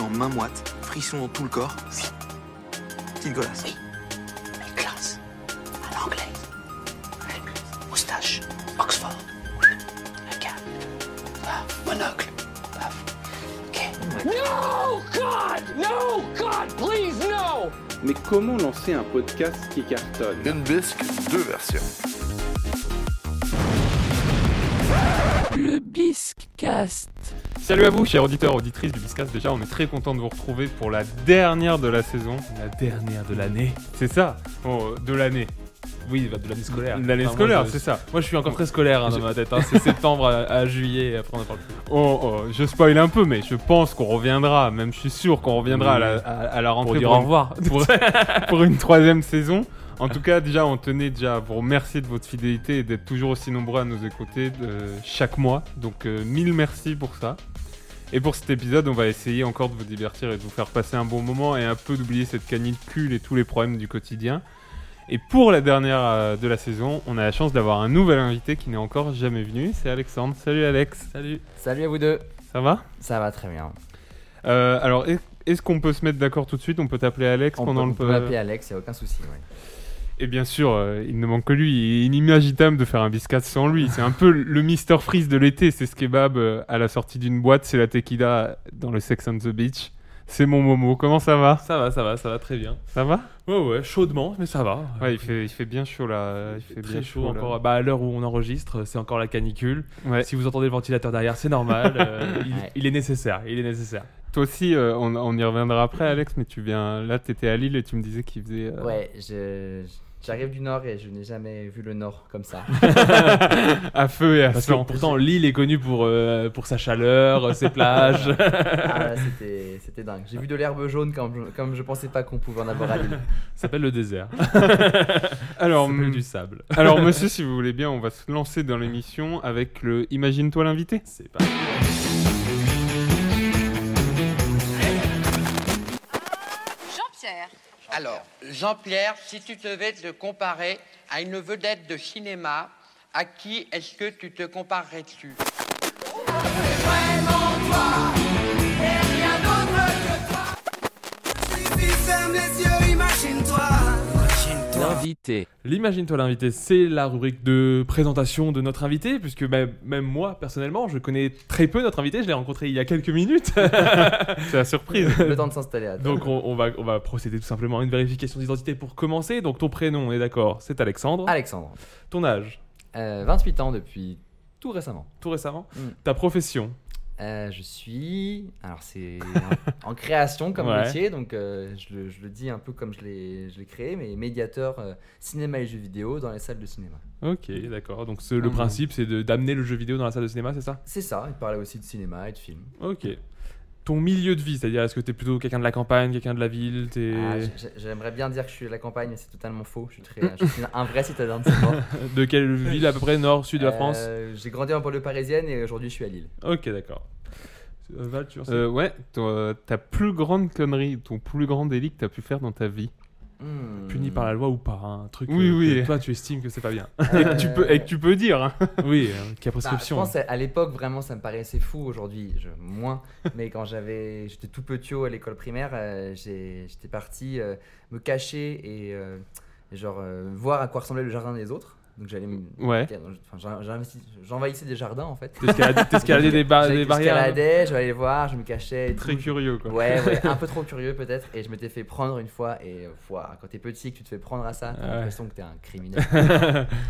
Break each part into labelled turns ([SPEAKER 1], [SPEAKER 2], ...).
[SPEAKER 1] en main moite, frisson dans tout le corps.
[SPEAKER 2] Oui.
[SPEAKER 1] Petite golasse.
[SPEAKER 2] Oui. Mais classe. À l'anglais. Moustache. Oxford. Un gars. Paf. Monocle. Paf. Ok.
[SPEAKER 3] No, God! No, God, please, no!
[SPEAKER 4] Mais comment lancer un podcast qui cartonne
[SPEAKER 5] Une bisque, deux versions.
[SPEAKER 6] Le Biscast.
[SPEAKER 7] Salut à vous, chers auditeurs, auditrices du Biscas. Déjà, on est très content de vous retrouver pour la dernière de la saison. La dernière de l'année. C'est ça Bon, euh, de l'année.
[SPEAKER 8] Oui, bah, de l'année scolaire.
[SPEAKER 7] L'année
[SPEAKER 8] Enfin,
[SPEAKER 7] scolaire,
[SPEAKER 8] moi, je-
[SPEAKER 7] c'est ça.
[SPEAKER 8] Moi, je suis encore très scolaire hein, dans
[SPEAKER 7] Je-
[SPEAKER 8] ma tête. hein. C'est septembre à, à juillet, et après on en parle plus.
[SPEAKER 7] Oh, oh, je spoil un peu, mais je pense qu'on reviendra. Même, je suis sûr qu'on reviendra à la, à- à la rentrée
[SPEAKER 8] Pour dire
[SPEAKER 7] pour
[SPEAKER 8] au
[SPEAKER 7] une-
[SPEAKER 8] revoir.
[SPEAKER 7] pour, pour une troisième saison. En tout cas, déjà, on tenait déjà à vous remercier de votre fidélité et d'être toujours aussi nombreux à nous écouter euh, chaque mois. Donc, euh, mille merci pour ça. Et pour cet épisode, on va essayer encore de vous divertir et de vous faire passer un bon moment et un peu d'oublier cette canicule et tous les problèmes du quotidien. Et pour la dernière euh, de la saison, on a la chance d'avoir un nouvel invité qui n'est encore jamais venu. C'est Alexandre. Salut Alex.
[SPEAKER 8] Salut.
[SPEAKER 9] Salut à vous deux.
[SPEAKER 7] Ça va
[SPEAKER 9] Ça va très bien.
[SPEAKER 7] Euh, alors, est- est-ce qu'on peut se mettre d'accord tout de suite On peut t'appeler Alex
[SPEAKER 9] On peut,
[SPEAKER 7] pendant
[SPEAKER 9] on
[SPEAKER 7] le
[SPEAKER 9] peut appeler Alex, y a aucun souci. ouais.
[SPEAKER 7] Et bien sûr, euh, il ne manque que lui. Il est inimaginable de faire un biscat sans lui. C'est un peu le Mister Freeze de l'été. C'est ce kebab euh, à la sortie d'une boîte. C'est la tequila dans le Sex on the Beach. C'est mon Momo. Comment ça va
[SPEAKER 8] Ça va, ça va, ça va très bien.
[SPEAKER 7] Ça va
[SPEAKER 8] Ouais, ouais, chaudement, mais ça va.
[SPEAKER 7] Ouais, il fait, il fait bien chaud là. Il fait
[SPEAKER 8] Ah, très
[SPEAKER 7] bien
[SPEAKER 8] chaud,
[SPEAKER 7] là.
[SPEAKER 8] encore. Bah, à l'heure où on enregistre, c'est encore la canicule.
[SPEAKER 7] Ouais.
[SPEAKER 8] Si vous entendez le ventilateur derrière, c'est normal. euh, il,
[SPEAKER 9] Ouais.
[SPEAKER 8] il est nécessaire. Il est nécessaire.
[SPEAKER 7] Toi aussi, euh, on, on y reviendra après, Alex. Mais tu viens. Là, t'étais à Lille et tu me disais qu'il faisait. euh,
[SPEAKER 9] Ouais, je- j'arrive du nord et je n'ai jamais vu le nord comme ça.
[SPEAKER 7] à feu et à
[SPEAKER 8] Parce
[SPEAKER 7] sang.
[SPEAKER 8] que pourtant, l'île est connue pour, euh, pour sa chaleur, euh, ses plages.
[SPEAKER 9] Ah, là, c'était c'était dingue. J'ai vu de l'herbe jaune comme je, comme je pensais pas qu'on pouvait en avoir à Lille.
[SPEAKER 8] ça s'appelle le désert.
[SPEAKER 7] Alors,
[SPEAKER 8] ça s'appelle
[SPEAKER 7] m-
[SPEAKER 8] du sable.
[SPEAKER 7] Alors monsieur, si vous voulez bien, on va se lancer dans l'émission avec le Imagine-toi l'invité.
[SPEAKER 8] C'est pas.
[SPEAKER 10] Jean-Pierre.
[SPEAKER 11] Alors, Jean-Pierre, si tu devais te comparer à une vedette de cinéma, à qui est-ce que tu te comparerais-tu
[SPEAKER 6] L'invité.
[SPEAKER 8] L'Imagine-toi l'invité, c'est la rubrique de présentation de notre invité, puisque même, même moi, personnellement, je connais très peu notre invité, je l'ai rencontré il y a quelques minutes.
[SPEAKER 7] C'est la surprise.
[SPEAKER 9] Le temps de s'installer à
[SPEAKER 8] Donc on, on va, on va procéder tout simplement à une vérification d'identité pour commencer. Donc ton prénom, on est d'accord, c'est Alexandre.
[SPEAKER 9] Alexandre,
[SPEAKER 8] Ton âge,
[SPEAKER 9] euh, 28 ans depuis tout récemment.
[SPEAKER 8] tout récemment.
[SPEAKER 9] Mm.
[SPEAKER 8] Ta profession,
[SPEAKER 9] Euh, je suis. Alors, c'est en, en création comme
[SPEAKER 8] Ouais.
[SPEAKER 9] métier, donc euh, je, le, je le dis un peu comme je l'ai je l'ai créé, mais médiateur euh, cinéma et jeux vidéo dans les salles de cinéma.
[SPEAKER 8] Ok, d'accord. Donc ce- le
[SPEAKER 9] Mm.
[SPEAKER 8] principe, c'est de- d'amener le jeu vidéo dans la salle de cinéma, c'est ça
[SPEAKER 9] C'est ça, il parlait aussi de cinéma et de films.
[SPEAKER 8] Ok. Ton milieu de vie, c'est-à-dire est-ce que t'es plutôt quelqu'un de la campagne, quelqu'un de la ville t'es...
[SPEAKER 9] Ah, j- j- J'aimerais bien dire que je suis de la campagne, mais c'est totalement faux. Je suis, très, je suis un vrai citadin de Savoie.
[SPEAKER 8] De quelle ville à peu près, nord, sud de la France
[SPEAKER 9] Euh, J'ai grandi en banlieue parisienne et aujourd'hui je suis à Lille.
[SPEAKER 8] Ok, d'accord. Euh, Val, tu en sais
[SPEAKER 7] Euh, ouais, toi, ta plus grande connerie, ton plus grand délit que t'as pu faire dans ta vie.
[SPEAKER 9] Hmm.
[SPEAKER 8] puni par la loi ou par un truc euh,
[SPEAKER 7] Oui,
[SPEAKER 8] que-
[SPEAKER 7] oui.
[SPEAKER 8] que toi tu estimes que c'est pas bien.
[SPEAKER 7] Et que tu peux, et que tu peux dire. hein.
[SPEAKER 8] oui, euh, qu'il y a
[SPEAKER 9] Bah, je
[SPEAKER 8] prescription.
[SPEAKER 9] pense à à l'époque vraiment ça me paraissait fou aujourd'hui je- moins mais quand j'avais j'étais tout petit à l'école primaire euh, j'ai- j'étais parti euh, me cacher et euh, genre euh, voir à quoi ressemblait le jardin des autres donc j'allais me-
[SPEAKER 7] Ouais.
[SPEAKER 9] enfin, j'in- j'investi- j'envahissais des jardins en fait
[SPEAKER 8] T'escalades- T'escalades des, ba- des barrières.
[SPEAKER 9] j'escaladais j'allais les voir je me cachais et
[SPEAKER 7] Très
[SPEAKER 9] tout.
[SPEAKER 7] curieux quoi.
[SPEAKER 9] Ouais, ouais, un peu trop curieux peut-être, et je m'étais fait prendre une fois, et euh, ouah, quand t'es petit et que tu te fais prendre à ça, t'as
[SPEAKER 8] Ah ouais.
[SPEAKER 9] l'impression que t'es un criminel.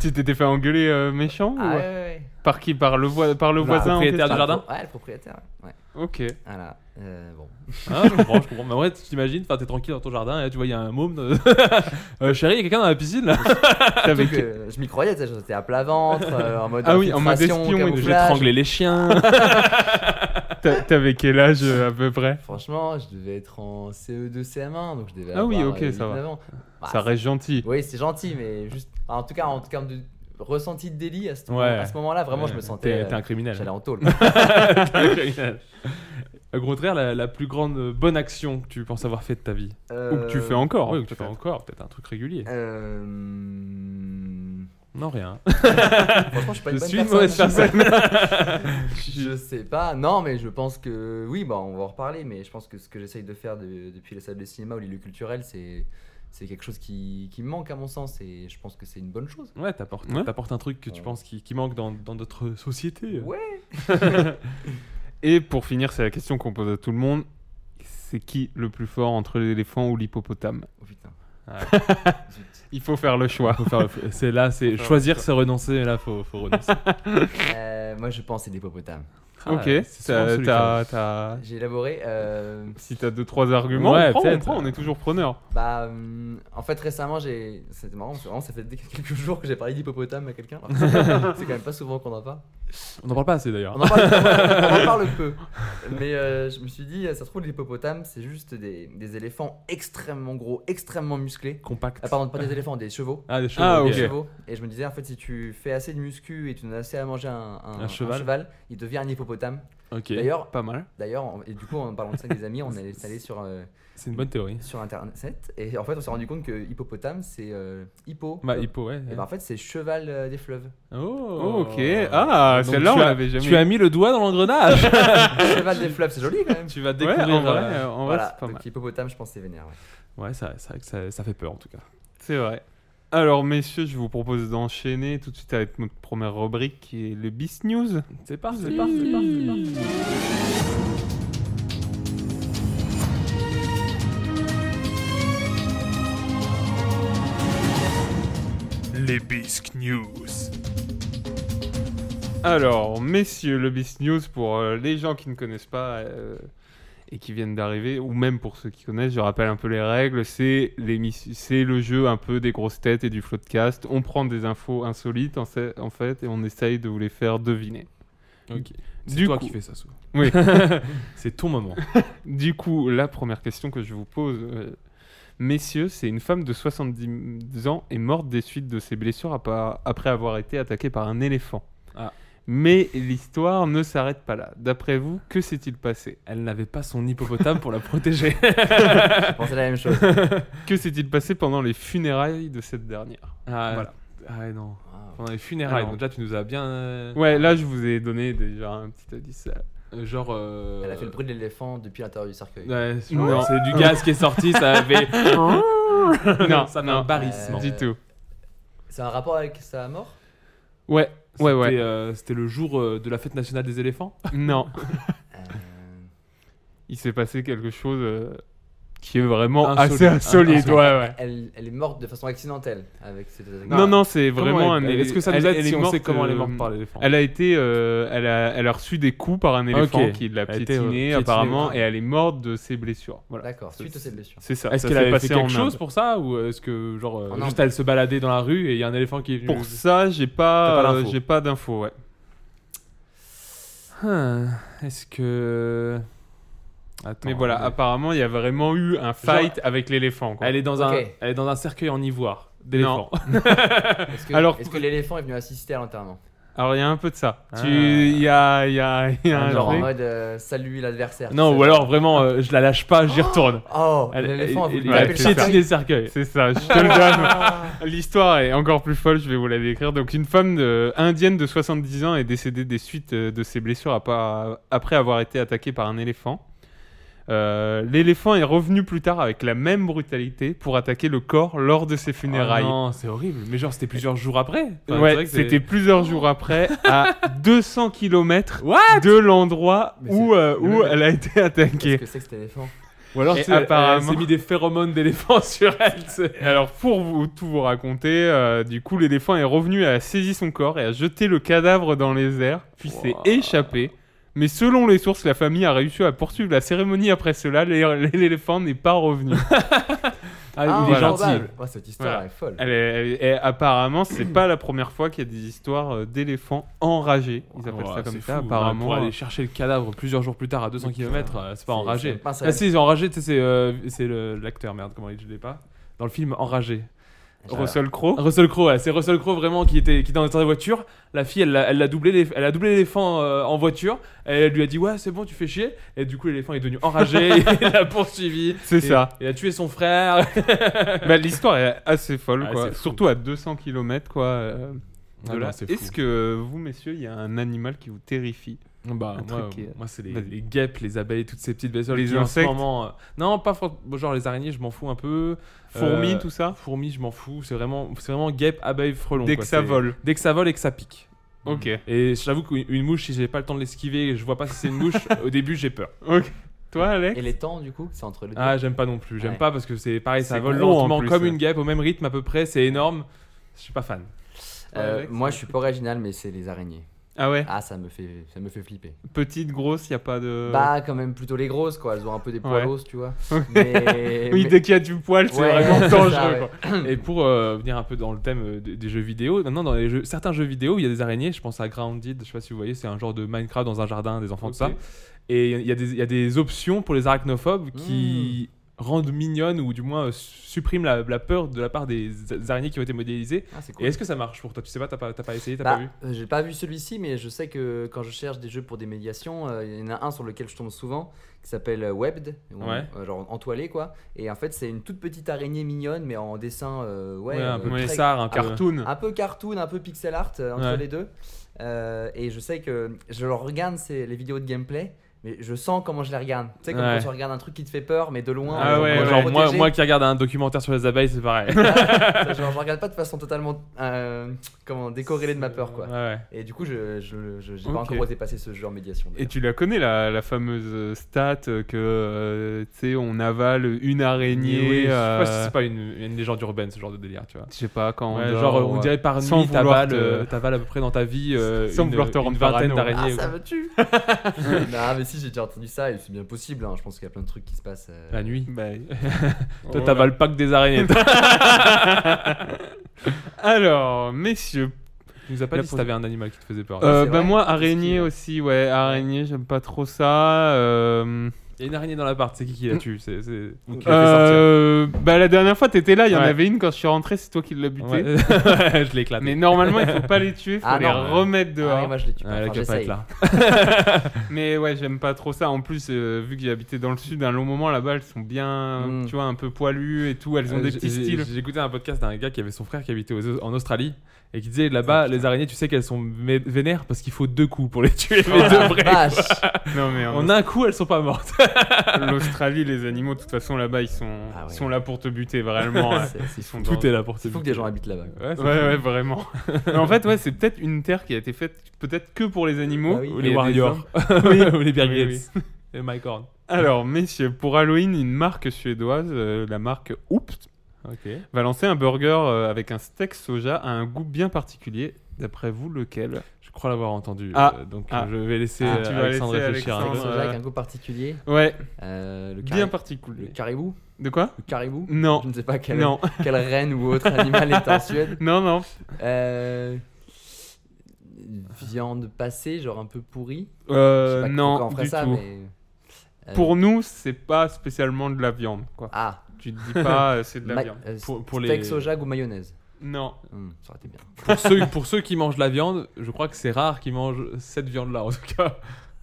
[SPEAKER 7] Tu t'étais fait engueuler euh, méchant ou-
[SPEAKER 9] ah ouais, ouais,
[SPEAKER 7] Par qui Par le, voi- par le
[SPEAKER 8] Bah,
[SPEAKER 7] voisin en Ah,
[SPEAKER 8] propriétaire
[SPEAKER 9] ouais.
[SPEAKER 8] du jardin
[SPEAKER 9] Ouais, le propriétaire, ouais.
[SPEAKER 7] Ok.
[SPEAKER 9] Voilà, euh, bon.
[SPEAKER 8] Ah, je comprends, je comprends. Mais ouais, tu t'imagines, enfin, t'es tranquille dans ton jardin et là, tu vois, il y a un môme. de- Euh, chérie, il y a quelqu'un dans la piscine là.
[SPEAKER 9] Surtout que je m'y croyais, tu sais, j'étais à plat ventre, euh, en mode
[SPEAKER 7] Ah oui, en mode
[SPEAKER 9] infiltration,
[SPEAKER 7] espion et tout.
[SPEAKER 8] Je vais
[SPEAKER 9] camouflage.
[SPEAKER 8] étrangler les chiens.
[SPEAKER 7] T'a- T'avais quel âge euh, à peu près
[SPEAKER 9] Franchement, je devais être en E CE2, CM1, donc je devais
[SPEAKER 7] Ah oui,
[SPEAKER 9] avoir,
[SPEAKER 7] ok,
[SPEAKER 9] euh,
[SPEAKER 7] ça va.
[SPEAKER 9] 19 ans. Bah,
[SPEAKER 7] Ça reste gentil.
[SPEAKER 9] Oui, c'est gentil, mais juste. En tout cas, en termes de ressenti de délit, à ce,
[SPEAKER 8] Ouais.
[SPEAKER 9] moment- à ce moment-là, vraiment, je me sentais.
[SPEAKER 8] T'es t'es
[SPEAKER 9] euh,
[SPEAKER 8] un criminel.
[SPEAKER 9] J'allais en tôle.
[SPEAKER 8] T'es un criminel. Au contraire, la, la plus grande euh, bonne action que tu penses avoir fait de ta vie.
[SPEAKER 9] Euh,
[SPEAKER 7] Ou que tu fais encore.
[SPEAKER 8] hein, oui, que tu fais
[SPEAKER 7] peut-être.
[SPEAKER 8] encore, peut-être un truc régulier.
[SPEAKER 9] Euh,
[SPEAKER 8] Non, rien.
[SPEAKER 9] Franchement, je suis pas une
[SPEAKER 8] Je
[SPEAKER 9] bonne
[SPEAKER 8] suis une mauvaise personne.
[SPEAKER 9] je sais pas. Non, mais je pense que oui, bah, on va en reparler. Mais je pense que ce que j'essaye de faire de- depuis les salles de cinéma ou les lieux culturels, c'est c'est quelque chose qui, qui me manque à mon sens. Et je pense que c'est une bonne chose.
[SPEAKER 8] Ouais, t'apportes
[SPEAKER 7] Ouais.
[SPEAKER 8] t'apportes un truc que tu
[SPEAKER 9] Ouais.
[SPEAKER 8] penses qui, qui manque dans, dans notre société.
[SPEAKER 9] Ouais.
[SPEAKER 7] Et pour finir, c'est la question qu'on pose à tout le monde. C'est qui le plus fort entre l'éléphant ou l'hippopotame
[SPEAKER 9] Oh putain.
[SPEAKER 8] Ouais.
[SPEAKER 9] Zut.
[SPEAKER 7] Il faut faire le choix.
[SPEAKER 8] Faut faire le- C'est là, c'est
[SPEAKER 7] faire
[SPEAKER 8] choisir, c'est renoncer. Là, faut, faut renoncer.
[SPEAKER 9] Euh, moi, je pense que c'est l'hippopotame.
[SPEAKER 7] ok,
[SPEAKER 8] ouais, Ah, c'est souvent
[SPEAKER 7] t'as-
[SPEAKER 8] celui
[SPEAKER 7] t'as- t'as-
[SPEAKER 9] J'ai élaboré. euh,
[SPEAKER 7] si t'as deux trois arguments,
[SPEAKER 8] Ouais,
[SPEAKER 7] on, prend, on,
[SPEAKER 8] peut-être.
[SPEAKER 7] prend, on est toujours preneur.
[SPEAKER 9] Bah, hum, en fait, récemment, j'ai. C'était marrant, parce que vraiment, ça fait dès- quelques jours que j'ai parlé d'hippopotame à quelqu'un. alors que C'est quand même pas souvent qu'on en parle.
[SPEAKER 8] On en parle pas assez d'ailleurs.
[SPEAKER 9] On en parle, on en parle peu. Mais euh, je me suis dit, ça se trouve, l'hippopotame, c'est juste des, des éléphants extrêmement gros, extrêmement musclés.
[SPEAKER 8] Compact.
[SPEAKER 9] Ah, pardon, pas des éléphants, des chevaux.
[SPEAKER 8] Ah, des chevaux.
[SPEAKER 7] Ah,
[SPEAKER 8] ok.
[SPEAKER 9] Des chevaux. Et je me disais, en fait, si tu fais assez de muscu et tu donnes assez à manger à un, un-
[SPEAKER 8] Un cheval.
[SPEAKER 9] il devient un hippopotame.
[SPEAKER 8] Ok.
[SPEAKER 9] D'ailleurs,
[SPEAKER 7] Pas mal.
[SPEAKER 9] D'ailleurs, on- et du coup, en parlant de ça avec des amis, on est allé sur, euh,
[SPEAKER 8] c'est une bonne théorie.
[SPEAKER 9] sur internet et en fait, on s'est rendu compte que hippopotame, c'est euh, hippo.
[SPEAKER 8] Bah, hippo, ouais.
[SPEAKER 9] Et ben, en fait, c'est cheval euh, des fleuves.
[SPEAKER 8] Oh.
[SPEAKER 7] Eh Ok. Ah,
[SPEAKER 8] Donc,
[SPEAKER 7] celle-là, on
[SPEAKER 8] tu as-
[SPEAKER 7] l'avait jamais.
[SPEAKER 8] Tu as mis le doigt dans l'engrenage.
[SPEAKER 9] cheval des fleuves, c'est joli quand même.
[SPEAKER 8] tu vas
[SPEAKER 7] Ouais,
[SPEAKER 8] découvrir.
[SPEAKER 7] en vrai,
[SPEAKER 8] euh,
[SPEAKER 7] euh, en vrai,
[SPEAKER 9] Voilà,
[SPEAKER 7] c'est pas
[SPEAKER 9] donc
[SPEAKER 7] mal.
[SPEAKER 9] hippopotame, je pense, c'est vénère. ouais.
[SPEAKER 8] Ouais, ça, c'est vrai que ça, ça fait peur en tout cas.
[SPEAKER 7] C'est vrai. Alors, messieurs, je vous propose d'enchaîner tout de suite avec notre première rubrique qui est le Beast News.
[SPEAKER 8] C'est parti, c'est parti, c'est parti, c'est parti.
[SPEAKER 5] Les Bisque News.
[SPEAKER 7] Alors, messieurs, le Beast News, pour euh, les gens qui ne connaissent pas euh, et qui viennent d'arriver, ou même pour ceux qui connaissent, je rappelle un peu les règles. C'est l'émission- c'est le jeu un peu des grosses têtes et du floodcast. On prend des infos insolites, en fait, en fait, et on essaye de vous les faire deviner.
[SPEAKER 8] Ok.
[SPEAKER 7] Du
[SPEAKER 8] C'est toi
[SPEAKER 7] coup-
[SPEAKER 8] qui fais ça souvent.
[SPEAKER 7] Oui.
[SPEAKER 8] c'est ton moment.
[SPEAKER 7] Du coup, la première question que je vous pose, euh, messieurs, c'est une femme de 70 ans est morte des suites de ses blessures apa- après avoir été attaquée par un éléphant.
[SPEAKER 8] Ah.
[SPEAKER 7] Mais l'histoire ne s'arrête pas là. D'après vous, que s'est-il passé
[SPEAKER 8] Elle n'avait pas son hippopotame pour la protéger.
[SPEAKER 9] Je pensais la même chose.
[SPEAKER 7] Que s'est-il passé pendant les funérailles de cette dernière
[SPEAKER 8] Ah,
[SPEAKER 7] Voilà.
[SPEAKER 8] ah non.
[SPEAKER 9] Wow.
[SPEAKER 8] Pendant les funérailles.
[SPEAKER 7] Ah, non.
[SPEAKER 8] donc là, tu nous as bien. euh,
[SPEAKER 7] Ouais, là, je vous ai donné déjà un petit indice.
[SPEAKER 8] euh, Genre. euh,
[SPEAKER 9] Elle a fait le bruit de l'éléphant depuis l'intérieur du cercueil.
[SPEAKER 8] Ouais, c'est-
[SPEAKER 7] Non.
[SPEAKER 8] c'est du gaz qui est sorti, ça avait.
[SPEAKER 7] Non,
[SPEAKER 8] ça fait
[SPEAKER 7] non.
[SPEAKER 8] un barrissement.
[SPEAKER 9] Euh,
[SPEAKER 7] Du tout.
[SPEAKER 9] C'est un rapport avec sa mort
[SPEAKER 7] Ouais, ouais, ouais.
[SPEAKER 8] C'était, euh, C'était le jour euh, de la fête nationale des éléphants.
[SPEAKER 7] Non,
[SPEAKER 9] Euh,
[SPEAKER 7] il s'est passé quelque chose euh, qui est vraiment
[SPEAKER 8] Insolite.
[SPEAKER 7] assez insolite.
[SPEAKER 8] Insolite.
[SPEAKER 7] Ouais, ouais.
[SPEAKER 9] elle, elle est morte de façon accidentelle avec cette.
[SPEAKER 7] Non, non, c'est vraiment
[SPEAKER 8] Ah, Comment
[SPEAKER 7] un
[SPEAKER 8] elle- Est-ce que ça nous
[SPEAKER 7] elle-
[SPEAKER 8] aide
[SPEAKER 7] elle
[SPEAKER 8] si
[SPEAKER 7] est
[SPEAKER 8] on sait
[SPEAKER 7] morte,
[SPEAKER 8] comment elle est
[SPEAKER 7] euh,
[SPEAKER 8] morte par l'éléphant
[SPEAKER 7] Elle a été, euh, elle, a, elle a reçu des coups par un éléphant
[SPEAKER 8] Ok.
[SPEAKER 7] qui l'a
[SPEAKER 8] Elle a été, euh,
[SPEAKER 7] piétiné
[SPEAKER 8] piétinée,
[SPEAKER 7] apparemment
[SPEAKER 8] ouais.
[SPEAKER 7] et elle est morte de ses blessures. Voilà.
[SPEAKER 9] D'accord, suite à ses blessures.
[SPEAKER 7] C'est ça.
[SPEAKER 8] Est-ce
[SPEAKER 7] ça
[SPEAKER 8] qu'elle
[SPEAKER 7] s'est
[SPEAKER 8] avait
[SPEAKER 7] passé
[SPEAKER 8] fait quelque
[SPEAKER 7] en Inde.
[SPEAKER 8] chose pour ça ou est-ce que genre euh,
[SPEAKER 9] En Inde.
[SPEAKER 8] juste elle se baladait dans la rue et il y a un éléphant qui est venu
[SPEAKER 7] Pour ça, j'ai pas,
[SPEAKER 8] T'as pas
[SPEAKER 7] euh,
[SPEAKER 8] l'info.
[SPEAKER 7] j'ai pas d'infos. Ouais.
[SPEAKER 8] Hum, Est-ce que Attends,
[SPEAKER 7] Mais voilà,
[SPEAKER 8] elle-
[SPEAKER 7] apparemment, il y a vraiment eu un fight avec l'éléphant. quoi.
[SPEAKER 8] elle est dans un
[SPEAKER 9] Ok.
[SPEAKER 8] elle est dans un cercueil en ivoire d'éléphant.
[SPEAKER 9] Est-ce que,
[SPEAKER 7] Alors-
[SPEAKER 9] est-ce que l'éléphant est venu assister à l'enterrement
[SPEAKER 7] Alors il y a un peu de ça.
[SPEAKER 8] Ah.
[SPEAKER 7] Tu, il y a, il y a, il y a
[SPEAKER 8] Ah,
[SPEAKER 7] un
[SPEAKER 8] genre,
[SPEAKER 9] En
[SPEAKER 7] truc.
[SPEAKER 9] mode euh, salut l'adversaire.
[SPEAKER 8] Non,
[SPEAKER 9] tu
[SPEAKER 8] ou
[SPEAKER 9] sais.
[SPEAKER 8] alors vraiment euh, je la lâche pas, j'y retourne.
[SPEAKER 9] Oh,
[SPEAKER 8] Elle-
[SPEAKER 9] l'éléphant a
[SPEAKER 8] elle-
[SPEAKER 9] voulu
[SPEAKER 8] elle a
[SPEAKER 9] taper le
[SPEAKER 7] c'est ça.
[SPEAKER 8] piétiné Ah,
[SPEAKER 9] cercueil. Ah,
[SPEAKER 7] C'est
[SPEAKER 8] le cercueil.
[SPEAKER 7] ça, je te le donne. L'histoire est encore plus folle, je vais vous la décrire. Donc, une femme de- indienne de 70 ans est décédée des suites euh, de ses blessures à pas- après avoir été attaquée par un éléphant. Euh, L'éléphant est revenu plus tard avec la même brutalité pour attaquer le corps lors de ses funérailles.
[SPEAKER 8] Oh non, c'est horrible. Mais genre, c'était plusieurs jours après. Enfin, c'est vrai
[SPEAKER 7] ouais,
[SPEAKER 8] que c'est-
[SPEAKER 7] c'était plusieurs jours après, à 200 km
[SPEAKER 8] What
[SPEAKER 7] de l'endroit
[SPEAKER 9] Mais
[SPEAKER 7] où,
[SPEAKER 9] c'est-
[SPEAKER 7] euh,
[SPEAKER 9] mais
[SPEAKER 7] où
[SPEAKER 9] mais-
[SPEAKER 7] elle a été
[SPEAKER 9] Qu'est-ce
[SPEAKER 7] attaquée.
[SPEAKER 9] que c'est que cet éléphant
[SPEAKER 8] Ou alors,
[SPEAKER 7] Et
[SPEAKER 8] tu sais, elle- elle
[SPEAKER 7] apparemment-
[SPEAKER 8] s'est mis des phéromones d'éléphant sur elle. tu sais.
[SPEAKER 7] Et Alors, pour vous, tout vous raconter, euh, du coup, l'éléphant est revenu à saisir son corps et a jeté le cadavre dans les airs, puis s'est échappé. Mais selon les sources, la famille a réussi à poursuivre la cérémonie après cela. l'é- L'éléphant n'est pas revenu.
[SPEAKER 8] Ah, il est
[SPEAKER 7] voilà.
[SPEAKER 8] gentil.
[SPEAKER 9] improbable. Oh, cette histoire
[SPEAKER 7] Voilà.
[SPEAKER 9] est folle.
[SPEAKER 7] Elle est- elle est- et apparemment, c'est pas la première fois qu'il y a des histoires euh, d'éléphants enragés. Ils appellent
[SPEAKER 8] Ouais,
[SPEAKER 7] ça comme
[SPEAKER 8] Oh,
[SPEAKER 7] ça,
[SPEAKER 8] c'est fou. hein,
[SPEAKER 7] apparemment. hein.
[SPEAKER 8] Pour aller chercher le cadavre plusieurs jours plus tard à 200 km, euh, c'est pas
[SPEAKER 9] C'est-
[SPEAKER 8] enragé.
[SPEAKER 9] c'est pas ça.
[SPEAKER 8] Ah si, c'est enragé, tu sais, c'est euh, c'est le- l'acteur, merde, comment il je l'ai pas Dans le film Enragé.
[SPEAKER 7] Russell Crowe.
[SPEAKER 8] euh, Russell Crowe, ouais, c'est Russell Crowe vraiment qui était, qui était dans dans la voiture. La fille, elle, l'a- elle l'a doublé, l'élé- elle a doublé l'éléphant euh, en voiture. Elle lui a dit ouais, c'est bon, tu fais chier. Et du coup, l'éléphant est devenu enragé. il l'a poursuivi.
[SPEAKER 7] C'est
[SPEAKER 8] Et-
[SPEAKER 7] ça.
[SPEAKER 8] Il a tué son frère.
[SPEAKER 7] Bah, L'histoire est assez folle,
[SPEAKER 8] Ah,
[SPEAKER 7] quoi.
[SPEAKER 8] c'est fou.
[SPEAKER 7] Surtout à 200 km, quoi. euh,
[SPEAKER 8] De
[SPEAKER 7] Ah
[SPEAKER 8] là,
[SPEAKER 7] non, c'est fou. Est-ce que vous, messieurs, il y a un animal qui vous terrifie
[SPEAKER 8] Bah,
[SPEAKER 7] Un
[SPEAKER 8] moi,
[SPEAKER 7] truc qui-
[SPEAKER 8] moi, c'est les,
[SPEAKER 7] Vas-y.
[SPEAKER 8] les guêpes, les abeilles, toutes ces petites bestioles.
[SPEAKER 7] Les
[SPEAKER 8] qui, en ce
[SPEAKER 7] insectes
[SPEAKER 8] moment, euh, Non, pas for- bon, genre les araignées, je m'en fous un peu.
[SPEAKER 7] Fourmis,
[SPEAKER 8] Euh,
[SPEAKER 7] tout ça
[SPEAKER 8] Fourmis, je m'en fous. C'est vraiment, c'est vraiment guêpe, abeille, frelon.
[SPEAKER 7] Dès
[SPEAKER 8] quoi.
[SPEAKER 7] que ça
[SPEAKER 8] C'est- Mm.
[SPEAKER 7] vole.
[SPEAKER 8] Dès que ça vole et que ça pique.
[SPEAKER 7] Ok.
[SPEAKER 8] Et j'avoue qu'une une mouche, si j'ai pas le temps de l'esquiver et je vois pas si c'est une mouche, au début j'ai peur.
[SPEAKER 7] Ok. Toi, Alex
[SPEAKER 9] Et les temps, du coup, c'est entre les deux.
[SPEAKER 8] Ah, j'aime pas non plus. J'aime
[SPEAKER 9] Ouais.
[SPEAKER 8] pas parce que c'est pareil, ça
[SPEAKER 7] C'est
[SPEAKER 8] vole
[SPEAKER 7] gros, en
[SPEAKER 8] lentement
[SPEAKER 7] plus,
[SPEAKER 8] comme
[SPEAKER 7] ouais.
[SPEAKER 8] une guêpe, au même rythme à peu près. C'est énorme. Je suis pas fan.
[SPEAKER 9] Euh,
[SPEAKER 7] Alex,
[SPEAKER 9] moi, je suis pas original, mais c'est les araignées.
[SPEAKER 7] Ah ouais
[SPEAKER 9] Ah, ça me fait, ça me fait flipper.
[SPEAKER 7] Petite, grosse, il a pas de.
[SPEAKER 8] Euh,
[SPEAKER 9] Bah, quand même plutôt les grosses, quoi. Elles ont un peu des
[SPEAKER 7] Ouais.
[SPEAKER 9] poils roses, tu vois. Mais,
[SPEAKER 7] oui,
[SPEAKER 9] mais-
[SPEAKER 7] dès qu'il y a du poil, c'est
[SPEAKER 9] Ouais,
[SPEAKER 7] vraiment
[SPEAKER 9] c'est ça,
[SPEAKER 7] dangereux.
[SPEAKER 9] ouais.
[SPEAKER 7] quoi.
[SPEAKER 8] Et pour euh, venir un peu dans le thème euh, des, des jeux vidéo, maintenant dans les jeux, certains jeux vidéo, il y a des araignées. Je pense à Grounded, je sais pas si vous voyez, c'est un genre de Minecraft dans un jardin, des enfants, tout
[SPEAKER 7] Ok.
[SPEAKER 8] ça. Et il y, a des- il y a des options pour les arachnophobes qui
[SPEAKER 9] Hmm.
[SPEAKER 8] rendent mignonnes ou du moins euh, suppriment la, la peur de la part des a- des araignées qui ont été modélisées.
[SPEAKER 9] Ah, c'est
[SPEAKER 8] Et
[SPEAKER 9] cool.
[SPEAKER 8] est-ce que ça marche pour toi Tu sais pas, t'as pas, t'as pas essayé, t'as
[SPEAKER 9] Bah,
[SPEAKER 8] pas vu
[SPEAKER 9] euh, J'ai pas vu celui-ci, mais je sais que quand je cherche des jeux pour des médiations, euh, il y en a un sur lequel je tombe souvent qui s'appelle euh, Webbed, ou,
[SPEAKER 8] Ouais.
[SPEAKER 9] euh, genre entoilé quoi. Et en fait, c'est une toute petite araignée mignonne, mais en dessin, euh, ouais,
[SPEAKER 8] Ouais, un
[SPEAKER 9] euh,
[SPEAKER 8] peu
[SPEAKER 9] très-
[SPEAKER 8] bizarre, un peu.
[SPEAKER 7] Cartoon.
[SPEAKER 9] un peu cartoon, un peu pixel art euh, entre
[SPEAKER 8] Ouais.
[SPEAKER 9] les deux. Euh, et je sais que je leur regarde c'est les vidéos de gameplay, mais je sens comment je les regarde. Tu sais, comme
[SPEAKER 8] Ouais.
[SPEAKER 9] quand tu regardes un truc qui te fait peur, mais de loin.
[SPEAKER 8] Ah
[SPEAKER 9] genre,
[SPEAKER 8] ouais,
[SPEAKER 9] euh, pour le
[SPEAKER 8] genre moi,
[SPEAKER 9] protéger.
[SPEAKER 8] moi qui regarde un documentaire sur les abeilles, c'est pareil.
[SPEAKER 9] Ça, genre, je regarde pas de façon totalement euh, comment décorrélée de ma peur quoi.
[SPEAKER 8] Ouais, ouais.
[SPEAKER 9] Et du coup, je je- je- j'ai
[SPEAKER 7] Ok.
[SPEAKER 9] pas encore osé passer ce jeu en médiation.
[SPEAKER 7] Et
[SPEAKER 9] d'ailleurs.
[SPEAKER 7] tu la connais, la, la fameuse stat euh, que, euh, tu sais, on avale une araignée.
[SPEAKER 8] Oui, je sais pas si
[SPEAKER 7] euh,
[SPEAKER 8] c'est pas une, une légende urbaine, ce genre de délire, tu vois.
[SPEAKER 7] je sais pas, quand
[SPEAKER 8] Ouais,
[SPEAKER 7] on dort,
[SPEAKER 8] genre, on
[SPEAKER 7] ouais.
[SPEAKER 8] dirait par nuit,
[SPEAKER 7] Sans vouloir
[SPEAKER 8] t'avales
[SPEAKER 7] te-
[SPEAKER 8] euh, t'avales à peu près dans ta vie euh,
[SPEAKER 7] Sans
[SPEAKER 8] une,
[SPEAKER 7] vouloir te
[SPEAKER 8] une
[SPEAKER 7] rendre parano.
[SPEAKER 8] vingtaine
[SPEAKER 9] Ah,
[SPEAKER 8] d'araignées.
[SPEAKER 9] ça me tue Non, mais si, j'ai déjà entendu ça, et c'est bien possible. hein. Je pense qu'il y a plein de trucs qui se passent. euh,
[SPEAKER 8] La nuit.
[SPEAKER 7] Bah,
[SPEAKER 8] Toi, t'avales pas que des araignées. tu
[SPEAKER 7] Alors, messieurs,
[SPEAKER 8] nous as pas
[SPEAKER 7] La
[SPEAKER 8] dit si
[SPEAKER 7] pro-
[SPEAKER 8] t'avais un animal qui te faisait peur.
[SPEAKER 7] Euh,
[SPEAKER 9] c'est
[SPEAKER 7] bah
[SPEAKER 9] vrai.
[SPEAKER 7] moi
[SPEAKER 9] Qu'est-ce
[SPEAKER 7] araignée
[SPEAKER 9] qu'il a
[SPEAKER 7] aussi ouais araignée j'aime pas trop ça euh...
[SPEAKER 8] Il y a une araignée dans l'appart, c'est qui qui la tue C'est. c'est- ou qui l'a
[SPEAKER 7] Mm. euh, bah la dernière fois t'étais là il y en
[SPEAKER 8] Ouais.
[SPEAKER 7] avait une quand je suis rentré c'est toi qui l'as butée
[SPEAKER 8] fait sortir. Ouais. Je l'éclate.
[SPEAKER 7] mais normalement il faut pas les tuer faut
[SPEAKER 9] Ah
[SPEAKER 7] les
[SPEAKER 9] non.
[SPEAKER 7] remettre
[SPEAKER 9] Ah,
[SPEAKER 7] dehors
[SPEAKER 9] mais moi, je les tue pas.
[SPEAKER 8] elle a
[SPEAKER 9] Enfin,
[SPEAKER 8] qu'à pas
[SPEAKER 9] j'essaye.
[SPEAKER 8] être là.
[SPEAKER 7] mais ouais j'aime pas trop ça en plus euh, vu que j'ai habité dans le sud un long moment là-bas elles sont bien
[SPEAKER 9] Mm.
[SPEAKER 7] tu vois un peu poilues et tout elles ont
[SPEAKER 8] Euh,
[SPEAKER 7] des
[SPEAKER 8] j'ai-
[SPEAKER 7] petits
[SPEAKER 8] j'ai-
[SPEAKER 7] styles
[SPEAKER 8] J'ai écouté un podcast d'un gars qui avait son frère qui habitait aux- en Australie et qui disait
[SPEAKER 7] Oh,
[SPEAKER 8] là-bas, les araignées, tu sais qu'elles sont mé- vénères parce qu'il faut deux coups pour les tuer.
[SPEAKER 7] Oh,
[SPEAKER 8] mais deux vrais.
[SPEAKER 9] Ah, Vache
[SPEAKER 7] non mais en
[SPEAKER 8] En un coup, elles sont pas mortes.
[SPEAKER 7] l'Australie les animaux de toute façon là-bas ils sont
[SPEAKER 9] Ah ouais.
[SPEAKER 7] sont là pour te buter vraiment hein.
[SPEAKER 9] C'est- C'est
[SPEAKER 7] ils
[SPEAKER 9] fou.
[SPEAKER 7] sont dans-
[SPEAKER 8] Tout est là pour
[SPEAKER 9] C'est fou que des gens habitent là-bas.
[SPEAKER 8] Ouais,
[SPEAKER 7] Ouais, ouais, vraiment. Mais en fait, ouais, c'est peut-être une terre qui a été faite peut-être que pour les animaux.
[SPEAKER 9] Bah oui.
[SPEAKER 8] Ou
[SPEAKER 7] Il y
[SPEAKER 8] les
[SPEAKER 7] a des
[SPEAKER 8] Warriors.
[SPEAKER 7] hommes.
[SPEAKER 8] Ou les Bear
[SPEAKER 7] Oui, oui.
[SPEAKER 8] Grylls. Et Mike Horn.
[SPEAKER 7] Alors, messieurs, pour Halloween, une marque suédoise, euh, la marque Oops,
[SPEAKER 8] Ok.
[SPEAKER 7] va lancer un burger euh, avec un steak soja à un goût bien particulier. D'après vous, lequel
[SPEAKER 8] Je crois l'avoir entendu.
[SPEAKER 7] Ah.
[SPEAKER 8] euh, donc
[SPEAKER 7] Ah.
[SPEAKER 8] je vais laisser
[SPEAKER 7] Ah,
[SPEAKER 8] euh,
[SPEAKER 7] tu vas
[SPEAKER 8] Alexandre
[SPEAKER 7] laisser
[SPEAKER 8] réfléchir.
[SPEAKER 7] Alexandre.
[SPEAKER 9] Avec
[SPEAKER 8] un peu.
[SPEAKER 9] ce
[SPEAKER 7] euh,
[SPEAKER 9] jeu avec un goût particulier.
[SPEAKER 7] Ouais,
[SPEAKER 9] euh, le
[SPEAKER 7] bien
[SPEAKER 9] caribou. Le
[SPEAKER 7] particulier.
[SPEAKER 9] caribou
[SPEAKER 7] De quoi
[SPEAKER 9] Le caribou
[SPEAKER 7] Non,
[SPEAKER 9] Je ne sais pas quelle,
[SPEAKER 7] non,
[SPEAKER 9] quelle reine ou autre animal est en Suède.
[SPEAKER 7] non, non.
[SPEAKER 9] Euh, Viande passée, genre un peu pourrie. Je sais
[SPEAKER 7] Euh,
[SPEAKER 9] pas pourquoi
[SPEAKER 7] non,
[SPEAKER 9] on ferait
[SPEAKER 7] du
[SPEAKER 9] ça,
[SPEAKER 7] tout.
[SPEAKER 9] mais. euh,
[SPEAKER 7] Pour nous, c'est pas spécialement de la viande, quoi.
[SPEAKER 9] Ah,
[SPEAKER 7] Tu te dis pas, euh, c'est de la
[SPEAKER 9] ma-
[SPEAKER 7] viande.
[SPEAKER 9] euh,
[SPEAKER 8] Pour- pour
[SPEAKER 9] steak
[SPEAKER 8] les-
[SPEAKER 9] soja ou mayonnaise.
[SPEAKER 7] Non.
[SPEAKER 9] Hum, ça aurait été bien.
[SPEAKER 8] pour, ceux, pour ceux qui mangent la viande, je crois que c'est rare qu'ils mangent cette viande-là en tout cas.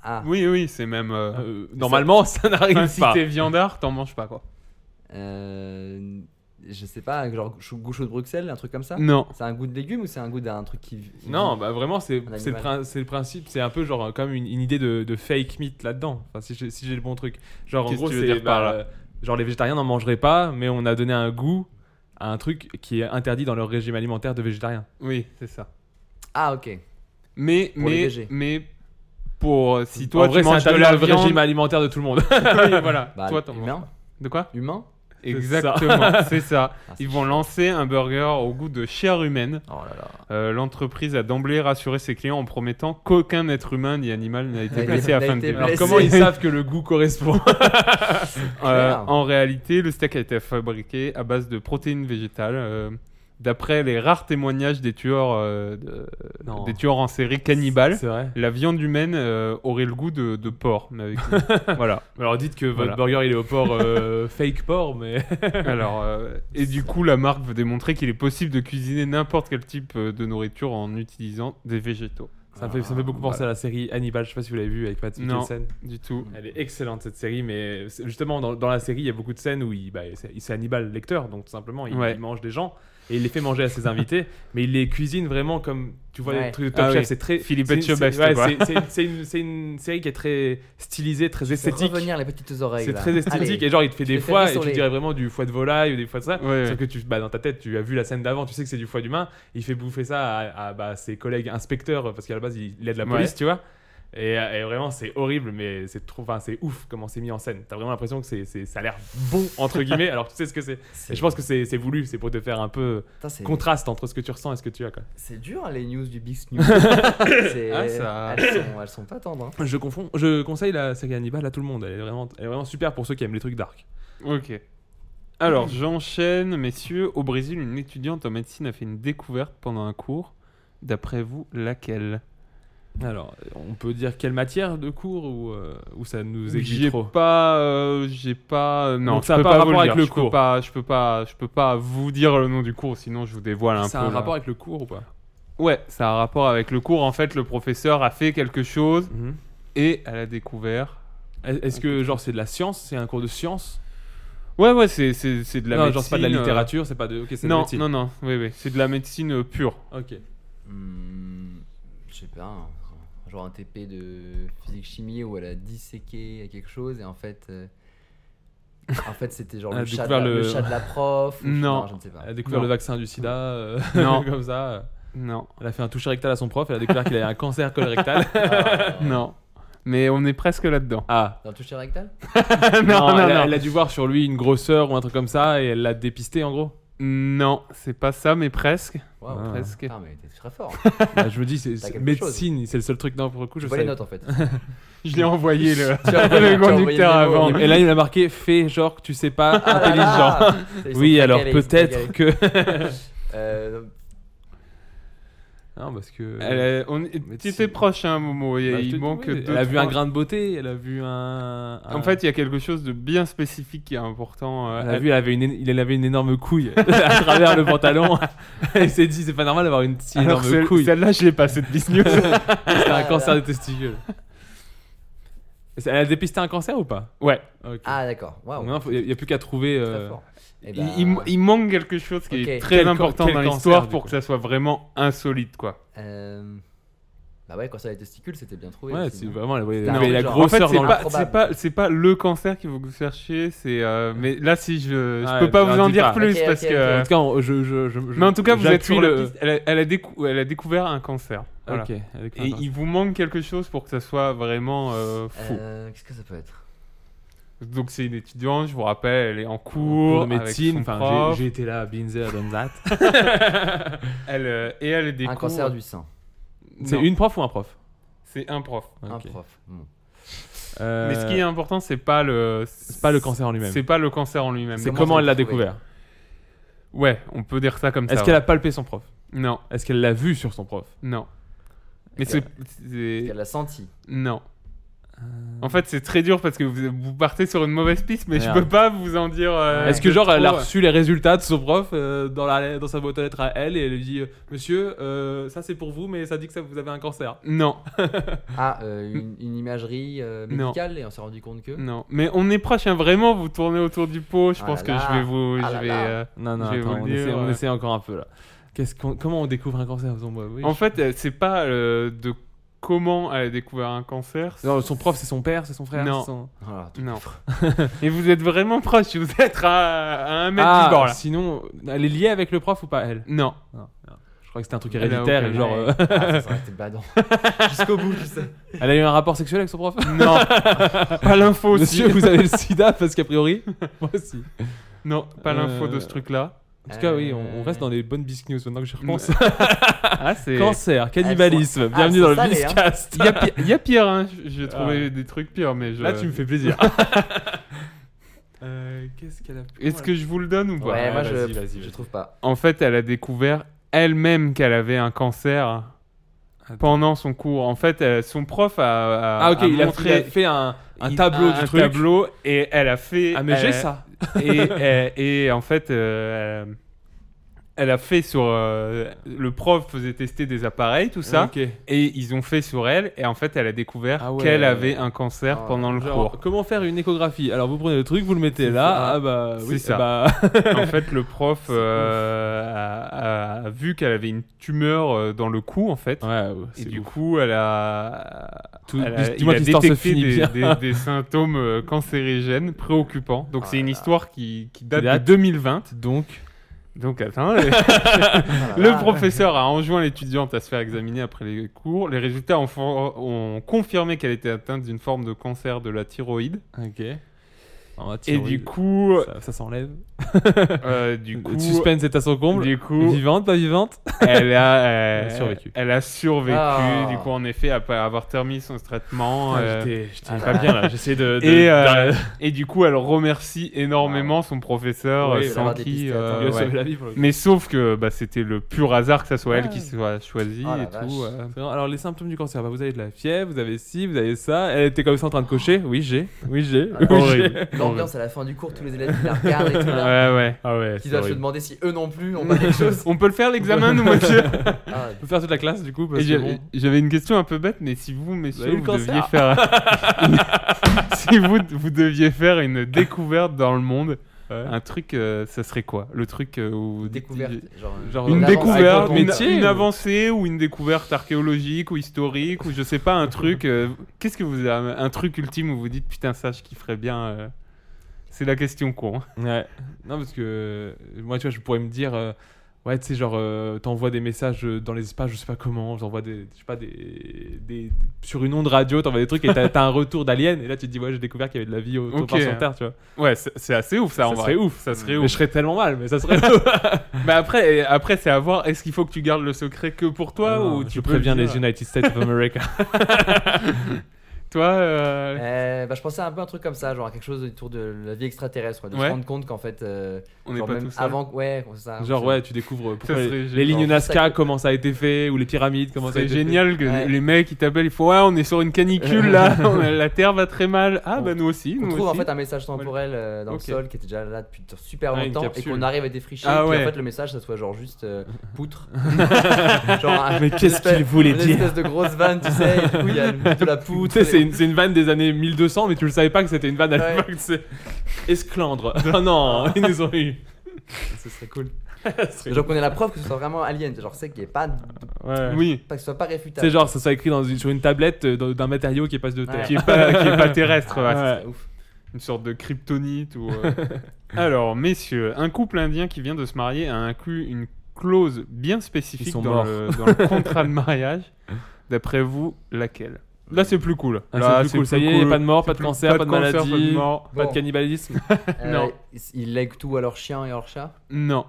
[SPEAKER 9] Ah,
[SPEAKER 7] Oui, oui, c'est même. euh,
[SPEAKER 8] Euh, normalement, ça
[SPEAKER 7] enfin,
[SPEAKER 8] n'arrive
[SPEAKER 7] si
[SPEAKER 8] pas.
[SPEAKER 7] t'es viandard, t'en manges pas, quoi.
[SPEAKER 9] euh, je sais pas, genre chou- goût chaud de Bruxelles, un truc comme ça
[SPEAKER 7] Non.
[SPEAKER 9] C'est un goût de légume ou c'est un goût d'un truc qui. qui-
[SPEAKER 8] Non, bah vraiment, c'est
[SPEAKER 9] Un
[SPEAKER 8] c'est le,
[SPEAKER 9] animal.
[SPEAKER 8] prin- c'est le principe. C'est un peu genre euh, comme une, une idée de, de fake meat là-dedans. Enfin, si j'ai si j'ai le bon truc. Genre en
[SPEAKER 7] Qu'est-ce que
[SPEAKER 8] gros,
[SPEAKER 7] tu veux
[SPEAKER 8] c'est,
[SPEAKER 7] dire par
[SPEAKER 8] bah,
[SPEAKER 7] là
[SPEAKER 8] euh, genre les végétariens n'en mangeraient pas, mais on a donné un goût à un truc qui est interdit dans leur régime alimentaire de végétarien.
[SPEAKER 7] Oui, c'est ça.
[SPEAKER 9] Ah, ok.
[SPEAKER 7] Mais
[SPEAKER 9] Pour les
[SPEAKER 7] mais
[SPEAKER 9] VG.
[SPEAKER 7] mais pour euh, si toi
[SPEAKER 8] en vrai,
[SPEAKER 7] tu manges
[SPEAKER 8] c'est
[SPEAKER 7] de
[SPEAKER 8] interdit dans
[SPEAKER 7] la
[SPEAKER 8] le
[SPEAKER 7] viande,
[SPEAKER 8] régime alimentaire de tout le monde.
[SPEAKER 7] oui, voilà,
[SPEAKER 9] Bah,
[SPEAKER 7] toi t'en manges.
[SPEAKER 9] humain
[SPEAKER 7] De quoi
[SPEAKER 9] Humain
[SPEAKER 7] Exactement, c'est ça.
[SPEAKER 9] Ah, c'est
[SPEAKER 7] Ils vont lancer un burger au goût de chair humaine.
[SPEAKER 9] Oh là là.
[SPEAKER 7] Euh, L'entreprise a d'emblée rassuré ses clients en promettant qu'aucun être humain ni animal n'a été
[SPEAKER 9] N'a été-
[SPEAKER 7] blessé
[SPEAKER 9] n'a
[SPEAKER 7] afin de
[SPEAKER 9] été
[SPEAKER 7] vivre.
[SPEAKER 8] Alors
[SPEAKER 9] blessé.
[SPEAKER 8] comment ils savent que le goût correspond
[SPEAKER 7] Euh,
[SPEAKER 9] Claire.
[SPEAKER 7] en réalité, le steak a été fabriqué à base de protéines végétales. euh, D'après les rares témoignages des tueurs, euh, de-
[SPEAKER 8] Non.
[SPEAKER 7] des tueurs en série cannibales,
[SPEAKER 8] C'est vrai.
[SPEAKER 7] La viande humaine euh, aurait le goût de, de porc. Mais avec... voilà.
[SPEAKER 8] Alors dites que votre
[SPEAKER 7] Voilà.
[SPEAKER 8] burger il est au porc euh, fake porc, mais
[SPEAKER 7] Alors, euh, et du coup, la marque veut démontrer qu'il est possible de cuisiner n'importe quel type euh, de nourriture en utilisant des végétaux.
[SPEAKER 8] ça me fait, ça me fait beaucoup penser à la série Hannibal. Je sais pas si vous l'avez vu avec Matt
[SPEAKER 7] Non.
[SPEAKER 8] Mikkelsen.
[SPEAKER 7] Du tout.
[SPEAKER 8] Elle est excellente cette série, mais c'est- justement dans, dans la série il y a beaucoup de scènes où il, bah, c'est c'est Hannibal lecteur, donc tout simplement il,
[SPEAKER 7] Ouais.
[SPEAKER 8] il mange des gens. et il les fait manger à ses invités, mais il les cuisine vraiment comme tu vois
[SPEAKER 9] Ouais.
[SPEAKER 8] les trucs de
[SPEAKER 7] Ah
[SPEAKER 8] Top Chef,
[SPEAKER 7] oui.
[SPEAKER 8] c'est très
[SPEAKER 7] Philippe
[SPEAKER 8] c'est-
[SPEAKER 7] Etchebest,
[SPEAKER 8] c'est- ouais,
[SPEAKER 7] quoi.
[SPEAKER 8] c'est- c'est- C'est une, c'est une série qui est très stylisée, très
[SPEAKER 9] Fais
[SPEAKER 8] esthétique.
[SPEAKER 9] revenir les petites oreilles.
[SPEAKER 8] C'est
[SPEAKER 9] là.
[SPEAKER 8] très esthétique
[SPEAKER 9] Allez.
[SPEAKER 8] et genre il te fait
[SPEAKER 9] Tu
[SPEAKER 8] des
[SPEAKER 9] te fais
[SPEAKER 8] fois et tu
[SPEAKER 9] rissoler.
[SPEAKER 8] dirais vraiment du foie de volaille ou des fois de ça.
[SPEAKER 7] Ouais,
[SPEAKER 8] Sauf
[SPEAKER 7] ouais.
[SPEAKER 8] que tu, bah, dans ta tête tu as vu la scène d'avant, tu sais que c'est du foie d'humain. Il fait bouffer ça à, à, bah, ses collègues inspecteurs parce qu'à la base il, il est de la
[SPEAKER 7] Ouais.
[SPEAKER 8] police, tu vois. Et, et vraiment c'est horrible mais c'est trop, enfin c'est ouf comment c'est mis en scène. T'as vraiment l'impression que c'est, c'est- ça a l'air bon entre guillemets alors que tu sais ce que c'est.
[SPEAKER 9] C'est-
[SPEAKER 8] Et je pense que c'est, c'est voulu, c'est pour te faire un peu
[SPEAKER 9] Putain, c'est-
[SPEAKER 8] contraste entre ce que tu ressens et ce que tu as quoi.
[SPEAKER 9] C'est dur hein, les news du Big News. C'est-
[SPEAKER 8] Ah, ça-
[SPEAKER 9] elles, sont, elles sont pas tendres. hein.
[SPEAKER 8] Je confonds, je conseille la série Hannibal à tout le monde. Elle est vraiment, elle est vraiment super pour ceux qui aiment les trucs dark.
[SPEAKER 7] Ok. Alors, j'enchaîne, messieurs. Au Brésil, une étudiante en médecine a fait une découverte pendant un cours. D'après vous, laquelle
[SPEAKER 8] Alors, on peut dire quelle matière de cours ou, euh, ou ça nous aiguille
[SPEAKER 7] J'ai
[SPEAKER 8] trop
[SPEAKER 7] pas, euh, j'ai pas. euh, non,
[SPEAKER 8] Donc
[SPEAKER 7] je
[SPEAKER 8] ça a
[SPEAKER 7] peux
[SPEAKER 8] pas
[SPEAKER 7] pas
[SPEAKER 8] rapport
[SPEAKER 7] vous le
[SPEAKER 8] avec
[SPEAKER 7] dire.
[SPEAKER 8] le
[SPEAKER 7] Je peux
[SPEAKER 8] cours.
[SPEAKER 7] pas, je peux pas, je peux pas vous dire le nom du cours, sinon je vous dévoile un
[SPEAKER 8] Ça
[SPEAKER 7] peu.
[SPEAKER 8] a un
[SPEAKER 7] là.
[SPEAKER 8] rapport avec le cours ou pas
[SPEAKER 7] Ouais, ça a un rapport avec le cours. En fait, le professeur a fait quelque chose et elle a découvert.
[SPEAKER 8] Est- Est-ce que genre c'est de la science C'est un cours de science
[SPEAKER 7] Ouais, ouais, c'est, c'est, c'est de la
[SPEAKER 8] Non,
[SPEAKER 7] médecine.
[SPEAKER 8] genre c'est pas de la
[SPEAKER 7] euh,
[SPEAKER 8] littérature, c'est pas de. Ok, c'est de la
[SPEAKER 7] Non,
[SPEAKER 8] médecine.
[SPEAKER 7] non, non, oui, oui, c'est de la médecine euh, pure.
[SPEAKER 8] Ok.
[SPEAKER 9] Hmm, je sais pas. hein, Genre un TP de physique-chimie où elle a disséqué quelque chose et en fait. euh, En fait, c'était genre
[SPEAKER 8] Elle a
[SPEAKER 9] le chat, de
[SPEAKER 8] découvert
[SPEAKER 9] la, le...
[SPEAKER 8] le-
[SPEAKER 9] chat de la prof. ou je-
[SPEAKER 7] Non.
[SPEAKER 9] je ne sais pas.
[SPEAKER 8] Elle a découvert
[SPEAKER 7] Non.
[SPEAKER 8] le vaccin du sida, euh,
[SPEAKER 7] Non.
[SPEAKER 8] comme ça.
[SPEAKER 7] Non,
[SPEAKER 8] Elle a fait un toucher rectal à son prof, elle a découvert qu'il avait un cancer colorectal.
[SPEAKER 9] Ah,
[SPEAKER 7] non. Mais on est presque là-dedans.
[SPEAKER 8] ah
[SPEAKER 9] Dans le toucher rectal
[SPEAKER 7] non, non,
[SPEAKER 8] elle, a-
[SPEAKER 7] non.
[SPEAKER 8] elle a dû voir sur lui une grosseur ou un truc comme ça et elle l'a dépisté en gros.
[SPEAKER 7] Non, c'est pas ça, mais presque.
[SPEAKER 9] Waouh.
[SPEAKER 8] Ah.
[SPEAKER 7] Presque.
[SPEAKER 9] Ah, mais t'es très fort.
[SPEAKER 8] Bah, je me dis, c'est
[SPEAKER 9] T'as
[SPEAKER 8] c'est-
[SPEAKER 9] quelque
[SPEAKER 8] médecine, c'est le seul truc. Non, pour le coup,
[SPEAKER 9] Je
[SPEAKER 8] je
[SPEAKER 9] vois les
[SPEAKER 8] sais.
[SPEAKER 9] notes en fait.
[SPEAKER 7] Je l'ai envoyé le,
[SPEAKER 9] envoyé-
[SPEAKER 7] le
[SPEAKER 9] tu as envoyé
[SPEAKER 7] conducteur
[SPEAKER 9] le mémo.
[SPEAKER 7] avant.
[SPEAKER 8] Et là, il a marqué fait genre, tu sais pas,
[SPEAKER 9] Ah là là
[SPEAKER 8] intelligent.
[SPEAKER 9] Ils sont
[SPEAKER 8] Oui,
[SPEAKER 9] très
[SPEAKER 8] alors
[SPEAKER 9] calés, ils sont très
[SPEAKER 8] peut-être
[SPEAKER 9] calés.
[SPEAKER 8] que.
[SPEAKER 9] Euh,
[SPEAKER 8] Non, parce que.
[SPEAKER 7] Elle est- on- Tu
[SPEAKER 8] Médecine.
[SPEAKER 7] étais proche, hein, Momo. Il,
[SPEAKER 8] Bah, je
[SPEAKER 7] il
[SPEAKER 8] te dis,
[SPEAKER 7] manque
[SPEAKER 8] oui,
[SPEAKER 7] deux,
[SPEAKER 8] Elle a vu
[SPEAKER 7] trois-
[SPEAKER 8] un grain de beauté, elle a vu un.
[SPEAKER 7] En
[SPEAKER 8] un-
[SPEAKER 7] fait, il y a quelque chose de bien spécifique qui est important. euh,
[SPEAKER 8] elle
[SPEAKER 7] à-
[SPEAKER 8] a vu, elle avait une, éne- il avait une énorme couille à travers le pantalon. elle s'est dit, c'est pas normal d'avoir une si
[SPEAKER 7] Alors,
[SPEAKER 8] énorme
[SPEAKER 7] celle-
[SPEAKER 8] couille.
[SPEAKER 7] celle-là, je l'ai pas, cette business.
[SPEAKER 8] C'était un
[SPEAKER 9] Ah,
[SPEAKER 8] cancer
[SPEAKER 9] là.
[SPEAKER 8] des testicules. C'est- Elle a dépisté un cancer ou pas
[SPEAKER 7] ouais.
[SPEAKER 8] Ok.
[SPEAKER 9] Ah, d'accord.
[SPEAKER 7] oh.
[SPEAKER 9] Waouh.
[SPEAKER 8] Non, faut- Il n'y a plus qu'à trouver.
[SPEAKER 9] Très
[SPEAKER 8] euh,
[SPEAKER 9] fort. Eh
[SPEAKER 7] Il-
[SPEAKER 9] ben,
[SPEAKER 7] il, il manque quelque chose qui est
[SPEAKER 9] Ok.
[SPEAKER 7] très
[SPEAKER 8] Quel can-
[SPEAKER 7] important
[SPEAKER 8] quel
[SPEAKER 7] dans
[SPEAKER 8] cancer,
[SPEAKER 7] l'histoire
[SPEAKER 8] du
[SPEAKER 7] pour
[SPEAKER 8] coup.
[SPEAKER 7] que ça soit vraiment insolite, quoi.
[SPEAKER 9] euh, Bah ouais, quand ça a les testicules, c'était bien trouvé.
[SPEAKER 8] Ouais,
[SPEAKER 9] aussi,
[SPEAKER 8] c'est
[SPEAKER 9] non
[SPEAKER 8] vraiment, elle voyait
[SPEAKER 9] Non,
[SPEAKER 8] elle voyait la
[SPEAKER 9] genre-
[SPEAKER 7] En fait,
[SPEAKER 8] grosseur
[SPEAKER 7] c'est
[SPEAKER 8] dans le.
[SPEAKER 7] pas,
[SPEAKER 9] Improbable.
[SPEAKER 7] c'est pas, c'est pas le cancer qu'il faut que vous cherchiez. C'est, euh, mais là, si je, je
[SPEAKER 8] Ouais,
[SPEAKER 7] peux pas
[SPEAKER 8] bah,
[SPEAKER 7] vous en
[SPEAKER 8] dis
[SPEAKER 7] dire
[SPEAKER 8] pas.
[SPEAKER 7] plus
[SPEAKER 9] Ok,
[SPEAKER 7] parce
[SPEAKER 9] ok,
[SPEAKER 7] que.
[SPEAKER 8] En tout cas, on- je, je, je- je-
[SPEAKER 7] Mais en tout cas, vous êtes
[SPEAKER 8] j'appuie
[SPEAKER 7] sur
[SPEAKER 8] le-
[SPEAKER 7] le. Elle, a- elle a décou- elle a découvert un cancer. Voilà.
[SPEAKER 8] Ok, Ah, bah. avec
[SPEAKER 7] Et il vous manque quelque chose pour que ça soit vraiment euh, fou.
[SPEAKER 9] Euh, Qu'est-ce que ça peut être Euh.
[SPEAKER 7] Donc c'est une étudiante, je vous rappelle, elle est en cours
[SPEAKER 8] cours de médecine,
[SPEAKER 7] avec son
[SPEAKER 8] enfin,
[SPEAKER 7] prof,
[SPEAKER 8] j'ai- j'ai été là, been there, done that.
[SPEAKER 7] elle, euh, et elle découvre.
[SPEAKER 9] Un cancer du sein.
[SPEAKER 7] Non,
[SPEAKER 8] C'est une prof ou un prof
[SPEAKER 7] C'est un prof.
[SPEAKER 9] Un
[SPEAKER 8] Ok.
[SPEAKER 9] prof. Bon.
[SPEAKER 8] Euh,
[SPEAKER 7] Mais ce qui est important, c'est pas le.
[SPEAKER 8] c'est pas le cancer en lui-même.
[SPEAKER 7] C'est pas le cancer en lui-même.
[SPEAKER 8] C'est
[SPEAKER 9] Comment
[SPEAKER 8] comment
[SPEAKER 9] ça
[SPEAKER 8] elle l'a
[SPEAKER 9] l'a trouvé
[SPEAKER 8] découvert.
[SPEAKER 7] Ouais, on peut dire ça comme ça.
[SPEAKER 8] Est-ce qu'elle a palpé son prof
[SPEAKER 7] ouais. Non,
[SPEAKER 8] Est-ce qu'elle l'a vu sur son prof
[SPEAKER 7] non. Mais
[SPEAKER 9] Est-ce
[SPEAKER 7] c'est.
[SPEAKER 9] qu'elle-
[SPEAKER 7] c'est-
[SPEAKER 9] Elle l'a senti.
[SPEAKER 7] Non. En fait, c'est très dur parce que vous, vous partez sur une mauvaise piste, mais
[SPEAKER 8] Euh. Merde.
[SPEAKER 7] je peux pas vous en dire. euh,
[SPEAKER 8] Est-ce que
[SPEAKER 7] de
[SPEAKER 8] genre elle a
[SPEAKER 7] trop.
[SPEAKER 8] reçu les résultats de son prof euh, dans, la, dans sa boîte aux lettres à elle et elle lui dit euh, Monsieur, euh, ça c'est pour vous, mais ça dit que ça, vous avez un cancer.
[SPEAKER 7] Non,
[SPEAKER 9] Ah, euh, une, une imagerie euh,
[SPEAKER 7] Non.
[SPEAKER 9] médicale et on s'est rendu compte que.
[SPEAKER 7] non. Mais on est proche, hein, vraiment. Vous tournez autour du pot. Je
[SPEAKER 9] Ah
[SPEAKER 7] pense
[SPEAKER 9] là
[SPEAKER 7] que
[SPEAKER 9] là.
[SPEAKER 7] je vais vous,
[SPEAKER 9] Ah
[SPEAKER 7] je
[SPEAKER 9] là
[SPEAKER 7] vais.
[SPEAKER 9] là.
[SPEAKER 7] euh,
[SPEAKER 8] Non, non,
[SPEAKER 7] Je vais
[SPEAKER 8] attends,
[SPEAKER 7] vous le
[SPEAKER 8] on, essaie,
[SPEAKER 7] dire,
[SPEAKER 8] on
[SPEAKER 7] ouais.
[SPEAKER 8] essaie encore un peu là. Qu'est-ce qu'on- comment on découvre un cancer Faisons-moi, oui.
[SPEAKER 7] En fait, euh, c'est pas euh, de comment elle a découvert un cancer. c'est-
[SPEAKER 8] Non, son prof, c'est son père, c'est son frère
[SPEAKER 7] Non.
[SPEAKER 8] c'est son-
[SPEAKER 9] Voilà.
[SPEAKER 7] Non. Et vous êtes vraiment proche. Vous êtes à, à un mètre du bord
[SPEAKER 8] Ah,
[SPEAKER 7] là.
[SPEAKER 8] sinon, elle est liée avec le prof ou pas elle
[SPEAKER 7] Non.
[SPEAKER 8] Non, non. Je crois que c'était un truc
[SPEAKER 7] Elle a
[SPEAKER 8] héréditaire,
[SPEAKER 7] aucun-
[SPEAKER 8] et genre. euh,
[SPEAKER 9] Ouais. Ah, ça aurait été badant. Jusqu'au bout, tu sais.
[SPEAKER 8] elle a eu un rapport sexuel avec son prof
[SPEAKER 7] Non. pas l'info. aussi.
[SPEAKER 8] Monsieur, vous avez le sida parce qu'a priori, moi aussi.
[SPEAKER 7] Non, pas l'info de
[SPEAKER 8] Euh,
[SPEAKER 7] ce truc-là.
[SPEAKER 8] En tout cas, oui, on,
[SPEAKER 9] Euh,
[SPEAKER 8] on reste dans les bonnes bisque news maintenant que j'y repense.
[SPEAKER 7] Ah, c'est.
[SPEAKER 8] Cancer, cannibalisme,
[SPEAKER 9] Ah,
[SPEAKER 8] bienvenue
[SPEAKER 9] c'est
[SPEAKER 8] dans le
[SPEAKER 9] salé, hein.
[SPEAKER 8] biscast.
[SPEAKER 7] Il y, a pi- il y a pire, hein. j- J'ai trouvé des trucs pires, mais je.
[SPEAKER 8] Ah Là, tu me fais plaisir. Euh, Qu'est-ce qu'elle a pu-
[SPEAKER 7] Est-ce que je vous le donne ou pas
[SPEAKER 9] Ouais,
[SPEAKER 8] Ouais,
[SPEAKER 9] moi
[SPEAKER 8] vas-y,
[SPEAKER 9] je,
[SPEAKER 8] vas-y,
[SPEAKER 9] je
[SPEAKER 8] vas-y.
[SPEAKER 9] trouve pas.
[SPEAKER 7] En fait, elle a découvert elle-même qu'elle avait un cancer
[SPEAKER 8] Attends.
[SPEAKER 7] pendant son cours. En fait, euh, son prof a, a-
[SPEAKER 8] Ah, ok,
[SPEAKER 7] a
[SPEAKER 8] il a, il a
[SPEAKER 7] montré
[SPEAKER 8] fait un, un
[SPEAKER 7] il-
[SPEAKER 8] tableau
[SPEAKER 7] un,
[SPEAKER 8] du
[SPEAKER 7] un
[SPEAKER 8] truc.
[SPEAKER 7] tableau Euh, et elle a fait.
[SPEAKER 8] Ah, mais j'ai
[SPEAKER 7] euh,
[SPEAKER 8] ça.
[SPEAKER 7] Et, et- et en fait, euh, elle a fait sur euh, le prof faisait tester des appareils tout ça
[SPEAKER 8] Ok.
[SPEAKER 7] et ils ont fait sur elle et en fait elle a découvert
[SPEAKER 8] Ah ouais. Oh.
[SPEAKER 7] qu'elle avait un cancer
[SPEAKER 9] Ah,
[SPEAKER 7] pendant le
[SPEAKER 8] Genre,
[SPEAKER 7] cours.
[SPEAKER 8] comment faire une échographie Alors vous prenez le truc, vous le mettez là.
[SPEAKER 7] ça.
[SPEAKER 8] Ah bah oui,
[SPEAKER 7] C'est ça.
[SPEAKER 8] bah,
[SPEAKER 7] en fait le prof euh, a, a vu qu'elle avait une tumeur euh, dans le cou en fait.
[SPEAKER 8] ouais,
[SPEAKER 7] Et
[SPEAKER 8] c'est
[SPEAKER 7] du
[SPEAKER 8] ouf.
[SPEAKER 7] coup, elle a,
[SPEAKER 8] Tout-
[SPEAKER 7] elle a,
[SPEAKER 8] dis-
[SPEAKER 7] il
[SPEAKER 8] dis-moi
[SPEAKER 7] a
[SPEAKER 8] que l'histoire se
[SPEAKER 7] détecté
[SPEAKER 8] finit
[SPEAKER 7] des,
[SPEAKER 8] bien.
[SPEAKER 7] des- des symptômes euh, cancérigènes préoccupants. Donc, c'est une histoire qui, qui date
[SPEAKER 8] Oh Qui date.
[SPEAKER 7] de 2020.
[SPEAKER 8] Donc,
[SPEAKER 7] Donc, attends, euh,
[SPEAKER 9] Oh
[SPEAKER 7] le
[SPEAKER 8] Ah.
[SPEAKER 7] professeur a enjoint l'étudiante à se faire examiner après les cours. Les résultats ont, for- ont confirmé qu'elle était atteinte d'une forme de cancer de la thyroïde.
[SPEAKER 8] ok. En
[SPEAKER 7] Et
[SPEAKER 8] thyroïde,
[SPEAKER 7] du coup,
[SPEAKER 8] ça, ça s'enlève.
[SPEAKER 7] euh, du
[SPEAKER 8] le
[SPEAKER 7] coup,
[SPEAKER 8] suspense est à son comble.
[SPEAKER 7] du coup,
[SPEAKER 8] Vivante, pas vivante
[SPEAKER 7] elle a, euh,
[SPEAKER 8] Elle a survécu.
[SPEAKER 7] Elle a survécu.
[SPEAKER 9] Ah.
[SPEAKER 7] Du coup, en effet, après avoir terminé son traitement. euh,
[SPEAKER 8] Ah, pas bien là. J'essaie de.
[SPEAKER 7] Et, euh, et du coup, elle remercie énormément son professeur
[SPEAKER 8] Oui,
[SPEAKER 7] euh,
[SPEAKER 8] elle
[SPEAKER 7] sans
[SPEAKER 9] aura
[SPEAKER 7] qui.
[SPEAKER 9] dépisté à
[SPEAKER 7] euh,
[SPEAKER 9] temps.
[SPEAKER 8] lui a
[SPEAKER 7] ouais.
[SPEAKER 8] sauvé la vie pour le coup.
[SPEAKER 7] Mais sauf que bah, c'était le pur hasard que ça soit elle qui soit choisie
[SPEAKER 9] Oh la
[SPEAKER 7] et
[SPEAKER 9] vache.
[SPEAKER 7] tout. euh.
[SPEAKER 8] Alors les symptômes du cancer, bah, vous avez de la fièvre, vous avez ci, vous avez ça. Elle était comme ça en train de cocher. Oui j'ai, oui j'ai. oui,
[SPEAKER 7] Ah, Horrible.
[SPEAKER 8] j'ai.
[SPEAKER 9] L'ambiance à la fin du cours, tous les élèves qui la regardent et tout. là,
[SPEAKER 7] Ouais, ouais.
[SPEAKER 8] Ah ouais.
[SPEAKER 9] qui
[SPEAKER 8] c'est
[SPEAKER 9] doivent se
[SPEAKER 8] horrible.
[SPEAKER 9] demander si eux non plus ont pas quelque chose.
[SPEAKER 7] On peut le faire l'examen, nous, monsieur
[SPEAKER 9] Ah,
[SPEAKER 8] On peut faire toute la classe du coup parce
[SPEAKER 7] Et
[SPEAKER 8] que
[SPEAKER 7] j'ai-
[SPEAKER 8] bon.
[SPEAKER 7] J'avais une question un peu bête, mais si vous, messieurs,
[SPEAKER 8] avez eu le
[SPEAKER 9] Bah,
[SPEAKER 7] vous deviez
[SPEAKER 8] cancer.
[SPEAKER 7] faire. si vous, vous deviez faire une découverte dans le monde, un truc, euh, ça serait quoi Le truc euh, où. vous dites-
[SPEAKER 9] découverte. Genre,
[SPEAKER 8] Genre,
[SPEAKER 7] Une
[SPEAKER 9] Une
[SPEAKER 7] découverte,
[SPEAKER 9] avancée.
[SPEAKER 7] une,
[SPEAKER 8] Métier,
[SPEAKER 7] une
[SPEAKER 8] ou-
[SPEAKER 7] avancée ou une découverte archéologique ou historique ou je sais pas un truc. euh, Qu'est-ce que vous avez un truc ultime où vous dites putain ça je kifferais bien. euh, C'est la question con. hein.
[SPEAKER 8] Ouais. Non, parce que euh, moi, tu vois, je pourrais me dire, euh, ouais, tu sais, genre, euh, t'envoies des messages euh, dans les espaces, je sais pas comment, j'envoie des, je sais pas, des, des- sur une onde radio, t'envoies des trucs et t'as t'as un retour d'alien, et là, tu te dis, ouais, j'ai découvert qu'il y avait de la vie autour
[SPEAKER 7] Ok.
[SPEAKER 8] par sur Terre, tu vois.
[SPEAKER 7] Ouais c'est c'est assez ouf ça.
[SPEAKER 8] Ça
[SPEAKER 7] en
[SPEAKER 8] serait
[SPEAKER 7] ouf. Ça serait
[SPEAKER 8] Mais je
[SPEAKER 7] ouf.
[SPEAKER 8] serais tellement mal, mais ça serait.
[SPEAKER 7] Mais après euh, après c'est à voir. Est-ce qu'il faut que tu gardes le secret que pour toi
[SPEAKER 8] Ah non,
[SPEAKER 7] ou tu
[SPEAKER 8] je
[SPEAKER 7] peux
[SPEAKER 8] préviens
[SPEAKER 7] le
[SPEAKER 8] les
[SPEAKER 7] dire
[SPEAKER 8] United States of America.
[SPEAKER 7] Toi. euh,
[SPEAKER 9] euh, bah, je pensais à un peu un truc comme ça, genre quelque chose autour de la vie extraterrestre, quoi, de
[SPEAKER 7] Ouais.
[SPEAKER 9] se rendre compte qu'en fait, euh,
[SPEAKER 7] On n'est
[SPEAKER 9] genre
[SPEAKER 7] pas
[SPEAKER 9] même
[SPEAKER 7] tout seul.
[SPEAKER 9] avant, ouais, c'est ça,
[SPEAKER 8] genre,
[SPEAKER 9] c'est-
[SPEAKER 8] ouais, tu découvres pourquoi
[SPEAKER 7] serait
[SPEAKER 8] les, les
[SPEAKER 7] génial.
[SPEAKER 8] lignes
[SPEAKER 9] Genre, ça
[SPEAKER 8] Nazca,
[SPEAKER 9] que-
[SPEAKER 8] comment ça a été fait, ou les pyramides, comment ça a
[SPEAKER 7] C'est
[SPEAKER 8] été
[SPEAKER 7] génial que
[SPEAKER 9] Ouais.
[SPEAKER 7] les mecs ils t'appellent, ils font ouais on est sur une canicule là, on a- la terre va très mal. Ah
[SPEAKER 9] On-
[SPEAKER 7] bah nous aussi.
[SPEAKER 9] On
[SPEAKER 7] nous
[SPEAKER 9] trouve en
[SPEAKER 7] aussi.
[SPEAKER 9] fait un message temporel euh, dans
[SPEAKER 7] Ok.
[SPEAKER 9] le sol qui était déjà là depuis t- super
[SPEAKER 8] Ah, une
[SPEAKER 9] longtemps et
[SPEAKER 8] capsule.
[SPEAKER 9] qu'on arrive à défricher. et
[SPEAKER 7] Ah
[SPEAKER 9] puis,
[SPEAKER 7] ouais.
[SPEAKER 9] en fait, le message, ça soit genre juste euh, poutre. genre, un-
[SPEAKER 8] Mais qu'est-ce
[SPEAKER 9] une espèce-
[SPEAKER 8] qu'il voulait
[SPEAKER 9] une
[SPEAKER 8] dire
[SPEAKER 9] espèce de grosse vanne, tu sais. et du coup, il y a le- de la
[SPEAKER 8] fait. Tu
[SPEAKER 9] poutre.
[SPEAKER 8] sais, c'est
[SPEAKER 9] et-
[SPEAKER 8] une, c'est une vanne des années 1200, mais tu le savais pas que c'était une vanne à
[SPEAKER 9] Ouais.
[SPEAKER 8] l'époque, tu sais. Esclandre. Non, non, ils nous ont eu.
[SPEAKER 9] Ce serait cool.
[SPEAKER 8] serait
[SPEAKER 9] genre qu'on ait la preuve que ce soit vraiment alien. Genre, c'est qu'il n'y ait pas,
[SPEAKER 8] Ouais.
[SPEAKER 7] Euh, Oui.
[SPEAKER 9] pas que ce soit pas
[SPEAKER 8] C'est
[SPEAKER 9] réfutable.
[SPEAKER 8] genre, ça soit écrit dans une- sur une tablette euh, d'un d'un matériau qui passe de terre.
[SPEAKER 9] Ouais.
[SPEAKER 7] Qui est pas, qui est pas terrestre. ouais.
[SPEAKER 9] Ah, c'est ouf.
[SPEAKER 7] Une sorte de kryptonite ou. euh. Alors, messieurs, un couple indien qui vient de se marier a inclus une clause bien
[SPEAKER 8] Ils
[SPEAKER 7] spécifique
[SPEAKER 8] sont
[SPEAKER 7] dans
[SPEAKER 8] morts.
[SPEAKER 7] le, dans le contrat de mariage. D'après vous, laquelle Là, c'est plus cool.
[SPEAKER 8] Ah,
[SPEAKER 7] Là,
[SPEAKER 8] c'est plus cool, ça y est, pas de mort, pas de
[SPEAKER 7] plus-
[SPEAKER 8] cancer, pas de
[SPEAKER 7] cancer,
[SPEAKER 8] maladie.
[SPEAKER 7] Pas de mort.
[SPEAKER 8] Pas
[SPEAKER 9] Bon.
[SPEAKER 8] de cannibalisme.
[SPEAKER 9] Euh,
[SPEAKER 7] Non.
[SPEAKER 9] ils- Ils lèguent tout à leur chien et leur chat.
[SPEAKER 7] Non.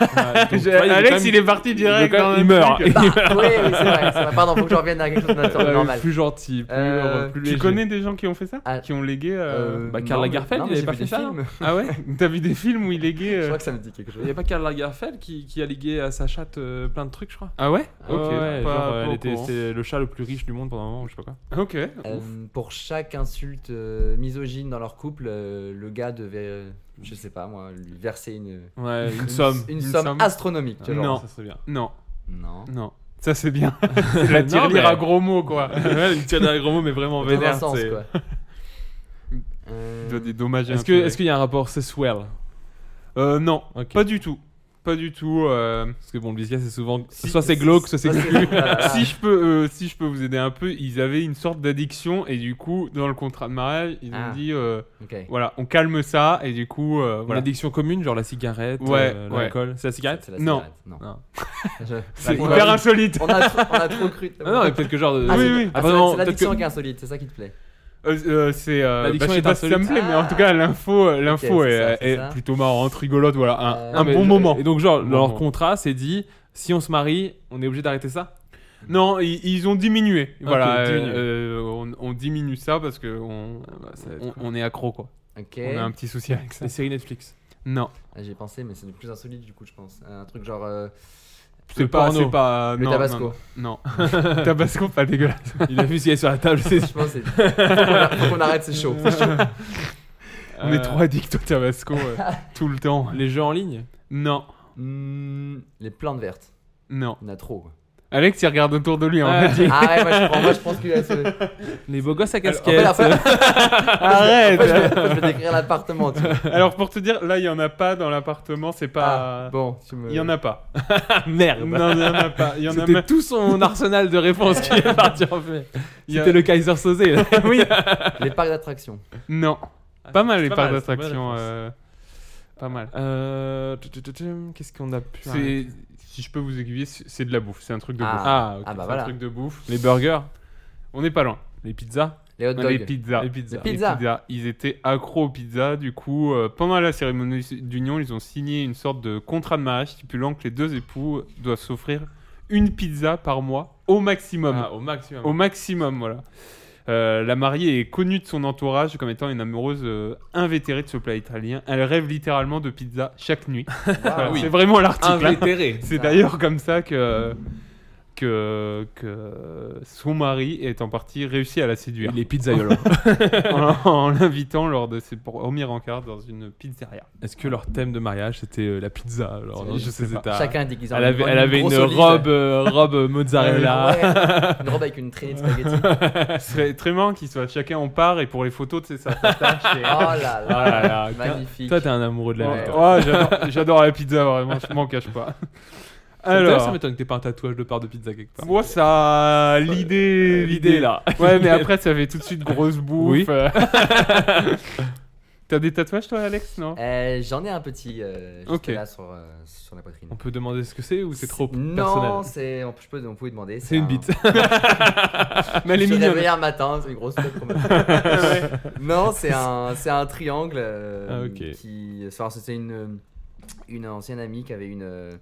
[SPEAKER 8] Ah, donc, tu vois, il est quand
[SPEAKER 7] Alex,
[SPEAKER 8] même-
[SPEAKER 7] il est parti direct.
[SPEAKER 8] il est quand
[SPEAKER 7] dans
[SPEAKER 8] même-
[SPEAKER 7] le
[SPEAKER 8] il meurt.
[SPEAKER 7] truc.
[SPEAKER 9] Bah, oui, oui, c'est vrai. c'est vrai. Pardon, faut que je revienne à quelque chose de nature-
[SPEAKER 8] Ouais,
[SPEAKER 9] normal.
[SPEAKER 8] Plus gentil, plus,
[SPEAKER 9] Euh,
[SPEAKER 8] heureux, plus
[SPEAKER 7] Tu
[SPEAKER 8] léger.
[SPEAKER 7] connais des gens qui ont fait ça
[SPEAKER 9] Ah.
[SPEAKER 7] Qui ont légué. euh,
[SPEAKER 9] Euh,
[SPEAKER 8] bah, Karl
[SPEAKER 9] non, mais-
[SPEAKER 8] Lagerfeld,
[SPEAKER 9] non,
[SPEAKER 8] il
[SPEAKER 9] mais
[SPEAKER 8] avait
[SPEAKER 9] j'ai
[SPEAKER 8] pas
[SPEAKER 9] vu
[SPEAKER 8] fait
[SPEAKER 9] des
[SPEAKER 8] ça, hein.
[SPEAKER 9] films.
[SPEAKER 7] Ah ouais T'as vu des films où il léguait. euh,
[SPEAKER 9] Je crois que ça me dit quelque chose.
[SPEAKER 8] Il y a pas Karl Lagerfeld qui, qui a ligué à sa chatte euh, plein de trucs, je crois.
[SPEAKER 7] Ah ouais
[SPEAKER 8] Ouais,
[SPEAKER 7] Ok.
[SPEAKER 8] ouais,
[SPEAKER 7] pas-
[SPEAKER 8] genre,
[SPEAKER 7] pas
[SPEAKER 8] euh,
[SPEAKER 7] au
[SPEAKER 8] elle était-
[SPEAKER 7] courant.
[SPEAKER 8] c'était le chat le plus riche du monde pendant un moment, ou je sais pas quoi.
[SPEAKER 7] Ok.
[SPEAKER 9] Euh, pour chaque insulte euh, misogyne dans leur couple, euh, le gars devait, euh, je sais pas moi, lui verser une,
[SPEAKER 8] Ouais, Euh, une somme.
[SPEAKER 9] une,
[SPEAKER 7] Une
[SPEAKER 9] somme,
[SPEAKER 7] somme.
[SPEAKER 9] astronomique. tu vois,
[SPEAKER 7] Non.
[SPEAKER 9] genre.
[SPEAKER 8] Ça serait bien.
[SPEAKER 7] Non.
[SPEAKER 9] Non.
[SPEAKER 7] Non. Ça, c'est bien. C'est la
[SPEAKER 8] Non,
[SPEAKER 7] tirelire
[SPEAKER 8] mais-
[SPEAKER 7] à gros mots, quoi.
[SPEAKER 8] ouais, une tire d'un gros mot, mais vraiment
[SPEAKER 9] Dans un
[SPEAKER 8] vénère.
[SPEAKER 9] sens
[SPEAKER 8] c'est-
[SPEAKER 9] quoi. Euh,
[SPEAKER 7] Tu dois des dommages et
[SPEAKER 8] Est-ce que-
[SPEAKER 7] intérêts.
[SPEAKER 8] est-ce qu'il y a un rapport sexuel
[SPEAKER 7] Euh, non,
[SPEAKER 8] Ok.
[SPEAKER 7] pas du tout. Pas du tout. euh,
[SPEAKER 8] Parce que bon, le biscuit, c'est souvent.
[SPEAKER 9] Si-
[SPEAKER 8] soit c'est glauque, soit c'est
[SPEAKER 9] ça,
[SPEAKER 8] cul.
[SPEAKER 9] voilà.
[SPEAKER 7] Si je peux, euh, si je peux vous aider un peu, ils avaient une sorte d'addiction et du coup, dans le contrat de mariage, ils
[SPEAKER 9] Ah.
[SPEAKER 7] ont dit, euh,
[SPEAKER 9] Ok.
[SPEAKER 7] voilà, on calme ça et du coup, euh,
[SPEAKER 8] Une
[SPEAKER 7] voilà.
[SPEAKER 8] addiction commune, genre la cigarette,
[SPEAKER 7] Ouais,
[SPEAKER 8] euh,
[SPEAKER 7] ouais.
[SPEAKER 8] l'alcool. C'est la cigarette
[SPEAKER 9] C'est la
[SPEAKER 7] Non.
[SPEAKER 9] cigarette, Non.
[SPEAKER 8] Non.
[SPEAKER 9] Je-
[SPEAKER 7] C'est
[SPEAKER 9] on
[SPEAKER 7] hyper
[SPEAKER 9] a-
[SPEAKER 7] Bah, insolite.
[SPEAKER 9] On a, trop- on a trop cru.
[SPEAKER 8] Non, non, mais peut-être que genre.
[SPEAKER 9] Ah,
[SPEAKER 7] oui,
[SPEAKER 9] c'est-
[SPEAKER 7] oui.
[SPEAKER 9] ah,
[SPEAKER 8] Ah,
[SPEAKER 9] c'est-
[SPEAKER 8] bah non,
[SPEAKER 9] c'est
[SPEAKER 8] peut-être que.
[SPEAKER 9] l'addiction qui est insolite, c'est ça qui te plaît.
[SPEAKER 7] Euh, euh, c'est. euh, bah,
[SPEAKER 8] L'addiction
[SPEAKER 7] je sais
[SPEAKER 8] est
[SPEAKER 7] pas si ça me
[SPEAKER 8] insolite.
[SPEAKER 7] plaît, mais en tout cas, l'info, euh, l'info
[SPEAKER 9] Ah. c'est
[SPEAKER 7] est,
[SPEAKER 9] ça, c'est
[SPEAKER 7] est
[SPEAKER 9] ça.
[SPEAKER 7] plutôt marrante, rigolote, voilà, un,
[SPEAKER 9] Euh,
[SPEAKER 7] un
[SPEAKER 8] Non, mais
[SPEAKER 7] bon
[SPEAKER 8] je-
[SPEAKER 7] moment.
[SPEAKER 8] Et donc, genre, dans
[SPEAKER 7] Bon
[SPEAKER 8] leur
[SPEAKER 7] moment.
[SPEAKER 8] contrat, c'est dit si on se marie, on est obligé d'arrêter ça.
[SPEAKER 7] Non, ils, ils ont diminué.
[SPEAKER 8] Ok,
[SPEAKER 7] voilà,
[SPEAKER 8] diminué.
[SPEAKER 7] euh, on, on diminue ça parce que on,
[SPEAKER 8] bah, ça va être
[SPEAKER 7] on,
[SPEAKER 8] cool.
[SPEAKER 7] on est accro quoi.
[SPEAKER 9] Ok.
[SPEAKER 7] On a un petit souci avec ça.
[SPEAKER 8] Les séries Netflix.
[SPEAKER 7] Non,
[SPEAKER 9] Ah, J'y ai pensé, mais c'est le plus insolite du coup, je pense. Un truc genre euh,
[SPEAKER 7] c'est
[SPEAKER 8] Le
[SPEAKER 7] pas,
[SPEAKER 8] porno.
[SPEAKER 7] c'est pas,
[SPEAKER 9] le
[SPEAKER 7] non,
[SPEAKER 9] Tabasco.
[SPEAKER 7] Non, non. Tabasco pas dégueulasse.
[SPEAKER 8] Il a vu ce qu'il y avait sur la table. c'est-
[SPEAKER 9] Je pense que c'est- faut qu'on a- faut qu'on arrête, c'est chaud. c'est chaud.
[SPEAKER 7] On
[SPEAKER 8] Euh,
[SPEAKER 7] est trop addicts au Tabasco euh, tout le temps.
[SPEAKER 8] Les jeux en ligne
[SPEAKER 7] Non,
[SPEAKER 9] Hmm, les plantes vertes.
[SPEAKER 7] Non.
[SPEAKER 9] Il y en a trop.
[SPEAKER 7] Alex, il regarde autour de lui.
[SPEAKER 8] Ah.
[SPEAKER 7] en fait, il-
[SPEAKER 9] Ah ouais, moi je, prends- moi, je pense que là, c'est-
[SPEAKER 8] Les beaux gosses à
[SPEAKER 9] Alors, en fait,
[SPEAKER 8] casquette.
[SPEAKER 9] la fois-
[SPEAKER 7] Arrête.
[SPEAKER 9] Après, je, vais, après, je vais décrire l'appartement. tu vois.
[SPEAKER 7] Alors pour te dire, là, il y en a pas dans l'appartement. C'est pas.
[SPEAKER 9] Ah, bon, tu me...
[SPEAKER 7] Il y en a pas.
[SPEAKER 8] merde.
[SPEAKER 7] Non, il y en a pas. Il y en a
[SPEAKER 8] C'était
[SPEAKER 7] même-
[SPEAKER 8] tout son arsenal de réponses qui est parti en fait.
[SPEAKER 7] il y a-
[SPEAKER 8] C'était le Kaiser Sosé.
[SPEAKER 7] oui.
[SPEAKER 9] Les parcs d'attractions.
[SPEAKER 7] Non. Pas mal les
[SPEAKER 8] pas
[SPEAKER 7] parcs
[SPEAKER 8] mal, Ah, c'est une bonne
[SPEAKER 7] d'attraction.
[SPEAKER 8] réponse.
[SPEAKER 7] Pas mal.
[SPEAKER 8] Euh, tu- tu- tu- tu- Qu'est ce qu'on a pu.
[SPEAKER 7] C'est. Si je peux vous aiguiller, c'est c'est de la bouffe. C'est un truc de bouffe.
[SPEAKER 9] Ah,
[SPEAKER 8] Ah, ok.
[SPEAKER 9] ah, bah
[SPEAKER 7] C'est
[SPEAKER 9] voilà.
[SPEAKER 7] Un truc de bouffe.
[SPEAKER 8] Les burgers,
[SPEAKER 7] On n'est pas loin.
[SPEAKER 8] les pizzas.
[SPEAKER 9] Les hot
[SPEAKER 7] Non,
[SPEAKER 9] dogs.
[SPEAKER 7] Ah. les pizzas.
[SPEAKER 8] Les pizzas.
[SPEAKER 9] Les pizzas.
[SPEAKER 7] Ils étaient accros aux pizzas. Du coup, euh, pendant la cérémonie d'union, ils ont signé une sorte de contrat de mariage stipulant que les deux époux doivent s'offrir une pizza par mois au maximum.
[SPEAKER 8] Ah, au maximum.
[SPEAKER 7] Au maximum, voilà. Euh, la mariée est connue de son entourage comme étant une amoureuse euh, invétérée de ce plat italien. Elle rêve littéralement de pizza chaque nuit. Voilà,
[SPEAKER 9] Waouh.
[SPEAKER 7] C'est vraiment l'article. hein.
[SPEAKER 8] Invétéré.
[SPEAKER 9] Ah.
[SPEAKER 7] C'est d'ailleurs comme ça que, que, que son mari est en partie réussi à la séduire
[SPEAKER 8] Les pizzaiolos.
[SPEAKER 7] en, en l'invitant lors de ses premiers rencarts dans une pizzeria.
[SPEAKER 8] Est-ce que leur thème de mariage c'était euh, la pizza genre, dans
[SPEAKER 7] Je
[SPEAKER 8] tous
[SPEAKER 7] sais
[SPEAKER 8] ces
[SPEAKER 7] pas.
[SPEAKER 8] états
[SPEAKER 9] Chacun est déguisé en
[SPEAKER 8] Elle avait,
[SPEAKER 9] grosse-
[SPEAKER 8] elle avait une,
[SPEAKER 9] grosse olive.
[SPEAKER 8] robe, euh, robe
[SPEAKER 9] Ouais,
[SPEAKER 8] mozzarella.
[SPEAKER 9] une robe avec une traînée de spaghettis.
[SPEAKER 7] C'est très marrant qu'ils soient chacun en part et pour les photos, tu sais, ça s'attache.
[SPEAKER 9] Oh
[SPEAKER 7] et-
[SPEAKER 9] là
[SPEAKER 8] Ah
[SPEAKER 9] là.
[SPEAKER 8] là là,
[SPEAKER 9] Magnifique.
[SPEAKER 8] Toi, t'es un amoureux de la vie.
[SPEAKER 9] Ouais.
[SPEAKER 8] toi.
[SPEAKER 7] Oh, j'adore- J'adore la pizza, vraiment, je m'en cache pas.
[SPEAKER 8] Alors, ça
[SPEAKER 7] Alors,
[SPEAKER 8] m'étonne que t'aies pas un tatouage de part de pizza quelque part.
[SPEAKER 7] moi, ça.
[SPEAKER 9] euh,
[SPEAKER 7] L'idée.
[SPEAKER 8] Ah, L'idée là.
[SPEAKER 7] Ouais, mais après, ça fait tout de suite grosse bouffe.
[SPEAKER 8] Oui.
[SPEAKER 7] euh. T'as des tatouages, toi, Alex Non
[SPEAKER 9] Euh, J'en ai un petit euh, juste
[SPEAKER 7] Ok.
[SPEAKER 9] là sur, euh, sur la poitrine.
[SPEAKER 8] On peut demander ce que c'est ou c'est trop
[SPEAKER 9] Non,
[SPEAKER 8] personnel
[SPEAKER 9] c'est on, je peux- on pouvait demander.
[SPEAKER 8] C'est une
[SPEAKER 9] un-
[SPEAKER 8] bite. Bah,
[SPEAKER 7] Ah, Mais elle est
[SPEAKER 9] Je me suis
[SPEAKER 7] mignonne.
[SPEAKER 9] réveillé un matin, c'est une grosse tête quand même. Non, c'est un, c'est un triangle euh,
[SPEAKER 8] Ah, ok.
[SPEAKER 9] qui. enfin, C'était une, une ancienne amie qui avait une, euh,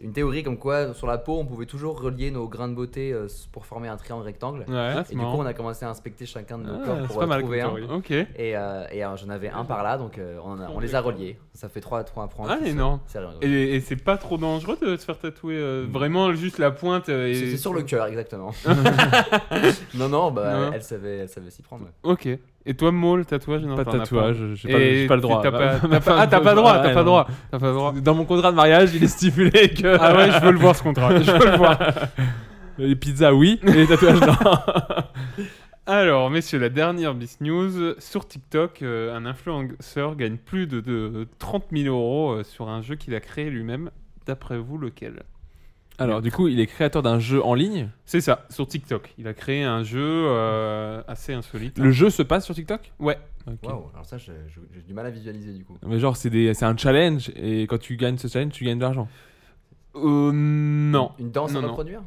[SPEAKER 9] une théorie comme quoi sur la peau on pouvait toujours relier nos grains de beauté euh, pour former un triangle rectangle.
[SPEAKER 7] Ouais,
[SPEAKER 9] Ah, Et du coup, on a commencé à inspecter chacun de nos
[SPEAKER 8] Ah,
[SPEAKER 9] corps
[SPEAKER 8] c'est
[SPEAKER 9] pour hein.
[SPEAKER 8] pas
[SPEAKER 9] en
[SPEAKER 8] mal
[SPEAKER 9] trouver
[SPEAKER 8] comme
[SPEAKER 9] un.
[SPEAKER 8] théorie. Oh,
[SPEAKER 7] Ok.
[SPEAKER 9] Et, euh, et, euh, j'en avais un par là, donc euh, on, en a- on les a reliés. Ça fait 3 à 3 à prendre.
[SPEAKER 7] Ah,
[SPEAKER 9] qui
[SPEAKER 7] mais
[SPEAKER 9] sont-
[SPEAKER 7] non.
[SPEAKER 9] c'est rien.
[SPEAKER 7] Et, et c'est pas trop dangereux de se faire tatouer euh, vraiment juste la pointe. euh,
[SPEAKER 9] Mm. C'est
[SPEAKER 7] et...
[SPEAKER 9] c'est sur le cœur, exactement. non, non, bah,
[SPEAKER 7] Non.
[SPEAKER 9] elle savait, elle savait s'y prendre.
[SPEAKER 7] Ok. Et toi, Maul, tatouage non,
[SPEAKER 8] Pas de
[SPEAKER 7] t'en as
[SPEAKER 8] tatouage, j'ai pas,
[SPEAKER 7] Et
[SPEAKER 8] j'ai pas le droit.
[SPEAKER 7] t'as
[SPEAKER 8] Ma-
[SPEAKER 7] pas-
[SPEAKER 8] ma
[SPEAKER 7] t'as
[SPEAKER 8] femme
[SPEAKER 7] pas- Ah, t'as
[SPEAKER 8] peut-
[SPEAKER 7] pas le droit,
[SPEAKER 8] ouais,
[SPEAKER 7] t'as pas
[SPEAKER 8] non.
[SPEAKER 7] le droit. T'as pas le droit.
[SPEAKER 8] Dans mon contrat de mariage, il est stipulé que
[SPEAKER 7] Ah ouais, je veux le voir ce contrat. Je veux le voir.
[SPEAKER 8] les pizzas oui, et les tatouages non.
[SPEAKER 7] Alors, messieurs, la dernière Bis News. Sur TikTok, euh, un influenceur gagne plus de, de 30 000 euros euh, sur un jeu qu'il a créé lui-même. D'après vous, lequel
[SPEAKER 8] Alors du coup, il est créateur d'un jeu en ligne.
[SPEAKER 7] C'est ça, sur TikTok. Il a créé un jeu euh, assez insolite.
[SPEAKER 8] Le jeu se passe sur TikTok
[SPEAKER 7] Ouais.
[SPEAKER 8] Ok.
[SPEAKER 9] Waouh, alors ça, je- je- j'ai du mal à visualiser du coup.
[SPEAKER 8] Mais genre c'est des c'est un challenge et quand tu gagnes ce challenge, tu gagnes de l'argent.
[SPEAKER 7] Euh, non.
[SPEAKER 9] Une danse
[SPEAKER 7] Non,
[SPEAKER 9] à
[SPEAKER 7] non.
[SPEAKER 9] reproduire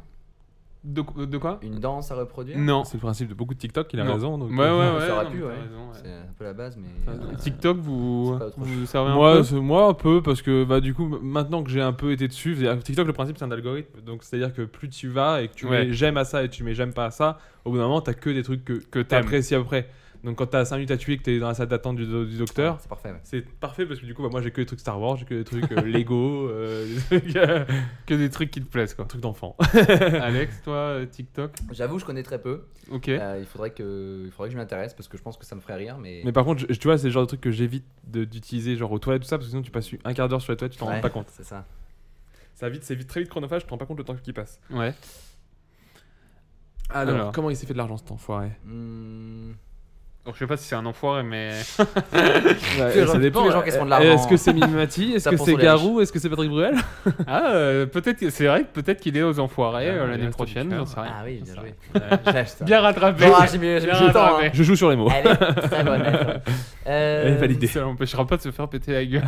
[SPEAKER 7] De, qu- de quoi
[SPEAKER 9] Une danse à reproduire
[SPEAKER 7] Non.
[SPEAKER 8] C'est le principe de beaucoup de TikTok, il a
[SPEAKER 7] Non.
[SPEAKER 8] raison donc. euh,
[SPEAKER 7] Ouais, ouais, ouais.
[SPEAKER 9] Ça aurait
[SPEAKER 7] non,
[SPEAKER 9] pu,
[SPEAKER 7] mais t'as
[SPEAKER 9] ouais.
[SPEAKER 7] raison, ouais.
[SPEAKER 9] C'est un peu la base, mais.
[SPEAKER 7] Euh, TikTok, vous
[SPEAKER 9] c'est pas autre
[SPEAKER 7] vous servez un
[SPEAKER 8] Moi,
[SPEAKER 7] peu
[SPEAKER 8] c'est- moi un peu parce que bah du coup maintenant que j'ai un peu été dessus, c'est-à-dire que TikTok le principe c'est un algorithme donc c'est à dire que plus tu vas et que tu
[SPEAKER 7] Ouais.
[SPEAKER 8] mets j'aime à ça et tu mets j'aime pas à ça, au bout d'un moment t'as que des trucs que que
[SPEAKER 7] t'aimes.
[SPEAKER 8] t'apprécies après. Donc quand t'as 5 minutes à tuer que t'es dans la salle d'attente du, do- du docteur,
[SPEAKER 9] C'est parfait. ouais.
[SPEAKER 8] c'est parfait parce que du coup bah, moi j'ai que des trucs Star Wars, j'ai que des trucs euh, Lego, euh, des trucs, euh,
[SPEAKER 7] que des trucs qui te plaisent quoi.
[SPEAKER 8] trucs d'enfant.
[SPEAKER 7] Alex, toi euh, TikTok,
[SPEAKER 9] J'avoue, je connais très peu.
[SPEAKER 7] ok.
[SPEAKER 9] Euh, il, faudrait que, il faudrait que je m'intéresse parce que je pense que ça me ferait rire, mais.
[SPEAKER 7] bah,
[SPEAKER 8] Mais par contre je- tu vois c'est le genre de trucs que j'évite de- d'utiliser genre aux toilettes tout ça parce que sinon tu passes un quart d'heure sur les toilettes tu t'en rends
[SPEAKER 9] Ouais,
[SPEAKER 8] pas compte.
[SPEAKER 9] C'est ça.
[SPEAKER 8] Ça vite c'est vite très vite chronophage tu t'en rends pas compte le temps qui passe.
[SPEAKER 7] Ouais.
[SPEAKER 8] Alors,
[SPEAKER 7] Alors.
[SPEAKER 8] comment il s'est fait de l'argent cet enfoiré
[SPEAKER 9] Hmm,
[SPEAKER 7] Donc, je sais pas si c'est un enfoiré, mais
[SPEAKER 9] les gens- tous les gens qui se font de l'argent.
[SPEAKER 8] euh, Est-ce que c'est Mimimati Est-ce
[SPEAKER 9] Ça
[SPEAKER 8] que
[SPEAKER 9] pense
[SPEAKER 8] c'est
[SPEAKER 9] aux riches.
[SPEAKER 8] Garou Est-ce que c'est Patrick Bruel
[SPEAKER 7] ah euh, peut-être que- c'est vrai que peut-être qu'il est aux enfoirés
[SPEAKER 8] Ah,
[SPEAKER 7] euh,
[SPEAKER 8] il
[SPEAKER 7] l'année
[SPEAKER 8] reste
[SPEAKER 7] prochaine,
[SPEAKER 8] du
[SPEAKER 7] j'en
[SPEAKER 8] cœur.
[SPEAKER 7] sais rien.
[SPEAKER 9] Ah oui, bien
[SPEAKER 7] Ça.
[SPEAKER 9] joué. J'ai acheté ça.
[SPEAKER 7] Bien rattrapé.
[SPEAKER 9] Bon, ah, j'ai mis j'ai mis
[SPEAKER 7] Bien
[SPEAKER 9] du temps.
[SPEAKER 7] rattrapé.
[SPEAKER 9] hein.
[SPEAKER 8] Je joue sur les mots.
[SPEAKER 9] Elle est très bonne. elle est très bonne. Euh,
[SPEAKER 8] Elle est validée.
[SPEAKER 7] Ça l'empêchera pas de se faire péter la gueule.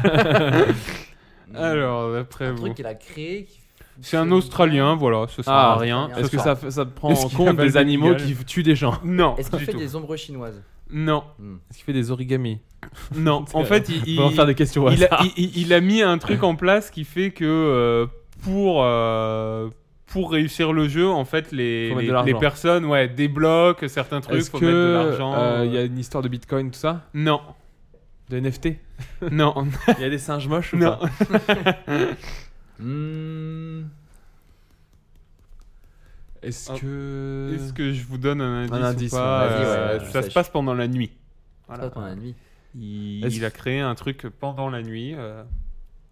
[SPEAKER 9] hmm,
[SPEAKER 7] Alors d'après
[SPEAKER 9] Un
[SPEAKER 7] vous,
[SPEAKER 9] truc qu'il a créé. qui-
[SPEAKER 7] c'est un Australien, voilà, ce sera
[SPEAKER 8] Ah,
[SPEAKER 7] rien.
[SPEAKER 9] Australien.
[SPEAKER 7] ce
[SPEAKER 8] Est-ce que
[SPEAKER 7] sera-
[SPEAKER 8] ça, ça prend
[SPEAKER 7] Est-ce
[SPEAKER 8] en
[SPEAKER 7] qu'il
[SPEAKER 8] compte
[SPEAKER 7] avale
[SPEAKER 8] des
[SPEAKER 7] des
[SPEAKER 8] animaux qui
[SPEAKER 7] migales
[SPEAKER 8] tuent des gens
[SPEAKER 7] Non,
[SPEAKER 9] Est-ce qu'il
[SPEAKER 7] du
[SPEAKER 9] fait
[SPEAKER 7] tout.
[SPEAKER 9] des ombres chinoises
[SPEAKER 7] Non,
[SPEAKER 9] Hmm.
[SPEAKER 8] Est-ce qu'il fait des origamis
[SPEAKER 7] non. en fait, il,
[SPEAKER 8] On va en
[SPEAKER 7] il-
[SPEAKER 8] faire des questions. au
[SPEAKER 7] il, a,
[SPEAKER 8] hasard.
[SPEAKER 7] il- il- il a mis un truc en place qui fait que euh, pour, euh, pour réussir le jeu, en fait, les,
[SPEAKER 8] Faut mettre
[SPEAKER 7] les,
[SPEAKER 8] de l'argent.
[SPEAKER 7] les personnes ouais, débloquent certains trucs,
[SPEAKER 8] Est-ce
[SPEAKER 7] faut
[SPEAKER 8] que
[SPEAKER 7] mettre de l'argent.
[SPEAKER 8] euh, il y a une histoire de Bitcoin tout ça
[SPEAKER 7] Non,
[SPEAKER 8] De NFT
[SPEAKER 7] non,
[SPEAKER 8] Il y a des singes moches ou
[SPEAKER 7] Non.
[SPEAKER 8] pas
[SPEAKER 9] Hmm,
[SPEAKER 8] Est-ce
[SPEAKER 7] Oh.
[SPEAKER 8] que
[SPEAKER 7] Est-ce que je vous donne un indice,
[SPEAKER 8] Un
[SPEAKER 7] ou
[SPEAKER 8] indice,
[SPEAKER 7] pas
[SPEAKER 9] ouais, vas-y,
[SPEAKER 7] Euh,
[SPEAKER 9] ouais, je
[SPEAKER 7] Ça se
[SPEAKER 9] sèche.
[SPEAKER 7] passe pendant la nuit.
[SPEAKER 9] c'est pas pendant la nuit.
[SPEAKER 7] Il,
[SPEAKER 8] Est-ce-
[SPEAKER 7] il a créé un truc pendant la nuit. euh,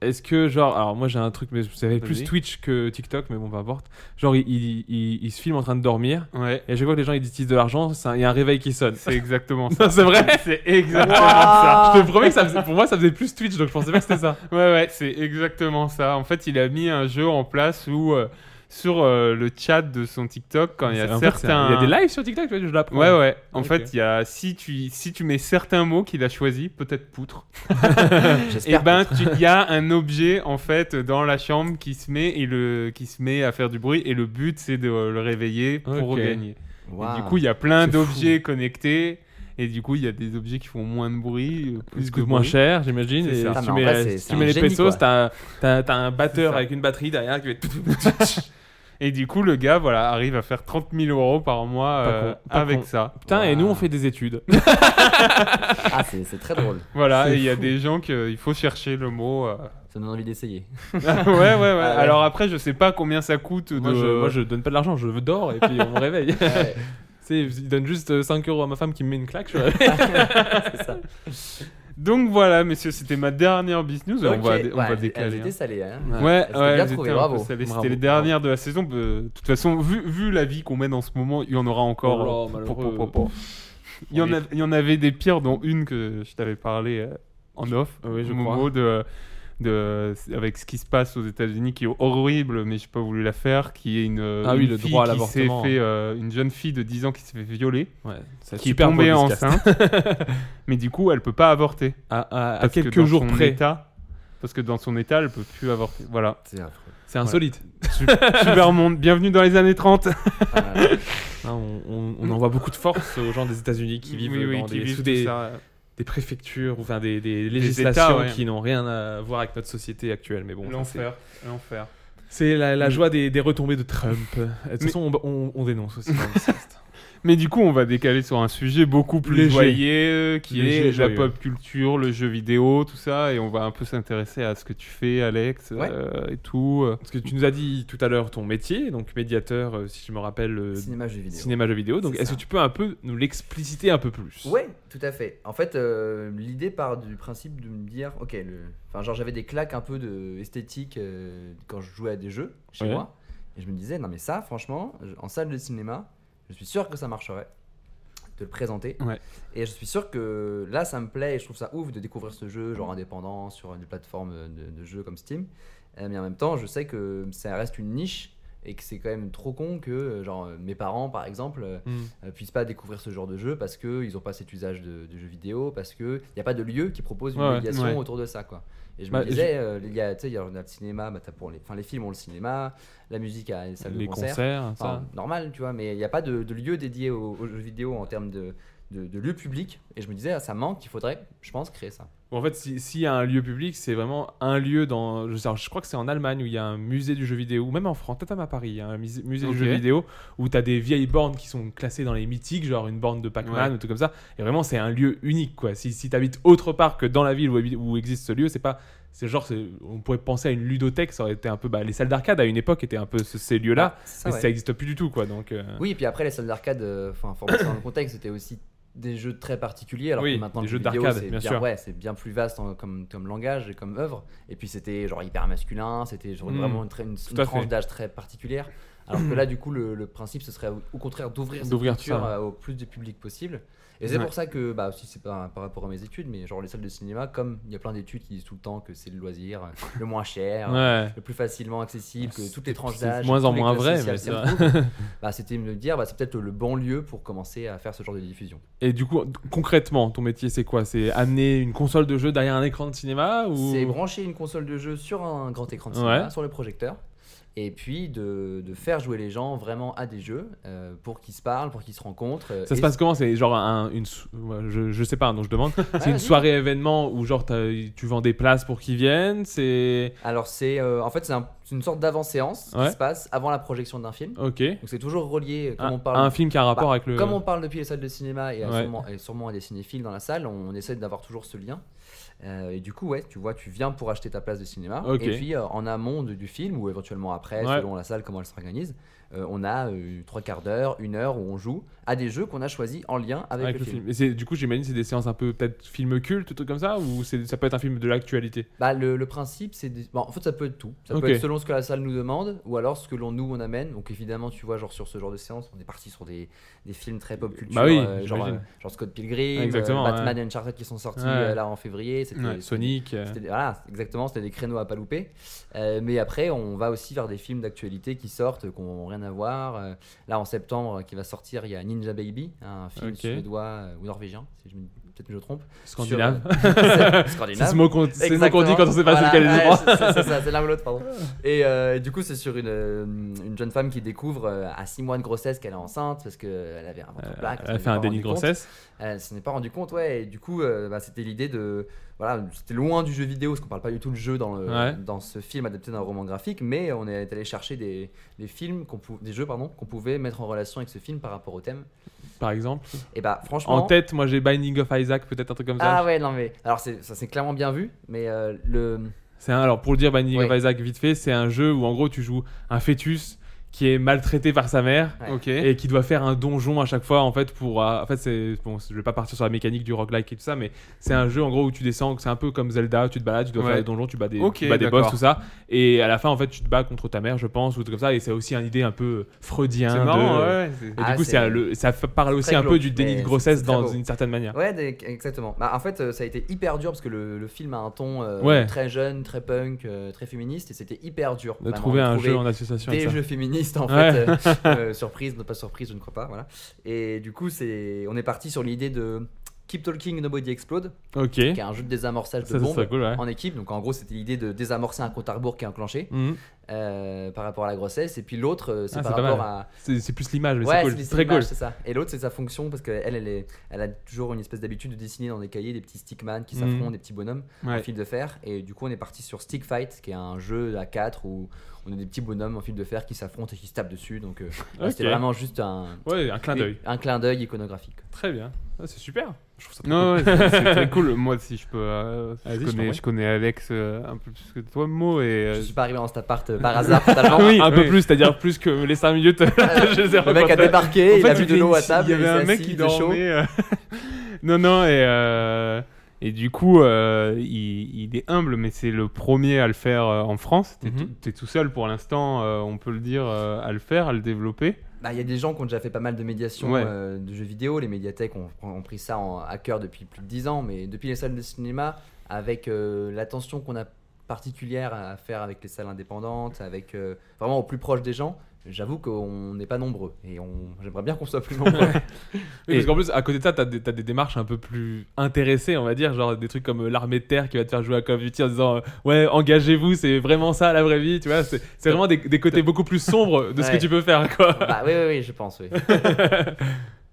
[SPEAKER 8] Est-ce que, genre, alors moi j'ai un truc, mais vous savez, plus
[SPEAKER 7] Vas-y.
[SPEAKER 8] Twitch que TikTok, mais bon, peu importe. Genre, il, il, il- il se filme en train de dormir.
[SPEAKER 7] Ouais.
[SPEAKER 8] Et à chaque fois que les gens ils disent de l'argent, c'est un- il y a un réveil qui sonne.
[SPEAKER 7] C'est exactement ça.
[SPEAKER 8] Non, c'est vrai
[SPEAKER 7] C'est exactement ça.
[SPEAKER 8] Ah, Je te promets que ça faisait- pour moi ça faisait plus Twitch, donc je pensais pas que c'était ça.
[SPEAKER 7] Ouais, ouais, c'est exactement ça. En fait, il a mis un jeu en place où, euh, sur euh, le chat de son TikTok, quand il y a
[SPEAKER 8] En fait, c'est
[SPEAKER 7] certains.
[SPEAKER 8] un- Il y a des lives sur TikTok, tu vois, je l'apprends.
[SPEAKER 7] Ouais, ouais. En
[SPEAKER 8] Ok.
[SPEAKER 7] fait, il y a, si, tu, si tu mets certains mots qu'il a choisis, peut-être poutre, et
[SPEAKER 9] J'espère.
[SPEAKER 7] ben tu- il y a un objet en fait dans la chambre qui se met et le qui se met à faire du bruit et le but c'est de euh, le réveiller pour
[SPEAKER 8] Ok.
[SPEAKER 7] regagner.
[SPEAKER 9] Waouh.
[SPEAKER 7] Et du coup, il y a plein
[SPEAKER 8] C'est fou.
[SPEAKER 7] d'objets connectés et du coup, il y a des objets qui font moins de bruit, euh,
[SPEAKER 8] Plus
[SPEAKER 7] plus
[SPEAKER 8] coûte
[SPEAKER 7] de
[SPEAKER 8] moins
[SPEAKER 7] bruit.
[SPEAKER 8] cher, j'imagine.
[SPEAKER 7] C'est
[SPEAKER 8] et
[SPEAKER 7] ça.
[SPEAKER 8] Si
[SPEAKER 9] Ah,
[SPEAKER 8] tu
[SPEAKER 9] mais en
[SPEAKER 8] mets,
[SPEAKER 9] vrai,
[SPEAKER 8] la-
[SPEAKER 9] c'est-
[SPEAKER 8] si
[SPEAKER 9] c'est
[SPEAKER 8] tu
[SPEAKER 9] un
[SPEAKER 8] mets les
[SPEAKER 9] génie,
[SPEAKER 8] pesos,
[SPEAKER 9] quoi.
[SPEAKER 8] t'as un, t'as- t'as un batteur
[SPEAKER 7] ça.
[SPEAKER 8] avec une batterie derrière qui fait.
[SPEAKER 7] Et du coup, le gars, voilà, arrive à faire 30 000 euros par mois
[SPEAKER 8] Pas
[SPEAKER 7] euh,
[SPEAKER 8] con, pas
[SPEAKER 7] avec
[SPEAKER 8] con.
[SPEAKER 7] ça.
[SPEAKER 8] Putain, et nous on
[SPEAKER 9] Wow.
[SPEAKER 8] fait des études.
[SPEAKER 9] Ah, c'est c'est très drôle.
[SPEAKER 7] Voilà,
[SPEAKER 8] C'est
[SPEAKER 7] et il y a
[SPEAKER 8] fou.
[SPEAKER 7] des gens qu'il faut chercher le mot. euh.
[SPEAKER 9] Ça me donne envie d'essayer.
[SPEAKER 7] Ah, ouais, ouais, ouais.
[SPEAKER 9] Ah ouais.
[SPEAKER 7] Alors après, je sais pas combien ça coûte.
[SPEAKER 8] Moi,
[SPEAKER 7] de-
[SPEAKER 8] je, moi je donne pas de l'argent, je dors et puis on me réveille.
[SPEAKER 9] Ouais,
[SPEAKER 8] C'est, ils donnent juste euh, 5 euros à ma femme qui me met une claque. Je... suis-
[SPEAKER 9] c'est ça.
[SPEAKER 7] Donc voilà, messieurs, c'était ma dernière business. On va,
[SPEAKER 9] Ok,
[SPEAKER 7] on
[SPEAKER 9] ouais, elles-
[SPEAKER 7] va
[SPEAKER 9] Elles
[SPEAKER 7] décaler. hein.
[SPEAKER 9] étaient salées, hein.
[SPEAKER 7] Ouais,
[SPEAKER 9] C'était
[SPEAKER 7] ouais,
[SPEAKER 9] bien trouvé,
[SPEAKER 7] elles étaient un peu
[SPEAKER 9] bravo.
[SPEAKER 7] salées.
[SPEAKER 8] Bravo.
[SPEAKER 7] C'était les dernières de la saison. bah, De toute façon, vu, vu la vie qu'on mène en ce moment, il y en aura encore. euh,
[SPEAKER 8] Oh là,
[SPEAKER 7] Pour- pour-
[SPEAKER 8] malheureux.
[SPEAKER 7] pour- pour. Il, y en
[SPEAKER 8] Oui.
[SPEAKER 7] a- il y en avait des pires, dont une que je t'avais parlé euh, en off.
[SPEAKER 8] Oui, je
[SPEAKER 7] Momo,
[SPEAKER 8] crois.
[SPEAKER 7] De, de, avec ce qui se passe aux États-Unis, qui est horrible, mais j'ai pas voulu la faire. Qui est une,
[SPEAKER 8] Ah
[SPEAKER 7] une
[SPEAKER 8] oui, le
[SPEAKER 7] fille
[SPEAKER 8] droit à
[SPEAKER 7] qui s'est
[SPEAKER 8] l'avortement.
[SPEAKER 7] fait, euh, une jeune fille de 10 ans qui s'est fait violer,
[SPEAKER 8] Ouais, c'est
[SPEAKER 7] qui est
[SPEAKER 8] super
[SPEAKER 7] tombée
[SPEAKER 8] beau, podcast.
[SPEAKER 7] enceinte, mais du coup, elle peut pas avorter
[SPEAKER 8] À, à- à
[SPEAKER 7] parce que
[SPEAKER 8] quelques
[SPEAKER 7] dans
[SPEAKER 8] jours
[SPEAKER 7] son
[SPEAKER 8] près.
[SPEAKER 7] état- parce que dans son état, elle peut plus avorter. Voilà.
[SPEAKER 9] C'est affreux.
[SPEAKER 8] C'est insolite.
[SPEAKER 7] Super monde, bienvenue dans les années 30.
[SPEAKER 9] Ah, là, là.
[SPEAKER 8] Hein, on, on- on envoie beaucoup de force aux gens des États-Unis qui vivent
[SPEAKER 7] Oui, oui,
[SPEAKER 8] dans
[SPEAKER 7] qui
[SPEAKER 8] des,
[SPEAKER 7] vivent tout
[SPEAKER 8] sous des,
[SPEAKER 7] ça.
[SPEAKER 8] des préfectures, ou enfin des, des législations
[SPEAKER 7] États, ouais.
[SPEAKER 8] qui n'ont rien à voir avec notre société actuelle. Mais bon, ça, Mm.
[SPEAKER 7] L'enfer, l'enfer.
[SPEAKER 8] c'est- c'est la, la joie des, des retombées de Trump. De toute façon, on, on- on dénonce aussi. dans le podcast.
[SPEAKER 7] Mais du coup, on va décaler sur un sujet beaucoup plus
[SPEAKER 8] Léger.
[SPEAKER 7] joyeux, qui
[SPEAKER 8] Léger et
[SPEAKER 7] est la
[SPEAKER 8] joyeux.
[SPEAKER 7] pop culture, le jeu vidéo, tout ça, et on va un peu s'intéresser à ce que tu fais, Alex,
[SPEAKER 9] Ouais.
[SPEAKER 7] euh, et tout. euh.
[SPEAKER 8] Parce que tu nous as dit tout à l'heure ton métier, donc médiateur, euh, si je me rappelle, euh,
[SPEAKER 9] Cinéma, jeux vidéo.
[SPEAKER 8] cinéma jeux vidéo. Donc
[SPEAKER 9] C'est
[SPEAKER 8] est-ce
[SPEAKER 9] ça.
[SPEAKER 8] que tu peux un peu nous l'expliciter un peu plus
[SPEAKER 9] Ouais, tout à fait. En fait, euh, l'idée part du principe de me dire, ok, le... enfin, genre j'avais des claques un peu de esthétique euh, quand je jouais à des jeux chez
[SPEAKER 8] Ouais.
[SPEAKER 9] moi, et je me disais, non mais ça, franchement, je- en salle de cinéma, je suis sûr que ça marcherait de le présenter.
[SPEAKER 7] Ouais.
[SPEAKER 9] Et je suis sûr que là, ça me plaît et je trouve ça ouf de découvrir ce jeu, genre indépendant, sur des plateformes de, de jeux comme Steam. Euh, mais en même temps, je sais que ça reste une niche et que c'est quand même trop con que euh, genre euh, mes parents, par exemple, euh,
[SPEAKER 8] Hmm.
[SPEAKER 9] euh, puissent pas découvrir ce genre de jeu parce qu'ils n'ont pas cet usage de, de jeux vidéo, parce qu'il n'y a pas de lieu qui propose une
[SPEAKER 8] Ouais, ouais,
[SPEAKER 9] médiation
[SPEAKER 7] ouais.
[SPEAKER 9] autour de ça. quoi. Et je
[SPEAKER 8] Bah,
[SPEAKER 9] me disais, euh, il y a, tu sais, il y a on a le cinéma, bah, t'as pour les, enfin, les films ont le cinéma, la musique a une salle de
[SPEAKER 8] Les
[SPEAKER 9] concert.
[SPEAKER 8] concerts, ça.
[SPEAKER 9] Enfin, normal, tu vois, mais il n'y a pas de, de lieu dédié aux, aux jeux vidéo en termes de, de, de lieu public. Et je me disais, ah, ça manque, il faudrait, je pense, créer ça.
[SPEAKER 8] Bon, en fait, si- s'il y a un lieu public, c'est vraiment un lieu dans. Je, sais- alors, je crois que c'est en Allemagne où il y a un musée du jeu vidéo, ou même en France, peut-être même à Paris, il y a un musée, musée
[SPEAKER 7] Ok.
[SPEAKER 8] du jeu vidéo où tu as des vieilles bornes qui sont classées dans les mythiques, genre une borne de Pac-Man
[SPEAKER 7] Ouais.
[SPEAKER 8] ou tout comme ça. Et vraiment, c'est un lieu unique, quoi. Si, si tu habites autre part que dans la ville où, habi- où existe ce lieu, c'est pas. C'est genre, c'est- on pourrait penser à une ludothèque, ça aurait été un peu. bah, les salles d'arcade à une époque étaient un peu ce- ces lieux-là,
[SPEAKER 9] Ah, c'est ça,
[SPEAKER 8] mais
[SPEAKER 9] ouais.
[SPEAKER 8] ça n'existe plus du tout, quoi. Donc, euh,
[SPEAKER 9] Oui, et puis après, les salles d'arcade, euh, enfin, faut remettre ça dans le contexte, c'était aussi des jeux très particuliers. Alors
[SPEAKER 8] Oui,
[SPEAKER 9] que maintenant,
[SPEAKER 8] des
[SPEAKER 9] le jeu
[SPEAKER 8] jeux
[SPEAKER 9] vidéo,
[SPEAKER 8] d'arcade,
[SPEAKER 9] c'est
[SPEAKER 8] bien
[SPEAKER 9] bien,
[SPEAKER 8] sûr.
[SPEAKER 9] ouais, c'est bien plus vaste en- comme, comme langage et comme œuvre. Et puis, c'était genre hyper masculin, c'était genre
[SPEAKER 8] Mm.
[SPEAKER 9] vraiment une, tra- une- une
[SPEAKER 8] à
[SPEAKER 9] tranche
[SPEAKER 8] fait.
[SPEAKER 9] d'âge très particulière. Alors que là, du coup, le, le principe, ce serait au, au contraire d'ouvrir cette
[SPEAKER 8] D'ouvrir
[SPEAKER 9] culture euh,
[SPEAKER 8] ça.
[SPEAKER 9] au plus de public possible. Et c'est
[SPEAKER 7] Ouais.
[SPEAKER 9] pour ça que, bah, aussi, c'est par, par rapport à mes études, mais genre les salles de cinéma, comme il y a plein d'études qui disent tout le temps que c'est le loisir, euh, le moins cher,
[SPEAKER 8] ouais.
[SPEAKER 9] le plus facilement accessible, que
[SPEAKER 8] C'est-
[SPEAKER 9] toutes les tranches
[SPEAKER 8] c'est
[SPEAKER 9] d'âge.
[SPEAKER 8] moins en
[SPEAKER 9] tous les
[SPEAKER 8] moins
[SPEAKER 9] classes
[SPEAKER 8] vrai,
[SPEAKER 9] sociales
[SPEAKER 8] mais
[SPEAKER 9] s'y
[SPEAKER 8] c'est
[SPEAKER 9] retrouvent. Bah, C'était de me dire, bah, c'est peut-être le bon lieu pour commencer à faire ce genre de diffusion.
[SPEAKER 8] Et du coup, concrètement, ton métier, c'est quoi C'est amener une console de jeu derrière un écran de cinéma ou...
[SPEAKER 9] C'est brancher une console de jeu sur un grand écran de cinéma, sur le projecteur, et puis de, de faire jouer les gens vraiment à des jeux euh, pour qu'ils se parlent, pour qu'ils se rencontrent. euh,
[SPEAKER 8] Ça se
[SPEAKER 9] et-
[SPEAKER 8] passe comment C'est genre un- une. sou- ouais, Je, je sais pas, donc je demande. C'est une
[SPEAKER 9] vas-y.
[SPEAKER 8] soirée événement où genre t'as- tu vends des places pour qu'ils viennent C'est.
[SPEAKER 9] Alors c'est euh, en fait c'est un- c'est une sorte d'avant-séance
[SPEAKER 8] Ouais.
[SPEAKER 9] qui se passe avant la projection d'un film.
[SPEAKER 8] Ok.
[SPEAKER 9] Donc c'est toujours relié euh, comme
[SPEAKER 8] un,
[SPEAKER 9] on parle.
[SPEAKER 8] un film qui a un rapport
[SPEAKER 9] Bah,
[SPEAKER 8] avec le.
[SPEAKER 9] Comme on parle depuis les salles de cinéma et, à
[SPEAKER 8] Ouais.
[SPEAKER 9] sûrement, et sûrement à des cinéphiles dans la salle, on, on essaie d'avoir toujours ce lien. Euh, et du coup, ouais, tu vois, tu viens pour acheter ta place de cinéma.
[SPEAKER 8] Ok.
[SPEAKER 9] Et puis, euh, en amont de- du film, ou éventuellement après,
[SPEAKER 8] Ouais.
[SPEAKER 9] selon la salle, comment elle s'organise, euh, on a euh, trois quarts d'heure, une heure où on joue à des jeux qu'on a choisis en lien avec,
[SPEAKER 8] Avec
[SPEAKER 9] le,
[SPEAKER 8] le
[SPEAKER 9] film.
[SPEAKER 8] film. Et c'est- du coup, j'imagine c'est des séances un peu peut-être film culte, truc comme ça, ou c'est- ça peut être un film de l'actualité.
[SPEAKER 9] Bah, le, le principe, c'est. de- bon, en fait, ça peut être tout. Ça
[SPEAKER 8] Ok.
[SPEAKER 9] peut être selon ce que la salle nous demande, ou alors ce que l'on nous on amène. Donc, évidemment, tu vois, genre sur ce genre de séance, on est parti sur des, des films très pop culture,
[SPEAKER 8] Bah oui,
[SPEAKER 9] euh, genre,
[SPEAKER 8] j'imagine.
[SPEAKER 9] euh, genre Scott Pilgrim,
[SPEAKER 8] Ah, exactement,
[SPEAKER 9] euh, Batman
[SPEAKER 8] ouais.
[SPEAKER 9] et Uncharted qui sont sortis
[SPEAKER 8] Ouais.
[SPEAKER 9] euh, là en février. C'était-
[SPEAKER 8] Ouais, Sonic. euh.
[SPEAKER 9] C'était- Voilà, exactement, c'était des créneaux à pas louper. Euh, mais après, on va aussi vers des films d'actualité qui sortent, euh, qui n'ont rien à voir. Euh, là, en septembre, euh, qui va sortir, il y a Ninja Baby, un film
[SPEAKER 8] Ok.
[SPEAKER 9] suédois euh, ou norvégien, si je me- peut-être que je trompe.
[SPEAKER 8] Scandinave.
[SPEAKER 9] Sur- euh, C'est-
[SPEAKER 8] C'est ce mot qu'on c'est ce mot qu'on dit
[SPEAKER 9] Exactement.
[SPEAKER 8] quand on sait pas
[SPEAKER 9] Voilà,
[SPEAKER 8] lequel est le
[SPEAKER 9] ouais,
[SPEAKER 8] droit.
[SPEAKER 9] c'est- C'est c'est ça, c'est l'un ou l'autre, pardon. Et euh, du coup, c'est sur une, euh, une jeune femme qui découvre euh, à 6 mois de grossesse qu'elle est enceinte parce qu'elle avait un ventre plat.
[SPEAKER 8] Euh, Elle a fait un déni de grossesse.
[SPEAKER 9] Elle s'en est pas rendu compte, ouais. Et du coup, euh, bah, c'était l'idée de. Voilà, c'était loin du jeu vidéo, parce qu'on parle pas du tout de jeu dans, le,
[SPEAKER 8] Ouais.
[SPEAKER 9] dans ce film adapté d'un roman graphique, mais on est allé chercher des, des films, qu'on pou- des jeux, pardon, qu'on pouvait mettre en relation avec ce film par rapport au thème.
[SPEAKER 8] Par exemple.
[SPEAKER 9] Et bah, franchement.
[SPEAKER 8] En tête, moi j'ai Binding of Isaac, peut-être un truc comme ça.
[SPEAKER 9] Ah ouais, non mais. Alors, c'est- ça c'est clairement bien vu, mais euh, le.
[SPEAKER 8] C'est un- alors pour le dire, Binding
[SPEAKER 9] Ouais.
[SPEAKER 8] of Isaac vite fait, c'est un jeu où en gros tu joues un fœtus qui est maltraité par sa mère
[SPEAKER 9] Ouais.
[SPEAKER 7] Ok.
[SPEAKER 8] et qui doit faire un donjon à chaque fois en fait pour euh, en fait c'est bon je vais pas partir sur la mécanique du roguelike et tout ça mais c'est un jeu en gros où tu descends c'est un peu comme Zelda tu te balades tu dois
[SPEAKER 7] Ouais.
[SPEAKER 8] faire des donjons tu bats des,
[SPEAKER 7] Ok,
[SPEAKER 8] tu bats des boss
[SPEAKER 7] d'accord.
[SPEAKER 8] tout ça et à la fin en fait tu te bats contre ta mère je pense ou tout comme ça et c'est aussi une idée un peu freudien
[SPEAKER 7] C'est marrant,
[SPEAKER 8] de-
[SPEAKER 7] ouais. c'est-
[SPEAKER 8] et
[SPEAKER 9] Ah,
[SPEAKER 8] du coup
[SPEAKER 9] c'est-
[SPEAKER 8] c'est un- le- ça f- parle aussi
[SPEAKER 9] très
[SPEAKER 8] un peu
[SPEAKER 9] glauque,
[SPEAKER 8] du déni
[SPEAKER 9] mais
[SPEAKER 8] de grossesse
[SPEAKER 9] c'est très
[SPEAKER 8] dans
[SPEAKER 9] beau.
[SPEAKER 8] une certaine manière
[SPEAKER 9] Ouais, des- exactement. Bah, en fait, euh, ça a été hyper dur parce que le, le film a un ton euh,
[SPEAKER 8] Ouais.
[SPEAKER 9] très jeune, très punk, euh, très féministe, et c'était hyper dur.
[SPEAKER 8] de
[SPEAKER 9] vraiment,
[SPEAKER 8] trouver un jeu en association avec
[SPEAKER 9] des
[SPEAKER 8] ça.
[SPEAKER 9] jeux féministes en
[SPEAKER 8] Ouais.
[SPEAKER 9] fait. Euh, euh, surprise, non pas surprise, je ne crois pas. Voilà. Et du coup, c'est, on est parti sur l'idée de Keep Talking Nobody Explode,
[SPEAKER 8] ok
[SPEAKER 9] qui est un jeu de désamorçage de
[SPEAKER 8] ça, ça
[SPEAKER 9] bombes
[SPEAKER 8] serait cool ouais
[SPEAKER 9] en équipe. Donc en gros, c'était l'idée de désamorcer un compte à rebours qui est enclenché
[SPEAKER 8] Mhm.
[SPEAKER 9] euh, par rapport à la grossesse. Et puis l'autre, euh, c'est
[SPEAKER 8] Ah,
[SPEAKER 9] par
[SPEAKER 8] c'est pas
[SPEAKER 9] rapport
[SPEAKER 8] mal.
[SPEAKER 9] à
[SPEAKER 8] C'est c'est plus l'image, mais
[SPEAKER 9] ouais,
[SPEAKER 8] c'est
[SPEAKER 9] c'est
[SPEAKER 8] cool.
[SPEAKER 9] des
[SPEAKER 8] Très
[SPEAKER 9] images,
[SPEAKER 8] cool.
[SPEAKER 9] c'est ça. Et l'autre, c'est sa fonction parce qu'elle, elle, est- elle a toujours une espèce d'habitude de dessiner dans des cahiers des petits stickman qui
[SPEAKER 8] Mhm.
[SPEAKER 9] s'affrontent, des petits bonhommes en
[SPEAKER 8] Ouais.
[SPEAKER 9] fil de fer. Et du coup, on est parti sur Stick Fight, qui est un jeu à 4 où on a des petits bonhommes en fil de fer qui s'affrontent et qui se tapent dessus. Donc, euh, là,
[SPEAKER 8] Ok.
[SPEAKER 9] c'était vraiment juste un,
[SPEAKER 8] Ouais, un clin d'œil.
[SPEAKER 9] un clin d'œil iconographique.
[SPEAKER 8] Très bien. Ah, c'est super. Je trouve ça trop
[SPEAKER 7] Non,
[SPEAKER 8] cool.
[SPEAKER 7] ouais, c'est c'est très cool. Moi, si je peux. euh,
[SPEAKER 8] Vas-y, je
[SPEAKER 7] je,
[SPEAKER 8] t'en
[SPEAKER 7] connais,
[SPEAKER 8] prie.
[SPEAKER 7] je connais Alex euh, un peu plus que toi, Mo. Et, euh,
[SPEAKER 9] Je suis pas arrivé dans cet appart euh, par hasard totalement.
[SPEAKER 7] Oui,
[SPEAKER 8] un peu
[SPEAKER 7] oui.
[SPEAKER 8] plus, c'est-à-dire plus que les 5 minutes que je les ai
[SPEAKER 9] Euh, Le mec a
[SPEAKER 8] rencontrés.
[SPEAKER 9] débarqué,
[SPEAKER 7] En
[SPEAKER 9] il
[SPEAKER 7] fait,
[SPEAKER 9] a vu de
[SPEAKER 7] était
[SPEAKER 9] l'eau à
[SPEAKER 7] ici,
[SPEAKER 9] table,
[SPEAKER 7] Il y avait
[SPEAKER 9] il
[SPEAKER 7] un
[SPEAKER 9] s'est
[SPEAKER 7] mec
[SPEAKER 9] assis,
[SPEAKER 7] qui
[SPEAKER 9] il était chaud.
[SPEAKER 7] dormait. euh, non, non, et, euh, et du coup, euh, il, il est humble, mais c'est le premier à le faire euh, en France. T'es
[SPEAKER 8] Mhm.
[SPEAKER 7] tout- t'es tout seul pour l'instant, euh, on peut le dire, euh, à le faire, à le développer.
[SPEAKER 9] Bah, Il y a des gens qui ont déjà fait pas mal de médiation
[SPEAKER 7] Ouais.
[SPEAKER 9] euh, de jeux vidéo. Les médiathèques ont, ont pris ça en- à cœur depuis plus de 10 ans. Mais depuis les salles de cinéma, avec euh, l'attention qu'on a particulière à faire avec les salles indépendantes, avec euh, vraiment au plus proche des gens, j'avoue qu'on n'est pas nombreux. Et on- j'aimerais bien qu'on soit plus nombreux.
[SPEAKER 8] Oui, parce qu'en plus, à côté de ça, t'as des, t'as des démarches un peu plus intéressées, on va dire, genre des trucs comme euh, l'armée de terre qui va te faire jouer à Call of Duty en disant euh, ouais, engagez-vous, c'est vraiment ça la vraie vie, tu vois. C'est c'est vraiment des, des côtés beaucoup plus sombres de ce
[SPEAKER 9] Ouais.
[SPEAKER 8] que tu peux faire, quoi.
[SPEAKER 9] bah, oui, oui, oui, je pense. Oui.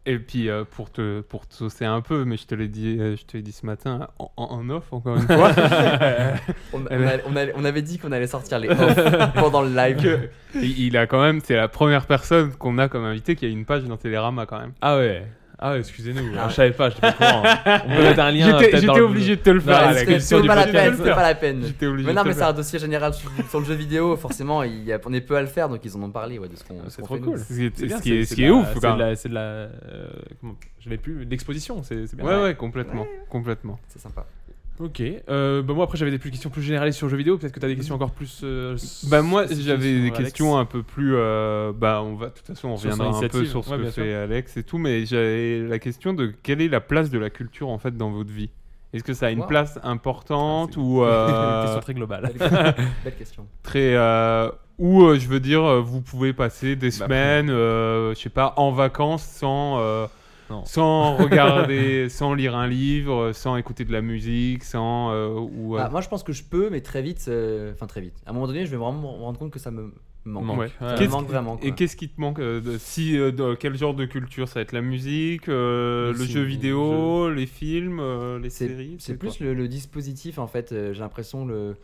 [SPEAKER 7] Et puis euh, pour te pour te saucer un peu, mais je te l'ai dit, euh, je te l'ai dit ce matin en, en- en off encore une fois,
[SPEAKER 9] On, on
[SPEAKER 7] Eh ben.
[SPEAKER 9] a- on a- on avait dit qu'on allait sortir les off pendant le live.
[SPEAKER 7] que il, il a quand même, c'est la première personne qu'on a comme invité qui a une page dans Télérama quand même.
[SPEAKER 8] Ah ouais. Ah ouais, excusez-nous,
[SPEAKER 9] Ah
[SPEAKER 8] je savais pas, j'étais pas au courant. hein. On peut mettre un lien.
[SPEAKER 7] J'étais-
[SPEAKER 8] peut-être, dans
[SPEAKER 7] J'étais
[SPEAKER 8] le-
[SPEAKER 7] obligé de te le
[SPEAKER 8] Ah,
[SPEAKER 7] faire.
[SPEAKER 9] Ouais,
[SPEAKER 8] la
[SPEAKER 9] c'était-
[SPEAKER 7] Alex.
[SPEAKER 8] question
[SPEAKER 9] c'était
[SPEAKER 8] du
[SPEAKER 9] pas la
[SPEAKER 8] podcast.
[SPEAKER 9] peine, c'était pas la peine.
[SPEAKER 7] J'étais obligé
[SPEAKER 9] Mais
[SPEAKER 7] de
[SPEAKER 9] non,
[SPEAKER 7] te
[SPEAKER 9] mais
[SPEAKER 7] le
[SPEAKER 9] c'est un dossier général sur, sur le jeu vidéo, forcément, il y a- on est peu à le faire, donc ils en ont parlé ouais, de ce qu'on ce
[SPEAKER 8] C'est
[SPEAKER 9] qu'on
[SPEAKER 8] trop
[SPEAKER 9] fait,
[SPEAKER 8] cool.
[SPEAKER 9] nous.
[SPEAKER 7] Ce qui est,
[SPEAKER 8] C'est bien,
[SPEAKER 7] ce qui est-
[SPEAKER 8] c'est
[SPEAKER 7] ce qui est
[SPEAKER 8] de la-
[SPEAKER 7] ouf,
[SPEAKER 8] c'est
[SPEAKER 7] quand
[SPEAKER 8] de
[SPEAKER 7] même.
[SPEAKER 8] la- C'est de la. euh, comment- je l'ai plus. L'exposition, c'est c'est bien.
[SPEAKER 7] Ouais, ouais, complètement, complètement.
[SPEAKER 9] C'est sympa.
[SPEAKER 8] Ok. Euh, bah moi, après, j'avais des plus- questions plus généralistes sur le jeu vidéo. Peut-être que t'as des questions encore plus. euh, s-
[SPEAKER 7] Bah moi,
[SPEAKER 8] spécifiques
[SPEAKER 7] j'avais des
[SPEAKER 8] sur Alex.
[SPEAKER 7] questions un peu plus. euh, bah on va, de toute façon, on
[SPEAKER 8] Sur son
[SPEAKER 7] reviendra un peu
[SPEAKER 8] initiative.
[SPEAKER 7] sur ce
[SPEAKER 8] Ouais,
[SPEAKER 7] que
[SPEAKER 8] bien sûr.
[SPEAKER 7] fait Alex et tout, mais j'avais la question de quelle est la place de la culture en fait dans votre vie. Est-ce que ça a une
[SPEAKER 9] Wow.
[SPEAKER 7] place importante
[SPEAKER 8] Ah, c'est-
[SPEAKER 7] ou euh,
[SPEAKER 8] Une question très globale.
[SPEAKER 9] Belle question. Belle question.
[SPEAKER 7] très euh, où euh, je veux dire euh, vous pouvez passer des
[SPEAKER 8] Bah,
[SPEAKER 7] semaines euh, je sais pas en vacances sans euh,
[SPEAKER 8] Non.
[SPEAKER 7] sans regarder sans lire un livre sans écouter de la musique sans euh, ou euh,
[SPEAKER 9] Ah, moi, je pense que je peux, mais très vite, euh, enfin très vite. À un moment donné, je vais vraiment me rendre compte que ça me manque.
[SPEAKER 8] manque.
[SPEAKER 7] ouais.
[SPEAKER 8] Ouais.
[SPEAKER 9] Ça me
[SPEAKER 7] Qu'est-ce
[SPEAKER 9] manque
[SPEAKER 7] qui-
[SPEAKER 9] vraiment. quoi.
[SPEAKER 7] et qu'est-ce qui te manque euh, de- si euh, de- quel genre de culture ça va être la musique euh,
[SPEAKER 8] Le
[SPEAKER 7] le
[SPEAKER 8] ciné,
[SPEAKER 7] jeu
[SPEAKER 8] le
[SPEAKER 7] vidéo les films euh, les
[SPEAKER 9] C'est-
[SPEAKER 7] séries
[SPEAKER 9] C'est
[SPEAKER 7] quoi
[SPEAKER 9] plus le, le dispositif en fait. euh, J'ai l'impression le.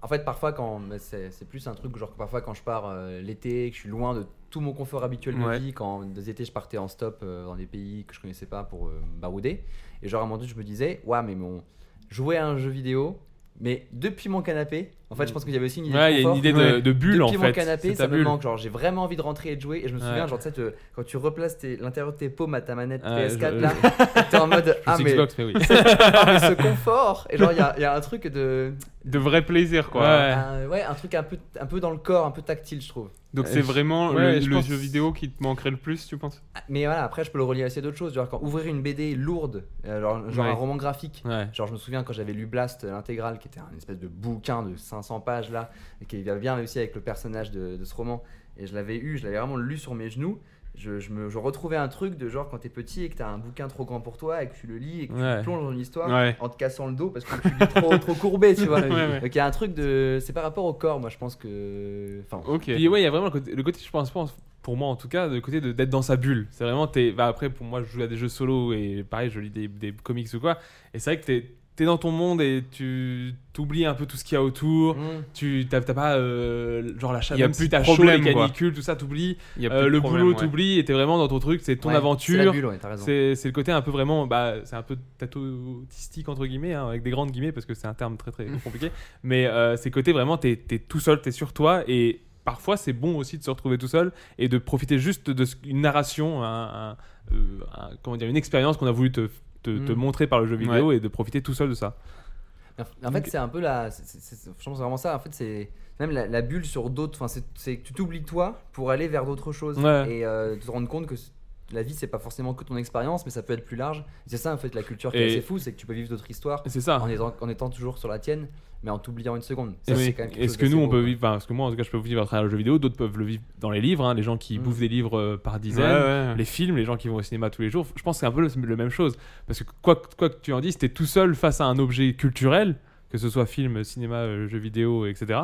[SPEAKER 9] En fait, parfois quand mais c'est c'est plus un truc genre que parfois quand je pars euh, l'été, que je suis loin de tout mon confort habituel de
[SPEAKER 7] Ouais.
[SPEAKER 9] vie. Quand des étés, je partais en stop euh, dans des pays que je connaissais pas pour euh, barouder. Et genre à un moment donné, je me disais, ouais, mais mon jouer à un jeu vidéo, mais depuis mon canapé. En fait, je pense qu'il y avait aussi une idée
[SPEAKER 8] Mm. Ouais, il y a
[SPEAKER 9] confort.
[SPEAKER 8] une idée de-
[SPEAKER 7] Ouais.
[SPEAKER 8] de bulle, en
[SPEAKER 9] Depuis
[SPEAKER 8] fait.
[SPEAKER 9] mon canapé,
[SPEAKER 8] C'est ta
[SPEAKER 9] ça me
[SPEAKER 8] bulle.
[SPEAKER 9] manque. Genre, j'ai vraiment envie de rentrer et de jouer. Et je me souviens,
[SPEAKER 8] Ouais.
[SPEAKER 9] genre, tu sais, te- quand tu replaces tes- l'intérieur de tes paumes à ta manette
[SPEAKER 8] Ouais,
[SPEAKER 9] PS4,
[SPEAKER 8] je-
[SPEAKER 9] là, t'es en mode
[SPEAKER 8] Je
[SPEAKER 9] Ah,
[SPEAKER 8] suis
[SPEAKER 9] mais,
[SPEAKER 8] Xbox, mais oui.
[SPEAKER 9] ah, mais ce confort Et genre, il y a, il y a un truc de.
[SPEAKER 7] De vrai plaisir, quoi.
[SPEAKER 8] Ouais.
[SPEAKER 9] Un, ouais, un truc un peu, un peu dans le corps, un peu tactile, je trouve.
[SPEAKER 7] Donc
[SPEAKER 8] Euh,
[SPEAKER 7] c'est
[SPEAKER 8] je-
[SPEAKER 7] vraiment
[SPEAKER 8] ouais,
[SPEAKER 7] le,
[SPEAKER 8] je
[SPEAKER 7] le
[SPEAKER 8] pense-
[SPEAKER 7] jeu vidéo qui te manquerait le plus, tu penses
[SPEAKER 9] Mais voilà, après, je peux le relier aussi à d'autres choses. Genre, quand ouvrir une BD lourde, euh, genre, genre
[SPEAKER 8] Ouais.
[SPEAKER 9] un roman graphique.
[SPEAKER 8] Ouais.
[SPEAKER 9] Genre, je me souviens quand j'avais lu Blast, euh, l'intégrale, qui était un espèce de bouquin de 500 pages là, et qui avait bien réussi avec le personnage de, de ce roman. Et je l'avais eu, je l'avais vraiment lu sur mes genoux. Je, je me, je retrouvais un truc de genre quand t'es petit et que t'as un bouquin trop grand pour toi et que tu le lis et que
[SPEAKER 8] Ouais.
[SPEAKER 9] tu plonges dans une histoire
[SPEAKER 7] Ouais.
[SPEAKER 9] en te cassant le dos parce que tu lis trop, trop courbé, tu vois.
[SPEAKER 7] Ouais, ouais.
[SPEAKER 9] Donc il y a un truc de. C'est par rapport au corps, moi je pense que. Enfin,
[SPEAKER 7] Ok.
[SPEAKER 8] Puis ouais, il y a vraiment le côté, le côté, je pense, pense, pour moi en tout cas, le côté de- d'être dans sa bulle. C'est vraiment, t'es, bah après, pour moi, je joue à des jeux solo et pareil, je lis des, des comics ou quoi. Et c'est vrai que t'es, t'es dans ton monde et tu t'oublies un peu tout ce qu'il y a autour.
[SPEAKER 9] hmm.
[SPEAKER 8] Tu t'as, t'as pas euh, genre la chaleur,
[SPEAKER 7] Mm. Y a
[SPEAKER 8] même
[SPEAKER 7] plus
[SPEAKER 8] si
[SPEAKER 7] de
[SPEAKER 8] t'as chaud, les
[SPEAKER 7] problème, quoi.
[SPEAKER 8] canicules, tout ça, t'oublies.
[SPEAKER 7] Il y a
[SPEAKER 8] Euh,
[SPEAKER 7] plus de
[SPEAKER 8] le
[SPEAKER 7] problème,
[SPEAKER 8] boulot,
[SPEAKER 7] ouais.
[SPEAKER 8] t'oublies et t'es vraiment dans ton truc, c'est ton
[SPEAKER 9] Ouais, C'est la
[SPEAKER 8] aventure.
[SPEAKER 9] bulle, ouais, t'as raison.
[SPEAKER 8] C'est c'est le côté un peu vraiment, bah, c'est un peu tatouistique entre guillemets, hein, avec des grandes guillemets parce que c'est un terme très très
[SPEAKER 9] Mm.
[SPEAKER 8] compliqué. Mais euh, c'est le côté vraiment, t'es t'es tout seul, t'es sur toi et parfois c'est bon aussi de se retrouver tout seul et de profiter juste de ce- une narration, un, un- euh, un- comment dire, une expérience qu'on a voulu te, te, te
[SPEAKER 9] Mm.
[SPEAKER 8] montrer par le jeu vidéo et de profiter tout seul de ça.
[SPEAKER 9] En f- En fait, c'est un peu la. c'est- c'est- c'est- Je pense vraiment ça. En fait, c'est même la, la bulle sur d'autres. Enfin, c'est- c'est que tu t'oublies toi pour aller vers d'autres choses
[SPEAKER 8] Ouais.
[SPEAKER 9] et euh, te rendre compte que c- la vie, c'est pas forcément que ton expérience, mais ça peut être plus large. C'est ça, en fait, la culture qui
[SPEAKER 8] Et-
[SPEAKER 9] est assez fou, c'est que tu peux vivre d'autres histoires
[SPEAKER 8] C'est ça.
[SPEAKER 9] en, étant, en étant toujours sur la tienne, mais en t'oubliant une seconde. Ça,
[SPEAKER 8] Et
[SPEAKER 9] c'est
[SPEAKER 8] oui.
[SPEAKER 9] quand même quelque
[SPEAKER 8] Est-ce
[SPEAKER 9] chose
[SPEAKER 8] que
[SPEAKER 9] d'assez
[SPEAKER 8] nous on
[SPEAKER 9] beau,
[SPEAKER 8] peut
[SPEAKER 9] quoi.
[SPEAKER 8] vivre, enfin, parce que moi en tout cas je peux le vivre à travers le jeu vidéo, d'autres peuvent le vivre dans les livres, hein, les gens qui
[SPEAKER 9] Mm.
[SPEAKER 8] bouffent des livres euh, par
[SPEAKER 7] Ouais,
[SPEAKER 8] dizaines,
[SPEAKER 7] ouais.
[SPEAKER 8] les films, les gens qui vont au cinéma tous les jours, je pense que c'est un peu le, le même chose. Parce que quoi, que- quoi que tu en dises, t'es tout seul face à un objet culturel, que ce soit film, cinéma, euh, jeux vidéo, etc.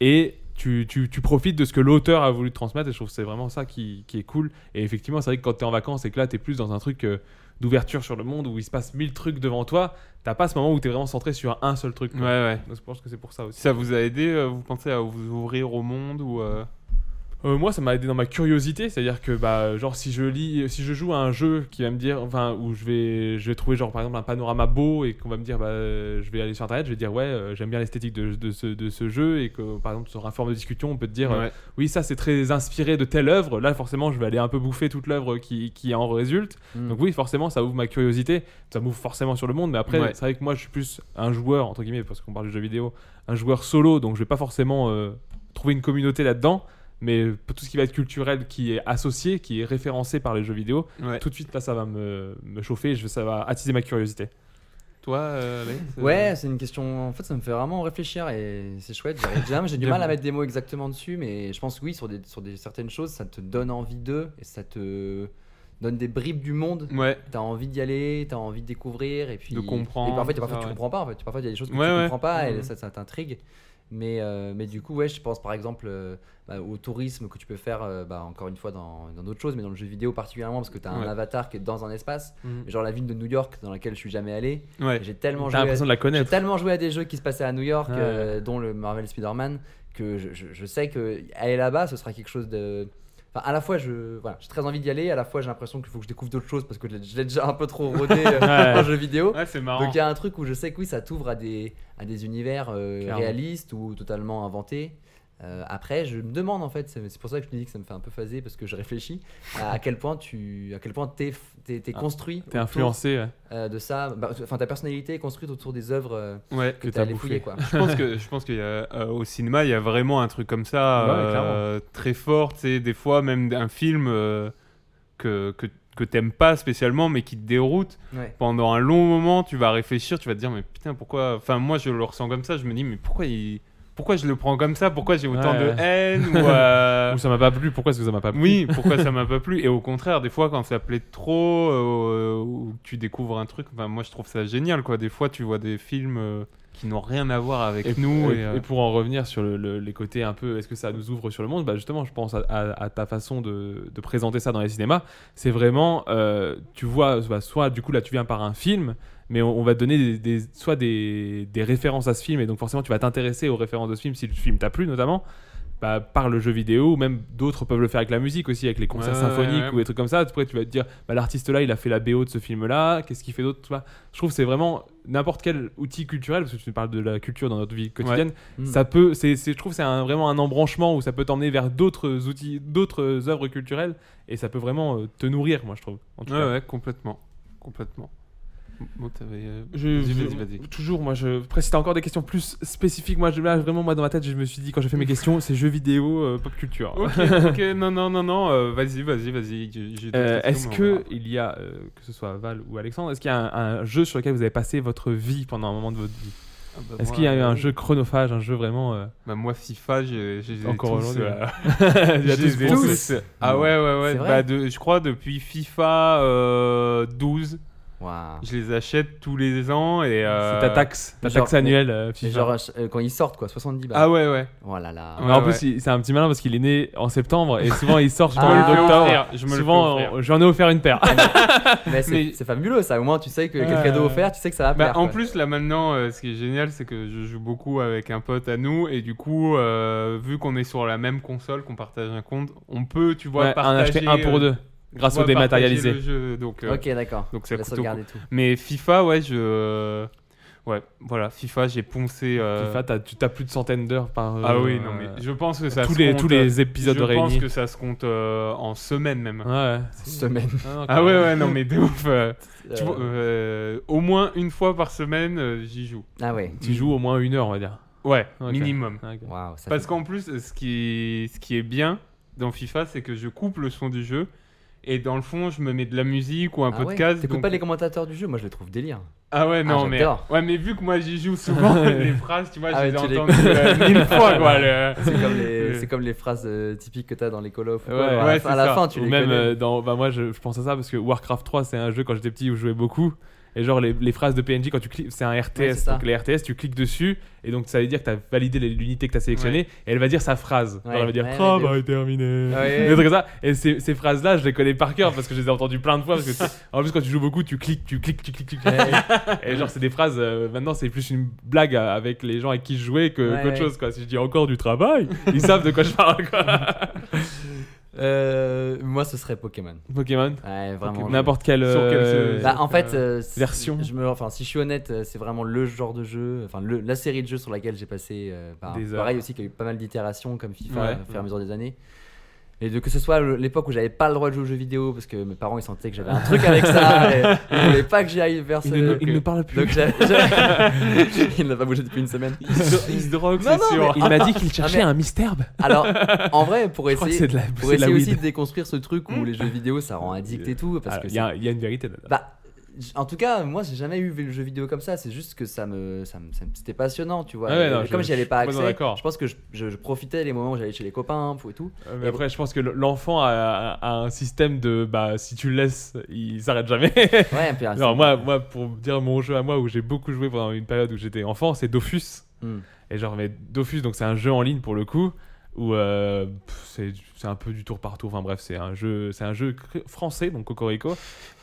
[SPEAKER 8] Et tu, tu- tu profites de ce que l'auteur a voulu te transmettre, et je trouve que c'est vraiment ça qui, qui est cool. Et effectivement, c'est vrai que quand t'es en vacances et que là t'es plus dans un truc euh, d'ouverture sur le monde où il se passe mille trucs devant toi, t'as pas ce moment où t'es vraiment centré sur un seul truc.
[SPEAKER 7] Ouais,
[SPEAKER 8] quoi.
[SPEAKER 7] ouais.
[SPEAKER 8] Donc je pense que c'est pour ça aussi.
[SPEAKER 7] Ça vous a aidé, euh, vous pensez à vous ouvrir au monde ou euh,
[SPEAKER 8] Euh, moi, ça m'a aidé dans ma curiosité, c'est-à-dire que bah, genre si je lis, si je joue à un jeu qui va me dire, enfin où je vais, je vais trouver genre par exemple un panorama beau et qu'on va me dire, bah, euh, je vais aller sur internet, je vais dire ouais, euh, j'aime bien l'esthétique de, de ce, de ce jeu et que par exemple sur un forum de discussion, on peut te dire, euh,
[SPEAKER 7] Ouais.
[SPEAKER 8] oui ça c'est très inspiré de telle œuvre, là forcément je vais aller un peu bouffer toute l'œuvre qui, qui en résulte,
[SPEAKER 9] Mm.
[SPEAKER 8] donc oui, forcément, ça ouvre ma curiosité, ça m'ouvre forcément sur le monde, mais après,
[SPEAKER 7] Ouais.
[SPEAKER 8] c'est vrai que moi, je suis plus un joueur, entre guillemets, parce qu'on parle de jeux vidéo, un joueur solo, donc je vais pas forcément euh, trouver une communauté là-dedans, mais pour tout ce qui va être culturel, qui est associé, qui est référencé par les jeux vidéo,
[SPEAKER 7] Ouais.
[SPEAKER 8] tout de suite, là, ça va me, me chauffer, je, ça va attiser ma curiosité.
[SPEAKER 7] Toi, euh, Alex, euh,
[SPEAKER 9] Ouais, c'est une question. En fait, ça me fait vraiment réfléchir et c'est chouette. j'arrive- J'ai j'ai du mal à mettre des mots exactement dessus, mais je pense que oui, sur, des, sur des, certaines choses, ça te donne envie d'eux et ça te donne des bribes du monde.
[SPEAKER 7] Ouais.
[SPEAKER 9] T'as envie d'y aller, t'as envie de découvrir et puis
[SPEAKER 7] Mm. De comprendre,
[SPEAKER 9] Et parfois, t'as-
[SPEAKER 7] tout
[SPEAKER 9] parfois,
[SPEAKER 7] ça,
[SPEAKER 9] tu
[SPEAKER 7] ouais.
[SPEAKER 9] comprends pas en fait. Parfois, il y a des choses que
[SPEAKER 7] Ouais,
[SPEAKER 9] tu
[SPEAKER 7] ouais.
[SPEAKER 9] comprends pas et
[SPEAKER 7] Mhm.
[SPEAKER 9] ça, ça t'intrigue. Mais, euh, mais du coup, ouais, je pense par exemple euh, bah, au tourisme que tu peux faire, euh, bah, encore une fois, dans dans d'autres choses, mais dans le jeu vidéo particulièrement, parce que t'as un
[SPEAKER 7] Ouais. Mm.
[SPEAKER 9] avatar qui est dans un espace.
[SPEAKER 8] Mhm.
[SPEAKER 9] Genre la ville de New York dans laquelle je suis jamais allé.
[SPEAKER 7] Ouais.
[SPEAKER 9] J'ai tellement
[SPEAKER 8] T'as
[SPEAKER 9] joué. à-
[SPEAKER 8] l'impression de la
[SPEAKER 9] j'ai
[SPEAKER 8] connaître.
[SPEAKER 9] tellement joué à des jeux qui se passaient à New York,
[SPEAKER 8] Ouais.
[SPEAKER 9] euh, dont le Marvel Spider-Man, que je, je- je sais que aller là-bas, ce sera quelque chose de. Enfin, à la fois, je, voilà, j'ai très envie d'y aller, à la fois, j'ai l'impression qu'il faut que je découvre d'autres choses parce que je l'ai- je l'ai déjà un peu trop rodé euh,
[SPEAKER 8] Ouais.
[SPEAKER 9] en jeu vidéo.
[SPEAKER 7] Ouais, c'est marrant.
[SPEAKER 9] Donc, il y a un truc où je sais que oui, ça t'ouvre à des, à des univers euh,
[SPEAKER 8] Clairement.
[SPEAKER 9] réalistes ou totalement inventés. Euh, après, je me demande en fait, c'est c'est pour ça que je te dis que ça me fait un peu phaser parce que je réfléchis à, à quel point tu, à quel point t'es, t'es, t'es
[SPEAKER 8] Ah,
[SPEAKER 9] construit,
[SPEAKER 8] T'es
[SPEAKER 9] autour,
[SPEAKER 8] influencé, ouais,
[SPEAKER 9] euh, de ça. Bah, Enfin, ta personnalité est construite autour des œuvres. euh,
[SPEAKER 7] Ouais.
[SPEAKER 9] que
[SPEAKER 8] que
[SPEAKER 9] t'as
[SPEAKER 8] t'as
[SPEAKER 9] allé fouiller quoi.
[SPEAKER 8] bouffé.
[SPEAKER 7] je pense que je pense qu'il y a euh, au cinéma il y a vraiment un truc comme ça
[SPEAKER 8] Ouais,
[SPEAKER 7] euh, très fort tu sais, des fois même un film euh, que que que t'aimes pas spécialement mais qui te déroute
[SPEAKER 9] Ouais.
[SPEAKER 7] pendant un long moment tu vas réfléchir tu vas te dire mais putain pourquoi enfin moi je le ressens comme ça je me dis mais pourquoi il pourquoi je le prends comme ça pourquoi j'ai autant
[SPEAKER 8] Ouais.
[SPEAKER 7] de haine ou euh,
[SPEAKER 8] Ou ça m'a pas plu, pourquoi est-ce que ça m'a pas plu
[SPEAKER 7] oui pourquoi ça m'a pas plu et au contraire des fois quand ça plaît trop euh, ou que tu découvres un truc enfin moi je trouve ça génial quoi des fois tu vois des films euh, qui n'ont rien à voir avec nous et,
[SPEAKER 8] et,
[SPEAKER 7] euh,
[SPEAKER 8] et pour en revenir sur le- le- les côtés un peu, est-ce que ça nous ouvre sur le monde bah Justement, je pense à, à- à ta façon de, de présenter ça dans les cinémas. C'est vraiment, euh, tu vois, bah, soit du coup là tu viens par un film, mais on, on va te donner des, des- soit des, des références à ce film, et donc forcément tu vas t'intéresser aux références de ce film si le film t'a plu notamment. bah, par le jeu vidéo, ou même d'autres peuvent le faire avec la musique aussi, avec les concerts
[SPEAKER 7] Ouais,
[SPEAKER 8] symphoniques
[SPEAKER 7] ouais, ouais.
[SPEAKER 8] ou des trucs comme ça. Après, tu vas te dire, bah, l'artiste là, il a fait la BO de ce film-là, qu'est-ce qu'il fait d'autre tu vois Je trouve que c'est vraiment n'importe quel outil culturel, parce que tu parles de la culture dans notre vie quotidienne,
[SPEAKER 9] Mm.
[SPEAKER 8] ça peut, c'est, c'est- je trouve que c'est un- vraiment un embranchement où ça peut t'emmener vers d'autres outils, d'autres œuvres culturelles, et ça peut vraiment euh, te nourrir, moi, je trouve. en tout
[SPEAKER 7] Ouais,
[SPEAKER 8] cas.
[SPEAKER 7] ouais, complètement. Complètement. Bon, t'avais. euh,
[SPEAKER 8] Je-
[SPEAKER 7] vas-y,
[SPEAKER 8] je-
[SPEAKER 7] vas-y, vas-y.
[SPEAKER 8] Toujours, moi, je. Après, si t'as encore des questions plus spécifiques, moi, je, là, vraiment, moi, dans ma tête, je me suis dit, quand j'ai fait mes questions, c'est jeux vidéo, euh, pop culture.
[SPEAKER 7] Ok, ok, non, non, non, non, euh, vas-y, vas-y, vas-y. j'ai- j'ai d'autres
[SPEAKER 8] Euh, est-ce
[SPEAKER 7] questions, mais on
[SPEAKER 8] que
[SPEAKER 7] verra.
[SPEAKER 8] il y a, euh, que ce soit Val ou Alexandre, est-ce qu'il y a un, un jeu sur lequel vous avez passé votre vie pendant un moment de votre vie
[SPEAKER 7] Ah bah,
[SPEAKER 8] Est-ce
[SPEAKER 7] moi,
[SPEAKER 8] qu'il y a eu un
[SPEAKER 7] euh,
[SPEAKER 8] jeu chronophage, un jeu vraiment euh,
[SPEAKER 7] Bah, moi, FIFA, j'ai. j'ai- j'ai
[SPEAKER 8] encore
[SPEAKER 7] tous,
[SPEAKER 8] aujourd'hui
[SPEAKER 7] euh,
[SPEAKER 8] Il y a
[SPEAKER 7] j'ai
[SPEAKER 8] tous
[SPEAKER 7] des-
[SPEAKER 8] pensé.
[SPEAKER 9] tous.
[SPEAKER 7] Ah ouais, ouais, ouais.
[SPEAKER 9] C'est vrai
[SPEAKER 7] Bah, de- je crois depuis FIFA euh, 12,
[SPEAKER 9] Waouh.
[SPEAKER 7] je les achète tous les ans et. euh,
[SPEAKER 8] C'est ta taxe, ta
[SPEAKER 9] genre-
[SPEAKER 8] taxe annuelle. euh,
[SPEAKER 9] Et
[SPEAKER 8] FIFA.
[SPEAKER 9] Genre, euh, quand ils sortent, quoi, 70 balles.
[SPEAKER 7] Ah ouais, ouais.
[SPEAKER 9] Oh là là.
[SPEAKER 7] Ouais,
[SPEAKER 8] en
[SPEAKER 7] ouais.
[SPEAKER 8] plus, il- c'est un petit malin parce qu'il est né en septembre et souvent il sort
[SPEAKER 9] Je
[SPEAKER 8] sur
[SPEAKER 9] me
[SPEAKER 8] le
[SPEAKER 9] le fais
[SPEAKER 8] d'octobre.
[SPEAKER 7] offrir, je me le fais
[SPEAKER 8] Ah. Souvent,
[SPEAKER 7] offrir.
[SPEAKER 8] on- j'en ai offert une paire.
[SPEAKER 9] Mais c'est
[SPEAKER 7] Mais-
[SPEAKER 9] c'est fabuleux ça, au moins tu sais que quel
[SPEAKER 7] Euh,
[SPEAKER 9] cadeau offert, tu sais que ça va
[SPEAKER 7] Bah,
[SPEAKER 9] plaire.
[SPEAKER 7] en
[SPEAKER 9] quoi.
[SPEAKER 7] plus, là maintenant, euh, ce qui est génial, c'est que je joue beaucoup avec un pote à nous, et du coup, euh, vu qu'on est sur la même console, qu'on partage un compte, on peut, tu vois,
[SPEAKER 8] Ouais, un
[SPEAKER 7] partager.
[SPEAKER 8] acheté un pour
[SPEAKER 7] euh,
[SPEAKER 8] deux,
[SPEAKER 7] tu
[SPEAKER 8] grâce
[SPEAKER 7] vois,
[SPEAKER 8] au
[SPEAKER 7] partager
[SPEAKER 8] dématérialisé.
[SPEAKER 7] le jeu, donc, euh,
[SPEAKER 9] Ok, d'accord.
[SPEAKER 7] donc c'est
[SPEAKER 9] La
[SPEAKER 7] plutôt
[SPEAKER 9] sauvegarde et tout.
[SPEAKER 7] Mais FIFA, ouais, je. euh, Ouais, voilà, FIFA, j'ai poncé. euh,
[SPEAKER 8] FIFA, t'as, tu t'as plus de centaines d'heures par. euh,
[SPEAKER 7] Ah oui, non, mais je pense que ça
[SPEAKER 8] tous
[SPEAKER 7] se
[SPEAKER 8] les
[SPEAKER 7] compte,
[SPEAKER 8] tous
[SPEAKER 7] euh,
[SPEAKER 8] les épisodes
[SPEAKER 7] je
[SPEAKER 8] réunis.
[SPEAKER 7] pense que ça se compte euh, en semaine même.
[SPEAKER 8] Ouais.
[SPEAKER 9] Semaine.
[SPEAKER 7] Ah ouais, ouais, non, mais de ouf. euh, tu
[SPEAKER 9] Euh,
[SPEAKER 7] vois, euh, au moins une fois par semaine, euh, j'y joue.
[SPEAKER 9] Ah ouais.
[SPEAKER 8] Tu joues au moins une heure, on va dire. Ah,
[SPEAKER 7] Ouais,
[SPEAKER 8] Ok.
[SPEAKER 7] minimum.
[SPEAKER 9] Waouh, ça
[SPEAKER 7] Parce
[SPEAKER 9] fait-
[SPEAKER 7] qu'en plus, euh, ce qui, est, ce qui est bien dans FIFA, c'est que je coupe le son du jeu. Et dans le fond, je me mets de la musique ou un
[SPEAKER 9] Ah ouais,
[SPEAKER 7] podcast.
[SPEAKER 9] T'écoutes
[SPEAKER 7] donc-
[SPEAKER 9] pas les commentateurs du jeu, moi je les trouve délire.
[SPEAKER 7] Ah ouais, non, mais...
[SPEAKER 9] j'adore.
[SPEAKER 7] Ouais, mais vu que moi, j'y joue souvent, les phrases, tu vois,
[SPEAKER 9] Ah
[SPEAKER 7] je les
[SPEAKER 9] ouais, tu
[SPEAKER 7] ai
[SPEAKER 9] les-
[SPEAKER 7] entendues euh, mille fois, quoi. le-
[SPEAKER 9] C'est comme, les...
[SPEAKER 7] le-
[SPEAKER 9] c'est comme les phrases euh, typiques que t'as dans les Call of. ou
[SPEAKER 8] Ouais,
[SPEAKER 9] quoi, à la-
[SPEAKER 7] ouais,
[SPEAKER 9] à
[SPEAKER 7] c'est
[SPEAKER 9] la
[SPEAKER 7] ça.
[SPEAKER 9] fin, tu
[SPEAKER 8] Ou
[SPEAKER 9] les
[SPEAKER 8] même
[SPEAKER 9] connais.
[SPEAKER 8] euh, dans. Bah, moi, je, je pense à ça parce que Warcraft 3, c'est un jeu quand j'étais petit où je jouais beaucoup. Et genre, les, les phrases de PNJ, quand tu cliques, c'est un RTS.
[SPEAKER 9] Ouais, c'est ça.
[SPEAKER 8] donc, les RTS, tu cliques dessus. Et donc, ça veut dire que t'as validé les- l'unité que t'as sélectionnée. Et elle va dire sa phrase.
[SPEAKER 9] Ouais,
[SPEAKER 8] Genre, elle va dire
[SPEAKER 9] ouais, ouais,
[SPEAKER 8] Travail terminé.
[SPEAKER 9] Ouais.
[SPEAKER 8] Des trucs comme ça. Et ces, ces phrases-là, je les connais par cœur parce que je les ai entendues plein de fois. Parce que tu- en plus, quand tu joues beaucoup, tu cliques, tu cliques, tu cliques, tu cliques. Et genre, c'est des phrases. euh, maintenant, c'est plus une blague à- avec les gens avec qui je jouais que,
[SPEAKER 9] Ouais,
[SPEAKER 8] qu'autre
[SPEAKER 9] ouais.
[SPEAKER 8] chose. Quoi. Si je dis encore du travail, ils savent de quoi je parle. Quoi.
[SPEAKER 9] Euh, Moi ce serait Pokémon.
[SPEAKER 8] Pokémon.
[SPEAKER 9] Ouais, vraiment.
[SPEAKER 8] N'importe quel.
[SPEAKER 7] Sur quel
[SPEAKER 8] euh,
[SPEAKER 7] jeu-
[SPEAKER 9] Bah, en fait,
[SPEAKER 7] Euh,
[SPEAKER 9] euh, si-
[SPEAKER 8] version.
[SPEAKER 9] Je me, enfin, si je suis honnête, euh, c'est vraiment le genre de jeu, enfin le- la série de jeux sur laquelle j'ai passé. euh, par-
[SPEAKER 8] Des heures.
[SPEAKER 9] pareil aussi, qu'il y a eu pas mal d'itérations comme FIFA
[SPEAKER 8] Ouais.
[SPEAKER 9] euh, au fur et à mesure des années. Et de, que ce soit le- l'époque où j'avais pas le droit de jouer aux jeux vidéo parce que mes parents ils sentaient que j'avais un truc avec ça, et, ils voulaient pas que j'y aille vers ce.
[SPEAKER 8] Il ne, il ne parle plus.
[SPEAKER 9] Donc j'avais- j'avais- il n'a pas bougé depuis une semaine.
[SPEAKER 8] il se drogue,
[SPEAKER 9] Non, non,
[SPEAKER 8] Il m'a dit qu'il cherchait
[SPEAKER 9] mais-
[SPEAKER 8] un mystère.
[SPEAKER 9] Alors, en vrai, pour
[SPEAKER 8] Je crois que
[SPEAKER 9] essayer,
[SPEAKER 8] c'est de la,
[SPEAKER 9] pour
[SPEAKER 8] c'est de la
[SPEAKER 9] essayer aussi
[SPEAKER 8] weed. Hmm.
[SPEAKER 9] de déconstruire ce truc où les jeux vidéo ça rend addict et tout, parce
[SPEAKER 8] Alors,
[SPEAKER 9] que
[SPEAKER 8] Il y, a il y a une vérité là-dedans.
[SPEAKER 9] Bah, j- en tout cas, moi, j'ai jamais eu le jeu vidéo comme ça. C'est juste que ça me, ça me- ça me- c'était passionnant, tu vois.
[SPEAKER 8] Ah ouais,
[SPEAKER 9] Et
[SPEAKER 8] non,
[SPEAKER 9] comme
[SPEAKER 8] je-
[SPEAKER 9] j'y avais
[SPEAKER 8] je
[SPEAKER 9] pas
[SPEAKER 8] suis complètement
[SPEAKER 9] accès,
[SPEAKER 8] d'accord.
[SPEAKER 9] je pense que je, je- je profitais les moments où j'allais chez les copains et tout.
[SPEAKER 8] Euh, mais après, je pense que l- l'enfant a, a- a un système de bah, si tu le laisses, il s'arrête jamais.
[SPEAKER 9] Ouais, et puis, ah,
[SPEAKER 8] non, moi, moi, pour dire mon jeu à moi où j'ai beaucoup joué pendant une période où j'étais enfant, c'est Dofus.
[SPEAKER 9] Hmm.
[SPEAKER 8] Et genre, mais Dofus, donc c'est un jeu en ligne pour le coup, où euh, pff, c'est c'est un peu du tour par tour. Enfin bref, c'est un jeu, c'est un jeu cr- français, donc Cocorico.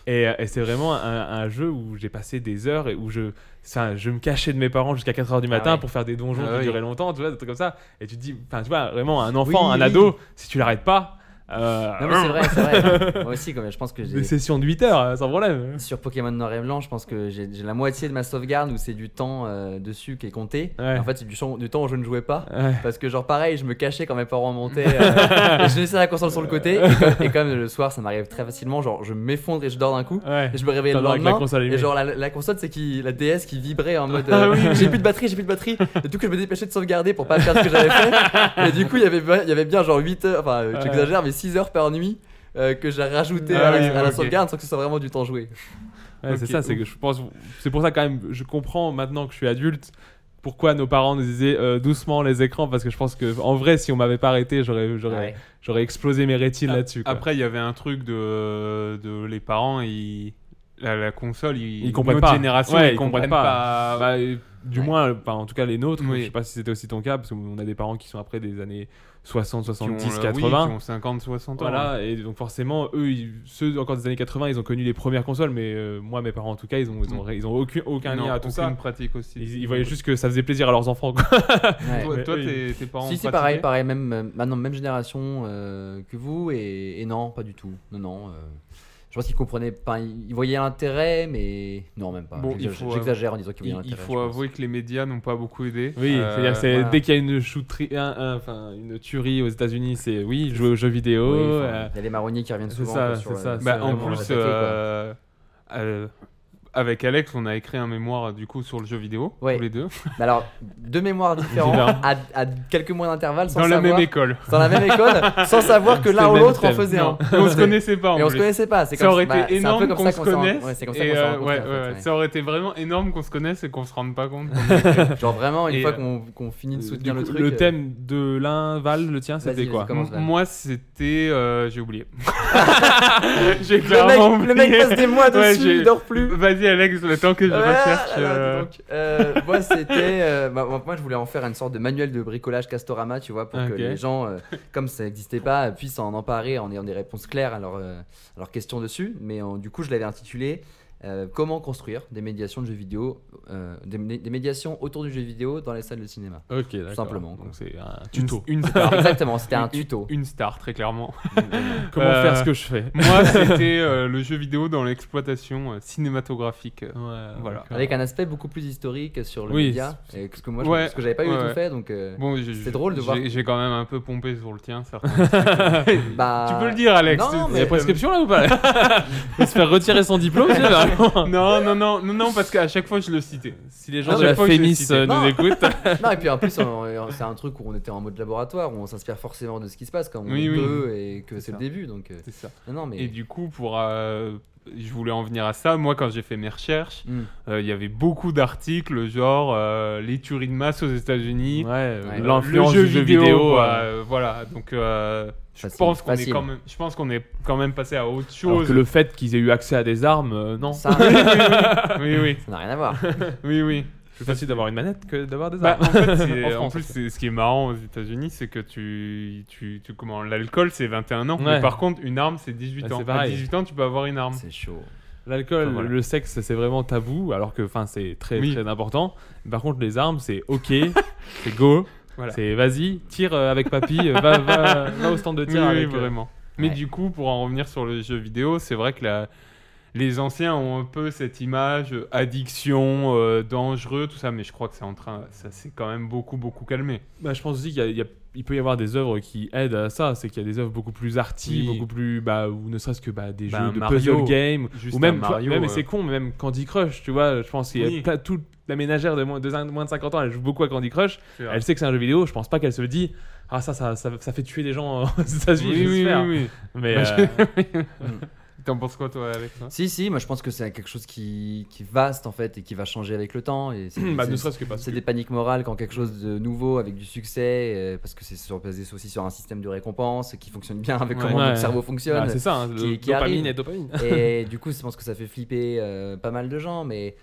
[SPEAKER 8] Et, euh, et c'est vraiment un, un jeu où j'ai passé des heures et où je, c'est un- je me cachais de mes parents jusqu'à 4h du matin
[SPEAKER 9] ouais.
[SPEAKER 8] pour faire des donjons
[SPEAKER 7] Ah
[SPEAKER 8] qui
[SPEAKER 7] oui.
[SPEAKER 8] duraient longtemps, tu vois, des trucs comme ça. Et tu te dis, enfin, tu vois, vraiment, un enfant,
[SPEAKER 9] Oui,
[SPEAKER 8] un
[SPEAKER 9] oui.
[SPEAKER 8] ado, si tu l'arrêtes pas, euh,
[SPEAKER 9] Non, mais c'est vrai, c'est vrai. moi aussi, comme je pense que
[SPEAKER 8] des
[SPEAKER 9] j'ai.
[SPEAKER 8] sessions de 8 heures, euh, sans problème.
[SPEAKER 9] Sur Pokémon Noir et Blanc, je pense que j'ai j'ai la moitié de ma sauvegarde où c'est du temps euh, dessus qui est compté.
[SPEAKER 8] Ouais.
[SPEAKER 9] En fait, c'est du, temps- du temps où je ne jouais pas.
[SPEAKER 8] Ouais.
[SPEAKER 9] Parce que, genre, pareil, je me cachais quand mes parents montaient. euh, je laissais la console sur le côté. Et comme, et comme le soir, ça m'arrive très facilement, genre, je m'effondre et je dors d'un coup.
[SPEAKER 8] Ouais.
[SPEAKER 9] Et je me réveillais
[SPEAKER 8] T'en
[SPEAKER 9] le
[SPEAKER 8] dors avec la
[SPEAKER 9] lendemain.
[SPEAKER 8] console allumée.
[SPEAKER 9] et genre la, la console, c'est qui la DS qui vibrait en
[SPEAKER 7] Ah
[SPEAKER 9] mode euh, j'ai plus de batterie, j'ai plus de batterie. Et du coup, je me dépêchais de sauvegarder pour pas perdre ce que j'avais fait. Et du coup, il y avait il y avait bien genre 8 heures, enfin euh,
[SPEAKER 8] Ouais.
[SPEAKER 9] j'exagère, mais 6 heures par nuit. euh, que j'ai rajouté
[SPEAKER 7] Ah
[SPEAKER 9] à, la-
[SPEAKER 7] oui,
[SPEAKER 9] à la
[SPEAKER 7] ok.
[SPEAKER 9] sauvegarde sans que ce soit vraiment du temps joué.
[SPEAKER 8] Ouais,
[SPEAKER 7] Ok,
[SPEAKER 8] c'est ça, c'est que je pense. C'est pour ça, quand même, je comprends maintenant que je suis adulte pourquoi nos parents nous disaient euh, doucement les écrans parce que je pense que en vrai, si on m'avait pas arrêté, j'aurais j'aurais j'aurais explosé mes rétines là-dessus. quoi.
[SPEAKER 7] Après, il y avait un truc de, de les parents, ils... la, la console, ils,
[SPEAKER 8] Ils comprennent
[SPEAKER 7] notre
[SPEAKER 8] pas.
[SPEAKER 7] génération,
[SPEAKER 8] Ouais,
[SPEAKER 7] ils, comprennent pas.
[SPEAKER 8] Bah, euh, du
[SPEAKER 9] Ouais.
[SPEAKER 8] moins, euh, enfin, en tout cas les nôtres.
[SPEAKER 7] Oui.
[SPEAKER 8] Je sais pas si c'était aussi ton cas, parce qu'on a des parents qui sont après des années 60,
[SPEAKER 7] Qui ont,
[SPEAKER 8] 70,
[SPEAKER 7] euh,
[SPEAKER 8] 80.
[SPEAKER 7] oui, qui ont 50, 60 ans.
[SPEAKER 8] Voilà, et donc forcément, eux, ils- ceux encore des années 80, ils ont connu les premières consoles, mais euh, moi, mes parents en tout cas, ils ont, ils ont, ils ont aucun, aucun
[SPEAKER 7] Mm. Non,
[SPEAKER 8] lien à tout
[SPEAKER 7] aucune
[SPEAKER 8] ça.
[SPEAKER 7] pratique aussi.
[SPEAKER 8] Ils, ils voyaient juste que ça faisait plaisir à leurs enfants. quoi.
[SPEAKER 9] Ouais.
[SPEAKER 7] Toi,
[SPEAKER 8] Mais
[SPEAKER 7] toi,
[SPEAKER 8] eux,
[SPEAKER 7] tes, tes parents.
[SPEAKER 9] Si,
[SPEAKER 7] ont
[SPEAKER 9] si, pareil, pareil, même, euh, maintenant, même génération euh, que vous, et, et non, pas du tout. Non, non. euh, je pense qu'ils comprenaient pas, ils ils voyaient l'intérêt, mais non, même pas.
[SPEAKER 7] Bon, il
[SPEAKER 9] J'exagère
[SPEAKER 7] faut
[SPEAKER 9] j'exagère en disant qu'ils
[SPEAKER 7] Il,
[SPEAKER 9] voyaient
[SPEAKER 7] il
[SPEAKER 9] l'intérêt. je
[SPEAKER 7] faut
[SPEAKER 9] pense.
[SPEAKER 7] avouer que les médias n'ont pas beaucoup aidé.
[SPEAKER 8] Oui,
[SPEAKER 7] Euh,
[SPEAKER 8] c'est-à-dire c'est
[SPEAKER 9] voilà.
[SPEAKER 8] dès qu'il y a une shooterie, un- un- enfin une tuerie aux États-Unis, c'est oui, jouer aux jeux vidéo.
[SPEAKER 9] Oui, enfin,
[SPEAKER 8] euh,
[SPEAKER 9] Il y a les marronniers qui reviennent
[SPEAKER 8] c'est
[SPEAKER 9] souvent.
[SPEAKER 8] ça,
[SPEAKER 9] quoi, sur
[SPEAKER 8] c'est
[SPEAKER 9] le-
[SPEAKER 8] ça, c'est
[SPEAKER 7] Bah, en
[SPEAKER 8] vraiment
[SPEAKER 7] plus,
[SPEAKER 9] répété, quoi.
[SPEAKER 7] euh, euh, avec Alex, on a écrit un mémoire du coup sur le jeu vidéo,
[SPEAKER 9] Ouais.
[SPEAKER 7] tous les deux,
[SPEAKER 9] Mais alors, deux mémoires différentes
[SPEAKER 8] Bizarre.
[SPEAKER 9] à, à quelques mois d'intervalle, sans
[SPEAKER 7] dans la
[SPEAKER 9] savoir,
[SPEAKER 7] même école.
[SPEAKER 9] dans la même école, sans savoir que l'un
[SPEAKER 8] le
[SPEAKER 9] ou
[SPEAKER 8] même
[SPEAKER 9] l'autre en
[SPEAKER 8] thème.
[SPEAKER 9] faisait un.
[SPEAKER 7] Non, et on se connaissait pas. En
[SPEAKER 9] Et on se
[SPEAKER 7] plus.
[SPEAKER 9] connaissait pas. C'est
[SPEAKER 7] Ça
[SPEAKER 9] comme-
[SPEAKER 7] aurait été
[SPEAKER 9] bah, c'est un peu
[SPEAKER 7] énorme
[SPEAKER 9] comme
[SPEAKER 7] qu'on
[SPEAKER 9] ça
[SPEAKER 7] se
[SPEAKER 9] s'est ren-
[SPEAKER 7] connaisse,
[SPEAKER 9] ouais, c'est comme ça
[SPEAKER 7] Et,
[SPEAKER 9] qu'on s'est
[SPEAKER 7] euh,
[SPEAKER 9] rencontrés,
[SPEAKER 7] ouais,
[SPEAKER 9] en fait,
[SPEAKER 7] ouais,
[SPEAKER 9] ouais.
[SPEAKER 7] ça aurait été vraiment énorme qu'on se connaisse et qu'on se rende pas compte.
[SPEAKER 9] Genre vraiment, une
[SPEAKER 7] Et,
[SPEAKER 9] fois
[SPEAKER 7] euh,
[SPEAKER 9] qu'on qu'on finit de
[SPEAKER 8] du
[SPEAKER 9] soutenir
[SPEAKER 8] coup,
[SPEAKER 9] le truc. euh,
[SPEAKER 8] thème de l'un, Val, le tien,
[SPEAKER 9] vas-y,
[SPEAKER 8] c'était
[SPEAKER 9] vas-y,
[SPEAKER 8] quoi
[SPEAKER 9] commence, Val.
[SPEAKER 7] Moi, c'était, euh, j'ai oublié. j'ai clairement
[SPEAKER 9] Le mec, le mec
[SPEAKER 7] oublié.
[SPEAKER 9] passe des mois
[SPEAKER 7] Ouais,
[SPEAKER 9] dessus,
[SPEAKER 7] j'ai-
[SPEAKER 9] il dors plus.
[SPEAKER 7] Vas-y, Alex, le temps que je
[SPEAKER 9] Ouais,
[SPEAKER 7] recherche.
[SPEAKER 9] là, là,
[SPEAKER 7] euh,
[SPEAKER 9] dis donc. Euh, moi, c'était. euh, bah, moi, moi, je voulais en faire une sorte de manuel de bricolage Castorama, tu vois, pour que
[SPEAKER 8] Ok.
[SPEAKER 9] les gens, euh, comme ça n'existait pas, euh, puissent en emparer en ayant des réponses claires à, leurs, euh, à leurs questions dessus. Mais euh, du coup, je l'avais intitulé euh, Comment construire des médiations de jeux vidéo, euh, des, mé- des médiations autour du jeu vidéo dans les salles de cinéma.
[SPEAKER 8] Ok, d'accord.
[SPEAKER 9] simplement, quoi.
[SPEAKER 8] Donc c'est un
[SPEAKER 7] une-
[SPEAKER 8] tuto.
[SPEAKER 7] Une star.
[SPEAKER 9] Exactement, c'était un
[SPEAKER 7] Une-
[SPEAKER 9] tuto.
[SPEAKER 7] Une star, très clairement.
[SPEAKER 8] Comment
[SPEAKER 7] Euh,
[SPEAKER 8] faire ce que je fais
[SPEAKER 7] Moi, c'était euh, le jeu vidéo dans l'exploitation euh, cinématographique. voilà.
[SPEAKER 8] d'accord.
[SPEAKER 9] Avec un aspect beaucoup plus historique sur le
[SPEAKER 8] Oui,
[SPEAKER 9] média, et que ce que moi, je-
[SPEAKER 7] Ouais,
[SPEAKER 9] parce que j'avais pas eu
[SPEAKER 7] ouais,
[SPEAKER 9] tout
[SPEAKER 7] ouais.
[SPEAKER 9] fait, donc. euh,
[SPEAKER 7] Bon, j'ai-
[SPEAKER 9] C'est drôle de voir.
[SPEAKER 7] J'ai j'ai quand même un peu pompé sur le tien, certains. trucs.
[SPEAKER 9] bah,
[SPEAKER 7] tu peux le dire, Alex.
[SPEAKER 9] non,
[SPEAKER 7] c'est-
[SPEAKER 8] Il y a
[SPEAKER 9] mais- euh,
[SPEAKER 7] c'est-
[SPEAKER 8] prescription là ou pas Il va se faire retirer son diplôme, c'est vraiment.
[SPEAKER 7] Non, non, non, non, non, parce qu'à chaque fois je le citais.
[SPEAKER 8] Si les
[SPEAKER 7] Ah,
[SPEAKER 8] gens de
[SPEAKER 7] mais
[SPEAKER 8] la
[SPEAKER 7] faut que je
[SPEAKER 8] Fémis
[SPEAKER 7] cite.
[SPEAKER 8] euh, nous
[SPEAKER 9] Non.
[SPEAKER 8] écoutent,
[SPEAKER 9] Non, et puis en plus, on- on- c'est un truc où on était en mode laboratoire, où on s'inspire forcément de ce qui se passe quand on
[SPEAKER 7] Oui,
[SPEAKER 9] est
[SPEAKER 7] oui.
[SPEAKER 9] deux et que
[SPEAKER 7] C'est
[SPEAKER 9] c'est le
[SPEAKER 7] ça.
[SPEAKER 9] début. Donc, euh,
[SPEAKER 7] C'est ça.
[SPEAKER 9] non, non, mais.
[SPEAKER 7] Et du coup, pour. euh, je voulais en venir à ça. Moi, quand j'ai fait mes recherches,
[SPEAKER 9] Mm.
[SPEAKER 7] euh, il y avait beaucoup d'articles, genre euh, les tueries de masse aux États-Unis, euh,
[SPEAKER 8] ouais,
[SPEAKER 9] Ouais.
[SPEAKER 8] l'influence
[SPEAKER 7] le
[SPEAKER 8] du jeu vidéo.
[SPEAKER 7] quoi.
[SPEAKER 8] ouais.
[SPEAKER 7] Euh, voilà, donc euh, je
[SPEAKER 9] Facile,
[SPEAKER 7] pense qu'on est
[SPEAKER 9] facile.
[SPEAKER 7] quand même, je pense qu'on est quand même passé à autre
[SPEAKER 8] Alors
[SPEAKER 7] chose.
[SPEAKER 8] que le fait qu'ils aient eu accès à des armes, euh, non.
[SPEAKER 9] Ça ça
[SPEAKER 7] Oui, oui,
[SPEAKER 9] n'a rien à voir.
[SPEAKER 7] oui, oui.
[SPEAKER 8] C'est plus facile d'avoir une manette que d'avoir des
[SPEAKER 7] Bah,
[SPEAKER 8] armes.
[SPEAKER 7] en fait, c'est-
[SPEAKER 8] En
[SPEAKER 7] en,
[SPEAKER 8] France,
[SPEAKER 7] plus,
[SPEAKER 8] en fait.
[SPEAKER 7] c'est- ce qui est marrant aux États-Unis, c'est que tu, tu, tu comment, l'alcool c'est 21 ans,
[SPEAKER 8] Ouais.
[SPEAKER 7] mais par contre, une arme c'est 18
[SPEAKER 8] Bah,
[SPEAKER 7] ans.
[SPEAKER 8] c'est pareil.
[SPEAKER 7] À 18 ans, tu peux avoir une arme.
[SPEAKER 9] C'est chaud.
[SPEAKER 8] L'alcool,
[SPEAKER 7] Enfin, voilà.
[SPEAKER 8] le sexe, c'est vraiment tabou, alors que enfin, c'est très,
[SPEAKER 7] Oui.
[SPEAKER 8] très important. Par contre, les armes, c'est ok, c'est go,
[SPEAKER 7] Voilà.
[SPEAKER 8] c'est vas-y, tire euh, avec papy, euh, va, va, va au stand de
[SPEAKER 7] Oui,
[SPEAKER 8] tir
[SPEAKER 7] oui,
[SPEAKER 8] avec. euh,
[SPEAKER 7] vraiment. Mais
[SPEAKER 9] Ouais.
[SPEAKER 7] du coup, pour en revenir sur le jeu vidéo, c'est vrai que la- les anciens ont un peu cette image euh, addiction, euh, dangereux, tout ça, mais je crois que c'est en train, ça s'est quand même beaucoup, beaucoup calmé.
[SPEAKER 8] Bah, je pense aussi qu'il y a- il y a- il peut y avoir des œuvres qui aident à ça. C'est qu'il y a des œuvres beaucoup plus arty,
[SPEAKER 7] Oui.
[SPEAKER 8] beaucoup plus. Bah, ou ne serait-ce que bah, des
[SPEAKER 7] Bah,
[SPEAKER 8] jeux de
[SPEAKER 7] Mario.
[SPEAKER 8] puzzle game.
[SPEAKER 7] Juste
[SPEAKER 8] ou
[SPEAKER 7] un
[SPEAKER 8] même, tu vois,
[SPEAKER 7] Mario,
[SPEAKER 8] même et
[SPEAKER 7] euh.
[SPEAKER 8] c'est con, mais même Candy Crush, tu vois. Je pense qu'il y a
[SPEAKER 7] Oui.
[SPEAKER 8] plein- toute la ménagère de moins de, moins de 50 ans, elle joue beaucoup à Candy Crush. Elle sait que c'est un jeu vidéo. Je pense pas qu'elle se dit. Ah, ça, ça, ça, ça fait tuer des gens aux États-Unis,
[SPEAKER 7] Oui, oui,
[SPEAKER 8] j'espère.
[SPEAKER 7] oui,
[SPEAKER 9] Bah,
[SPEAKER 8] Mais. euh,
[SPEAKER 7] oui. T'en penses quoi, toi, Alex hein
[SPEAKER 9] Si, si, moi je pense que c'est quelque chose qui, qui est vaste en fait et qui va changer avec le temps. Et c'est-
[SPEAKER 8] bah,
[SPEAKER 9] c'est-
[SPEAKER 8] ne serait-ce que parce
[SPEAKER 9] C'est
[SPEAKER 8] que
[SPEAKER 9] des paniques morales quand quelque chose de nouveau, avec du succès, euh, parce que c'est sur- basé aussi sur un système de récompense qui fonctionne bien avec
[SPEAKER 7] Ouais.
[SPEAKER 9] comment
[SPEAKER 8] Ouais.
[SPEAKER 9] notre cerveau fonctionne.
[SPEAKER 8] Bah, c'est ça, hein,
[SPEAKER 9] qui-
[SPEAKER 8] le-
[SPEAKER 9] qui
[SPEAKER 8] dopamine
[SPEAKER 9] arrive.
[SPEAKER 8] et dopamine.
[SPEAKER 9] Et du coup, je pense que ça fait flipper euh, pas mal de gens, mais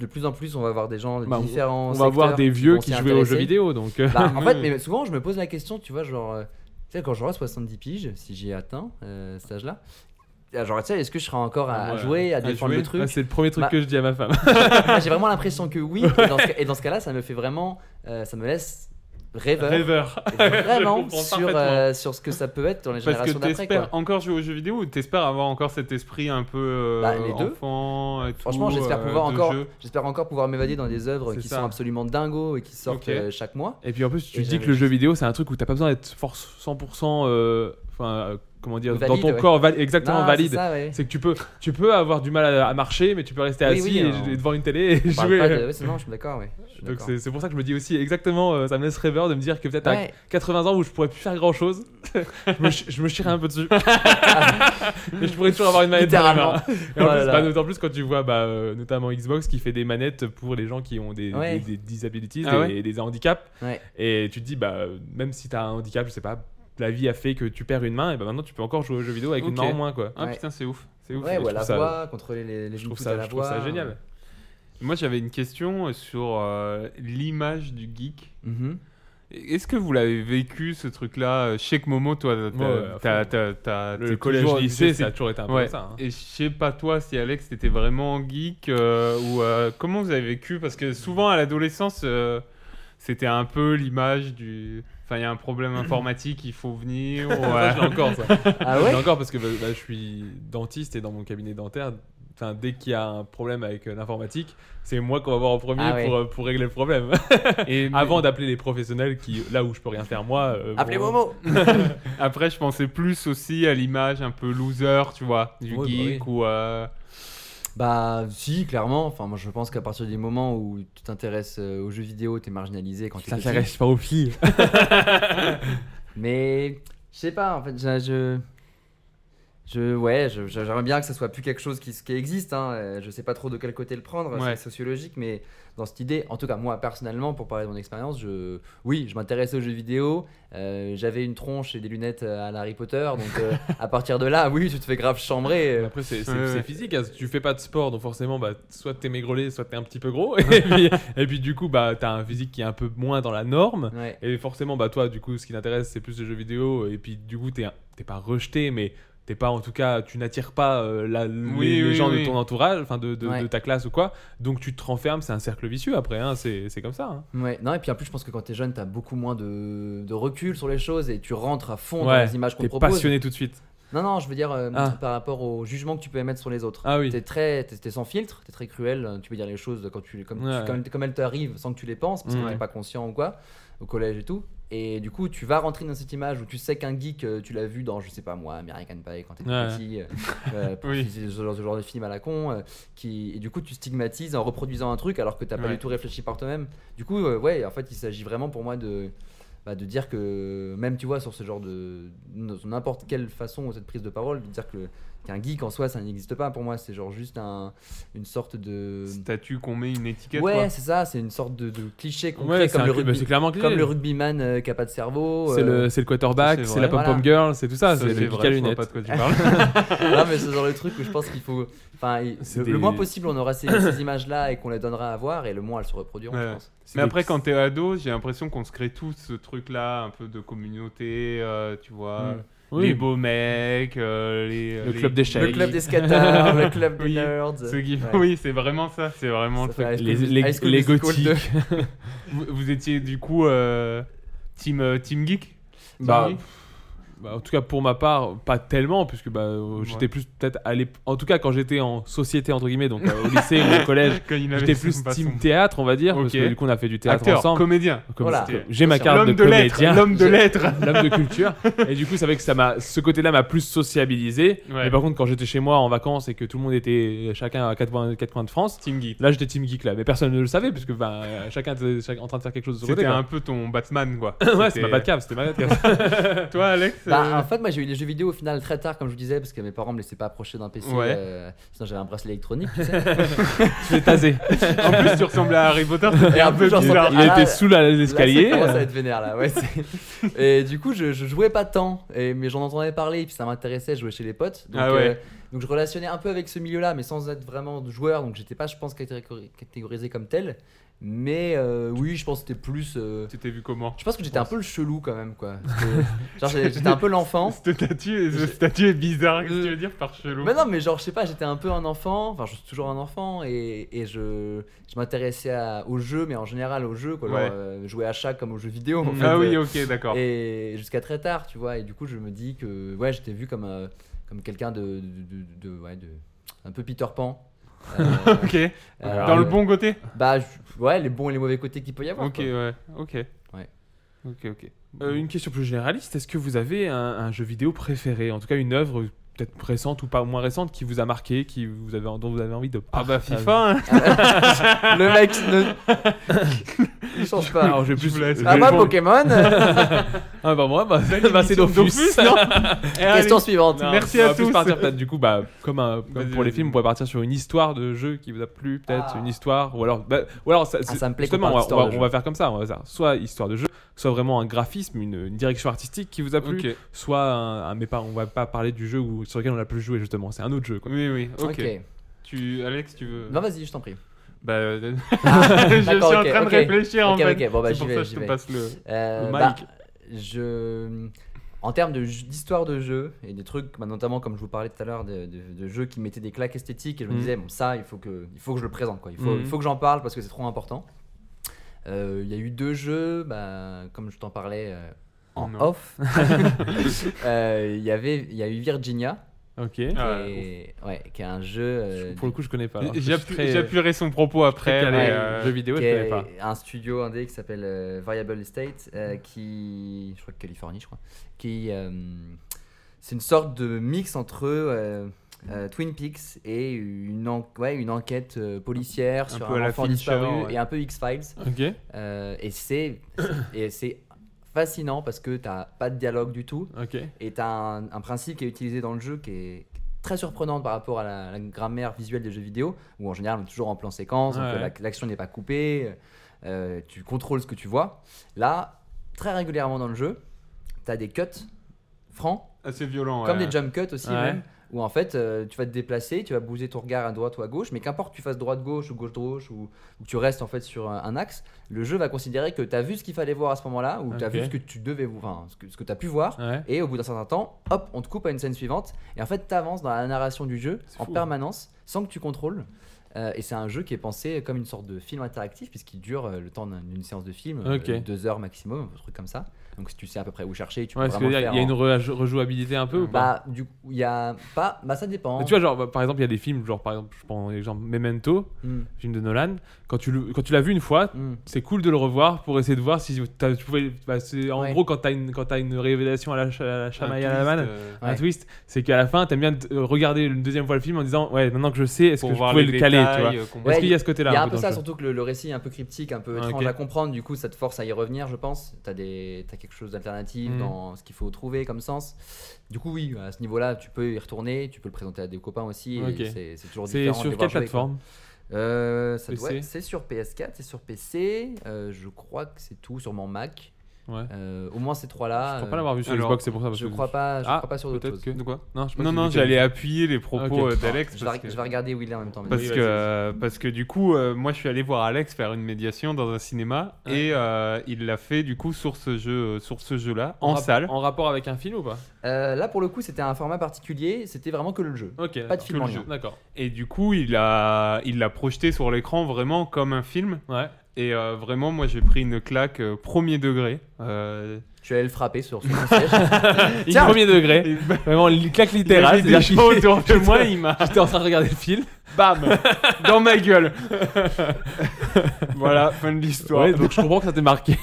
[SPEAKER 9] de plus en plus, on va voir des gens de
[SPEAKER 8] Bah, on-
[SPEAKER 9] différents.
[SPEAKER 8] On va voir
[SPEAKER 9] secteurs
[SPEAKER 8] des vieux
[SPEAKER 9] vont
[SPEAKER 8] qui
[SPEAKER 9] s'y
[SPEAKER 8] jouaient aux jeux
[SPEAKER 9] intéresser.
[SPEAKER 8] vidéo, donc. euh,
[SPEAKER 9] Bah, en
[SPEAKER 7] Oui,
[SPEAKER 9] fait,
[SPEAKER 7] oui.
[SPEAKER 9] mais souvent, je me pose la question, tu vois, genre, euh, tu sais, quand j'aurai 70 piges, si j'ai atteint euh, cet âge-là, euh, genre, tu sais, est-ce que je serai encore à, à
[SPEAKER 7] Ouais,
[SPEAKER 9] jouer, à
[SPEAKER 7] à
[SPEAKER 9] défendre
[SPEAKER 7] jouer.
[SPEAKER 9] le
[SPEAKER 8] ah,
[SPEAKER 9] truc
[SPEAKER 8] c'est le premier truc
[SPEAKER 9] Bah-
[SPEAKER 8] que je dis à ma femme.
[SPEAKER 9] Là, J'ai vraiment l'impression que oui, et dans ce cas- et dans ce cas-là, ça me fait vraiment, euh, ça me laisse rêveur.
[SPEAKER 8] Rêveur.
[SPEAKER 9] et Vraiment
[SPEAKER 8] comprends
[SPEAKER 9] sur, euh,
[SPEAKER 8] parfaitement.
[SPEAKER 9] sur ce que ça peut être dans les
[SPEAKER 7] Parce que
[SPEAKER 9] générations d'après. quoi.
[SPEAKER 7] t'espères encore jouer aux jeux vidéo ou t'espères avoir encore cet esprit un peu euh,
[SPEAKER 9] Bah, les deux.
[SPEAKER 7] enfant et tout,
[SPEAKER 9] Franchement, j'espère
[SPEAKER 7] euh,
[SPEAKER 9] pouvoir
[SPEAKER 7] de
[SPEAKER 9] encore,
[SPEAKER 7] jeu.
[SPEAKER 9] j'espère encore pouvoir m'évader dans des œuvres
[SPEAKER 7] C'est
[SPEAKER 9] qui
[SPEAKER 7] ça.
[SPEAKER 9] sont absolument dingos et qui sortent
[SPEAKER 7] Ok.
[SPEAKER 9] euh, chaque mois.
[SPEAKER 8] Et puis en plus, tu
[SPEAKER 9] Et
[SPEAKER 8] dis que
[SPEAKER 9] j'avais
[SPEAKER 8] le jeu
[SPEAKER 9] juste-
[SPEAKER 8] vidéo, c'est un truc où t'as pas besoin d'être force 100%. euh, Enfin, euh, comment dire,
[SPEAKER 9] Valide,
[SPEAKER 8] dans ton
[SPEAKER 9] ouais.
[SPEAKER 8] corps, val- exactement
[SPEAKER 9] Non, Ah, C'est
[SPEAKER 8] valide.
[SPEAKER 9] ça, ouais.
[SPEAKER 8] C'est que tu peux, tu peux avoir du mal à, à marcher, mais tu peux rester
[SPEAKER 9] Oui,
[SPEAKER 8] assis
[SPEAKER 9] oui,
[SPEAKER 8] et-
[SPEAKER 9] euh,
[SPEAKER 8] et devant une télé et
[SPEAKER 9] On parle
[SPEAKER 8] jouer.
[SPEAKER 9] pas de- ouais, c'est- non, je suis d'accord, ouais. Je suis
[SPEAKER 8] Donc
[SPEAKER 9] d'accord.
[SPEAKER 8] c'est c'est pour ça que je me dis aussi exactement, euh, ça me laisse rêveur de me dire que peut-être à
[SPEAKER 9] Ouais.
[SPEAKER 8] 80 ans où je pourrais plus faire grand chose, je, me, ch- je me chierais un peu dessus. et je pourrais toujours avoir une manette dans la main.
[SPEAKER 9] Littéralement.
[SPEAKER 8] Et en
[SPEAKER 9] Oh là
[SPEAKER 8] plus,
[SPEAKER 9] là.
[SPEAKER 8] bah, D'autant plus quand tu vois bah, euh, notamment Xbox qui fait des manettes pour les gens qui ont des,
[SPEAKER 9] Ouais.
[SPEAKER 8] des, des disabilities,
[SPEAKER 7] Ah
[SPEAKER 8] des,
[SPEAKER 7] ouais
[SPEAKER 8] des handicaps.
[SPEAKER 9] Ouais.
[SPEAKER 8] Et tu te dis, bah, même si t'as un handicap, je sais pas, la vie a fait que tu perds une main, et bah maintenant tu peux encore jouer aux jeux vidéo avec une
[SPEAKER 7] Ok.
[SPEAKER 8] main en moins. Quoi.
[SPEAKER 7] Ah
[SPEAKER 9] Ouais.
[SPEAKER 7] putain, c'est ouf. C'est
[SPEAKER 8] C'est ouf.
[SPEAKER 9] Ouais,
[SPEAKER 8] et
[SPEAKER 9] ou
[SPEAKER 8] je
[SPEAKER 9] à la
[SPEAKER 8] trouve ça-
[SPEAKER 9] voix, contrôler les, les
[SPEAKER 8] je trouve
[SPEAKER 9] inputs
[SPEAKER 8] ça,
[SPEAKER 9] à la
[SPEAKER 8] je trouve
[SPEAKER 9] voix.
[SPEAKER 8] ça génial.
[SPEAKER 7] Moi, j'avais une question sur euh, l'image du geek.
[SPEAKER 9] Mhm.
[SPEAKER 7] Est-ce que vous l'avez vécu ce truc-là Je sais que Momo, toi,
[SPEAKER 8] Ouais, ouais, à
[SPEAKER 7] t'as-
[SPEAKER 8] fond.
[SPEAKER 7] t'as- t'as-
[SPEAKER 8] Le
[SPEAKER 7] t'es
[SPEAKER 8] collège
[SPEAKER 7] toujours-
[SPEAKER 8] lycée,
[SPEAKER 7] je sais-
[SPEAKER 8] ça a toujours été un peu
[SPEAKER 7] Ouais.
[SPEAKER 8] comme ça. hein.
[SPEAKER 7] Et je sais pas toi si Alex t'étais vraiment geek euh, ou euh, comment vous avez vécu parce que souvent à l'adolescence euh, c'était un peu l'image du enfin il y a un problème informatique il faut venir ou,
[SPEAKER 8] Ça,
[SPEAKER 7] euh,
[SPEAKER 8] je l'ai encore ça.
[SPEAKER 9] Ah
[SPEAKER 8] Je l'ai
[SPEAKER 9] ouais
[SPEAKER 8] encore parce que bah, bah, je suis dentiste et dans mon cabinet dentaire, enfin, dès qu'il y a un problème avec euh, l'informatique, c'est moi qu'on va voir en premier
[SPEAKER 9] Ah ouais.
[SPEAKER 8] pour, euh, pour régler le problème.
[SPEAKER 7] et
[SPEAKER 8] Avant d'appeler les professionnels qui, là où je peux rien faire moi. euh,
[SPEAKER 9] Appelez
[SPEAKER 8] vont-
[SPEAKER 9] Momo
[SPEAKER 7] après je pensais plus aussi à l'image un peu loser tu vois du
[SPEAKER 8] Ouais, bah
[SPEAKER 7] geek ou euh,
[SPEAKER 9] Bah si, clairement. Enfin, moi je pense qu'à partir du moment où tu t'intéresses euh, aux jeux vidéo, t'es marginalisé quand tu
[SPEAKER 8] T'intéresses pas aux filles.
[SPEAKER 9] Mais je sais pas, en fait, je. je... je- ouais, je- je- j'aimerais bien que ça soit plus quelque chose qui, qui existe. Hein. Euh, Je sais pas trop de quel côté le prendre, euh,
[SPEAKER 7] Ouais.
[SPEAKER 9] c'est sociologique, mais dans cette idée, en tout cas moi personnellement, pour parler de mon expérience, je, oui, je m'intéressais aux jeux vidéo. euh, J'avais une tronche et des lunettes euh, à la Harry Potter, donc euh, à partir de là, oui, tu te fais grave chambrer. euh.
[SPEAKER 8] Après, c'est c'est-
[SPEAKER 7] Ouais,
[SPEAKER 8] c'est
[SPEAKER 7] ouais.
[SPEAKER 8] physique. hein. Tu fais pas de sport, donc forcément, bah, soit t'es maigrelé, soit t'es un petit peu gros. et, puis, et puis, du coup, bah, t'as un physique qui est un peu moins dans la norme.
[SPEAKER 9] Ouais.
[SPEAKER 8] Et forcément, bah, toi, du coup, ce qui t'intéresse, c'est plus les jeux vidéo. Et puis, du coup, t'es un- t'es pas rejeté, mais t'es pas, en tout cas, tu n'attires pas euh, la- les,
[SPEAKER 7] Oui,
[SPEAKER 8] les
[SPEAKER 7] oui,
[SPEAKER 8] gens
[SPEAKER 7] oui.
[SPEAKER 8] de ton entourage, enfin, de, de-
[SPEAKER 9] Ouais.
[SPEAKER 8] de ta classe ou quoi. Donc, tu te renfermes, c'est un cercle vicieux après. hein. C'est c'est comme ça. hein.
[SPEAKER 9] Ouais, non, et puis en plus, je pense que quand t'es jeune, t'as beaucoup moins de, de recul sur les choses et tu rentres à fond dans
[SPEAKER 8] Ouais,
[SPEAKER 9] les images qu'on
[SPEAKER 8] T'es
[SPEAKER 9] te propose.
[SPEAKER 8] passionné tout de suite.
[SPEAKER 9] Non, non, je veux dire euh,
[SPEAKER 8] Ah.
[SPEAKER 9] par rapport au jugement que tu peux émettre sur les autres.
[SPEAKER 8] Ah oui.
[SPEAKER 9] T'es très, t'es, t'es sans filtre, t'es très cruel. euh, Tu peux dire les choses quand tu, comme, tu-
[SPEAKER 8] Ouais.
[SPEAKER 9] comme, comme elles t'arrivent sans que tu les penses, parce que
[SPEAKER 8] Mm,
[SPEAKER 9] t'es
[SPEAKER 8] ouais.
[SPEAKER 9] pas conscient ou quoi, au collège et tout. Et du coup, tu vas rentrer dans cette image où tu sais qu'un geek, euh, tu l'as vu dans, je sais pas moi, American Pie quand t'étais
[SPEAKER 8] Ouais.
[SPEAKER 9] petit, euh, euh, pour-
[SPEAKER 7] Oui.
[SPEAKER 9] ce, genre, ce genre de film à la con, euh, qui, et du coup, tu stigmatises en reproduisant un truc alors que t'as pas
[SPEAKER 7] Ouais.
[SPEAKER 9] du tout réfléchi par toi-même. Du coup, euh, ouais, en fait, il s'agit vraiment pour moi de, bah, de dire que, même tu vois, sur ce genre de. dans n'importe quelle façon ou cette prise de parole, de dire que qu'un geek en soi, ça n'existe pas pour moi. C'est genre juste un, une sorte
[SPEAKER 8] Euh,
[SPEAKER 9] de.
[SPEAKER 7] statut qu'on met une étiquette
[SPEAKER 9] Ouais,
[SPEAKER 7] quoi.
[SPEAKER 9] c'est ça, c'est une sorte de, de cliché qu'on crée
[SPEAKER 8] Ouais, c'est
[SPEAKER 9] comme,
[SPEAKER 8] un
[SPEAKER 9] le
[SPEAKER 8] cl- bah, c'est
[SPEAKER 9] rugby,
[SPEAKER 8] clairement
[SPEAKER 9] comme
[SPEAKER 8] cliché.
[SPEAKER 9] le rugbyman euh, qui a pas de cerveau.
[SPEAKER 8] C'est
[SPEAKER 9] euh,
[SPEAKER 8] le, c'est le quarterback,
[SPEAKER 7] Ça, c'est
[SPEAKER 8] c'est la
[SPEAKER 9] vrai.
[SPEAKER 8] pom-pom girl, c'est tout ça, c'est
[SPEAKER 7] vrai,
[SPEAKER 8] le pic à
[SPEAKER 7] je vois
[SPEAKER 8] lunettes.
[SPEAKER 7] pas de quoi tu parles
[SPEAKER 9] non, mais c'est genre le truc où je pense qu'il faut. Enfin, il-
[SPEAKER 8] C'est
[SPEAKER 9] le,
[SPEAKER 8] des-
[SPEAKER 9] le moins possible, on aura ces, ces images-là et qu'on les donnera à voir, et le moins elles se reproduiront,
[SPEAKER 7] Ouais.
[SPEAKER 9] je pense.
[SPEAKER 7] Mais après, quand t'es ado, j'ai l'impression qu'on se crée tout ce truc-là, un peu de communauté, euh, tu vois.
[SPEAKER 9] Mm.
[SPEAKER 8] Oui.
[SPEAKER 7] Les beaux mecs, euh, les,
[SPEAKER 8] Le
[SPEAKER 7] les-
[SPEAKER 8] club des chats.
[SPEAKER 9] Le
[SPEAKER 8] Oui.
[SPEAKER 9] club des skaters, le club des
[SPEAKER 7] Oui.
[SPEAKER 9] nerds.
[SPEAKER 7] ceux qui-
[SPEAKER 9] Ouais.
[SPEAKER 7] Oui, c'est vraiment ça, c'est vraiment le
[SPEAKER 9] Ça fait High
[SPEAKER 7] truc.
[SPEAKER 9] School
[SPEAKER 8] les-
[SPEAKER 9] Mus-
[SPEAKER 8] les-
[SPEAKER 9] High School
[SPEAKER 8] les
[SPEAKER 9] Musical
[SPEAKER 8] gothiques.
[SPEAKER 9] 2.
[SPEAKER 7] Vous, vous étiez du coup euh, team, euh, team Geek
[SPEAKER 8] Bah,
[SPEAKER 7] Team geek
[SPEAKER 8] Bah, en tout cas, pour ma part, pas tellement, puisque bah, euh, j'étais
[SPEAKER 7] Ouais.
[SPEAKER 8] plus peut-être allé. En tout cas, quand j'étais en société, entre guillemets, donc euh, au lycée ou au collège,
[SPEAKER 7] Quand il avait
[SPEAKER 8] j'étais
[SPEAKER 7] son
[SPEAKER 8] plus
[SPEAKER 7] baston.
[SPEAKER 8] team théâtre, on va dire, parce
[SPEAKER 7] Ok.
[SPEAKER 8] que du coup, on a fait du théâtre
[SPEAKER 7] Acteur,
[SPEAKER 8] ensemble.
[SPEAKER 7] comédien.
[SPEAKER 8] Comme-
[SPEAKER 9] Voilà.
[SPEAKER 8] comme- J'ai ma carte de,
[SPEAKER 7] L'homme de, lettres.
[SPEAKER 8] comédien,
[SPEAKER 7] L'homme de lettres.
[SPEAKER 8] l'homme de culture. Et du coup, c'est vrai que ça m'a, ce côté-là m'a plus sociabilisé.
[SPEAKER 7] Ouais.
[SPEAKER 8] Mais par contre, quand j'étais chez moi en vacances et que tout le monde était chacun à quatre coins, quatre coins de France,
[SPEAKER 7] Team Geek.
[SPEAKER 8] là, j'étais team geek là. Mais personne ne le savait, puisque bah, euh, chacun était chac- en train de faire quelque chose de son
[SPEAKER 7] C'était
[SPEAKER 8] côté, quoi.
[SPEAKER 7] un peu ton Batman, quoi.
[SPEAKER 8] ouais, c'est ma bad cave, c'était ma bad cave.
[SPEAKER 7] Toi, Alex
[SPEAKER 9] Bah,
[SPEAKER 7] euh,
[SPEAKER 9] en fait, moi j'ai eu les jeux vidéo au final très tard, comme je vous disais, parce que mes parents me laissaient pas approcher d'un PC.
[SPEAKER 7] Ouais.
[SPEAKER 9] euh, sinon j'avais un bracelet électronique. tu sais.
[SPEAKER 8] Je l'ai tasé.
[SPEAKER 7] En plus, tu ressembles à Harry Potter.
[SPEAKER 9] Et un peu, j'en
[SPEAKER 7] bizarre.
[SPEAKER 9] sortais-
[SPEAKER 8] Il
[SPEAKER 9] Ah, là,
[SPEAKER 8] était sous la- les
[SPEAKER 9] Là,
[SPEAKER 8] escaliers.
[SPEAKER 9] ça commence à être vénère là. Ouais, c'est- et du coup, je, je jouais pas tant, et, mais j'en entendais parler, et puis ça m'intéressait, je jouais chez les potes. Donc,
[SPEAKER 7] Ah ouais.
[SPEAKER 9] euh, donc je relationnais un peu avec ce milieu-là, mais sans être vraiment joueur, donc j'étais pas, je pense, catégori- catégorisé comme tel. Mais euh, oui, je pense que c'était plus. euh,
[SPEAKER 7] Tu t'es vu comment
[SPEAKER 9] Je pense que j'étais un peu le chelou quand même, quoi. Parce que, genre, j'étais j'étais un peu l'enfant.
[SPEAKER 7] Cette statue, ce statut est bizarre. Qu'est-ce que tu
[SPEAKER 9] Euh,
[SPEAKER 7] veux dire par chelou
[SPEAKER 9] Mais non, mais genre, je sais pas, j'étais un peu un enfant, enfin, je suis toujours un enfant, et, et je, je m'intéressais à- aux jeux, mais en général aux jeux, quoi. Genre,
[SPEAKER 7] Ouais.
[SPEAKER 9] euh, jouer à chat comme aux jeux vidéo, en fait.
[SPEAKER 7] Ah oui,
[SPEAKER 9] euh,
[SPEAKER 7] ok, d'accord.
[SPEAKER 9] Et jusqu'à très tard, tu vois, et du coup, je me dis que, ouais, j'étais vu comme, euh, comme quelqu'un de, de, de- de- ouais, de. un peu Peter Pan. Euh,
[SPEAKER 7] Ok.
[SPEAKER 9] euh,
[SPEAKER 7] Dans le bon côté
[SPEAKER 9] Bah, je- ouais, les bons et les mauvais côtés qu'il peut y avoir.
[SPEAKER 7] Ok,
[SPEAKER 9] quoi.
[SPEAKER 7] ouais. Ok.
[SPEAKER 9] Ouais.
[SPEAKER 7] Ok, ok.
[SPEAKER 8] Euh, une question plus généraliste, est-ce que vous avez un, un jeu vidéo préféré En tout cas, une œuvre peut-être récente ou pas moins récente qui vous a marqué, qui vous avez, dont vous avez envie de
[SPEAKER 7] Ah
[SPEAKER 8] parler
[SPEAKER 7] bah FIFA, hein.
[SPEAKER 9] Le mec, ne... il change pas.
[SPEAKER 8] Alors, j'ai plus.
[SPEAKER 7] vous laisse.
[SPEAKER 8] je
[SPEAKER 9] Ah,
[SPEAKER 8] vais
[SPEAKER 9] moi,
[SPEAKER 8] répondre-
[SPEAKER 9] Pokémon euh,
[SPEAKER 8] Ah bah moi, bah, bah, c'est
[SPEAKER 7] l'émission
[SPEAKER 8] Dofus.
[SPEAKER 7] Dofus, Eh, allez.
[SPEAKER 9] Question suivante.
[SPEAKER 8] Non,
[SPEAKER 7] Merci
[SPEAKER 8] on
[SPEAKER 7] à
[SPEAKER 8] va plus
[SPEAKER 7] tous.
[SPEAKER 8] partir peut-être du coup, bah, comme, un- comme
[SPEAKER 7] Vas-y,
[SPEAKER 8] pour les
[SPEAKER 7] vas-y.
[SPEAKER 8] films, on pourrait partir sur une histoire de jeu qui vous a plu, peut-être
[SPEAKER 9] Ah.
[SPEAKER 8] une histoire, ou alors, bah, ou alors
[SPEAKER 9] Ah, ça me plaît qu'on
[SPEAKER 8] justement, on
[SPEAKER 9] parle
[SPEAKER 8] va, on,
[SPEAKER 9] d'histoire
[SPEAKER 8] va,
[SPEAKER 9] de
[SPEAKER 8] on va faire comme ça, on va faire soit histoire de jeu, soit vraiment un graphisme, une, une direction artistique qui vous a plu,
[SPEAKER 7] Ok.
[SPEAKER 8] soit un, un- mais pas, on va pas parler du jeu où, sur lequel on a plus joué justement, c'est un autre jeu. Quoi.
[SPEAKER 7] Oui, oui, ok.
[SPEAKER 9] Ok.
[SPEAKER 7] Tu, Alex, tu veux.
[SPEAKER 9] Non, vas-y, je t'en prie.
[SPEAKER 7] Bah, euh,
[SPEAKER 9] Ah,
[SPEAKER 7] je suis
[SPEAKER 9] d'accord,
[SPEAKER 7] en
[SPEAKER 9] ok,
[SPEAKER 7] train
[SPEAKER 9] ok.
[SPEAKER 7] de réfléchir en
[SPEAKER 9] Ok,
[SPEAKER 7] fait.
[SPEAKER 9] ok, bon, bah,
[SPEAKER 7] c'est
[SPEAKER 9] j'y
[SPEAKER 7] pour
[SPEAKER 9] vais,
[SPEAKER 7] ça que
[SPEAKER 9] j'y
[SPEAKER 7] je te
[SPEAKER 9] vais.
[SPEAKER 7] passe le.
[SPEAKER 9] Euh,
[SPEAKER 7] Le
[SPEAKER 9] bah,
[SPEAKER 7] mic.
[SPEAKER 9] je... En termes de ju- d'histoire de jeu et des trucs, bah, notamment comme je vous parlais tout à l'heure, de, de- de jeux qui mettaient des claques esthétiques, et je me
[SPEAKER 8] Mhm.
[SPEAKER 9] disais, bon, ça, il faut que, il faut que je le présente, quoi. Il faut,
[SPEAKER 8] Mhm.
[SPEAKER 9] il faut que j'en parle parce que c'est trop important. Euh, Il y a eu deux jeux, bah, comme je t'en parlais euh, en
[SPEAKER 7] Non.
[SPEAKER 9] off. Euh, Il y avait, il y a eu Virginia,
[SPEAKER 8] Ok.
[SPEAKER 9] qui,
[SPEAKER 7] Ah,
[SPEAKER 9] est, ouais, qui est un jeu euh,
[SPEAKER 8] Pour le coup, je connais pas. alors je suis
[SPEAKER 7] J'appu-
[SPEAKER 8] très-
[SPEAKER 7] J'appuierai son propos après.
[SPEAKER 8] calé,
[SPEAKER 7] mais,
[SPEAKER 9] ouais,
[SPEAKER 7] euh,
[SPEAKER 8] jeux vidéo,
[SPEAKER 9] qui
[SPEAKER 8] je connais pas.
[SPEAKER 9] est un studio indé qui s'appelle euh, Variable Estate, euh, qui, je crois que Californie, je crois, qui, euh, c'est une sorte de mix entre euh, euh, Twin Peaks et une, en- ouais, une enquête euh, policière
[SPEAKER 7] Un
[SPEAKER 9] sur
[SPEAKER 7] peu à
[SPEAKER 9] un
[SPEAKER 7] la
[SPEAKER 9] enfant
[SPEAKER 7] Fincher,
[SPEAKER 9] disparu
[SPEAKER 7] ouais.
[SPEAKER 9] et un peu X Files.
[SPEAKER 8] Ok.
[SPEAKER 9] et c'est, et c'est fascinant parce que t'as pas de dialogue du tout
[SPEAKER 8] Ok.
[SPEAKER 9] et t'as un, un principe qui est utilisé dans le jeu qui est très surprenant par rapport à la, la grammaire visuelle des jeux vidéo, où en général on est toujours en plan séquence, donc,
[SPEAKER 8] Ouais.
[SPEAKER 9] euh, la- l'action n'est pas coupée, euh, tu contrôles ce que tu vois. Là, très régulièrement dans le jeu, t'as des cuts francs,
[SPEAKER 7] Assez violent.
[SPEAKER 9] comme
[SPEAKER 7] ouais.
[SPEAKER 9] des jump cuts aussi
[SPEAKER 8] Ouais.
[SPEAKER 9] même, où en fait euh, tu vas te déplacer, tu vas bouger ton regard à droite ou à gauche, mais qu'importe que tu fasses droite-gauche ou gauche-gauche ou, ou que tu restes en fait sur un, un axe, le jeu va considérer que tu as vu ce qu'il fallait voir à ce moment-là, ou tu as
[SPEAKER 8] Ok.
[SPEAKER 9] vu ce que tu devais, enfin ce que, ce que tu as pu voir,
[SPEAKER 8] Ouais.
[SPEAKER 9] et au bout d'un certain temps, hop, on te coupe à une scène suivante. Et en fait, t'avances dans la narration du jeu
[SPEAKER 8] C'est
[SPEAKER 9] en
[SPEAKER 8] fou.
[SPEAKER 9] permanence, sans que tu contrôles. Euh, et c'est un jeu qui est pensé comme une sorte de film interactif, puisqu'il dure euh, le temps d'un- d'une séance de film, euh,
[SPEAKER 8] Ok.
[SPEAKER 9] deux heures maximum, un truc comme ça. Donc si tu sais à peu près où chercher, tu
[SPEAKER 8] Ouais,
[SPEAKER 9] peux
[SPEAKER 8] parce que
[SPEAKER 9] vraiment
[SPEAKER 8] il y
[SPEAKER 9] le faire
[SPEAKER 8] a il y a
[SPEAKER 9] en-
[SPEAKER 8] une re- rejouabilité un peu ou pas
[SPEAKER 9] Bah, du coup, il y a pas. Bah, ça dépend.
[SPEAKER 8] Mais Tu vois, genre, bah, par exemple, il y a des films, genre, par exemple, je prends l'exemple Memento,
[SPEAKER 9] Mm,
[SPEAKER 8] film de Nolan. Quand tu le- quand tu l'as vu une fois,
[SPEAKER 9] mm.
[SPEAKER 8] c'est cool de le revoir pour essayer de voir si t'as- tu pouvais. bah, c'est- en
[SPEAKER 9] Ouais.
[SPEAKER 8] gros, quand t'as une, quand t'as une révélation à la, ch- à la Shyamalan,
[SPEAKER 7] Un twist, euh,
[SPEAKER 8] un
[SPEAKER 9] Ouais.
[SPEAKER 8] twist, c'est qu'à la fin, t'aimes bien euh, regarder une deuxième fois le film en disant, ouais, maintenant que je
[SPEAKER 9] euh,
[SPEAKER 8] sais, est-ce
[SPEAKER 7] pour
[SPEAKER 8] que je
[SPEAKER 7] voir
[SPEAKER 8] pouvais
[SPEAKER 7] les
[SPEAKER 8] le caler, tu vois
[SPEAKER 7] détails, euh, qu'on-
[SPEAKER 9] Ouais,
[SPEAKER 8] Est-ce qu'il y a ce côté-là
[SPEAKER 9] Il y a
[SPEAKER 8] un
[SPEAKER 9] un peu
[SPEAKER 8] dans
[SPEAKER 9] ça,
[SPEAKER 8] le jeu
[SPEAKER 9] surtout que le, le récit est un peu cryptique, un peu
[SPEAKER 8] Ah,
[SPEAKER 9] étrange
[SPEAKER 8] ok.
[SPEAKER 9] à comprendre, du coup ça te force à y revenir, je pense. T'as des... as quelque chose d'alternatif
[SPEAKER 8] Mhm.
[SPEAKER 9] dans ce qu'il faut trouver comme sens. Du coup, oui, à ce niveau-là, tu peux y retourner, tu peux le présenter à des copains aussi, et
[SPEAKER 8] Ok.
[SPEAKER 9] c'est- c'est toujours
[SPEAKER 8] C'est
[SPEAKER 9] différent. de les voir
[SPEAKER 8] sur quelle
[SPEAKER 9] jouer, quoi.
[SPEAKER 8] plateforme
[SPEAKER 9] Euh, ça doit
[SPEAKER 8] PC?
[SPEAKER 9] être- C'est sur PS4, c'est sur PC, euh, je crois que c'est tout sur mon Mac.
[SPEAKER 8] Ouais.
[SPEAKER 9] Euh, au moins ces
[SPEAKER 8] Je
[SPEAKER 9] trois-là.
[SPEAKER 8] crois
[SPEAKER 9] euh,
[SPEAKER 8] pas l'avoir vu sur
[SPEAKER 7] alors,
[SPEAKER 8] Xbox, c'est pour ça. parce
[SPEAKER 9] je
[SPEAKER 8] que-
[SPEAKER 9] crois pas, je
[SPEAKER 8] Ah,
[SPEAKER 9] crois pas sur d'autres
[SPEAKER 8] peut-être
[SPEAKER 9] choses.
[SPEAKER 7] que-
[SPEAKER 8] De quoi Non, je pense
[SPEAKER 7] Non,
[SPEAKER 8] que
[SPEAKER 7] non,
[SPEAKER 8] c'était-
[SPEAKER 7] j'allais appuyer les propos
[SPEAKER 8] Ok.
[SPEAKER 7] euh, d'Alex.
[SPEAKER 9] Je, vais,
[SPEAKER 7] parce
[SPEAKER 9] reg-
[SPEAKER 7] que-
[SPEAKER 9] je vais regarder Will en même temps. mais-
[SPEAKER 7] Parce
[SPEAKER 8] Oui,
[SPEAKER 7] que,
[SPEAKER 8] vas-y,
[SPEAKER 7] euh, parce que du coup, euh, moi je suis allé voir Alex faire une médiation dans un cinéma et euh, il l'a fait du coup sur ce jeu, sur ce jeu-là, en
[SPEAKER 8] rap-
[SPEAKER 7] salle.
[SPEAKER 8] En rapport avec un film ou pas
[SPEAKER 9] Euh, là, pour le coup, c'était un format particulier, c'était vraiment que le jeu.
[SPEAKER 8] Ok.
[SPEAKER 9] Pas de
[SPEAKER 8] d'accord.
[SPEAKER 9] film
[SPEAKER 7] que
[SPEAKER 9] en
[SPEAKER 7] le
[SPEAKER 9] lien.
[SPEAKER 7] jeu.
[SPEAKER 8] D'accord.
[SPEAKER 7] Et du coup, il l'a il l'a projeté sur l'écran vraiment comme un film.
[SPEAKER 8] Ouais.
[SPEAKER 7] Et euh, vraiment, moi j'ai pris une claque euh, premier degré. Euh,
[SPEAKER 9] Tu allais le frapper sur son siège.
[SPEAKER 8] Il
[SPEAKER 9] Tiens.
[SPEAKER 8] premier degré. Vraiment, li- claque littérale.
[SPEAKER 7] il y a des
[SPEAKER 8] c'est-à-dire
[SPEAKER 7] gens autour de moi, il m'a.
[SPEAKER 8] que J'étais en train de regarder le film.
[SPEAKER 7] Bam Dans ma gueule Voilà, fin de l'histoire.
[SPEAKER 8] Ouais, donc je comprends que ça t'ait marqué.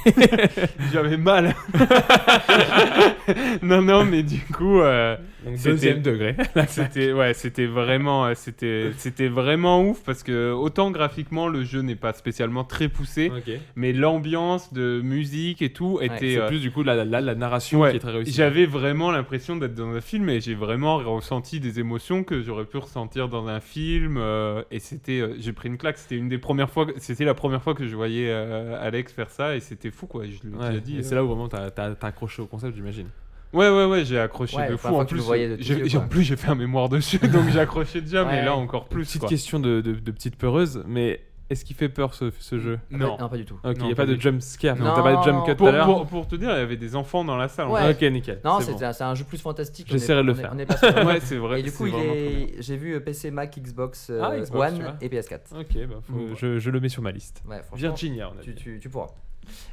[SPEAKER 7] J'avais mal. non, non, mais du coup, euh, c'était-
[SPEAKER 8] Deuxième degré.
[SPEAKER 7] c'était ouais, c'était vraiment, euh, c'était, c'était vraiment ouf parce que autant graphiquement le jeu n'est pas spécialement très poussé,
[SPEAKER 8] Ok.
[SPEAKER 7] mais l'ambiance de musique et tout était.
[SPEAKER 8] C'est
[SPEAKER 7] euh,
[SPEAKER 8] plus du coup la, la, la- la narration
[SPEAKER 7] ouais,
[SPEAKER 8] qui est très réussie.
[SPEAKER 7] J'avais vraiment l'impression d'être dans un film et j'ai vraiment ressenti des émotions que j'aurais pu ressentir dans un film. euh, et c'était, euh, j'ai pris une claque. C'était une des premières fois, que- c'était la première fois que je voyais euh, Alex faire ça et c'était fou quoi. Je l'ai
[SPEAKER 8] Ouais,
[SPEAKER 7] déjà
[SPEAKER 8] et
[SPEAKER 7] dit.
[SPEAKER 8] c'est
[SPEAKER 7] euh.
[SPEAKER 8] là où vraiment t'as t'as- t'as accroché au concept, j'imagine.
[SPEAKER 7] Ouais, ouais, ouais, j'ai accroché
[SPEAKER 9] Ouais,
[SPEAKER 7] de
[SPEAKER 9] la
[SPEAKER 7] fou.
[SPEAKER 9] première fois
[SPEAKER 7] En
[SPEAKER 9] que tu le
[SPEAKER 7] plus,
[SPEAKER 9] voyais de tes yeux,
[SPEAKER 7] j'ai, j'ai- en
[SPEAKER 9] quoi.
[SPEAKER 7] plus, j'ai fait un mémoire dessus, donc j'accrochais déjà, mais
[SPEAKER 9] Ouais.
[SPEAKER 7] là encore plus.
[SPEAKER 8] Petite
[SPEAKER 7] Quoi.
[SPEAKER 8] question de, de, de petite peureuse, mais est-ce qu'il fait peur ce, ce jeu
[SPEAKER 7] Non.
[SPEAKER 9] non, pas du tout.
[SPEAKER 8] Ok, il
[SPEAKER 7] Non,
[SPEAKER 8] n'y a
[SPEAKER 7] pas
[SPEAKER 8] pas de
[SPEAKER 7] du-
[SPEAKER 8] jump scare.
[SPEAKER 9] Non.
[SPEAKER 8] donc T'as pas de jump cut tout à
[SPEAKER 7] Pour,
[SPEAKER 8] l'heure
[SPEAKER 7] pour- pour te dire, il y avait des enfants dans la salle. en
[SPEAKER 9] Ouais.
[SPEAKER 7] fait.
[SPEAKER 8] Ok, nickel.
[SPEAKER 9] Non,
[SPEAKER 8] c'est
[SPEAKER 9] c'est
[SPEAKER 8] bon.
[SPEAKER 9] un, c'est un jeu plus fantastique. on
[SPEAKER 8] J'essaierai
[SPEAKER 9] est-
[SPEAKER 8] de le
[SPEAKER 9] on est-
[SPEAKER 8] faire.
[SPEAKER 9] on est pas sur-
[SPEAKER 7] Ouais, c'est vrai.
[SPEAKER 9] Et du
[SPEAKER 7] c'est
[SPEAKER 9] coup, il
[SPEAKER 7] vraiment très bien.
[SPEAKER 9] est... j'ai vu euh, PC, Mac, Xbox, euh,
[SPEAKER 8] Ah, Xbox, tu vois.
[SPEAKER 9] One et PS4.
[SPEAKER 8] Ok, bah, faut-
[SPEAKER 7] Bon, bah.
[SPEAKER 8] je, je le mets sur ma liste.
[SPEAKER 9] Ouais, franchement,
[SPEAKER 8] Virginia, on a
[SPEAKER 9] tu,
[SPEAKER 8] dit.
[SPEAKER 9] tu- tu pourras.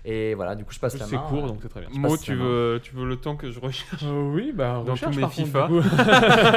[SPEAKER 9] Et voilà, du coup, je passe
[SPEAKER 8] En plus,
[SPEAKER 9] la
[SPEAKER 8] C'est
[SPEAKER 9] main.
[SPEAKER 8] court,
[SPEAKER 9] euh,
[SPEAKER 8] donc c'est très bien.
[SPEAKER 9] Je sais pas
[SPEAKER 7] Mo,
[SPEAKER 9] si
[SPEAKER 7] tu
[SPEAKER 9] ça
[SPEAKER 7] veux, tu veux le temps que je recherche
[SPEAKER 8] oui, bah,
[SPEAKER 7] dans tous
[SPEAKER 8] recherche,
[SPEAKER 7] mes
[SPEAKER 8] par contre,
[SPEAKER 7] FIFA
[SPEAKER 8] du coup.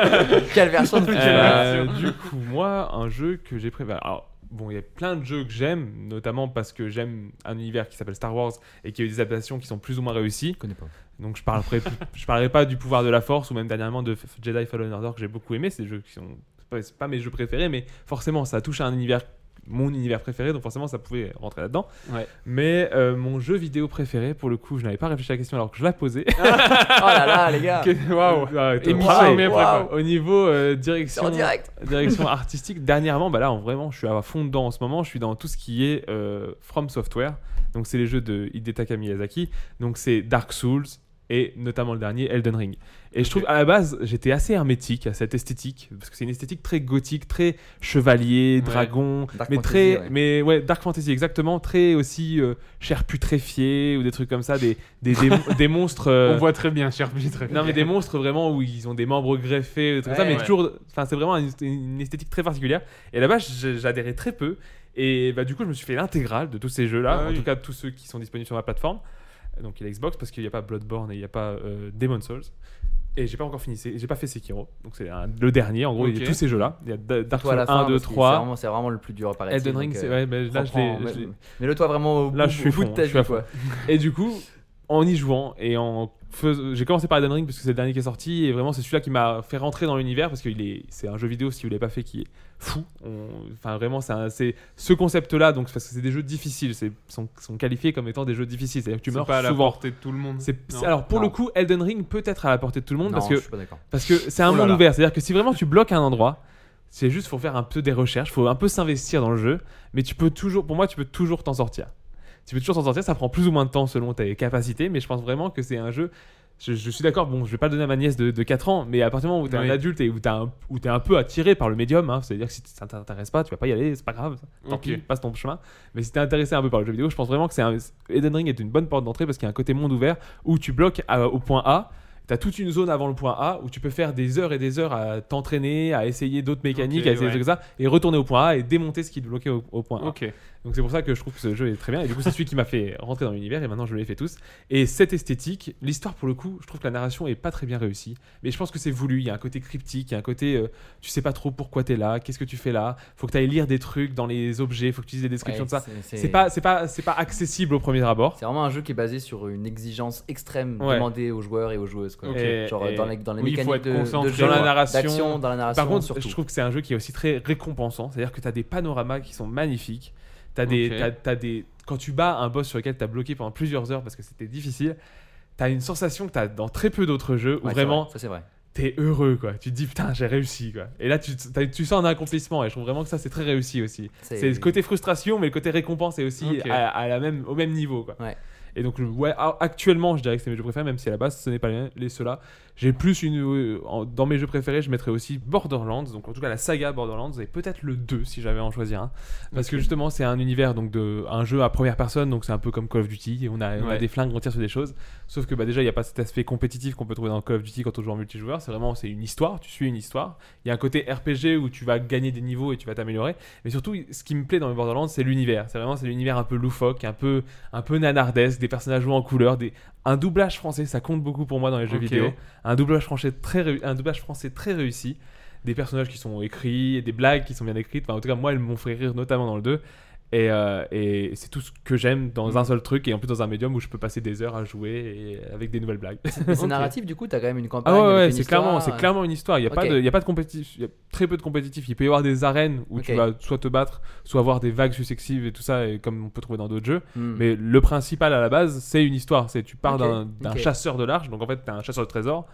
[SPEAKER 9] Quelle version de
[SPEAKER 8] Euh, du coup, moi, un jeu que j'ai préparé. Alors, bon, il y a plein de jeux que j'aime, notamment parce que j'aime un univers qui s'appelle Star Wars et qui a eu des adaptations qui sont plus ou moins réussies.
[SPEAKER 9] connais pas.
[SPEAKER 8] Donc, je parlerai, je parlerai pas du pouvoir de la Force ou même dernièrement de F- Jedi Fallen Order que j'ai beaucoup aimé. C'est des jeux qui sont. C'est pas, c'est pas mes jeux préférés, mais forcément, ça touche à un univers. Mon univers préféré, donc forcément ça pouvait rentrer là-dedans.
[SPEAKER 7] Ouais.
[SPEAKER 8] Mais euh, mon jeu vidéo préféré, pour le coup, je n'avais pas réfléchi à la question alors que je la posais.
[SPEAKER 9] Oh là là, les gars.
[SPEAKER 7] Que- Waouh
[SPEAKER 8] Ah,
[SPEAKER 7] Émission
[SPEAKER 8] pareil.
[SPEAKER 7] bien préparée.
[SPEAKER 8] Au niveau euh,
[SPEAKER 9] C'est
[SPEAKER 8] direction,
[SPEAKER 9] en direct.
[SPEAKER 8] direction artistique, dernièrement, bah là, en- vraiment, je suis à fond dedans en ce moment. Je suis dans tout ce qui est euh, From Software. Donc c'est les jeux de Hidetaka Miyazaki. Donc c'est Dark Souls et notamment le dernier Elden Ring. Et je trouve à la base, j'étais assez hermétique à cette esthétique parce que c'est une esthétique très gothique, très chevalier, dragon,
[SPEAKER 9] Dark
[SPEAKER 8] mais
[SPEAKER 9] fantasy,
[SPEAKER 8] très
[SPEAKER 9] ouais.
[SPEAKER 8] mais ouais, dark fantasy exactement, très aussi euh, chair putréfiée ou des trucs comme ça, des des, des, mon- des monstres euh,
[SPEAKER 7] On voit très bien, cher Pitre.
[SPEAKER 8] non mais des monstres vraiment où ils ont des membres greffés, des trucs comme
[SPEAKER 9] Ouais,
[SPEAKER 8] ça, mais
[SPEAKER 9] ouais.
[SPEAKER 8] toujours, enfin c'est vraiment une, une esthétique très particulière. Et là-bas, j'- j'adhérais très peu, et bah du coup je me suis fait l'intégrale de tous ces jeux-là,
[SPEAKER 7] Ah
[SPEAKER 8] en
[SPEAKER 7] oui.
[SPEAKER 8] tout cas tous ceux qui sont disponibles sur ma plateforme, donc il y a Xbox parce qu'il n'y a pas Bloodborne et il n'y a pas euh, Demon's Souls. Et j'ai pas encore fini, c'est- j'ai pas fait Sekiro, donc c'est un- le dernier en gros, il y
[SPEAKER 7] Ok.
[SPEAKER 8] a tous ces jeux-là. Il y a Da- Dark
[SPEAKER 9] Toi, à
[SPEAKER 8] Souls
[SPEAKER 9] la
[SPEAKER 8] 1,
[SPEAKER 9] fin,
[SPEAKER 8] 2,
[SPEAKER 9] parce que
[SPEAKER 8] 3.
[SPEAKER 9] C'est vraiment, euh, c'est vraiment le plus dur par
[SPEAKER 8] Elden Ring, c'est- ouais, mais là, je l'ai- je l'ai.
[SPEAKER 9] Mais le toi vraiment au
[SPEAKER 8] Là,
[SPEAKER 9] bout,
[SPEAKER 8] je suis
[SPEAKER 9] au bout
[SPEAKER 8] fond,
[SPEAKER 9] de ta
[SPEAKER 8] je suis à
[SPEAKER 9] vie, quoi.
[SPEAKER 8] Et du coup, en y jouant et en fais- j'ai commencé par Elden Ring parce que c'est le dernier qui est sorti et vraiment c'est celui-là qui m'a fait rentrer dans l'univers parce que est c'est un jeu vidéo si vous l'avez pas fait qui est fou. On- Enfin vraiment c'est un- c'est ce concept-là donc parce que c'est des jeux difficiles, c'est sont, sont qualifiés comme étant des jeux difficiles, c'est-à-dire que tu
[SPEAKER 7] C'est
[SPEAKER 8] meurs
[SPEAKER 7] pas à la
[SPEAKER 8] souvent.
[SPEAKER 7] portée de tout le monde.
[SPEAKER 8] C'est-
[SPEAKER 7] Non.
[SPEAKER 8] c'est- alors pour
[SPEAKER 9] Non.
[SPEAKER 8] le coup, Elden Ring peut être à la portée de tout le monde
[SPEAKER 9] Non,
[SPEAKER 8] parce que
[SPEAKER 9] je suis pas d'accord.
[SPEAKER 8] parce que c'est un
[SPEAKER 7] Oh là
[SPEAKER 8] monde
[SPEAKER 7] là.
[SPEAKER 8] ouvert, c'est-à-dire que si vraiment tu bloques un endroit, c'est juste faut faire un peu des recherches, faut un peu s'investir dans le jeu, mais tu peux toujours, pour moi, tu peux toujours t'en sortir. Tu peux toujours t'en sortir, ça prend plus ou moins de temps selon tes capacités, mais je pense vraiment que c'est un jeu. Je, je suis d'accord, bon, je vais pas le donner à ma nièce de, de 4 ans, mais à partir du moment où t'es
[SPEAKER 7] Oui.
[SPEAKER 8] un adulte et où t'es un, où t'es un peu attiré par le médium, hein, c'est-à-dire que si ça t'intéresse pas, tu vas pas y aller, c'est pas grave, tant
[SPEAKER 7] Ok.
[SPEAKER 8] pis, passe ton chemin. Mais si t'es intéressé un peu par le jeu vidéo, je pense vraiment que c'est un, Eden Ring est une bonne porte d'entrée parce qu'il y a un côté monde ouvert où tu bloques à- au point A, T'as toute une zone avant le point A où tu peux faire des heures et des heures à t'entraîner, à essayer d'autres mécaniques,
[SPEAKER 7] Ok,
[SPEAKER 8] à essayer
[SPEAKER 7] ouais.
[SPEAKER 8] des trucs comme ça, et retourner au point A et démonter ce qui te bloquait au, au point A.
[SPEAKER 7] Ok.
[SPEAKER 8] Donc c'est pour ça que je trouve que ce jeu est très bien, et du coup c'est celui qui m'a fait rentrer dans l'univers, et maintenant je l'ai fait tous. Et cette esthétique, l'histoire pour le coup, je trouve que la narration est pas très bien réussie, mais je pense que c'est voulu, il y a un côté cryptique, il y a un côté euh, tu sais pas trop pourquoi t'es là, qu'est-ce que tu fais là, faut que t'ailles lire des trucs dans les objets, faut que tu lises des descriptions de ça.
[SPEAKER 9] Ouais,
[SPEAKER 8] C'est pas, c'est pas, c'est pas accessible au premier abord.
[SPEAKER 9] C'est vraiment un jeu qui est basé sur une exigence extrême
[SPEAKER 8] Ouais.
[SPEAKER 9] demandée aux joueurs et aux joueuses. Quoi.
[SPEAKER 8] Ok.
[SPEAKER 9] Genre euh,
[SPEAKER 8] Et-
[SPEAKER 9] dans les, dans les
[SPEAKER 7] oui, il faut
[SPEAKER 9] mécaniques de,
[SPEAKER 7] être
[SPEAKER 9] de
[SPEAKER 7] concentré,
[SPEAKER 9] jeu,
[SPEAKER 8] dans la
[SPEAKER 7] ouais.
[SPEAKER 8] narration,
[SPEAKER 9] d'action, dans la narration
[SPEAKER 8] Par contre,
[SPEAKER 9] Ah, surtout.
[SPEAKER 8] je trouve que c'est un jeu qui est aussi très récompensant. C'est-à-dire que tu as des panoramas qui sont magnifiques. T'as des,
[SPEAKER 7] Ok.
[SPEAKER 8] t'as- t'as des... Quand tu bats un boss sur lequel tu as bloqué pendant plusieurs heures parce que c'était difficile, tu as une sensation que tu as dans très peu d'autres jeux où
[SPEAKER 9] Ouais, c'est
[SPEAKER 8] vraiment
[SPEAKER 9] vrai, Ça, c'est vrai.
[SPEAKER 8] tu es heureux. Quoi. Tu te dis putain, j'ai réussi. Quoi. Et là, tu, t'as- tu sens un accomplissement. Et je trouve vraiment que ça, c'est très réussi aussi. C'est le côté frustration, mais le côté récompense est aussi
[SPEAKER 7] Ok.
[SPEAKER 8] à, à la même, au même niveau. Quoi.
[SPEAKER 9] Ouais.
[SPEAKER 8] Et donc, ouais, a- actuellement, je dirais que c'est mes jeux préférés, même si à la base, ce n'est pas les, les ceux-là. J'ai plus une. euh, en- dans mes jeux préférés, je mettrais aussi Borderlands, donc en tout cas la saga Borderlands, et peut-être le 2 si j'avais à en choisir un. Parce que justement, c'est un univers, donc de, un jeu à première personne, donc c'est un peu comme Call of Duty, et on a, on a
[SPEAKER 7] Ouais.
[SPEAKER 8] des flingues, on tire sur des choses. Sauf que bah, déjà, il n'y a pas cet aspect compétitif qu'on peut trouver dans Call of Duty quand on joue en multijoueur. C'est vraiment c'est une histoire, tu suis une histoire. Il y a un côté RPG où tu vas gagner des niveaux et tu vas t'améliorer. Mais surtout, ce qui me plaît dans les Borderlands, c'est l'univers. C'est vraiment c'est l'univers un peu loufoque, un peu, un peu nanardesque, des personnages joués en couleur, des... un doublage français, ça compte beaucoup pour moi dans les jeux
[SPEAKER 7] Ok.
[SPEAKER 8] vidéo. Un doublage français très, réu- un doublage français très réussi, des personnages qui sont écrits, et des blagues qui sont bien écrites. Enfin, en tout cas, moi, elles m'ont fait rire, notamment dans le 2. Et, euh, et c'est tout ce que j'aime dans un seul truc, et en plus dans un médium où je peux passer des heures à jouer et avec des nouvelles blagues.
[SPEAKER 9] Mais c'est
[SPEAKER 8] Ok.
[SPEAKER 9] narratif, du coup, t'as quand même une campagne.
[SPEAKER 8] Ah ouais,
[SPEAKER 9] avec
[SPEAKER 8] ouais,
[SPEAKER 9] une
[SPEAKER 8] c'est
[SPEAKER 9] histoire,
[SPEAKER 8] clairement, c'est
[SPEAKER 9] euh,
[SPEAKER 8] clairement une histoire. Il n'y a, pas
[SPEAKER 9] Ok.
[SPEAKER 8] de- il y a pas de compétitif, il y a très peu de compétitif. Il peut y avoir des arènes où tu
[SPEAKER 9] Ok.
[SPEAKER 8] vas soit te battre, soit avoir des vagues successives et tout ça, et comme on peut trouver dans d'autres jeux.
[SPEAKER 9] hmm.
[SPEAKER 8] Mais le principal à la base, c'est une histoire. C'est tu pars
[SPEAKER 9] Ok,
[SPEAKER 8] d'un- d'un
[SPEAKER 9] ok.
[SPEAKER 8] chasseur de l'arche, donc en fait, t'es un chasseur de trésors.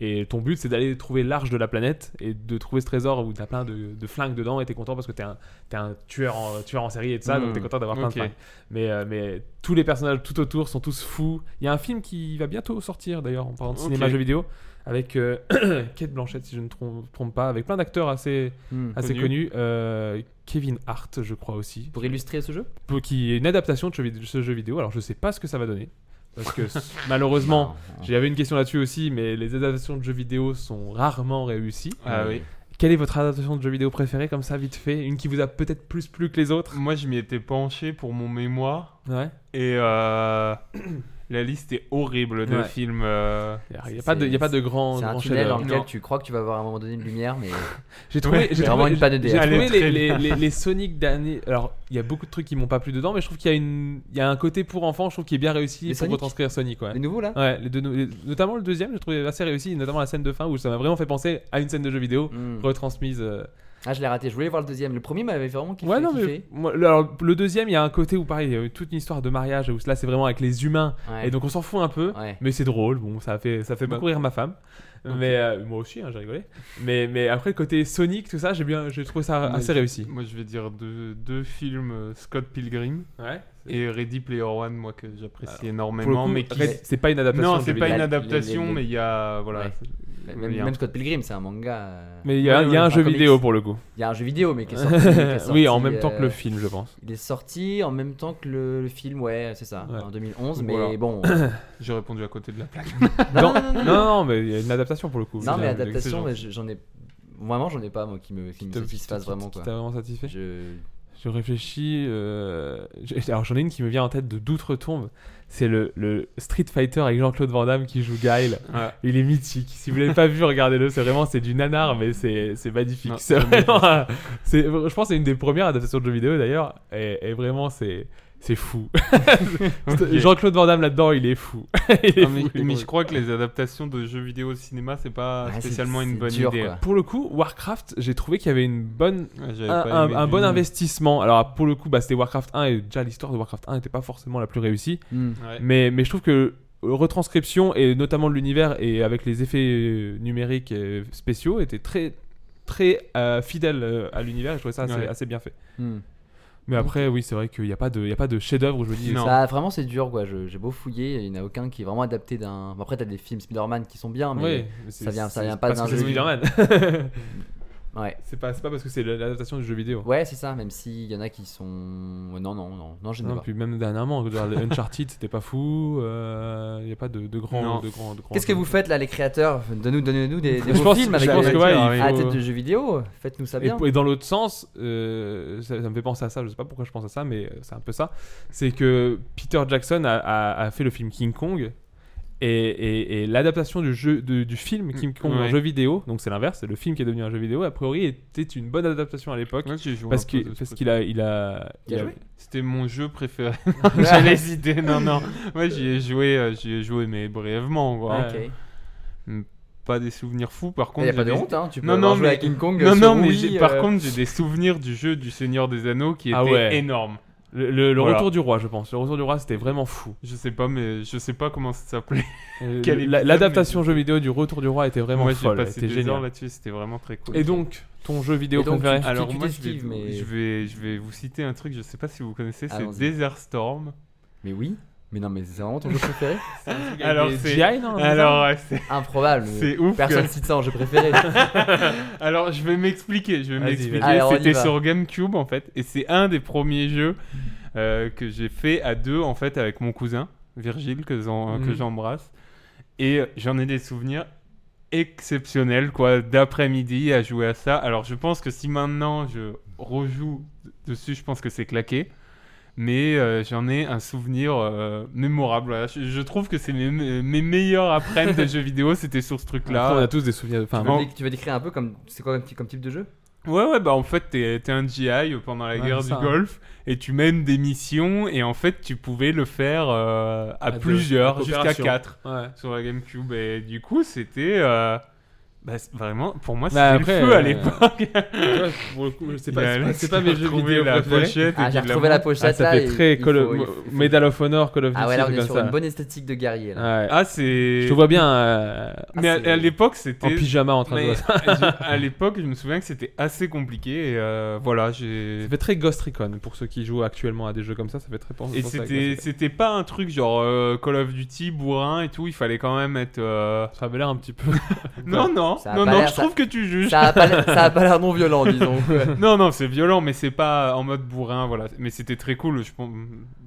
[SPEAKER 8] Et ton but, c'est d'aller trouver l'arche de la planète et de trouver ce trésor où t'as plein de, de flingues dedans et t'es content parce que t'es un, t'es un tueur, en, tueur en série et tout ça, donc
[SPEAKER 9] Mm.
[SPEAKER 8] t'es content d'avoir plein
[SPEAKER 7] Ok.
[SPEAKER 8] de flingues. Mais, euh, mais tous les personnages tout autour sont tous fous. Il y a un film qui va bientôt sortir d'ailleurs, en parlant de
[SPEAKER 7] Ok.
[SPEAKER 8] cinéma, jeux vidéo, avec euh, Kate Blanchett, si je ne trompe, trompe pas, avec plein d'acteurs assez,
[SPEAKER 9] hmm.
[SPEAKER 8] assez
[SPEAKER 7] Connu.
[SPEAKER 8] connus. Euh, Kevin Hart, je crois aussi,
[SPEAKER 9] Pour illustrer ce jeu
[SPEAKER 8] pour- qui est une adaptation de ce vid- ce jeu vidéo. Alors je sais pas ce que ça va donner. Parce que s- malheureusement, j'avais une question là-dessus aussi, mais les adaptations de jeux vidéo sont rarement réussies.
[SPEAKER 7] Ah oui.
[SPEAKER 8] Quelle est votre adaptation de jeu vidéo préférée comme ça, vite fait Une qui vous a peut-être plus plu que les autres
[SPEAKER 7] Moi, je m'y étais penché pour mon mémoire.
[SPEAKER 9] Mm.
[SPEAKER 8] Ouais.
[SPEAKER 7] Et euh, la liste est horrible de
[SPEAKER 8] Ouais.
[SPEAKER 7] films. euh,
[SPEAKER 8] Il n'y a, pas de- y a pas de grand,
[SPEAKER 9] C'est un
[SPEAKER 8] grand
[SPEAKER 9] tunnel dans
[SPEAKER 8] chef-d'œuvre.
[SPEAKER 9] lequel
[SPEAKER 7] Non.
[SPEAKER 9] tu crois que tu vas avoir à un moment donné une lumière, mais
[SPEAKER 8] J'ai trouvé,
[SPEAKER 7] Ouais,
[SPEAKER 9] c'est
[SPEAKER 8] j'ai trouvé-
[SPEAKER 9] vraiment une
[SPEAKER 8] j'ai-
[SPEAKER 9] panne de
[SPEAKER 8] j'ai
[SPEAKER 9] DR.
[SPEAKER 7] Elle est
[SPEAKER 8] trouvé les,
[SPEAKER 7] très
[SPEAKER 8] les,
[SPEAKER 7] bien.
[SPEAKER 8] les- les Sonic derniers. Alors, il y a beaucoup de trucs qui m'ont pas plu dedans, mais je trouve qu'il y, a une- il y a un côté pour enfants, je trouve qui est bien réussi
[SPEAKER 9] Les
[SPEAKER 8] pour
[SPEAKER 9] Sonic
[SPEAKER 8] retranscrire Sonic. Ouais.
[SPEAKER 9] Les nouveaux là
[SPEAKER 8] Ouais, les deux, nou- les- notamment le deuxième, j'ai trouvé assez réussi, notamment la scène de fin où ça m'a vraiment fait penser à une scène de jeu vidéo
[SPEAKER 9] Hmm.
[SPEAKER 8] retransmise. euh.
[SPEAKER 9] Ah, je l'ai raté, je voulais voir le deuxième. Le premier m'avait vraiment kiffé.
[SPEAKER 8] Ouais, non, mais
[SPEAKER 9] kiffé.
[SPEAKER 8] moi, le- alors, le deuxième, il y a un côté où pareil, il y a eu toute une histoire de mariage où là c'est vraiment avec les humains
[SPEAKER 9] Ouais.
[SPEAKER 8] et donc on s'en fout un peu,
[SPEAKER 9] Ouais.
[SPEAKER 8] mais c'est drôle. Bon, ça fait ça fait beaucoup rire ma femme, mais euh, moi aussi, hein, j'ai rigolé. Mais mais après le côté Sonic, tout ça, j'ai bien, j'ai trouvé ça
[SPEAKER 7] Mais
[SPEAKER 8] Ah, assez
[SPEAKER 7] je-
[SPEAKER 8] réussi.
[SPEAKER 7] Moi, je vais dire deux, deux films euh, Scott Pilgrim.
[SPEAKER 8] Ouais.
[SPEAKER 7] Et Ready Player One, moi que j'apprécie
[SPEAKER 8] Pour le
[SPEAKER 7] énormément,
[SPEAKER 8] coup,
[SPEAKER 7] mais qui...
[SPEAKER 8] Red- c'est pas une adaptation.
[SPEAKER 7] non,
[SPEAKER 8] je
[SPEAKER 7] c'est
[SPEAKER 8] vais
[SPEAKER 7] pas
[SPEAKER 8] dire.
[SPEAKER 7] une
[SPEAKER 9] les-
[SPEAKER 7] adaptation,
[SPEAKER 9] les- les-
[SPEAKER 7] mais il y a voilà.
[SPEAKER 9] Ouais. Même,
[SPEAKER 7] Il y a un-
[SPEAKER 9] même Scott Pilgrim, c'est un manga. euh,
[SPEAKER 8] Mais il y a,
[SPEAKER 7] Ouais,
[SPEAKER 8] il y a
[SPEAKER 7] ouais,
[SPEAKER 8] un
[SPEAKER 9] un
[SPEAKER 8] jeu
[SPEAKER 9] comics.
[SPEAKER 8] vidéo pour le coup.
[SPEAKER 9] Il y a un jeu vidéo, mais qui est sorti. qui est sorti,
[SPEAKER 8] oui, en même temps que
[SPEAKER 9] euh,
[SPEAKER 8] le film, je pense.
[SPEAKER 9] Il est sorti en même temps que le, le film, ouais, c'est ça,
[SPEAKER 8] Ouais.
[SPEAKER 9] en 2011.
[SPEAKER 8] Donc
[SPEAKER 9] Mais
[SPEAKER 8] voilà.
[SPEAKER 9] bon.
[SPEAKER 7] J'ai répondu à côté de la plaque.
[SPEAKER 9] non,
[SPEAKER 8] non,
[SPEAKER 9] non, non, non.
[SPEAKER 8] non, mais il y a une adaptation pour le coup.
[SPEAKER 9] Non, mais
[SPEAKER 8] J'ai-
[SPEAKER 9] adaptation,
[SPEAKER 8] j'ai-
[SPEAKER 9] mais je- j'en ai. Vraiment, j'en ai pas, moi, qui me, qui me
[SPEAKER 8] t'as-
[SPEAKER 9] satisfasse
[SPEAKER 8] qui-
[SPEAKER 9] vraiment,
[SPEAKER 8] qui
[SPEAKER 9] quoi.
[SPEAKER 8] t'a vraiment satisfait
[SPEAKER 9] Je...
[SPEAKER 8] Je réfléchis. euh, j'ai- Alors j'en ai une qui me vient en tête de d'outre-tombe. C'est le, le Street Fighter avec Jean-Claude Van Damme qui joue Guile.
[SPEAKER 7] Ouais.
[SPEAKER 8] Il est mythique. Si vous l'avez pas vu, regardez-le. C'est vraiment c'est du nanar, mais c'est c'est magnifique.
[SPEAKER 7] Non,
[SPEAKER 8] C'est
[SPEAKER 7] jamais vu
[SPEAKER 8] vraiment. un- c'est- Je pense que c'est une des premières adaptations de jeux vidéo d'ailleurs. Et, et vraiment c'est c'est fou.
[SPEAKER 7] Ok.
[SPEAKER 8] Jean-Claude Van Damme là-dedans, il est fou. Il est
[SPEAKER 7] Non, mais,
[SPEAKER 8] fou, il est
[SPEAKER 7] mais
[SPEAKER 8] drôle.
[SPEAKER 7] je crois que les adaptations de jeux vidéo au cinéma, c'est pas
[SPEAKER 9] Ouais, c'est-
[SPEAKER 7] spécialement une
[SPEAKER 9] c'est
[SPEAKER 7] bonne
[SPEAKER 9] dur,
[SPEAKER 7] idée.
[SPEAKER 9] quoi.
[SPEAKER 8] Pour le coup, Warcraft, j'ai trouvé qu'il y avait une bonne
[SPEAKER 7] Ouais, j'avais
[SPEAKER 8] un,
[SPEAKER 7] pas aimé
[SPEAKER 8] un- un
[SPEAKER 7] du
[SPEAKER 8] bon
[SPEAKER 7] tout.
[SPEAKER 8] investissement. Alors pour le coup, bah, c'était Warcraft 1 et déjà l'histoire de Warcraft 1 n'était pas forcément la plus réussie.
[SPEAKER 9] Hmm.
[SPEAKER 7] Ouais.
[SPEAKER 8] Mais, mais je trouve que euh, retranscription et notamment de l'univers et avec les effets euh, numériques euh, spéciaux était très très euh, fidèle euh, à l'univers. et Je trouvais ça assez,
[SPEAKER 7] Ouais.
[SPEAKER 8] assez bien fait.
[SPEAKER 9] Hmm.
[SPEAKER 8] Mais après, oui, c'est vrai qu'il n'y a pas de, il y a pas de chef-d'œuvre où je me dis.
[SPEAKER 7] Non.
[SPEAKER 9] Bah, vraiment, c'est dur, quoi. Je- J'ai beau fouiller, il n'y en a aucun qui est vraiment adapté d'un. Bon, après, t'as des films Spider-Man qui sont bien, mais.
[SPEAKER 8] Ouais, mais c'est-
[SPEAKER 9] ça vient- ça
[SPEAKER 8] c'est
[SPEAKER 9] vient pas
[SPEAKER 8] parce
[SPEAKER 9] d'un
[SPEAKER 8] que c'est
[SPEAKER 9] jeu vidéo.
[SPEAKER 8] Spider-Man.
[SPEAKER 9] Ouais.
[SPEAKER 8] c'est pas, c'est pas parce que c'est l'adaptation du jeu vidéo.
[SPEAKER 9] Ouais, c'est ça, même s'il y en a qui sont. Non, non, non, non, je ne
[SPEAKER 8] Non,
[SPEAKER 9] pas.
[SPEAKER 8] puis même dernièrement, regarde, Uncharted, c'était pas fou. euh, Il n'y a pas de, de grand.
[SPEAKER 7] Non.
[SPEAKER 8] De grand, de grand
[SPEAKER 9] Qu'est-ce que vous faites là, les créateurs Donnez-nous donnez-nous des, des
[SPEAKER 8] Je
[SPEAKER 9] beaux
[SPEAKER 8] pense-
[SPEAKER 9] films
[SPEAKER 8] je
[SPEAKER 9] avec
[SPEAKER 8] pense
[SPEAKER 9] des- hein. Ah,
[SPEAKER 8] que, ouais,
[SPEAKER 9] à
[SPEAKER 8] il
[SPEAKER 9] la
[SPEAKER 8] faut-
[SPEAKER 9] tête de jeux vidéo. Faites-nous ça
[SPEAKER 8] Et,
[SPEAKER 9] bien.
[SPEAKER 8] et dans l'autre sens, euh, ça, ça me fait penser à ça, je sais pas pourquoi je pense à ça, mais euh, c'est un peu ça. C'est que Peter Jackson a, a- a fait le film King Kong. Et, et- et l'adaptation du, jeu, de- du
[SPEAKER 9] Mm,
[SPEAKER 8] film King Kong en
[SPEAKER 7] ouais.
[SPEAKER 8] jeu vidéo, donc c'est l'inverse, c'est le film qui est devenu un jeu vidéo, a priori était une bonne adaptation à l'époque.
[SPEAKER 7] Ouais, j'ai joué
[SPEAKER 8] Parce
[SPEAKER 7] un peu
[SPEAKER 8] que-
[SPEAKER 7] de ce
[SPEAKER 8] parce
[SPEAKER 7] côté.
[SPEAKER 8] qu'il a, il a,
[SPEAKER 9] Il a joué
[SPEAKER 7] C'était mon jeu préféré. J'allais hésiter, non, non. Moi, j'y ai joué, euh, j'y ai joué, mais brièvement, quoi. hein.
[SPEAKER 9] Ok.
[SPEAKER 7] Pas des souvenirs fous, par
[SPEAKER 9] Il
[SPEAKER 7] contre.
[SPEAKER 9] n'y a pas
[SPEAKER 7] j'ai
[SPEAKER 9] de
[SPEAKER 7] des-
[SPEAKER 9] honte, hein. Tu peux
[SPEAKER 7] Non,
[SPEAKER 9] avoir
[SPEAKER 7] non,
[SPEAKER 9] joué à
[SPEAKER 7] mais-
[SPEAKER 9] King Kong.
[SPEAKER 7] Non,
[SPEAKER 9] sur
[SPEAKER 7] non, mais
[SPEAKER 9] Wii,
[SPEAKER 7] j'ai-
[SPEAKER 9] euh,
[SPEAKER 7] par contre, j'ai des souvenirs du jeu du Seigneur des Anneaux qui
[SPEAKER 8] Ah
[SPEAKER 7] était
[SPEAKER 8] ouais.
[SPEAKER 7] énorme.
[SPEAKER 8] le, le- le
[SPEAKER 7] Voilà.
[SPEAKER 8] retour du roi, je pense. Le retour du roi, c'était vraiment fou.
[SPEAKER 7] Je sais pas, mais je sais pas comment ça s'appelait.
[SPEAKER 8] Euh,
[SPEAKER 7] Quel
[SPEAKER 8] la-
[SPEAKER 7] épisode,
[SPEAKER 8] L'adaptation
[SPEAKER 7] mais-
[SPEAKER 8] jeu vidéo du retour du roi était vraiment
[SPEAKER 7] Moi, j'ai
[SPEAKER 8] folle,
[SPEAKER 7] passé
[SPEAKER 8] c'était
[SPEAKER 7] des heures
[SPEAKER 8] génial.
[SPEAKER 7] là-dessus, c'était vraiment très cool.
[SPEAKER 8] Et donc, ton jeu vidéo
[SPEAKER 9] Et donc,
[SPEAKER 8] préféré
[SPEAKER 9] tu-
[SPEAKER 7] alors moi, je vais,
[SPEAKER 9] t'esquives, mais-
[SPEAKER 7] je, vais, je vais vous citer un truc, je sais pas si vous connaissez, c'est
[SPEAKER 9] Allons-y.
[SPEAKER 7] Desert Storm.
[SPEAKER 9] Mais oui. Mais non, mais c'est vraiment ton jeu préféré
[SPEAKER 7] Alors,
[SPEAKER 8] Et
[SPEAKER 7] c'est-
[SPEAKER 8] GI, non, c'est ça
[SPEAKER 7] Alors, ouais, c'est-
[SPEAKER 9] Improbable. mais
[SPEAKER 7] C'est ouf
[SPEAKER 9] Euh, Personne
[SPEAKER 7] que-
[SPEAKER 9] cite ça en jeu préféré.
[SPEAKER 7] Alors, je vais m'expliquer. Je vais
[SPEAKER 8] Vas-y,
[SPEAKER 7] m'expliquer.
[SPEAKER 9] vas-y. Alors, on y
[SPEAKER 7] C'était
[SPEAKER 9] va.
[SPEAKER 7] sur GameCube en fait, et c'est un des premiers jeux euh, que j'ai fait à deux en fait avec mon cousin Virgile que, j'en-
[SPEAKER 8] Mhm.
[SPEAKER 9] Mm.
[SPEAKER 7] que j'embrasse. Et j'en ai des souvenirs exceptionnels quoi d'après-midi à jouer à ça. Alors, je pense que si maintenant je rejoue dessus, je pense que c'est claqué. Mais euh, j'en ai un souvenir euh, mémorable. voilà. Je, je trouve que c'est mes, mes meilleurs après de jeux vidéo, c'était sur ce
[SPEAKER 8] Après, on
[SPEAKER 7] truc-là.
[SPEAKER 8] a tous des souvenirs. Enfin,
[SPEAKER 9] Tu
[SPEAKER 7] bon.
[SPEAKER 9] veux dé- Tu vas décrire un peu comme. C'est quoi comme type- comme type de jeu
[SPEAKER 7] Ouais, ouais, bah en fait, t'es t'es un GI pendant la
[SPEAKER 8] Ouais,
[SPEAKER 7] guerre
[SPEAKER 8] c'est
[SPEAKER 7] du
[SPEAKER 8] ça. hein.
[SPEAKER 7] Golfe et tu mènes des missions et en fait, tu pouvais le faire euh, à,
[SPEAKER 8] À deux, en
[SPEAKER 7] plusieurs, jusqu'à
[SPEAKER 8] coopération.
[SPEAKER 7] 4
[SPEAKER 8] ouais.
[SPEAKER 7] sur la GameCube. Et du coup, c'était. euh, bah, c'est- vraiment, pour moi, c'était
[SPEAKER 8] Bah, après,
[SPEAKER 7] le feu
[SPEAKER 8] euh,
[SPEAKER 7] à l'époque.
[SPEAKER 8] pour le coup, c'est
[SPEAKER 7] Il y a
[SPEAKER 8] pas, c'est pas-
[SPEAKER 7] Alex
[SPEAKER 8] c'est pas
[SPEAKER 7] qui
[SPEAKER 8] mes
[SPEAKER 7] a
[SPEAKER 8] jeux
[SPEAKER 7] retrouvé
[SPEAKER 8] vidéo
[SPEAKER 7] la
[SPEAKER 8] préférés.
[SPEAKER 7] pochette. et
[SPEAKER 9] Ah,
[SPEAKER 7] qui
[SPEAKER 9] j'ai
[SPEAKER 7] l'a
[SPEAKER 9] retrouvé la
[SPEAKER 7] montré.
[SPEAKER 9] pochette
[SPEAKER 8] Ah, ça
[SPEAKER 9] là.
[SPEAKER 8] fait
[SPEAKER 9] et-
[SPEAKER 8] très
[SPEAKER 9] il
[SPEAKER 8] Call of-
[SPEAKER 9] faut- il faut-
[SPEAKER 8] Medal of Honor, Call of Duty,
[SPEAKER 9] Ah ouais, là, on
[SPEAKER 8] trucs
[SPEAKER 9] est
[SPEAKER 8] comme
[SPEAKER 9] sur
[SPEAKER 8] ça.
[SPEAKER 9] une bonne esthétique de guerrier là.
[SPEAKER 8] Ouais.
[SPEAKER 7] Ah, c'est.
[SPEAKER 8] je te vois bien euh,
[SPEAKER 7] Mais à,
[SPEAKER 9] Ah, c'est-
[SPEAKER 7] à l'époque,
[SPEAKER 8] en
[SPEAKER 7] c'était.
[SPEAKER 8] pyjama en train de
[SPEAKER 7] mais
[SPEAKER 8] voir ça.
[SPEAKER 7] je- à l'époque, je me souviens que c'était assez compliqué et euh, voilà, j'ai.
[SPEAKER 8] Ça fait très Ghost Recon pour ceux qui jouent actuellement à des jeux comme ça. Ça fait très penser.
[SPEAKER 7] Et
[SPEAKER 8] penser à
[SPEAKER 7] c'était
[SPEAKER 8] Ghost Recon.
[SPEAKER 7] c'était pas un truc genre euh, Call of Duty, bourrin et tout, il fallait quand même être... euh,
[SPEAKER 8] Ça avait l'air un petit peu.
[SPEAKER 7] Non, non,
[SPEAKER 9] Ça a
[SPEAKER 7] non,
[SPEAKER 9] pas
[SPEAKER 7] non,
[SPEAKER 9] l'air,
[SPEAKER 7] je
[SPEAKER 9] ça-
[SPEAKER 7] trouve que tu juges.
[SPEAKER 9] Ah. Ça a pas l'air- ça a pas l'air non violent, disons.
[SPEAKER 7] Non, non, c'est violent, mais c'est pas en mode bourrin, voilà. Mais c'était très cool, je pense...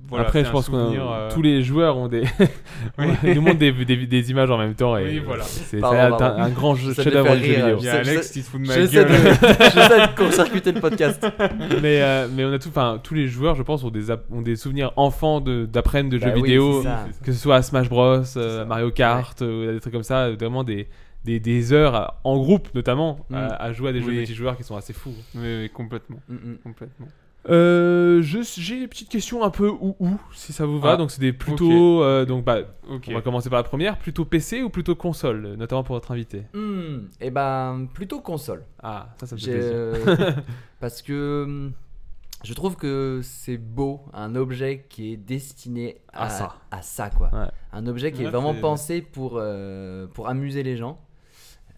[SPEAKER 7] Voilà,
[SPEAKER 8] Après,
[SPEAKER 7] c'est
[SPEAKER 8] je
[SPEAKER 7] un
[SPEAKER 8] pense que
[SPEAKER 7] souvenir, euh,
[SPEAKER 8] tous les joueurs ont des.
[SPEAKER 7] Oui.
[SPEAKER 8] Ils nous montrent des, des, des images en même temps. Et
[SPEAKER 7] Oui, voilà.
[SPEAKER 8] C'est
[SPEAKER 9] Pardon,
[SPEAKER 8] ça a été
[SPEAKER 9] pardon.
[SPEAKER 8] un, un grand jeu-
[SPEAKER 9] Ça me
[SPEAKER 8] chef-d'œuvre
[SPEAKER 9] fait
[SPEAKER 8] du jeu
[SPEAKER 9] rire,
[SPEAKER 8] vidéo.
[SPEAKER 7] Il y
[SPEAKER 9] je-
[SPEAKER 7] a Alex
[SPEAKER 9] je-
[SPEAKER 7] qui se fout de ma
[SPEAKER 9] J'essaie de,
[SPEAKER 7] gueule.
[SPEAKER 9] j'essaie de court-circuiter le podcast.
[SPEAKER 8] mais, euh, mais on a tout, enfin tous les joueurs, je pense, ont des, ap- ont des souvenirs enfants de- d'apprennent de,
[SPEAKER 9] Bah
[SPEAKER 8] jeux
[SPEAKER 9] oui,
[SPEAKER 8] vidéo,
[SPEAKER 9] c'est ça.
[SPEAKER 8] que ce soit à Smash Bros, euh,
[SPEAKER 9] ça.
[SPEAKER 8] à Mario Kart, euh, à des trucs comme ça, euh, vraiment des, des, des heures à- en groupe notamment à, à jouer à des jeux
[SPEAKER 7] Oui.
[SPEAKER 8] multijoueurs qui sont assez fous.
[SPEAKER 7] Mais complètement,
[SPEAKER 9] Mm, mm.
[SPEAKER 7] complètement.
[SPEAKER 8] Euh, je- J'ai des petites questions un peu ou ou si ça vous va.
[SPEAKER 7] Ah,
[SPEAKER 8] donc c'est des plutôt euh, donc bah
[SPEAKER 7] Ok.
[SPEAKER 8] on va commencer par la première, plutôt PC ou plutôt console, euh, notamment pour votre invité.
[SPEAKER 9] Hmm, et ben plutôt console.
[SPEAKER 8] Ah ça ça me fait
[SPEAKER 9] J'ai- euh,
[SPEAKER 8] plaisir.
[SPEAKER 9] parce que hmm, je trouve que c'est beau un objet qui est destiné à,
[SPEAKER 8] À ça.
[SPEAKER 9] à ça, quoi.
[SPEAKER 8] Ouais.
[SPEAKER 9] Un objet qui
[SPEAKER 7] Ouais,
[SPEAKER 9] est vraiment
[SPEAKER 7] c'est-
[SPEAKER 9] pensé pour euh, pour amuser les gens.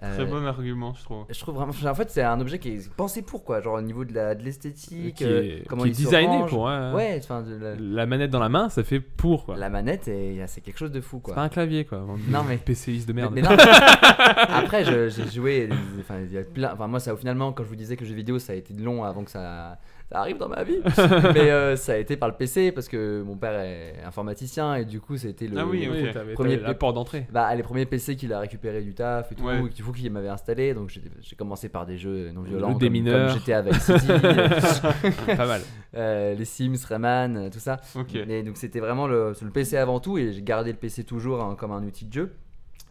[SPEAKER 9] Euh,
[SPEAKER 7] Très bon argument, je trouve.
[SPEAKER 9] Je trouve vraiment. En fait, c'est un objet qui est pensé pour quoi, genre au niveau de la- de l'esthétique,
[SPEAKER 8] Qui
[SPEAKER 9] euh,
[SPEAKER 8] est-
[SPEAKER 9] comment
[SPEAKER 8] qui est
[SPEAKER 9] il se
[SPEAKER 8] designé
[SPEAKER 9] range.
[SPEAKER 8] pour, hein. ouais.
[SPEAKER 9] Ouais, enfin, de la,
[SPEAKER 8] La manette dans la main, ça fait pour quoi.
[SPEAKER 9] la manette, est- c'est quelque chose de fou
[SPEAKER 8] C'est
[SPEAKER 9] quoi.
[SPEAKER 8] pas un clavier quoi.
[SPEAKER 9] Non, mais-
[SPEAKER 8] PCiste de
[SPEAKER 9] Mais-
[SPEAKER 8] merde.
[SPEAKER 9] mais non, Après, je- j'ai joué. Enfin, il y a plein. Enfin, moi, ça, finalement, quand je vous disais que le jeu vidéo, ça a été long avant que ça, ça arrive dans ma vie. mais euh, ça a été par le PC parce que mon père est informaticien et du coup, c'était le.
[SPEAKER 7] Ah oui, oui.
[SPEAKER 9] Premier
[SPEAKER 8] Premier la
[SPEAKER 9] P-
[SPEAKER 8] porte d'entrée.
[SPEAKER 9] Bah, les premiers PC qu'il a récupéré du taf et tout,
[SPEAKER 7] Ouais.
[SPEAKER 9] et du coup, qu'il m'avait installé. Donc, j'ai j'ai commencé par des jeux non violents.
[SPEAKER 8] Le
[SPEAKER 9] comme-
[SPEAKER 8] démineur.
[SPEAKER 9] Comme, j'étais avec City,
[SPEAKER 8] pas mal.
[SPEAKER 9] euh, les Sims, Rayman, euh, tout ça.
[SPEAKER 7] Ok.
[SPEAKER 9] Mais donc c'était vraiment le, le PC avant tout et j'ai gardé le PC toujours hein, comme un outil de jeu.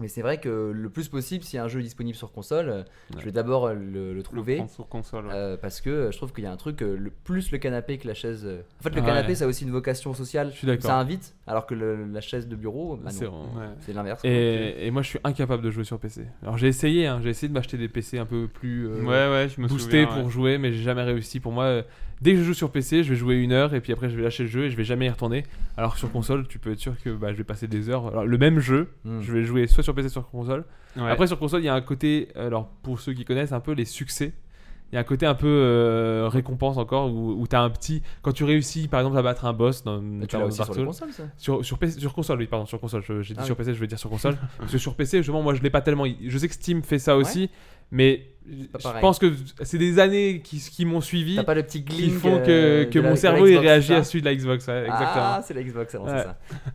[SPEAKER 9] Mais c'est vrai que le plus possible, si un jeu est disponible sur console, euh, je vais d'abord euh, le, le
[SPEAKER 7] Le
[SPEAKER 9] trouver.
[SPEAKER 7] prendre sur console. ouais.
[SPEAKER 9] euh, parce que euh, je trouve qu'il y a un truc, euh, le, plus le canapé que la chaise. euh, En fait, le
[SPEAKER 8] Ouais.
[SPEAKER 9] canapé, ça a aussi une vocation sociale.
[SPEAKER 8] Je suis d'accord.
[SPEAKER 9] Ça invite, alors que le- la chaise de bureau, bah non.
[SPEAKER 8] C'est vrai.
[SPEAKER 7] Ouais.
[SPEAKER 9] c'est l'inverse.
[SPEAKER 8] Et, et moi, je suis incapable de jouer sur PC. Alors, j'ai essayé, hein, j'ai essayé de m'acheter des PC un peu plus euh,
[SPEAKER 7] ouais, ouais, je me
[SPEAKER 8] boostés
[SPEAKER 7] souviens. ouais.
[SPEAKER 8] pour jouer, mais j'ai jamais réussi. Pour moi, euh, dès que je joue sur PC, je vais jouer une heure et puis après, je vais lâcher le jeu et je vais jamais y retourner. Alors que sur console, tu peux être sûr que bah, je vais passer des heures. Alors, le même jeu,
[SPEAKER 9] Mm.
[SPEAKER 8] je vais jouer soit sur PC, soit sur console.
[SPEAKER 7] Ouais.
[SPEAKER 8] Après, sur console, il y a un côté, alors pour ceux qui connaissent un peu les succès, il y a un côté un peu euh, récompense encore où, où t'as un petit. Quand tu réussis par exemple à battre un boss dans,
[SPEAKER 9] Bah, tu
[SPEAKER 8] dans
[SPEAKER 9] l'as aussi
[SPEAKER 8] Dark
[SPEAKER 9] sur
[SPEAKER 8] Souls-
[SPEAKER 9] le console, ça.
[SPEAKER 8] sur, sur, PC sur console, oui, pardon, sur console. je- J'ai dit
[SPEAKER 9] Ah
[SPEAKER 8] sur
[SPEAKER 9] oui.
[SPEAKER 8] PC, je vais dire sur console. parce que sur PC, justement, moi, je l'ai pas tellement. Je sais que Steam fait ça aussi, mais
[SPEAKER 9] pas
[SPEAKER 8] je
[SPEAKER 9] pareil.
[SPEAKER 8] pense que c'est des années qui, qui m'ont suivi
[SPEAKER 9] T'as pas le euh, petit
[SPEAKER 8] qui
[SPEAKER 9] glitch
[SPEAKER 8] font que, que mon cerveau il réagit à celui de la Xbox. ouais,
[SPEAKER 9] Ah,
[SPEAKER 8] exactement.
[SPEAKER 9] c'est la Xbox, alors
[SPEAKER 8] Ouais.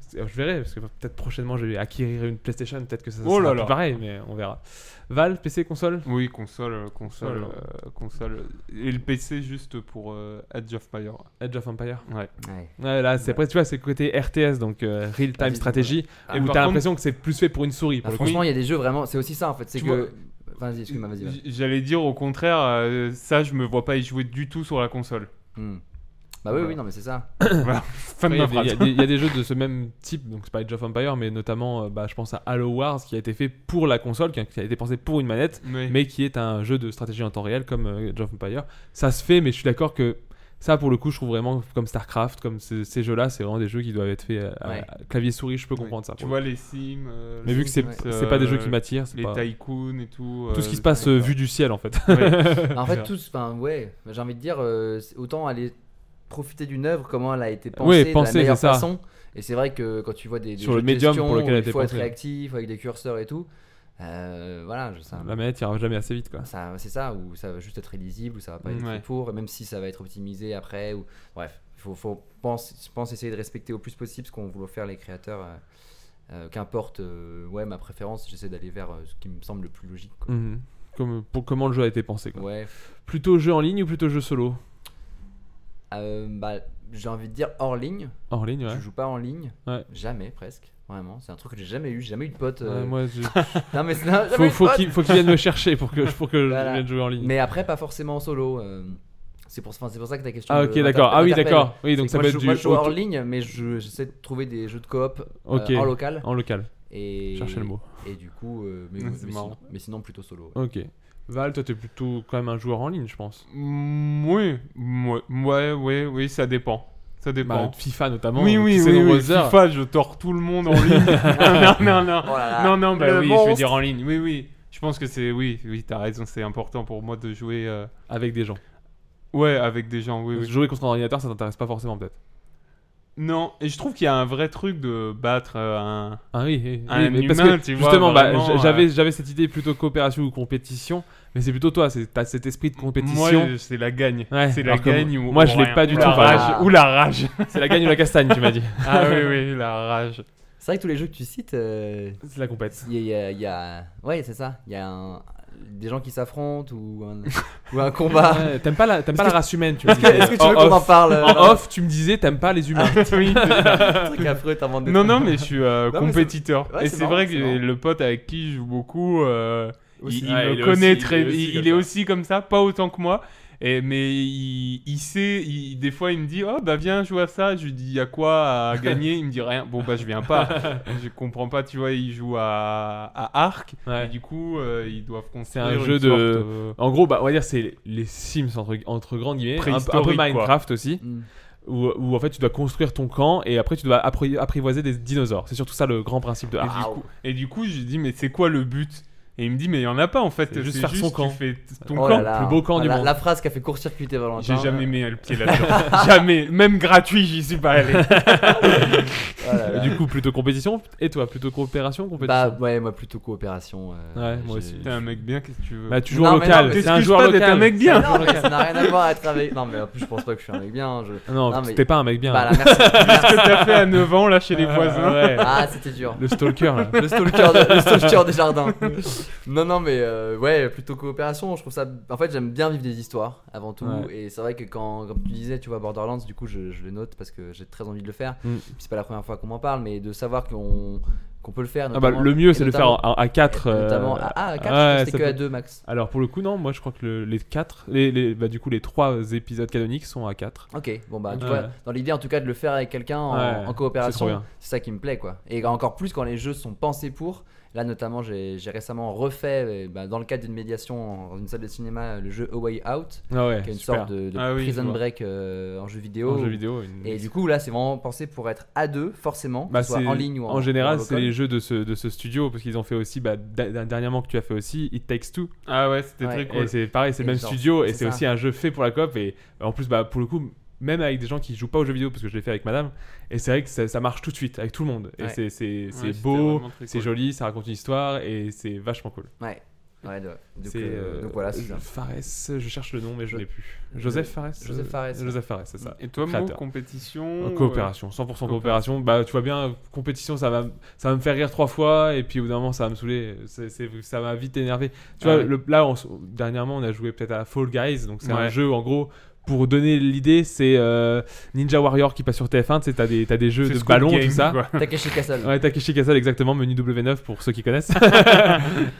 [SPEAKER 9] c'est ça.
[SPEAKER 8] Je verrai, parce que peut-être prochainement, je vais acquérir une PlayStation. Peut-être que ça, ça
[SPEAKER 7] Oh
[SPEAKER 8] sera
[SPEAKER 7] là
[SPEAKER 8] plus
[SPEAKER 7] là.
[SPEAKER 8] pareil, mais on verra. Val, PC, console
[SPEAKER 7] Oui, console, euh, console,
[SPEAKER 8] Console,
[SPEAKER 7] euh, console. Et le PC juste pour euh, Edge of Fire.
[SPEAKER 8] Edge of Empire.
[SPEAKER 7] Ouais.
[SPEAKER 9] Ouais.
[SPEAKER 8] Ouais, là, c'est après, tu vois, c'est le côté RTS, donc euh, real
[SPEAKER 9] Ah,
[SPEAKER 8] time
[SPEAKER 9] c'est-
[SPEAKER 8] strategy,
[SPEAKER 9] Ah.
[SPEAKER 8] où
[SPEAKER 7] Et
[SPEAKER 8] t'as
[SPEAKER 7] par contre-
[SPEAKER 8] l'impression que c'est plus fait pour une souris.
[SPEAKER 9] Ah,
[SPEAKER 8] Pour le coup.
[SPEAKER 9] franchement, il y a des jeux vraiment. C'est aussi ça en fait. C'est
[SPEAKER 7] Tu
[SPEAKER 9] que. Vas-y, excuse-moi, vas-y. vas-y.
[SPEAKER 7] J- J'allais dire au contraire, euh, ça je me vois pas y jouer du tout sur la console.
[SPEAKER 9] Hmm. Bah oui, oui, non, mais c'est ça.
[SPEAKER 7] Fin de ma
[SPEAKER 8] Après, Il y a des-
[SPEAKER 7] phrase.
[SPEAKER 8] il y, a des- il y a des jeux de ce même type, donc c'est pas Age of Empire, mais notamment, euh, bah, je pense à Halo Wars qui a été fait pour la console, qui a, qui a été pensé pour une manette,
[SPEAKER 7] Mais,
[SPEAKER 8] mais qui est un jeu de stratégie en temps réel comme euh, Age of Empire. Ça se fait, mais je suis d'accord que ça, pour le coup, je trouve vraiment comme StarCraft, comme ce- ces jeux-là, c'est vraiment des jeux qui doivent être faits à, à-
[SPEAKER 9] Ouais.
[SPEAKER 8] à clavier-souris, je peux comprendre ça.
[SPEAKER 7] tu
[SPEAKER 8] pour
[SPEAKER 7] vois
[SPEAKER 8] le
[SPEAKER 7] les Sims. euh,
[SPEAKER 8] coup. mais
[SPEAKER 7] les
[SPEAKER 8] vu que c'est
[SPEAKER 7] Sims,
[SPEAKER 8] c'est pas des
[SPEAKER 7] euh,
[SPEAKER 8] jeux qui m'attirent, c'est
[SPEAKER 7] Les
[SPEAKER 8] pas-
[SPEAKER 7] tycoons et tout.
[SPEAKER 8] tout ce
[SPEAKER 7] euh,
[SPEAKER 8] qui se passe euh,
[SPEAKER 7] ouais.
[SPEAKER 8] vu du ciel en fait.
[SPEAKER 9] Bah, en fait, tous. Enfin, ouais. J'ai envie de dire, euh, c'est- autant aller profiter d'une œuvre, comment elle a été pensée,
[SPEAKER 8] Ouais,
[SPEAKER 9] de
[SPEAKER 8] pensée,
[SPEAKER 9] la meilleure
[SPEAKER 8] c'est ça.
[SPEAKER 9] façon. Et c'est vrai que quand tu vois des, des
[SPEAKER 8] Sur
[SPEAKER 9] jeux
[SPEAKER 8] le
[SPEAKER 9] de
[SPEAKER 8] médium
[SPEAKER 9] gestion
[SPEAKER 8] pour lequel
[SPEAKER 9] où
[SPEAKER 8] elle a été
[SPEAKER 9] il faut être
[SPEAKER 8] pensée.
[SPEAKER 9] réactif avec des curseurs et tout. euh, voilà, je- ça,
[SPEAKER 8] La manette ira jamais assez vite quoi.
[SPEAKER 9] ça- c'est ça, ou ça va juste être illisible, ou ça va pas être
[SPEAKER 7] Ouais.
[SPEAKER 9] fait pour, et même si ça va être optimisé après, ou bref, faut, faut pense, je pense essayer de respecter au plus possible ce qu'ont voulu faire les créateurs. euh, euh, Qu'importe, euh, ouais, ma préférence, j'essaie d'aller vers euh, ce qui me semble le plus logique. quoi.
[SPEAKER 8] Mhm. Comme, pour comment le jeu a été pensé quoi.
[SPEAKER 9] Mm-hmm. Ouais,
[SPEAKER 8] Plutôt jeu en ligne ou plutôt jeu solo
[SPEAKER 9] Euh, bah, j'ai envie de dire hors ligne.
[SPEAKER 8] En ligne, ouais.
[SPEAKER 9] Je joue pas en ligne.
[SPEAKER 8] Ouais.
[SPEAKER 9] Jamais, presque. Vraiment. C'est un truc que j'ai jamais eu. J'ai jamais eu de pote. euh,
[SPEAKER 8] Ouais, moi, je-
[SPEAKER 9] Non, mais c'est- non, j'ai jamais eu
[SPEAKER 8] faut,
[SPEAKER 9] de
[SPEAKER 8] faut
[SPEAKER 9] pote.
[SPEAKER 8] qu'il faut qu'il vienne me chercher pour que, pour que
[SPEAKER 9] Voilà.
[SPEAKER 8] je vienne jouer en ligne.
[SPEAKER 9] Mais après, pas forcément en solo. euh, C'est pour, enfin, c'est pour ça que ta question.
[SPEAKER 8] Ah,
[SPEAKER 9] me-
[SPEAKER 8] ok, d'accord. Ah, oui,
[SPEAKER 9] m'interpelle.
[SPEAKER 8] d'accord. Oui,
[SPEAKER 9] C'est
[SPEAKER 8] donc
[SPEAKER 9] que
[SPEAKER 8] ça
[SPEAKER 9] moi,
[SPEAKER 8] peut
[SPEAKER 9] je
[SPEAKER 8] être
[SPEAKER 9] joue-
[SPEAKER 8] du
[SPEAKER 9] moi, je joue hors
[SPEAKER 8] auto-
[SPEAKER 9] ligne, mais je- j'essaie de trouver des jeux de coop euh,
[SPEAKER 8] Ok.
[SPEAKER 9] en local.
[SPEAKER 8] en local.
[SPEAKER 9] Et...
[SPEAKER 8] Cherchez le mot.
[SPEAKER 9] Et du coup, euh, mais,
[SPEAKER 7] C'est
[SPEAKER 9] mais sinon,
[SPEAKER 7] marrant.
[SPEAKER 9] mais sinon plutôt solo. ouais.
[SPEAKER 8] Ok. Val, toi, t'es plutôt quand même un joueur en ligne, je pense.
[SPEAKER 7] Mm, Oui, ouais, ouais, ouais, oui, ça dépend. Ça dépend.
[SPEAKER 8] Bah, FIFA notamment.
[SPEAKER 7] oui,
[SPEAKER 8] euh,
[SPEAKER 7] oui,
[SPEAKER 8] toutes ces
[SPEAKER 7] oui, oui.
[SPEAKER 8] nombreuses heures.
[SPEAKER 7] FIFA, je tords tout le monde en ligne. non, non, non.
[SPEAKER 9] Oh là là.
[SPEAKER 7] Non, non, bah
[SPEAKER 9] Le
[SPEAKER 7] oui, je
[SPEAKER 9] monstre.
[SPEAKER 7] veux dire en ligne. Oui, oui. Je pense que c'est. Oui, oui, t'as raison, c'est important pour moi de jouer. euh,
[SPEAKER 8] Avec des gens.
[SPEAKER 7] Ouais, avec des gens, oui, oui.
[SPEAKER 8] Jouer contre un ordinateur, ça t'intéresse pas forcément, peut-être.
[SPEAKER 7] Non, et je trouve qu'il y a un vrai truc de battre euh, un.
[SPEAKER 8] Ah oui, oui, oui,
[SPEAKER 7] Un
[SPEAKER 8] mais parce
[SPEAKER 7] humain,
[SPEAKER 8] que,
[SPEAKER 7] tu vois,
[SPEAKER 8] justement, bah,
[SPEAKER 7] vraiment,
[SPEAKER 8] j- j'avais
[SPEAKER 7] euh,
[SPEAKER 8] j'avais cette idée plutôt coopération ou compétition, mais c'est plutôt toi, c'est- t'as cet esprit de
[SPEAKER 7] Moi,
[SPEAKER 8] compétition.
[SPEAKER 7] je- c'est la gagne.
[SPEAKER 8] Ouais,
[SPEAKER 7] c'est la
[SPEAKER 8] alors que
[SPEAKER 7] gagne
[SPEAKER 8] moi-
[SPEAKER 7] ou.
[SPEAKER 8] moi,
[SPEAKER 7] ou
[SPEAKER 8] je l'ai
[SPEAKER 7] rien.
[SPEAKER 8] pas du
[SPEAKER 7] Ou
[SPEAKER 8] tout,
[SPEAKER 7] La
[SPEAKER 8] par
[SPEAKER 7] rage.
[SPEAKER 9] exemple.
[SPEAKER 7] Ou la rage.
[SPEAKER 8] C'est la gagne ou la castagne, tu m'as dit.
[SPEAKER 7] ah oui, oui, la rage.
[SPEAKER 9] C'est vrai que tous les jeux que tu cites, euh,
[SPEAKER 8] C'est la compète.
[SPEAKER 9] il y, a- il y a- il y a. Ouais, c'est ça. Il y a un- des gens qui s'affrontent ou un, ou un combat.
[SPEAKER 8] Ouais, T'aimes pas, la, t'aimes pas la race humaine, tu me
[SPEAKER 9] Est-ce que,
[SPEAKER 8] disais.
[SPEAKER 9] est-ce que tu
[SPEAKER 8] En
[SPEAKER 9] veux qu'on en
[SPEAKER 8] off.
[SPEAKER 9] parle euh,
[SPEAKER 8] En off, tu me disais, t'aimes pas les humains.
[SPEAKER 7] Oui, c'est ça.
[SPEAKER 9] truc affreux, t'inventes des
[SPEAKER 7] Non,
[SPEAKER 9] trucs.
[SPEAKER 7] non, mais je suis euh,
[SPEAKER 9] Non, mais
[SPEAKER 7] compétiteur.
[SPEAKER 9] c'est- ouais,
[SPEAKER 7] et
[SPEAKER 9] c'est
[SPEAKER 7] c'est
[SPEAKER 9] marrant,
[SPEAKER 7] vrai
[SPEAKER 9] c'est
[SPEAKER 7] que
[SPEAKER 9] marrant.
[SPEAKER 7] le pote avec qui je joue beaucoup, euh,
[SPEAKER 8] Aussi.
[SPEAKER 7] il, il
[SPEAKER 8] Ouais,
[SPEAKER 7] me
[SPEAKER 8] Ah, il est
[SPEAKER 7] connaît
[SPEAKER 8] aussi-
[SPEAKER 7] très
[SPEAKER 8] il est
[SPEAKER 7] Il,
[SPEAKER 8] aussi comme
[SPEAKER 7] il est
[SPEAKER 8] ça.
[SPEAKER 7] aussi comme ça, pas autant que moi. Et, mais il, il sait, il- des fois il me dit Oh bah viens jouer à ça. Je lui dis Y a quoi à gagner Il me dit rien. Bon bah je viens pas. je comprends pas, tu vois. Il joue à, à Arc.
[SPEAKER 8] Ouais.
[SPEAKER 7] Et du coup, euh, ils doivent construire.
[SPEAKER 8] un
[SPEAKER 7] une
[SPEAKER 8] jeu de-
[SPEAKER 7] sorte, euh,
[SPEAKER 8] En gros, bah, on va dire c'est les Sims entre, entre grandes guillemets, un, peu- un peu
[SPEAKER 7] Préhistorique, quoi.
[SPEAKER 8] Minecraft aussi,
[SPEAKER 9] Mm.
[SPEAKER 8] où, où, en fait tu dois construire ton camp et après tu dois appri- apprivoiser des dinosaures. C'est surtout ça le grand principe de
[SPEAKER 7] euh, Et
[SPEAKER 8] Ark.
[SPEAKER 7] du, coup, et du coup, j'ai dit, mais c'est quoi le but Et il me dit, mais il n'y en a pas en fait.
[SPEAKER 8] C'est juste
[SPEAKER 7] c'est
[SPEAKER 8] faire son camp.
[SPEAKER 7] Tu fais ton
[SPEAKER 9] Oh
[SPEAKER 7] camp,
[SPEAKER 9] là là.
[SPEAKER 7] le plus beau camp
[SPEAKER 9] Ah,
[SPEAKER 7] du
[SPEAKER 9] la,
[SPEAKER 7] monde.
[SPEAKER 9] La phrase qui a fait court-circuiter Valentin.
[SPEAKER 7] J'ai jamais mis le pied
[SPEAKER 9] Ah.
[SPEAKER 7] là-dedans. jamais. Même gratuit, j'y suis pas allé.
[SPEAKER 9] Oh là là.
[SPEAKER 8] Du coup, plutôt compétition. Et toi, plutôt coopération, compétition
[SPEAKER 9] Bah ouais, moi plutôt coopération. euh,
[SPEAKER 8] Ouais, moi
[SPEAKER 9] j'ai-
[SPEAKER 8] aussi.
[SPEAKER 7] T'es un mec bien, qu'est-ce que tu veux
[SPEAKER 8] Bah, tu joues en
[SPEAKER 9] Non, mais non,
[SPEAKER 8] local.
[SPEAKER 9] mais-
[SPEAKER 8] C'est un
[SPEAKER 7] T'excuses
[SPEAKER 8] joueur
[SPEAKER 7] pas d'être
[SPEAKER 8] local.
[SPEAKER 7] un mec bien.
[SPEAKER 8] C'est
[SPEAKER 9] Non,
[SPEAKER 8] joueur
[SPEAKER 9] mais
[SPEAKER 8] local.
[SPEAKER 9] ça n'a rien à voir à travailler. Non, mais en plus, je pense pas que je suis un mec bien. hein, je- Non,
[SPEAKER 8] Non,
[SPEAKER 9] mais-
[SPEAKER 8] t'es pas un mec bien. hein.
[SPEAKER 9] Bah là, merci.
[SPEAKER 7] Qu'est-ce que t'as fait à 9 ans là chez les voisins
[SPEAKER 8] Ouais.
[SPEAKER 9] Ah, c'était dur.
[SPEAKER 8] Le stalker, là.
[SPEAKER 9] Le stalker, de- le stalker des jardins. Non, non, mais euh, ouais, plutôt coopération. Je trouve ça. En fait, j'aime bien vivre des histoires avant tout.
[SPEAKER 8] Ouais.
[SPEAKER 9] Et c'est vrai que quand, comme tu disais, tu vois, Borderlands, du coup, je, je le note parce que j'ai très envie de le faire.
[SPEAKER 8] Mm.
[SPEAKER 9] Puis C'est pas la première fois qu'on m'en parle, mais de savoir qu'on qu'on peut le faire.
[SPEAKER 8] Ah bah,
[SPEAKER 9] notamment-
[SPEAKER 8] le mieux,
[SPEAKER 9] et
[SPEAKER 8] c'est de le faire
[SPEAKER 9] notamment-
[SPEAKER 8] en- à 4.
[SPEAKER 9] Notamment à, ah, à 4, c'était que à 2 max.
[SPEAKER 8] euh, Alors, pour le coup, non, moi je crois que le- les 4, les, les- bah, du coup, les 3 épisodes canoniques sont à 4.
[SPEAKER 9] Ok, bon bah tu
[SPEAKER 8] Ouais.
[SPEAKER 9] vois, dans l'idée en tout cas de le faire avec quelqu'un en,
[SPEAKER 8] Ouais,
[SPEAKER 9] en
[SPEAKER 8] c'est trop
[SPEAKER 9] coopération,
[SPEAKER 8] bien.
[SPEAKER 9] c'est ça qui me plaît quoi. Et encore plus quand les jeux sont pensés pour. Là notamment j'ai j'ai récemment refait euh, bah, dans le cadre d'une médiation en- dans une salle de cinéma le jeu Away Out,
[SPEAKER 8] Ah ouais,
[SPEAKER 9] qui est une
[SPEAKER 8] super.
[SPEAKER 9] sorte de, de
[SPEAKER 7] Ah oui, je
[SPEAKER 9] prison
[SPEAKER 7] vois.
[SPEAKER 9] break euh, en jeu vidéo.
[SPEAKER 8] En jeu vidéo. une-
[SPEAKER 9] Et du coup là c'est vraiment pensé pour être à deux forcément, que
[SPEAKER 8] Bah,
[SPEAKER 9] ce soit
[SPEAKER 8] c'est-
[SPEAKER 9] en ligne ou en
[SPEAKER 8] général,
[SPEAKER 9] ou en
[SPEAKER 8] c'est
[SPEAKER 9] local.
[SPEAKER 8] les jeux de ce, de ce studio parce qu'ils ont fait aussi, bah, da- dernièrement que tu as fait aussi, It Takes Two.
[SPEAKER 7] Ah ouais, c'était
[SPEAKER 9] Ouais.
[SPEAKER 7] très
[SPEAKER 8] Et
[SPEAKER 7] cool.
[SPEAKER 8] c'est pareil, c'est le
[SPEAKER 9] Et
[SPEAKER 8] même
[SPEAKER 9] genre,
[SPEAKER 8] studio et
[SPEAKER 9] c'est
[SPEAKER 8] c'est
[SPEAKER 9] ça.
[SPEAKER 8] aussi un jeu fait pour la coop. Et en plus, bah, pour le coup, même avec des gens qui jouent pas aux jeux vidéo, parce que je l'ai fait avec madame, et c'est vrai que ça, ça marche tout de suite avec tout le monde. Et
[SPEAKER 9] Ouais.
[SPEAKER 8] c'est- c'est c'est
[SPEAKER 7] Ouais, c'était
[SPEAKER 8] beau,
[SPEAKER 7] vraiment très
[SPEAKER 8] c'est
[SPEAKER 7] cool.
[SPEAKER 8] joli, ça raconte une histoire et c'est vachement cool.
[SPEAKER 9] Ouais. Ouais, de- donc,
[SPEAKER 8] C'est,
[SPEAKER 9] euh,
[SPEAKER 8] euh,
[SPEAKER 9] donc voilà, c'est
[SPEAKER 8] je-
[SPEAKER 9] ça.
[SPEAKER 8] Fares, je cherche le nom, mais je
[SPEAKER 9] Je-
[SPEAKER 8] l'ai plus. Joseph Fares euh,
[SPEAKER 9] Joseph Fares.
[SPEAKER 8] Joseph Fares, c'est ça.
[SPEAKER 7] Et toi, Mo,
[SPEAKER 8] Créateur.
[SPEAKER 7] compétition
[SPEAKER 8] Coopération, 100% coopération. Bah, tu vois bien, compétition, ça va, ça va me faire rire trois fois, et puis au bout d'un moment, ça va me saouler. C'est- c'est- ça m'a vite énervé. Tu
[SPEAKER 7] Ah
[SPEAKER 8] vois,
[SPEAKER 7] ouais.
[SPEAKER 8] le- là, on s- dernièrement, on a joué peut-être à Fall Guys, donc c'est un
[SPEAKER 7] Ouais.
[SPEAKER 8] jeu, en gros, pour donner l'idée, c'est euh, Ninja Warrior qui passe sur TF1, tu sais, t'as des, t'as des jeux
[SPEAKER 7] C'est
[SPEAKER 8] de
[SPEAKER 7] Squid
[SPEAKER 8] ballon,
[SPEAKER 7] Game,
[SPEAKER 8] tout ça.
[SPEAKER 7] quoi.
[SPEAKER 9] Takeshi Castle.
[SPEAKER 8] Ouais, Takeshi Castle, exactement, menu W9 pour ceux qui connaissent.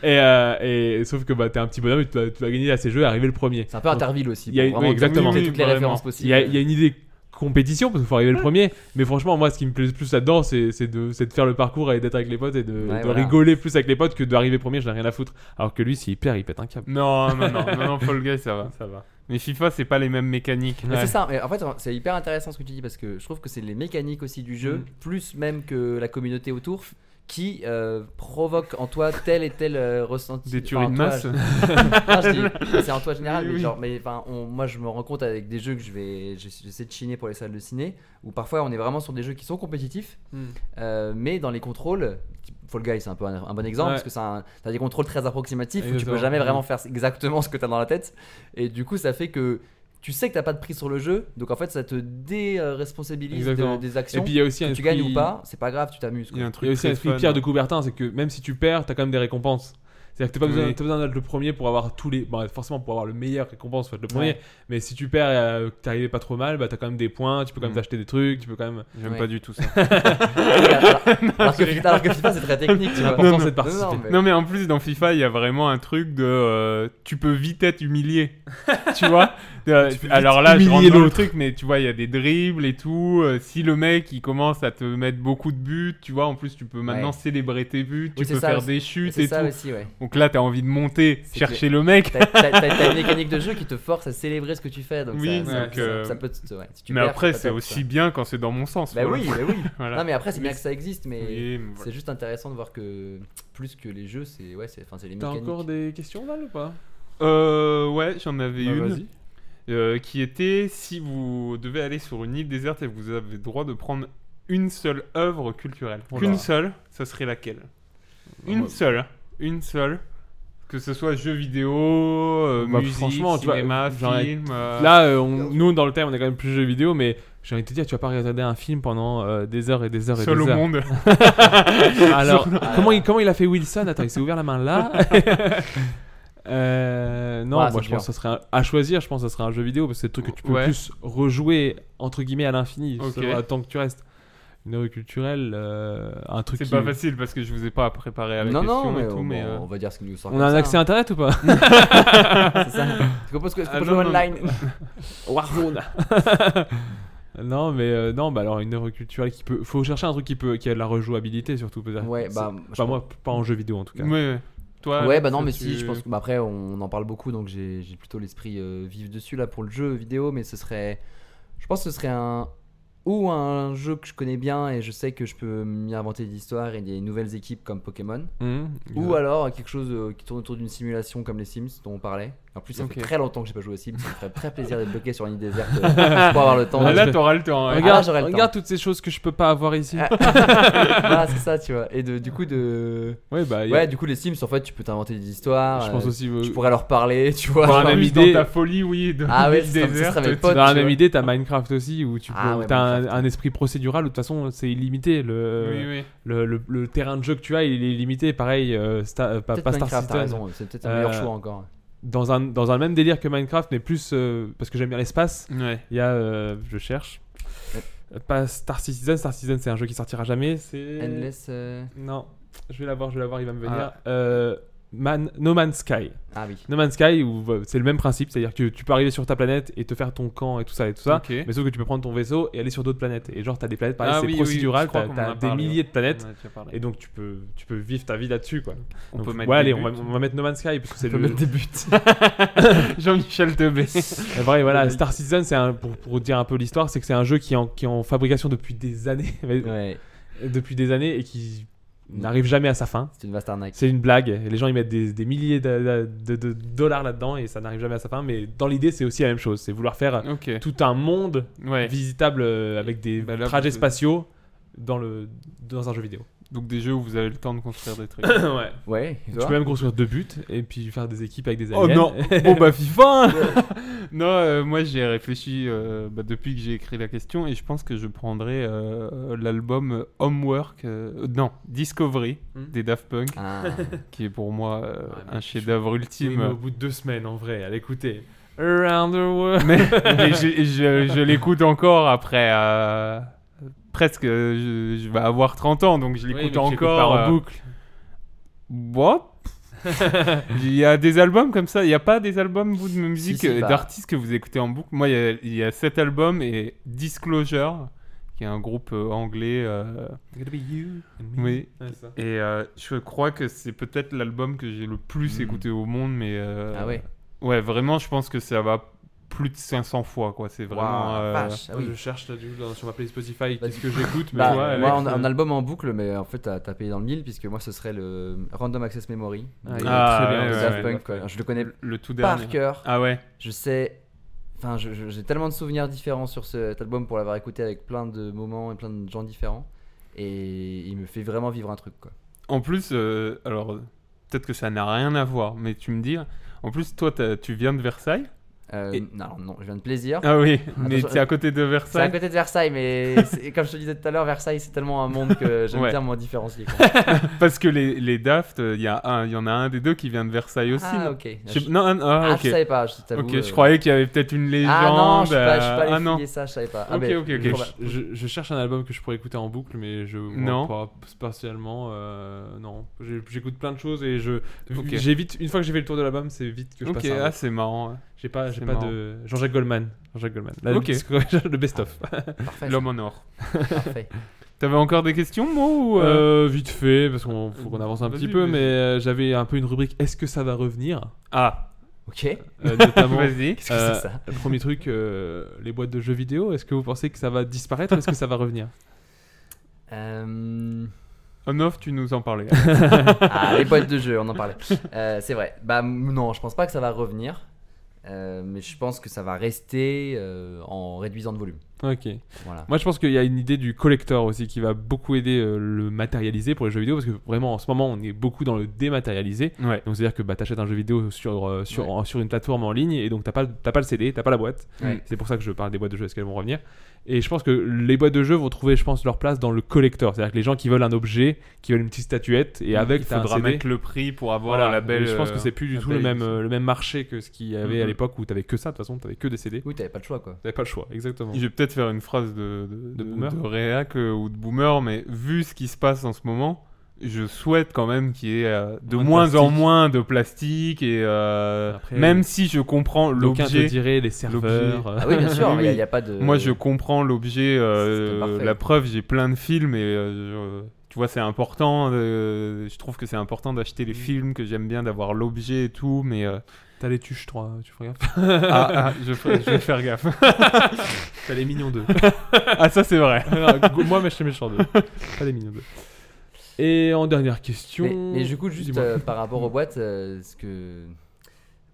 [SPEAKER 8] et, euh, et sauf que bah, t'es un petit bonhomme, et tu dois, tu dois gagner à ces jeux et arriver le premier.
[SPEAKER 9] C'est un peu Interville aussi.
[SPEAKER 8] Il y a
[SPEAKER 9] pour
[SPEAKER 8] une-
[SPEAKER 9] vraiment
[SPEAKER 8] oui, exactement.
[SPEAKER 9] toutes les
[SPEAKER 7] Oui, oui,
[SPEAKER 9] références
[SPEAKER 7] vraiment.
[SPEAKER 9] possibles.
[SPEAKER 8] Il y a, il y a une idée compétition parce qu'il faut arriver le premier mais franchement moi ce qui me plaît le plus là-dedans c'est c'est de, c'est de faire le parcours et d'être avec les potes et de, de
[SPEAKER 9] voilà.
[SPEAKER 8] rigoler plus avec les potes que d'arriver premier j'en ai rien à foutre alors que lui s'il perd il pète un câble
[SPEAKER 7] Non, non, non, non, non, Fall Guys, ça va. Mais FIFA, c'est pas les mêmes mécaniques.
[SPEAKER 9] Mais C'est ça, mais en fait c'est hyper intéressant ce que tu dis parce que je trouve que c'est les mécaniques aussi du
[SPEAKER 7] Mm.
[SPEAKER 9] jeu, plus même que la communauté autour, qui euh, provoquent en toi tel et tel euh, ressenti.
[SPEAKER 7] Des
[SPEAKER 9] Enfin,
[SPEAKER 7] tueries
[SPEAKER 9] en
[SPEAKER 7] de
[SPEAKER 9] toi,
[SPEAKER 7] masse.
[SPEAKER 9] non, je dis- c'est en toi général,
[SPEAKER 7] Oui,
[SPEAKER 9] mais
[SPEAKER 7] oui.
[SPEAKER 9] genre, mais enfin, on- moi je me rends compte avec des jeux que je vais, je- j'essaie de chiner pour les salles de ciné, où parfois on est vraiment sur des jeux qui sont compétitifs,
[SPEAKER 8] Hmm.
[SPEAKER 9] euh, mais dans les contrôles. Fall Guy, c'est un peu un, un bon exemple
[SPEAKER 8] Ouais.
[SPEAKER 9] parce que c'est un- t'as des contrôles très approximatifs où tu peux
[SPEAKER 8] Exactement. Hmm.
[SPEAKER 9] jamais vraiment faire exactement ce que t'as dans la tête, et du coup ça fait que tu sais que t'as pas de prise sur le jeu, donc en fait ça te déresponsabilise de,
[SPEAKER 8] Exactement.
[SPEAKER 9] des
[SPEAKER 8] et
[SPEAKER 9] actions.
[SPEAKER 8] puis il y a aussi un
[SPEAKER 9] que tu gagnes
[SPEAKER 8] esprit-
[SPEAKER 9] ou pas, c'est pas grave, tu t'amuses.
[SPEAKER 7] Il y
[SPEAKER 9] quoi.
[SPEAKER 7] a un
[SPEAKER 8] il y
[SPEAKER 7] truc
[SPEAKER 8] a aussi un
[SPEAKER 7] très
[SPEAKER 8] esprit
[SPEAKER 7] fun. hein.
[SPEAKER 8] Pierre de Coubertin c'est que même si tu perds t'as quand même des récompenses c'est-à-dire que t'as pas,
[SPEAKER 7] Oui.
[SPEAKER 8] besoin- t'as besoin d'être le premier pour avoir tous les. Bon, forcément, pour avoir le meilleur récompense, faut être le premier.
[SPEAKER 9] Ouais.
[SPEAKER 8] Mais si tu perds, euh, que t'arrivais pas trop mal, bah t'as quand même des points, tu peux quand même
[SPEAKER 7] Mm.
[SPEAKER 8] t'acheter des trucs, tu peux quand même.
[SPEAKER 7] J'aime
[SPEAKER 9] Ouais.
[SPEAKER 7] pas du tout ça.
[SPEAKER 9] alors, alors que, FIFA- alors que FIFA c'est très technique, tu vois.
[SPEAKER 8] L'important, c'est de
[SPEAKER 9] Non, non,
[SPEAKER 8] participer.
[SPEAKER 9] mais-
[SPEAKER 7] Non mais en plus dans FIFA il y a vraiment un truc de euh, tu peux vite être humilié tu vois Euh,
[SPEAKER 8] Tu peux vite
[SPEAKER 7] alors là je rentre
[SPEAKER 8] humilier
[SPEAKER 7] dans le
[SPEAKER 8] l'autre.
[SPEAKER 7] truc mais tu vois il y a des dribbles et tout Euh, si le mec il commence à te mettre beaucoup de buts tu vois en plus tu peux maintenant
[SPEAKER 9] Ouais.
[SPEAKER 7] célébrer tes buts tu
[SPEAKER 9] c'est
[SPEAKER 7] peux
[SPEAKER 9] ça
[SPEAKER 7] faire
[SPEAKER 9] aussi.
[SPEAKER 7] des chutes
[SPEAKER 9] C'est
[SPEAKER 7] et
[SPEAKER 9] ça
[SPEAKER 7] tout
[SPEAKER 9] aussi, ouais.
[SPEAKER 7] donc là t'as envie de monter
[SPEAKER 9] C'est
[SPEAKER 7] chercher le mec
[SPEAKER 9] T'as- T'as t'as- t'as une mécanique de jeu qui te force à célébrer ce que tu fais, donc
[SPEAKER 7] Oui,
[SPEAKER 9] ça, ça-
[SPEAKER 7] donc,
[SPEAKER 9] ça-
[SPEAKER 7] euh,
[SPEAKER 9] ça peut. te- ouais, si tu
[SPEAKER 7] mais
[SPEAKER 9] perds,
[SPEAKER 7] après
[SPEAKER 9] pas
[SPEAKER 7] c'est
[SPEAKER 9] top,
[SPEAKER 7] aussi
[SPEAKER 9] quoi.
[SPEAKER 7] bien quand c'est dans mon sens
[SPEAKER 9] Bah
[SPEAKER 7] voilà.
[SPEAKER 9] oui, bah oui.
[SPEAKER 7] Voilà.
[SPEAKER 9] Non mais après c'est
[SPEAKER 7] Mais
[SPEAKER 9] bien que ça existe, mais
[SPEAKER 7] Oui, mais voilà.
[SPEAKER 9] c'est juste intéressant de voir que plus que les jeux, c'est ouais, c'est enfin c'est les
[SPEAKER 8] T'as
[SPEAKER 9] mécaniques.
[SPEAKER 8] encore des questions, là, ou pas
[SPEAKER 7] Euh, ouais j'en avais
[SPEAKER 8] Bah,
[SPEAKER 7] une
[SPEAKER 8] vas-y.
[SPEAKER 7] euh, qui était si vous devez aller sur une île déserte et vous avez le droit de prendre une seule œuvre culturelle,
[SPEAKER 8] Oh là.
[SPEAKER 7] qu'une seule, ça serait laquelle Une
[SPEAKER 8] bah-
[SPEAKER 7] seule, une seule, que ce soit jeux vidéo, euh,
[SPEAKER 8] Bah,
[SPEAKER 7] musique,
[SPEAKER 8] franchement, tu vois,
[SPEAKER 7] cinéma,
[SPEAKER 8] j'aurais-
[SPEAKER 7] film. euh,
[SPEAKER 8] Là, euh, on- nous, dans le thème, on est quand même plus jeux vidéo, mais j'ai envie de te dire, tu vas pas regarder un film pendant euh, des heures et des heures et
[SPEAKER 7] Seul
[SPEAKER 8] des
[SPEAKER 7] au
[SPEAKER 8] heures.
[SPEAKER 7] monde.
[SPEAKER 8] Alors, comment, il, comment il a fait Wilson Attends, il s'est ouvert la main là. Euh, non,
[SPEAKER 9] Ouais,
[SPEAKER 8] moi
[SPEAKER 9] c'est
[SPEAKER 8] je
[SPEAKER 9] dur.
[SPEAKER 8] pense que ça serait un- à choisir. Je pense que ça serait un jeu vidéo parce que c'est le truc que tu peux
[SPEAKER 7] Ouais.
[SPEAKER 8] plus rejouer entre guillemets à l'infini
[SPEAKER 7] Ok.
[SPEAKER 8] selon- tant que tu restes. Une œuvre culturelle, euh, un truc.
[SPEAKER 7] C'est
[SPEAKER 8] qui-
[SPEAKER 7] pas facile parce que je vous ai pas préparé à la
[SPEAKER 9] Non
[SPEAKER 7] question
[SPEAKER 9] non, mais,
[SPEAKER 7] et tout,
[SPEAKER 9] on,
[SPEAKER 7] mais.
[SPEAKER 9] on-
[SPEAKER 7] euh,
[SPEAKER 9] on va dire ce qui nous sort.
[SPEAKER 8] On a un accès à internet ou pas
[SPEAKER 9] à ça. Tu comprends ce que tu
[SPEAKER 7] Ah,
[SPEAKER 9] peux
[SPEAKER 7] non,
[SPEAKER 9] jouer
[SPEAKER 7] non,
[SPEAKER 9] online
[SPEAKER 8] Warzone. non, mais euh, non, bah alors une œuvre culturelle qui peut. Faut chercher un truc qui peut, qui a de la rejouabilité surtout peut-être.
[SPEAKER 9] Ouais, bah
[SPEAKER 8] C'est-
[SPEAKER 9] je
[SPEAKER 8] pas moi, pas en jeu vidéo en tout cas.
[SPEAKER 7] ouais, ouais. Toi,
[SPEAKER 9] Ouais,
[SPEAKER 7] Alex,
[SPEAKER 9] bah non, mais
[SPEAKER 7] tu-
[SPEAKER 9] si, je pense que. bah après, on en parle beaucoup, donc j'ai j'ai plutôt l'esprit euh, vif dessus là pour le jeu vidéo, mais ce serait. Je pense que ce serait un. ou un jeu que je connais bien et je sais que je peux m'y inventer des histoires et des nouvelles équipes comme Pokémon.
[SPEAKER 8] Mhm.
[SPEAKER 9] Ou alors quelque chose euh, qui tourne autour d'une simulation comme les Sims dont on parlait. En plus, ça
[SPEAKER 8] Ok.
[SPEAKER 9] fait très longtemps que j'ai pas joué aux Sims. Ça me ferait très plaisir d'être bloqué sur une île déserte euh, pour avoir le temps.
[SPEAKER 8] Ah,
[SPEAKER 9] de-
[SPEAKER 8] là, t'auras le temps. hein.
[SPEAKER 9] Ah,
[SPEAKER 8] Regarde,
[SPEAKER 9] j'aurai le temps. Ah.
[SPEAKER 8] regarde toutes ces choses que je peux pas avoir ici.
[SPEAKER 9] voilà, c'est ça, tu vois. Et de, du coup, de.
[SPEAKER 8] ouais, bah, y a-
[SPEAKER 9] Ouais, du coup, les Sims, en fait, tu peux t'inventer des histoires.
[SPEAKER 8] je pense
[SPEAKER 9] euh,
[SPEAKER 8] aussi.
[SPEAKER 9] Tu
[SPEAKER 8] euh,
[SPEAKER 9] pourrais leur parler, tu vois.
[SPEAKER 8] Pour un
[SPEAKER 9] genre-
[SPEAKER 8] ami
[SPEAKER 7] Plus
[SPEAKER 8] idée-
[SPEAKER 7] dans ta folie, oui, de
[SPEAKER 9] Ah ouais,
[SPEAKER 7] l'île
[SPEAKER 9] c'est- ça serait
[SPEAKER 7] déserte,
[SPEAKER 9] mes
[SPEAKER 7] tu-
[SPEAKER 9] potes.
[SPEAKER 8] dans la
[SPEAKER 9] tu
[SPEAKER 8] même
[SPEAKER 9] vois.
[SPEAKER 8] idée, t'as Minecraft aussi où tu peux,
[SPEAKER 9] Ah ouais,
[SPEAKER 8] t'as un,
[SPEAKER 9] Minecraft.
[SPEAKER 8] un esprit procédural où de toute façon c'est illimité. Le,
[SPEAKER 7] Oui, oui.
[SPEAKER 8] le, le- le terrain de jeu que tu as, il est illimité. Pareil, euh, Sta- euh, pas,
[SPEAKER 9] Peut-être
[SPEAKER 8] pas Star
[SPEAKER 9] Minecraft, t'as
[SPEAKER 8] Citizen.
[SPEAKER 9] raison, C'est peut-être un meilleur
[SPEAKER 8] Euh,
[SPEAKER 9] choix encore.
[SPEAKER 8] Dans un, dans un même délire que Minecraft, mais plus euh, parce que j'aime bien l'espace.
[SPEAKER 7] Ouais.
[SPEAKER 8] Il y a, euh, je cherche, pas Star Citizen. Star Citizen, c'est un jeu qui sortira jamais. C'est
[SPEAKER 9] Endless. euh,
[SPEAKER 8] Non, je vais l'avoir, je vais l'avoir, il va me venir.
[SPEAKER 7] Ah.
[SPEAKER 8] Euh, Man, no Man's Sky.
[SPEAKER 9] Ah oui.
[SPEAKER 8] No Man's Sky, où euh, c'est le même principe, c'est-à-dire que tu peux arriver sur ta planète et te faire ton camp et tout ça et tout ça,
[SPEAKER 7] Ok.
[SPEAKER 8] mais sauf que tu peux prendre ton vaisseau et aller sur d'autres planètes. Et genre, t'as des planètes, pareil,
[SPEAKER 7] Ah
[SPEAKER 8] c'est
[SPEAKER 7] oui, oui,
[SPEAKER 8] procédural,
[SPEAKER 7] je crois
[SPEAKER 8] t'as-
[SPEAKER 7] qu'on en
[SPEAKER 8] t'as
[SPEAKER 7] a
[SPEAKER 8] des
[SPEAKER 7] parlé, hein.
[SPEAKER 8] milliers
[SPEAKER 7] ouais.
[SPEAKER 8] de planètes,
[SPEAKER 7] On en a déjà parlé.
[SPEAKER 8] et donc tu peux, tu peux vivre ta vie là-dessus, quoi.
[SPEAKER 7] On
[SPEAKER 8] Donc,
[SPEAKER 7] peut mettre
[SPEAKER 8] ouais,
[SPEAKER 7] des
[SPEAKER 8] allez,
[SPEAKER 7] buts.
[SPEAKER 8] on va, on va mettre No Man's Sky, parce que c'est
[SPEAKER 9] peut
[SPEAKER 8] le...
[SPEAKER 9] mettre des buts.
[SPEAKER 7] Jean-Michel Debé.
[SPEAKER 8] Et pareil, voilà, Star Citizen, c'est un- pour, pour dire un peu l'histoire, c'est que c'est un jeu qui est en, qui est en fabrication depuis des années, mais-
[SPEAKER 9] Ouais,
[SPEAKER 8] depuis des années, et qui n'arrive jamais à sa fin.
[SPEAKER 9] c'est une vaste arnaque.
[SPEAKER 8] C'est une blague. et Les gens ils mettent des, des milliers de, de- de dollars là-dedans et ça n'arrive jamais à sa fin. Mais dans l'idée, c'est aussi la même chose. C'est vouloir faire
[SPEAKER 7] ok.
[SPEAKER 8] tout un monde
[SPEAKER 7] Ouais.
[SPEAKER 8] visitable euh, avec des
[SPEAKER 7] Bah là,
[SPEAKER 8] trajets
[SPEAKER 7] vous-
[SPEAKER 8] spatiaux dans, le, dans un jeu vidéo.
[SPEAKER 7] Donc des jeux où vous avez le temps de construire des trucs.
[SPEAKER 8] ouais.
[SPEAKER 9] Ouais,
[SPEAKER 8] Tu peux même construire deux buts et puis faire des équipes avec des aliens.
[SPEAKER 7] Oh non Bon bah FIFA Non, euh, moi j'ai réfléchi euh, bah, depuis que j'ai écrit la question et je pense que je prendrai euh, l'album Homework, euh, non, Discovery
[SPEAKER 8] Hmm.
[SPEAKER 7] des Daft Punk,
[SPEAKER 9] Ah,
[SPEAKER 7] qui est pour moi euh,
[SPEAKER 8] Ouais, mais
[SPEAKER 7] un
[SPEAKER 8] je-
[SPEAKER 7] chef-d'œuvre
[SPEAKER 8] Oui, mais au
[SPEAKER 7] ultime.
[SPEAKER 8] bout de deux semaines en vrai, allez écouter. Around the world.
[SPEAKER 7] Mais, mais je, je- je l'écoute encore après euh, presque, euh, je, je vais avoir 30 ans donc je
[SPEAKER 8] Oui, mais
[SPEAKER 7] l'écoute
[SPEAKER 8] tu l'écoutes
[SPEAKER 7] encore.
[SPEAKER 8] pas en
[SPEAKER 7] euh,
[SPEAKER 8] boucle.
[SPEAKER 7] Bon. il y a des albums comme ça. Il n'y a pas des albums, vous, de musique,
[SPEAKER 9] si,
[SPEAKER 7] euh,
[SPEAKER 9] bah.
[SPEAKER 7] d'artistes que vous écoutez en boucle. Moi, il y a- il y, a cet album et Disclosure, qui est un groupe euh, anglais. euh, oui.
[SPEAKER 8] Ouais, ça.
[SPEAKER 7] Et euh, je crois que c'est peut-être l'album que j'ai le plus
[SPEAKER 9] Hmm.
[SPEAKER 7] écouté au monde. Mais, euh,
[SPEAKER 9] ah ouais.
[SPEAKER 7] Ouais, vraiment, je pense que ça va plus de 500 fois, quoi. C'est vraiment.
[SPEAKER 9] Waouh,
[SPEAKER 7] euh,
[SPEAKER 9] vache, ah oui.
[SPEAKER 8] Je cherche là, du coup, dans- sur ma playlist Spotify
[SPEAKER 9] Bah,
[SPEAKER 8] qu'est-ce que j'écoute. mais
[SPEAKER 9] Bah,
[SPEAKER 8] tu vois,
[SPEAKER 9] moi,
[SPEAKER 8] avec euh,
[SPEAKER 9] on a
[SPEAKER 8] le-
[SPEAKER 9] un album en boucle, mais en fait, t'as t'as payé dans le mille, puisque moi, ce serait le Random Access Memory.
[SPEAKER 8] Ah,
[SPEAKER 9] de-
[SPEAKER 8] il est
[SPEAKER 7] Ah,
[SPEAKER 8] très
[SPEAKER 9] de
[SPEAKER 8] bien,
[SPEAKER 7] ouais,
[SPEAKER 8] ce
[SPEAKER 9] Daft
[SPEAKER 7] ouais.
[SPEAKER 9] Punk, quoi. Je le connais
[SPEAKER 7] le tout
[SPEAKER 9] par
[SPEAKER 7] dernier.
[SPEAKER 9] cœur.
[SPEAKER 7] Ah ouais.
[SPEAKER 9] Je sais. Enfin, je- je- j'ai tellement de souvenirs différents sur cet album pour l'avoir écouté avec plein de moments et plein de gens différents. Et il me fait vraiment vivre un truc, quoi.
[SPEAKER 7] En plus, euh, alors peut-être que ça n'a rien à voir, mais tu me dis. En plus, toi, t'as- tu viens de Versailles.
[SPEAKER 9] Euh,
[SPEAKER 7] Et-
[SPEAKER 9] Non, non, je viens de plaisir.
[SPEAKER 7] Ah oui, mais
[SPEAKER 9] Attention,
[SPEAKER 7] t'es à côté de
[SPEAKER 9] C'est à
[SPEAKER 7] Versailles.
[SPEAKER 9] côté de Versailles, mais c'est- comme je te disais tout à l'heure, Versailles, c'est tellement un monde que j'aime
[SPEAKER 7] Ouais.
[SPEAKER 9] bien m'en différencier. quoi.
[SPEAKER 7] Parce que les, les Daft, il y, a un- y en a un des deux qui vient de Versailles aussi.
[SPEAKER 9] ah,
[SPEAKER 7] non
[SPEAKER 9] ok.
[SPEAKER 7] Je
[SPEAKER 9] Je-
[SPEAKER 7] sais- Non, un- ah,
[SPEAKER 9] Ah,
[SPEAKER 7] ok.
[SPEAKER 9] je savais pas, je t'avoue.
[SPEAKER 7] ok,
[SPEAKER 9] euh,
[SPEAKER 7] je croyais qu'il y avait peut-être une légende.
[SPEAKER 9] Ah non, je suis pas, je suis
[SPEAKER 7] euh,
[SPEAKER 9] pas allé
[SPEAKER 7] ah, non.
[SPEAKER 9] fouiller ça, je savais pas. Ah,
[SPEAKER 7] Ok,
[SPEAKER 9] mais-
[SPEAKER 7] ok, ok.
[SPEAKER 9] bon, bah,
[SPEAKER 8] Je, je- je cherche un album que je pourrais écouter en boucle, mais je
[SPEAKER 7] Non.
[SPEAKER 8] non pas spatialement. euh, non, J'ai- j'écoute plein de choses et je
[SPEAKER 7] Ok.
[SPEAKER 8] j'évite. Une fois que j'ai fait le tour de l'album, c'est vite que je
[SPEAKER 7] Ok,
[SPEAKER 8] passe. à un
[SPEAKER 7] ah,
[SPEAKER 8] autre.
[SPEAKER 7] c'est marrant. hein.
[SPEAKER 8] J'ai pas, j'ai
[SPEAKER 7] c'est
[SPEAKER 8] pas
[SPEAKER 7] marrant.
[SPEAKER 8] de Jean-Jacques Goldman. Jean-Jacques Goldman.
[SPEAKER 7] Ok.
[SPEAKER 8] ok. Le best-of.
[SPEAKER 9] parfait,
[SPEAKER 7] L'homme en or.
[SPEAKER 9] parfait.
[SPEAKER 7] T'avais encore des questions, moi ou, euh, Mm.
[SPEAKER 8] Euh, vite fait, parce qu'on faut qu'on avance un
[SPEAKER 7] Vas-y,
[SPEAKER 8] petit peu,
[SPEAKER 7] vas-y.
[SPEAKER 8] mais euh, j'avais un peu une rubrique. Est-ce que ça va revenir
[SPEAKER 7] Ah,
[SPEAKER 9] Ok,
[SPEAKER 8] Euh, Notamment.
[SPEAKER 7] vas-y.
[SPEAKER 9] qu'est-ce que
[SPEAKER 8] Euh,
[SPEAKER 9] c'est ça
[SPEAKER 8] le Premier truc, euh, les boîtes de jeux vidéo. Est-ce que vous pensez que ça va disparaître ou est-ce que ça va revenir
[SPEAKER 9] Euh,
[SPEAKER 7] En off, tu nous en parlais.
[SPEAKER 9] Ah, les boîtes de jeux, on en parlait. Euh, c'est vrai. Bah m- non, je pense pas que ça va revenir. Euh, mais je pense que ça va rester euh, en réduisant de volume.
[SPEAKER 8] Ok.
[SPEAKER 9] Voilà.
[SPEAKER 8] Moi, je pense qu'il y a une idée du collector aussi qui va beaucoup aider euh, le matérialiser pour les jeux vidéo parce que vraiment en ce moment on est beaucoup dans le dématérialisé.
[SPEAKER 7] ouais.
[SPEAKER 8] Donc c'est-à-dire que bah, t'achètes un jeu vidéo sur, euh, sur,
[SPEAKER 9] Ouais.
[SPEAKER 8] en- sur une plateforme en ligne et donc t'as pas, t'as pas le CD, t'as pas la boîte.
[SPEAKER 9] Ouais.
[SPEAKER 8] C'est pour ça que je parle des boîtes de jeux, est-ce qu'elles vont revenir Et je pense que les boîtes de jeux vont trouver, je pense, leur place dans le collector. C'est-à-dire que les gens qui veulent un objet, qui veulent une petite statuette et avec
[SPEAKER 7] il
[SPEAKER 8] t'as Mmh. un
[SPEAKER 7] faudra
[SPEAKER 8] CD.
[SPEAKER 7] mettre le prix pour avoir
[SPEAKER 8] Voilà,
[SPEAKER 7] la belle.
[SPEAKER 8] Et je pense que
[SPEAKER 7] euh,
[SPEAKER 8] c'est plus du
[SPEAKER 7] la
[SPEAKER 8] tout le
[SPEAKER 7] belle
[SPEAKER 8] même,
[SPEAKER 7] édition.
[SPEAKER 8] euh, le même marché que ce qu'il y avait à
[SPEAKER 7] Mhm.
[SPEAKER 8] l'époque où t'avais que ça, de toute façon, t'avais que des CD.
[SPEAKER 9] Oui, t'avais pas le choix quoi.
[SPEAKER 8] T'avais pas le choix, exactement.
[SPEAKER 7] Je vais peut-être faire une phrase de, de, de-
[SPEAKER 8] boomer.
[SPEAKER 7] de réac euh, ou de boomer, mais vu ce qui se passe en ce moment, je souhaite quand même qu'il y ait euh, de
[SPEAKER 8] Moins
[SPEAKER 7] moins,
[SPEAKER 8] de
[SPEAKER 7] en
[SPEAKER 8] plastique.
[SPEAKER 7] moins de plastique et euh,
[SPEAKER 8] Après,
[SPEAKER 7] même
[SPEAKER 8] euh,
[SPEAKER 7] si je comprends
[SPEAKER 8] D'aucuns te
[SPEAKER 7] l'objet.
[SPEAKER 8] dirait les serveurs. euh,
[SPEAKER 9] Ah oui, bien sûr,
[SPEAKER 7] Oui,
[SPEAKER 9] il n'y a,
[SPEAKER 7] oui.
[SPEAKER 9] y a pas de.
[SPEAKER 7] Moi, je comprends l'objet. euh,
[SPEAKER 9] C'est parfait.
[SPEAKER 7] la preuve, j'ai plein de films et euh, je- tu vois, c'est important. euh, je trouve que c'est important d'acheter
[SPEAKER 8] Mm.
[SPEAKER 7] les films que j'aime bien, d'avoir l'objet et tout, mais. euh,
[SPEAKER 8] T'as les tuches 3, tu fais gaffe.
[SPEAKER 7] ah, ah, je, ferai- je vais faire gaffe.
[SPEAKER 8] T'as les mignons 2.
[SPEAKER 7] ah, ça, c'est vrai.
[SPEAKER 8] moi, mais je te mets méchant 2. Pas les mignons 2. Et en dernière question.
[SPEAKER 9] Mais, mais du coup, juste
[SPEAKER 8] dis-moi.
[SPEAKER 9] euh, par rapport aux boîtes, euh, ce que.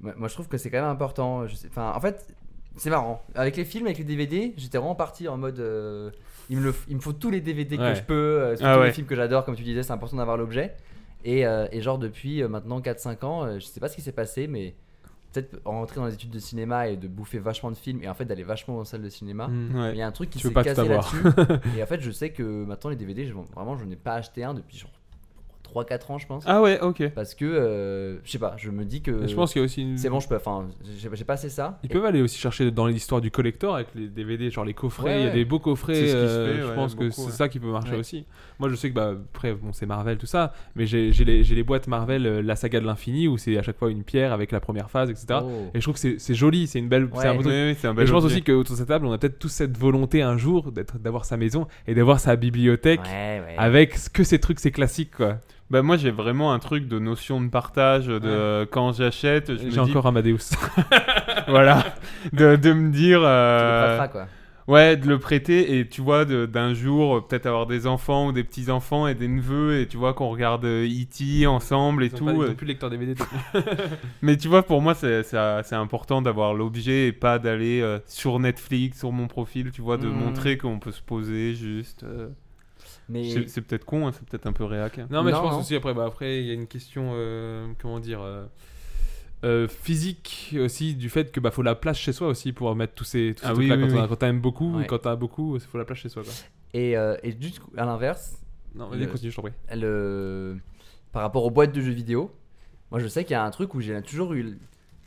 [SPEAKER 9] Moi, moi, je trouve que c'est quand même important. Je sais- Enfin, en fait, c'est marrant. Avec les films, avec les DVD, j'étais vraiment parti en mode. euh, il, me le f- il me faut tous les DVD
[SPEAKER 7] Ouais.
[SPEAKER 9] que je peux, euh, surtout
[SPEAKER 7] Ah ouais.
[SPEAKER 9] les films que j'adore, comme tu disais, c'est important d'avoir l'objet. Et, euh, et genre, depuis euh, maintenant 4-5 ans, euh, je sais pas ce qui s'est passé, mais peut-être rentrer dans les études de cinéma et de bouffer vachement de films et en fait d'aller vachement en salle de cinéma.
[SPEAKER 8] Hmm.
[SPEAKER 7] Ouais.
[SPEAKER 9] Il y a un truc qui
[SPEAKER 8] Tu veux
[SPEAKER 9] s'est
[SPEAKER 8] pas tout
[SPEAKER 9] cassé
[SPEAKER 8] avoir.
[SPEAKER 9] là-dessus. et en fait, je sais que maintenant, les DVD, je- vraiment, je n'ai pas acheté un depuis genre 3-4 ans, je pense.
[SPEAKER 7] Ah, ouais, ok.
[SPEAKER 9] Parce que, euh, je sais pas, je me dis que.
[SPEAKER 8] Je pense qu'il y a aussi une.
[SPEAKER 9] C'est bon, je peux. Enfin, j'ai j'ai passé ça.
[SPEAKER 8] Ils
[SPEAKER 9] Et-
[SPEAKER 8] peuvent aller aussi chercher dans l'histoire du collector avec les DVD, genre les coffrets.
[SPEAKER 9] Ouais,
[SPEAKER 8] Il y a
[SPEAKER 9] ouais.
[SPEAKER 8] des beaux coffrets.
[SPEAKER 7] C'est ce qui se
[SPEAKER 8] euh,
[SPEAKER 7] fait,
[SPEAKER 8] je
[SPEAKER 7] ouais,
[SPEAKER 8] pense que
[SPEAKER 7] beaucoup,
[SPEAKER 8] c'est
[SPEAKER 7] ouais.
[SPEAKER 8] ça qui peut marcher
[SPEAKER 9] Ouais.
[SPEAKER 8] aussi. Moi, je sais que, bah, après, bon, c'est Marvel, tout ça. Mais j'ai j'ai les, j'ai les boîtes Marvel, euh, la saga de l'infini, où c'est à chaque fois une pierre avec la première phase, etc.
[SPEAKER 9] Oh.
[SPEAKER 8] Et je trouve que c'est- c'est joli, c'est une belle. c'est
[SPEAKER 9] Ouais.
[SPEAKER 8] un beau truc.
[SPEAKER 7] Oui, oui, c'est un
[SPEAKER 8] Et
[SPEAKER 7] bel
[SPEAKER 8] je pense
[SPEAKER 7] objet.
[SPEAKER 8] aussi qu'autour de cette table, on a peut-être tous cette volonté un jour d'être- d'avoir sa maison et d'avoir sa bibliothèque
[SPEAKER 9] Ouais, ouais.
[SPEAKER 8] avec ce que ces trucs, ces classiques, quoi.
[SPEAKER 7] Bah, moi, j'ai vraiment un truc de notion de partage, de euh, quand j'achète, je me
[SPEAKER 8] J'ai
[SPEAKER 7] dis,
[SPEAKER 8] encore Amadeus.
[SPEAKER 7] voilà, de, de me dire,
[SPEAKER 9] Le
[SPEAKER 7] euh,
[SPEAKER 9] fatras, quoi.
[SPEAKER 7] ouais, de le prêter et tu vois, de- d'un jour, euh, peut-être avoir des enfants ou des petits enfants et des neveux et tu vois qu'on regarde euh, E.T. ensemble et
[SPEAKER 8] Ils ont
[SPEAKER 7] tout.
[SPEAKER 8] pas- ils ont
[SPEAKER 7] euh,
[SPEAKER 8] plus de lecteur DVD.
[SPEAKER 7] Mais tu vois, pour moi, c'est c'est- c'est important d'avoir l'objet et pas d'aller euh, sur Netflix, sur mon profil, tu vois, de
[SPEAKER 9] Mm.
[SPEAKER 7] montrer qu'on peut se poser juste. euh,
[SPEAKER 9] Mais
[SPEAKER 7] C'est c'est peut-être con, hein, c'est peut-être un peu réac. hein.
[SPEAKER 8] Non, mais je
[SPEAKER 9] Non,
[SPEAKER 8] pense
[SPEAKER 9] non.
[SPEAKER 8] aussi après, bah, après il y a une question, euh, comment dire, euh, euh, physique aussi du fait que bah faut la place chez soi aussi pour mettre tous ces, tous ces
[SPEAKER 7] Ah oui,
[SPEAKER 8] trucs-là
[SPEAKER 7] oui,
[SPEAKER 8] quand, on a-
[SPEAKER 7] oui.
[SPEAKER 8] quand t'aimes beaucoup,
[SPEAKER 9] Ouais.
[SPEAKER 8] quand t'as beaucoup, faut la place chez soi. Quoi. euh,
[SPEAKER 9] et, euh, et du coup, à l'inverse,
[SPEAKER 8] Non, vas-y,
[SPEAKER 9] Le-
[SPEAKER 8] continue, je t'en prie.
[SPEAKER 9] le... euh, par rapport aux boîtes de jeux vidéo, moi je sais qu'il y a un truc où j'ai toujours eu, le-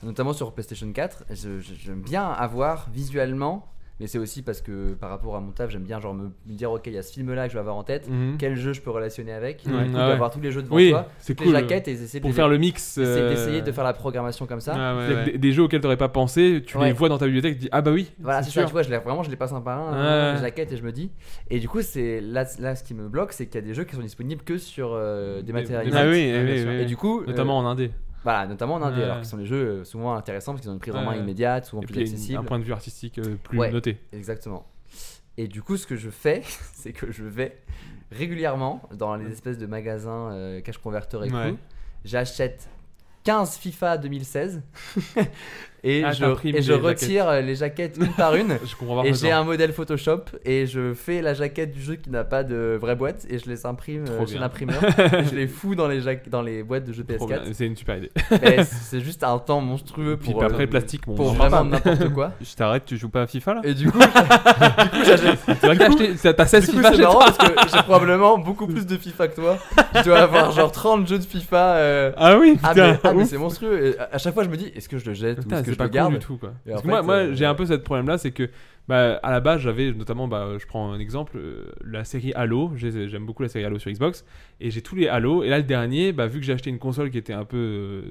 [SPEAKER 9] notamment sur PlayStation 4, je- je- j'aime bien avoir visuellement, mais c'est aussi parce que par rapport à mon taf, j'aime bien genre me, me dire ok, il y a ce film là que je vais avoir en tête,
[SPEAKER 8] Mhm.
[SPEAKER 9] quel jeu je peux relationner avec,
[SPEAKER 8] Ouais.
[SPEAKER 9] du coup,
[SPEAKER 8] Ah ouais.
[SPEAKER 9] d'avoir tous les jeux devant
[SPEAKER 8] Oui,
[SPEAKER 9] toi,
[SPEAKER 8] c'est
[SPEAKER 9] toutes
[SPEAKER 8] cool.
[SPEAKER 9] les jaquettes et essayer de
[SPEAKER 8] Pour
[SPEAKER 9] les-
[SPEAKER 8] faire le mix.
[SPEAKER 9] essayer
[SPEAKER 8] euh,
[SPEAKER 9] d'essayer de faire la programmation comme ça.
[SPEAKER 7] Ah ouais,
[SPEAKER 8] c'est-à-dire que
[SPEAKER 7] ouais.
[SPEAKER 8] Des, des jeux auxquels t'aurais pas pensé, tu les
[SPEAKER 9] Ouais.
[SPEAKER 8] vois dans ta bibliothèque, tu dis ah bah oui.
[SPEAKER 9] Voilà, c'est ça,
[SPEAKER 8] sûr.
[SPEAKER 9] tu vois, je l'ai vraiment, je les passe un par un,
[SPEAKER 8] Ouais.
[SPEAKER 9] euh, la jaquette et je me dis. Et du coup, c'est là, là, ce qui me bloque, c'est qu'il y a des jeux qui sont disponibles que sur euh, des
[SPEAKER 8] Des-
[SPEAKER 9] matériels.
[SPEAKER 8] des
[SPEAKER 7] Ah oui,
[SPEAKER 8] Ouais,
[SPEAKER 7] oui,
[SPEAKER 8] bien sûr.
[SPEAKER 7] oui.
[SPEAKER 9] Et du coup, euh,
[SPEAKER 8] Notamment en indé.
[SPEAKER 9] voilà, notamment en indé,
[SPEAKER 8] Ouais.
[SPEAKER 9] alors qu'ils sont des jeux euh, souvent intéressants parce qu'ils ont une prise en main
[SPEAKER 8] Ouais.
[SPEAKER 9] immédiate, souvent
[SPEAKER 8] Et
[SPEAKER 9] plus
[SPEAKER 8] puis il y a une-
[SPEAKER 9] accessible.
[SPEAKER 8] un point de vue artistique euh, plus
[SPEAKER 9] Ouais.
[SPEAKER 8] noté.
[SPEAKER 9] Exactement. Et du coup, ce que je fais, c'est que je vais régulièrement dans les espèces de magasins euh, cash converter et
[SPEAKER 7] Ouais.
[SPEAKER 9] tout. J'achète 15 FIFA 2016 et,
[SPEAKER 8] Ah,
[SPEAKER 9] je,
[SPEAKER 8] t'imprimes
[SPEAKER 9] et je
[SPEAKER 8] les
[SPEAKER 9] retire euh, les jaquettes une par une.
[SPEAKER 8] Je comprends pas.
[SPEAKER 9] Et
[SPEAKER 8] pourquoi.
[SPEAKER 9] j'ai un modèle Photoshop et je fais la jaquette du jeu qui n'a pas de vraie boîte et je les imprime euh, chez
[SPEAKER 8] bien.
[SPEAKER 9] l'imprimeur. et je les fous dans les, jaque- dans les boîtes de jeux
[SPEAKER 8] Trop bien,
[SPEAKER 9] PS4.
[SPEAKER 8] C'est une super idée.
[SPEAKER 9] Mais C'est juste un temps monstrueux
[SPEAKER 8] Puis
[SPEAKER 9] pour, euh,
[SPEAKER 8] après le plastique, mon
[SPEAKER 9] pour
[SPEAKER 8] Dieu.
[SPEAKER 9] vraiment n'importe quoi.
[SPEAKER 7] Je t'arrête, tu joues pas à FIFA là
[SPEAKER 9] Et du coup, du coup, j'achète-
[SPEAKER 8] C'est vrai que t'as acheté- t'as- t'as 16
[SPEAKER 9] du coup,
[SPEAKER 8] FIFA
[SPEAKER 9] c'est
[SPEAKER 8] chez
[SPEAKER 9] marrant
[SPEAKER 8] toi.
[SPEAKER 9] parce que j'ai probablement beaucoup plus de FIFA que toi. Je dois avoir genre 30 jeux de FIFA. euh,
[SPEAKER 7] Ah oui,
[SPEAKER 9] Ah mais,
[SPEAKER 7] putain.
[SPEAKER 9] ah, mais c'est monstrueux. Et à- à chaque fois, je me dis, est-ce que je le jette ou
[SPEAKER 8] Putain,
[SPEAKER 9] est-ce que
[SPEAKER 8] c'est
[SPEAKER 9] je
[SPEAKER 8] pas
[SPEAKER 9] le
[SPEAKER 8] cool
[SPEAKER 9] garde
[SPEAKER 8] du tout quoi.
[SPEAKER 9] Et
[SPEAKER 8] Parce
[SPEAKER 9] en
[SPEAKER 8] que moi,
[SPEAKER 9] fait,
[SPEAKER 8] moi
[SPEAKER 9] euh,
[SPEAKER 8] j'ai un peu cette problème là, c'est que bah, à la base j'avais notamment, bah, je prends un exemple, euh, la série Halo, J'ai- j'aime beaucoup la série Halo sur Xbox, et j'ai tous les Halo, et là le dernier, bah, vu que j'ai acheté une console qui était un peu euh,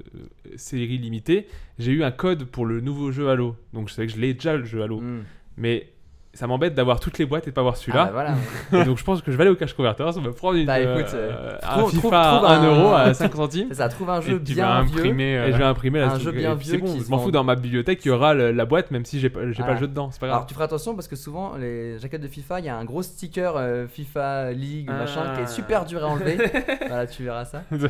[SPEAKER 8] série limitée, j'ai eu un code pour le nouveau jeu Halo, donc je savais que je l'ai déjà le jeu Halo,
[SPEAKER 9] Hmm.
[SPEAKER 8] mais ça m'embête d'avoir toutes les boîtes et de pas avoir
[SPEAKER 9] Ah,
[SPEAKER 8] celui-là,
[SPEAKER 9] bah, voilà.
[SPEAKER 8] Et donc je pense que je vais aller au Cash Converter, ça me prendre une,
[SPEAKER 9] Bah, écoute,
[SPEAKER 8] euh,
[SPEAKER 9] euh,
[SPEAKER 8] un
[SPEAKER 9] trouve-
[SPEAKER 8] FIFA
[SPEAKER 9] trouve-
[SPEAKER 8] à
[SPEAKER 9] trouve
[SPEAKER 8] 1
[SPEAKER 9] un-
[SPEAKER 8] euro à 5 centimes.
[SPEAKER 9] C'est ça, trouve un jeu
[SPEAKER 7] Et tu
[SPEAKER 9] bien
[SPEAKER 7] vas
[SPEAKER 9] vieux.
[SPEAKER 7] imprimer. euh,
[SPEAKER 8] Et je vais imprimer la
[SPEAKER 9] un jeu bien
[SPEAKER 8] et puis c'est
[SPEAKER 9] vieux
[SPEAKER 8] bon,
[SPEAKER 9] qui
[SPEAKER 8] je
[SPEAKER 9] se
[SPEAKER 8] m'en
[SPEAKER 9] vend.
[SPEAKER 8] fous dans ma bibliothèque, il y aura le- la boîte même si j'ai pas, j'ai pas
[SPEAKER 9] Voilà.
[SPEAKER 8] le jeu dedans, c'est pas grave.
[SPEAKER 9] Alors tu feras attention parce que souvent les jaquettes de FIFA, il y a un gros sticker euh, FIFA League
[SPEAKER 8] Ah.
[SPEAKER 9] machin qui est super dur à enlever. voilà, tu verras ça. Mais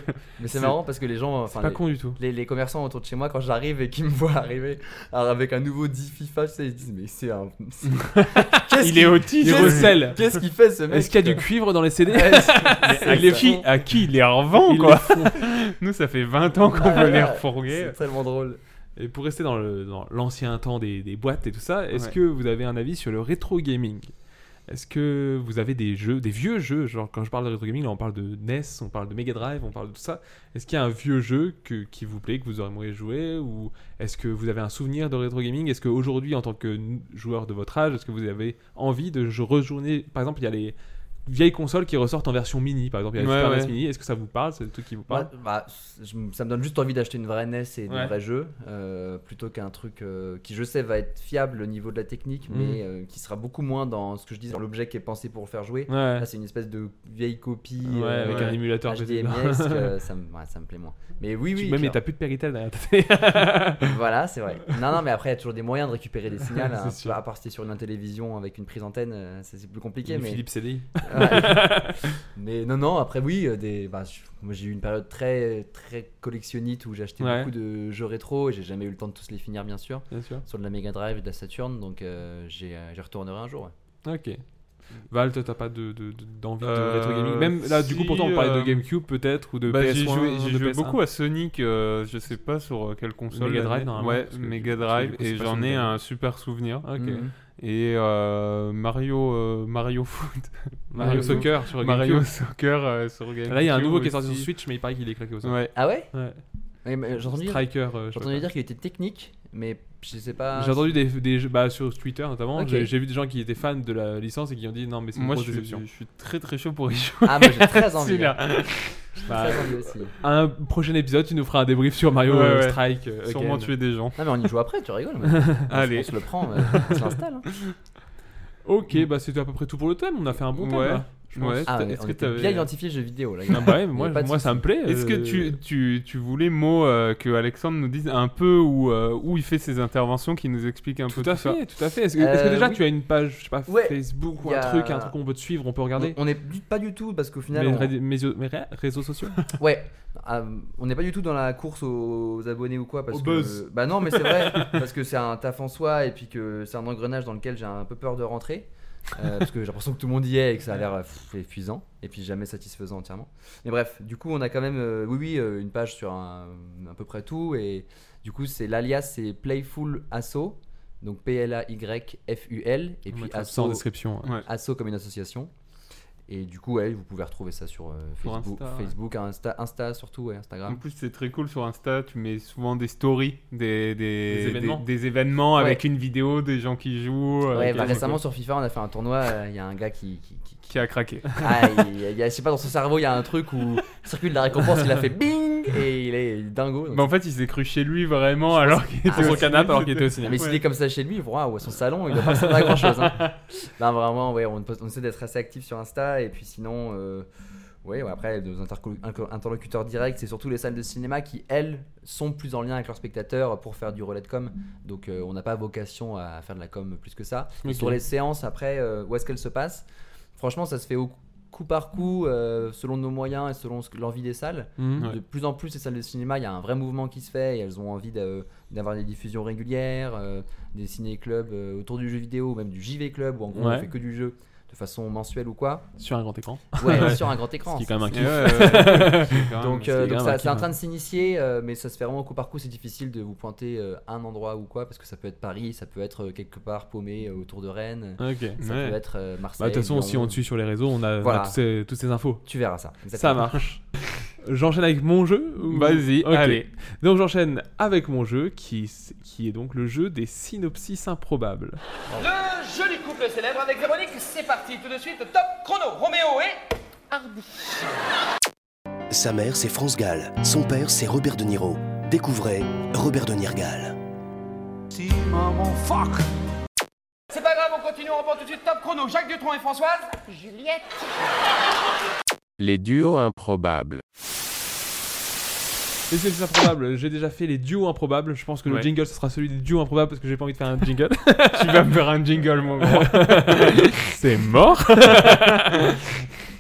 [SPEAKER 9] c'est marrant parce que les gens,
[SPEAKER 8] C'est
[SPEAKER 9] enfin
[SPEAKER 8] pas
[SPEAKER 9] les,
[SPEAKER 8] con du tout.
[SPEAKER 9] les- les commerçants autour de chez moi quand j'arrive et qui me voient arriver alors avec un nouveau 10 FIFA, tu sais, ils se disent mais c'est un c'est- qu'est-ce
[SPEAKER 7] Il
[SPEAKER 9] qu'il-
[SPEAKER 7] est autiste.
[SPEAKER 8] Il
[SPEAKER 9] Qu'est-ce-
[SPEAKER 8] recèle.
[SPEAKER 9] Qu'est-ce qu'il fait ce mec
[SPEAKER 8] Est-ce qu'il y a du cuivre dans les CD
[SPEAKER 7] À
[SPEAKER 9] Il
[SPEAKER 7] qui, à qui il les revend quoi Nous, ça fait 20 ans qu'on veut les refourguer.
[SPEAKER 9] C'est tellement drôle.
[SPEAKER 8] Et pour rester dans le- dans l'ancien temps des, des boîtes et tout ça, est-ce
[SPEAKER 7] Ouais.
[SPEAKER 8] que vous avez un avis sur le rétro gaming Est-ce que vous avez des jeux, des vieux jeux Genre quand je parle de rétro gaming, là, on parle de NES, on parle de Mega Drive, on parle de tout ça. Est-ce qu'il y a un vieux jeu que- qui vous plaît, que vous aimeriez jouer Ou est-ce que vous avez un souvenir de rétro gaming Est-ce qu'aujourd'hui, en tant que n- joueur de votre âge, est-ce que vous avez envie de je- rejourner Par exemple, il y a les vieilles consoles qui ressortent en version mini, par exemple. Il y a la
[SPEAKER 7] Ouais,
[SPEAKER 8] Super NES
[SPEAKER 7] ouais.
[SPEAKER 8] Mini. Est-ce que ça vous parle C'est le truc qui vous parle
[SPEAKER 9] Bah, bah, c- je m- ça me donne juste envie d'acheter une vraie NES et
[SPEAKER 8] Ouais.
[SPEAKER 9] des vrais jeux, euh, plutôt qu'un truc euh, qui, je sais, va être fiable au niveau de la
[SPEAKER 8] Mm.
[SPEAKER 9] technique, mais euh, qui sera beaucoup moins dans ce que je dis, dans l'objet qui est pensé pour le faire jouer.
[SPEAKER 8] Ouais.
[SPEAKER 9] Là, c'est une espèce de vieille copie
[SPEAKER 8] Ouais,
[SPEAKER 9] euh,
[SPEAKER 8] avec un émulateur
[SPEAKER 9] HDMI-esque, euh, ça, me, ouais, ça me plaît moins. Mais oui, oui.
[SPEAKER 8] Même, mais
[SPEAKER 9] clair.
[SPEAKER 8] t'as plus de Péritel derrière ta télé.
[SPEAKER 9] voilà, c'est vrai. Non, non, mais après, il y a toujours des moyens de récupérer des signaux,
[SPEAKER 8] C'est
[SPEAKER 9] hein,
[SPEAKER 8] sûr.
[SPEAKER 9] à part si t'es sur une télévision avec une prise antenne, euh, ça, c'est plus compliqué.
[SPEAKER 8] Une
[SPEAKER 9] Mais...
[SPEAKER 8] Philips CDI.
[SPEAKER 9] Ouais. mais non, non, après, oui, euh, des, bah, je- moi j'ai eu une période très, très collectionnite où j'ai acheté
[SPEAKER 8] Ouais.
[SPEAKER 9] beaucoup de jeux rétro et j'ai jamais eu le temps de tous les finir, bien sûr,
[SPEAKER 8] Bien sûr.
[SPEAKER 9] sur de la Mega Drive et de la Saturn, donc euh, j'ai- euh, j'y retournerai un jour. ouais.
[SPEAKER 8] Ok. Val, toi, t'as pas de- de- de- d'envie de,
[SPEAKER 7] Euh,
[SPEAKER 8] rétro gaming Même là, du coup,
[SPEAKER 7] si,
[SPEAKER 8] pourtant, on parlait
[SPEAKER 7] euh,
[SPEAKER 8] de GameCube peut-être ou de
[SPEAKER 7] Bah,
[SPEAKER 8] PS1.
[SPEAKER 7] j'ai joué, j'ai
[SPEAKER 8] de
[SPEAKER 7] joué
[SPEAKER 8] PS1.
[SPEAKER 7] beaucoup à Sonic, euh, je sais pas sur euh, quelle console.
[SPEAKER 8] Mega
[SPEAKER 7] l'année.
[SPEAKER 8] Drive, normalement,
[SPEAKER 7] Ouais,
[SPEAKER 8] parce que
[SPEAKER 7] Mega
[SPEAKER 8] du coup,
[SPEAKER 7] Drive,
[SPEAKER 8] c'est
[SPEAKER 7] et
[SPEAKER 8] pas
[SPEAKER 7] j'en
[SPEAKER 8] sur
[SPEAKER 7] ai
[SPEAKER 8] Mega
[SPEAKER 7] un super souvenir.
[SPEAKER 8] Ok.
[SPEAKER 9] Mhm.
[SPEAKER 7] Et euh, Mario, euh, Mario Foot,
[SPEAKER 8] Mario Soccer sur
[SPEAKER 7] Mmh. Mario
[SPEAKER 8] GameCube.
[SPEAKER 7] Soccer euh, sur GameCube.
[SPEAKER 8] Là, il y a un nouveau qui est sorti
[SPEAKER 7] aussi.
[SPEAKER 8] sur Switch, mais il paraît qu'il est claqué au sol.
[SPEAKER 7] Ouais.
[SPEAKER 9] Ah ouais,
[SPEAKER 8] Ouais.
[SPEAKER 9] Ouais, mais J'ai entendu dire,
[SPEAKER 8] Striker. euh, je
[SPEAKER 9] j'ai
[SPEAKER 8] sais
[SPEAKER 9] entendu
[SPEAKER 8] pas.
[SPEAKER 9] dire qu'il était technique, mais je sais pas.
[SPEAKER 8] J'ai entendu des, des jeux- bah, sur Twitter notamment.
[SPEAKER 9] Ok.
[SPEAKER 8] j'ai- J'ai vu des gens qui étaient fans de la licence et qui ont dit non, mais c'est une
[SPEAKER 7] Moi,
[SPEAKER 8] grosse
[SPEAKER 7] je suis,
[SPEAKER 8] déception.
[SPEAKER 7] je suis très très chaud pour y jouer.
[SPEAKER 9] Ah, moi j'ai très envie.
[SPEAKER 7] Celui-là.
[SPEAKER 9] hein. J'ai
[SPEAKER 8] Bah,
[SPEAKER 9] très envie aussi.
[SPEAKER 8] Un prochain épisode, tu nous feras un débrief sur Mario
[SPEAKER 7] Ouais,
[SPEAKER 8] euh,
[SPEAKER 7] ouais.
[SPEAKER 8] Strike. euh,
[SPEAKER 7] Sûrement
[SPEAKER 8] again.
[SPEAKER 7] tuer des gens.
[SPEAKER 9] Non, mais on y joue après, tu rigoles. mais on-
[SPEAKER 7] Allez.
[SPEAKER 9] On se le prend, mais on se l'installe. hein.
[SPEAKER 8] Ok, bah c'était à peu près tout pour le thème. On a fait un bon thème.
[SPEAKER 7] Ouais.
[SPEAKER 8] là, je pense.
[SPEAKER 7] Ouais.
[SPEAKER 9] Ah,
[SPEAKER 7] Est-ce
[SPEAKER 9] ouais,
[SPEAKER 7] que
[SPEAKER 9] on était
[SPEAKER 7] t'avais-
[SPEAKER 9] bien identifié jeux vidéo là.
[SPEAKER 8] Ah bah ouais,
[SPEAKER 9] Il y
[SPEAKER 8] mais moi,
[SPEAKER 9] a pas de
[SPEAKER 8] moi ça
[SPEAKER 9] souci.
[SPEAKER 8] me plaît.
[SPEAKER 7] Est-ce que
[SPEAKER 8] euh,
[SPEAKER 7] tu, tu, tu voulais, Mo, euh, que Alexandre nous dise un peu où, euh, où il fait ses interventions, qu'il nous explique un peu
[SPEAKER 8] Tout à
[SPEAKER 7] tout ça
[SPEAKER 8] fait, tout à fait. Est-ce que, est-ce que
[SPEAKER 9] Euh,
[SPEAKER 8] déjà
[SPEAKER 9] oui.
[SPEAKER 8] tu as une page, je sais pas,
[SPEAKER 9] Ouais.
[SPEAKER 8] Facebook ou
[SPEAKER 9] Il y
[SPEAKER 8] un
[SPEAKER 9] a-
[SPEAKER 8] truc, un truc où on peut te suivre, on peut regarder
[SPEAKER 9] On n'est pas du tout parce qu'au final,
[SPEAKER 8] mes,
[SPEAKER 9] on-
[SPEAKER 8] radi- mes- mes ré- réseaux sociaux
[SPEAKER 9] ouais, euh, on n'est pas du tout dans la course aux abonnés ou quoi parce
[SPEAKER 8] Au
[SPEAKER 9] que
[SPEAKER 8] buzz.
[SPEAKER 9] bah non mais c'est vrai parce que c'est un taf en soi et puis que c'est un engrenage dans lequel j'ai un peu peur de rentrer euh, parce que j'ai l'impression que tout le monde y est et que ça a l'air euh, pff, épuisant et puis jamais satisfaisant entièrement. Mais bref, du coup on a quand même euh, oui oui euh, une page sur un- à peu près tout et du coup c'est l'alias c'est Playful Asso donc P L A Y F U L et
[SPEAKER 8] On
[SPEAKER 9] puis
[SPEAKER 8] mettra ça en
[SPEAKER 9] Asso
[SPEAKER 8] description.
[SPEAKER 7] Ouais.
[SPEAKER 9] Asso comme une association. Et du coup, ouais, vous pouvez retrouver ça sur euh,
[SPEAKER 7] Sur
[SPEAKER 9] Facebook,
[SPEAKER 7] Insta, ouais.
[SPEAKER 9] Facebook Insta, Insta surtout, ouais,
[SPEAKER 7] En
[SPEAKER 9] Instagram.
[SPEAKER 7] plus, c'est très cool sur Insta, tu mets souvent des stories, des, des,
[SPEAKER 8] Des événements.
[SPEAKER 7] des événements
[SPEAKER 9] Ouais.
[SPEAKER 7] avec une vidéo, des gens qui jouent. euh,
[SPEAKER 9] Ouais,
[SPEAKER 7] qui-
[SPEAKER 9] bah, récemment sur FIFA, on a fait un tournoi. euh, Il y a un gars qui. qui, qui- qui-
[SPEAKER 7] Qui a craqué.
[SPEAKER 9] Ah, il, il y a, je sais pas, dans son cerveau, il y a un truc où il circule la récompense, il a fait bing et il est dingo. donc-
[SPEAKER 7] Bah, en fait, il s'est cru chez lui vraiment alors qu'il était
[SPEAKER 9] Ah,
[SPEAKER 8] Sur
[SPEAKER 9] sur son
[SPEAKER 8] son canapé alors qu'il était au
[SPEAKER 9] Ah,
[SPEAKER 8] cinéma.
[SPEAKER 9] mais s'il est comme ça chez lui, waouh, à son salon, il doit pas s'attendre à grand chose. Non, vraiment, ouais, on, on essaie d'être assez actif sur Insta et puis sinon, euh, ouais, ouais, après, nos interco- inco- interlocuteurs directs, c'est surtout les salles de cinéma qui, elles, sont plus en lien avec leurs spectateurs pour faire du relais de com. Donc, euh, on n'a pas vocation à faire de la com plus que ça. Et
[SPEAKER 8] Ok.
[SPEAKER 9] Sur les séances, après, euh, où est-ce qu'elles se passent Franchement, ça se fait au coup par coup, euh, selon nos moyens et selon ce que- l'envie des salles.
[SPEAKER 8] Mhm.
[SPEAKER 9] De plus en plus, les salles de cinéma, il y a un vrai mouvement qui se fait et elles ont envie de- d'avoir des diffusions régulières, euh, des ciné-clubs euh, autour du jeu vidéo, ou même du JV Club, où en gros
[SPEAKER 8] Ouais.
[SPEAKER 9] on fait que du jeu de façon mensuelle ou quoi.
[SPEAKER 8] Sur un grand écran.
[SPEAKER 9] Ouais, sur un grand écran.
[SPEAKER 8] Ce qui est quand même un
[SPEAKER 7] Ouais,
[SPEAKER 8] kiff. hein,
[SPEAKER 7] ouais, ouais. Quand même,
[SPEAKER 9] Donc,
[SPEAKER 7] c'est-
[SPEAKER 9] euh, donc
[SPEAKER 8] c'est grave
[SPEAKER 9] ça- c'est
[SPEAKER 8] un
[SPEAKER 9] en
[SPEAKER 8] kiff, hein.
[SPEAKER 9] train de s'initier, euh, mais ça se fait vraiment au coup par coup. C'est difficile de vous pointer euh, un endroit ou quoi, parce que ça peut être Paris, ça peut être euh, quelque part paumé euh, autour de Rennes,
[SPEAKER 8] Ok.
[SPEAKER 9] ça
[SPEAKER 7] ouais.
[SPEAKER 9] peut être euh, Marseille.
[SPEAKER 8] Bah, de toute façon,
[SPEAKER 9] Lyon.
[SPEAKER 8] si on te suit sur les réseaux, on a, on a
[SPEAKER 9] Voilà.
[SPEAKER 8] tous ces- toutes ces infos.
[SPEAKER 9] Tu verras ça.
[SPEAKER 8] Ça
[SPEAKER 9] exactement.
[SPEAKER 8] marche. J'enchaîne avec mon jeu ou-
[SPEAKER 7] Vas-y,
[SPEAKER 8] Ok.
[SPEAKER 7] allez.
[SPEAKER 8] Donc j'enchaîne avec mon jeu qui, qui est donc le jeu des synopsis improbables.
[SPEAKER 11] Le joli couple célèbre avec Véronique, c'est parti tout de suite, top chrono, Roméo et...
[SPEAKER 2] Sa mère, c'est France Gall. Son père, c'est Robert De Niro. Découvrez Robert De Nirgal.
[SPEAKER 1] Si maman fuck
[SPEAKER 11] C'est pas grave, on continue, on reprend tout de suite, top chrono, Jacques Dutronc et Françoise.
[SPEAKER 10] Juliette.
[SPEAKER 12] Les duos improbables.
[SPEAKER 8] Les synopsis improbables, j'ai déjà fait les duos improbables. Je pense que le
[SPEAKER 7] Ouais.
[SPEAKER 8] jingle, ce sera celui des duos improbables parce que j'ai pas envie de faire un jingle.
[SPEAKER 7] tu vas me faire un jingle, mon gros.
[SPEAKER 8] C'est mort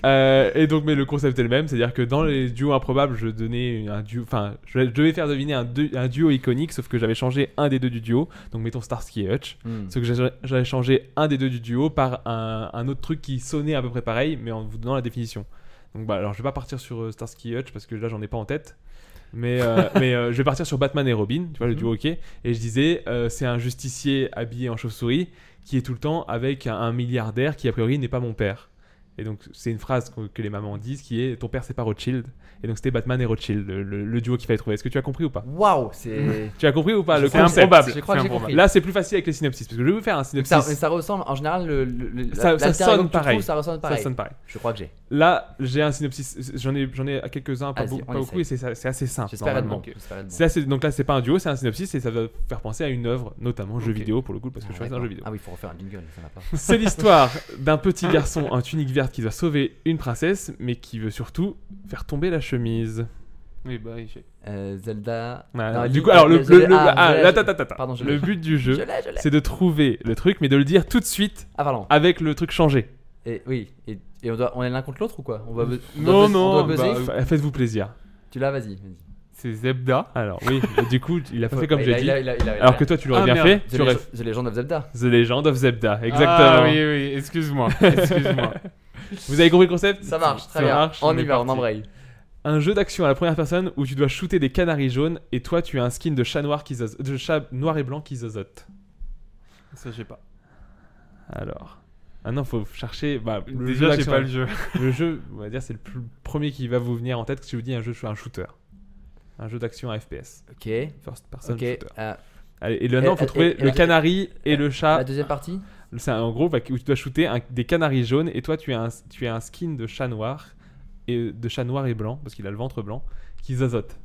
[SPEAKER 8] Euh, Et donc, mais le concept est le même, c'est-à-dire que dans les duos improbables, je donnais un duo, enfin, je je devais faire deviner un, du- un duo iconique, sauf que j'avais changé un des deux du duo. Donc, mettons Starsky et Hutch.
[SPEAKER 9] Hmm.
[SPEAKER 8] Sauf que j'a- j'avais changé un des deux du duo par un, un autre truc qui sonnait à peu près pareil, mais en vous donnant la définition. Donc, bah, alors, je vais pas partir sur euh, Starsky et Hutch parce que là, j'en ai pas en tête. Mais, euh, mais euh, je vais partir sur Batman et Robin, tu vois, le
[SPEAKER 9] Mhm.
[SPEAKER 8] duo ok. Et je disais, euh, c'est un justicier habillé en chauve-souris qui est tout le temps avec un, un milliardaire qui, a priori, n'est pas mon père. Et donc, c'est une phrase que, que les mamans disent qui est Ton père, c'est pas Rothschild. Et donc, c'était Batman et Rothschild, le, le- le duo qu'il fallait trouver. Est-ce que tu as compris ou pas
[SPEAKER 9] Waouh, c'est-
[SPEAKER 8] tu as compris ou pas Ah, Le
[SPEAKER 9] C'est
[SPEAKER 8] concept
[SPEAKER 9] improbable. Je crois que j'ai compris.
[SPEAKER 8] Là, c'est plus facile avec les synopsis. Parce que je vais vous faire un synopsis.
[SPEAKER 9] Ça, mais ça ressemble, en général, le, le- le-
[SPEAKER 8] ça,
[SPEAKER 9] l'alter
[SPEAKER 8] ça
[SPEAKER 9] ego que
[SPEAKER 8] sonne
[SPEAKER 9] tu trouves,
[SPEAKER 8] pareil.
[SPEAKER 9] ça ressemble pareil.
[SPEAKER 8] Ça sonne pareil.
[SPEAKER 9] Je crois que j'ai.
[SPEAKER 8] Là, j'ai un synopsis. J'en ai, j'en ai quelques-uns, pas,
[SPEAKER 9] Vas-y,
[SPEAKER 8] beaucoup-
[SPEAKER 9] on
[SPEAKER 8] pas beaucoup,
[SPEAKER 9] essaye.
[SPEAKER 8] et c'est, ça- c'est assez simple.
[SPEAKER 9] J'espère être
[SPEAKER 8] normalement.
[SPEAKER 9] bon, ok, j'espère être bon.
[SPEAKER 8] Ah, C'est assez- donc là, c'est pas un duo, c'est un synopsis, et ça va faire penser à une œuvre, notamment jeu
[SPEAKER 9] Ok.
[SPEAKER 8] vidéo pour le coup, parce que je suis resté dans
[SPEAKER 9] d'accord.
[SPEAKER 8] le jeu vidéo.
[SPEAKER 9] Ah oui, faut refaire un jingle, ça va pas.
[SPEAKER 8] C'est l'histoire d'un petit garçon en tunique verte qui doit sauver une princesse, mais qui veut surtout faire tomber la chemise.
[SPEAKER 7] Oui, bah, il fait.
[SPEAKER 9] Euh, Zelda.
[SPEAKER 8] Ouais,
[SPEAKER 9] Non,
[SPEAKER 8] du
[SPEAKER 9] Link-
[SPEAKER 8] coup, alors le,
[SPEAKER 9] je
[SPEAKER 8] le-
[SPEAKER 9] l'ai-
[SPEAKER 8] le-
[SPEAKER 9] ah,
[SPEAKER 8] ah,
[SPEAKER 9] je l'ai,
[SPEAKER 8] là,
[SPEAKER 9] je-
[SPEAKER 8] attends, attends, attends.
[SPEAKER 9] Pardon, je
[SPEAKER 8] le
[SPEAKER 9] l'ai.
[SPEAKER 8] but du jeu,
[SPEAKER 9] Je l'ai, je l'ai.
[SPEAKER 8] c'est de trouver le truc, mais de le dire tout de suite
[SPEAKER 9] Ah, pardon.
[SPEAKER 8] avec le truc changé.
[SPEAKER 9] Et, oui, et, et on, doit, on est l'un contre l'autre ou quoi on va buzz- on doit
[SPEAKER 8] Non,
[SPEAKER 9] buzz- on doit
[SPEAKER 8] non,
[SPEAKER 9] buzzer
[SPEAKER 8] bah, f- faites-vous plaisir.
[SPEAKER 9] Tu l'as, vas-y. vas-y.
[SPEAKER 7] C'est Zebda.
[SPEAKER 8] Alors oui, mais du coup, il a pas
[SPEAKER 9] Ouais,
[SPEAKER 8] fait comme
[SPEAKER 9] bah,
[SPEAKER 8] j'ai
[SPEAKER 9] il a-
[SPEAKER 8] dit.
[SPEAKER 9] il a- il a- il a- il a-
[SPEAKER 8] Alors que toi, tu l'aurais
[SPEAKER 7] Ah,
[SPEAKER 8] bien
[SPEAKER 7] merde.
[SPEAKER 8] fait.
[SPEAKER 9] The
[SPEAKER 8] tu aurais...
[SPEAKER 9] Legend- The Legend of Zelda.
[SPEAKER 8] The Legend of Zelda, exactement.
[SPEAKER 7] Ah, oui, oui, excuse-moi. Excuse-moi.
[SPEAKER 8] Vous avez compris le concept
[SPEAKER 9] Ça marche, très
[SPEAKER 8] Ça
[SPEAKER 9] bien.
[SPEAKER 8] marche,
[SPEAKER 9] on
[SPEAKER 8] est
[SPEAKER 9] y va, on
[SPEAKER 8] parti.
[SPEAKER 9] embraye.
[SPEAKER 8] Un jeu d'action à la première personne où tu dois shooter des canaris jaunes et toi, tu as un skin de chat noir qui zoz- de chat noir et blanc qui zozote.
[SPEAKER 7] Ça, j'ai pas.
[SPEAKER 8] Alors. Ah non, faut chercher. Bah, le
[SPEAKER 7] Déjà,
[SPEAKER 8] jeu
[SPEAKER 7] j'ai
[SPEAKER 8] d'action-
[SPEAKER 7] pas le jeu.
[SPEAKER 8] Le jeu, on va dire, c'est le plus- premier qui va vous venir en tête si je vous dis un jeu, je suis un shooter. Un jeu d'action à FPS.
[SPEAKER 9] Ok.
[SPEAKER 8] First person
[SPEAKER 9] Ok.
[SPEAKER 8] shooter.
[SPEAKER 9] euh,
[SPEAKER 8] Allez, et maintenant,
[SPEAKER 9] Et-
[SPEAKER 8] il faut
[SPEAKER 9] et-
[SPEAKER 8] trouver
[SPEAKER 9] et-
[SPEAKER 8] le
[SPEAKER 9] et-
[SPEAKER 8] canari et le chat.
[SPEAKER 9] La deuxième partie
[SPEAKER 8] C'est un- en gros bah, où tu dois shooter un- des canaris jaunes et toi, tu as un, tu as un skin de chat noir et de chat noir et blanc parce qu'il a le ventre blanc qui zazote.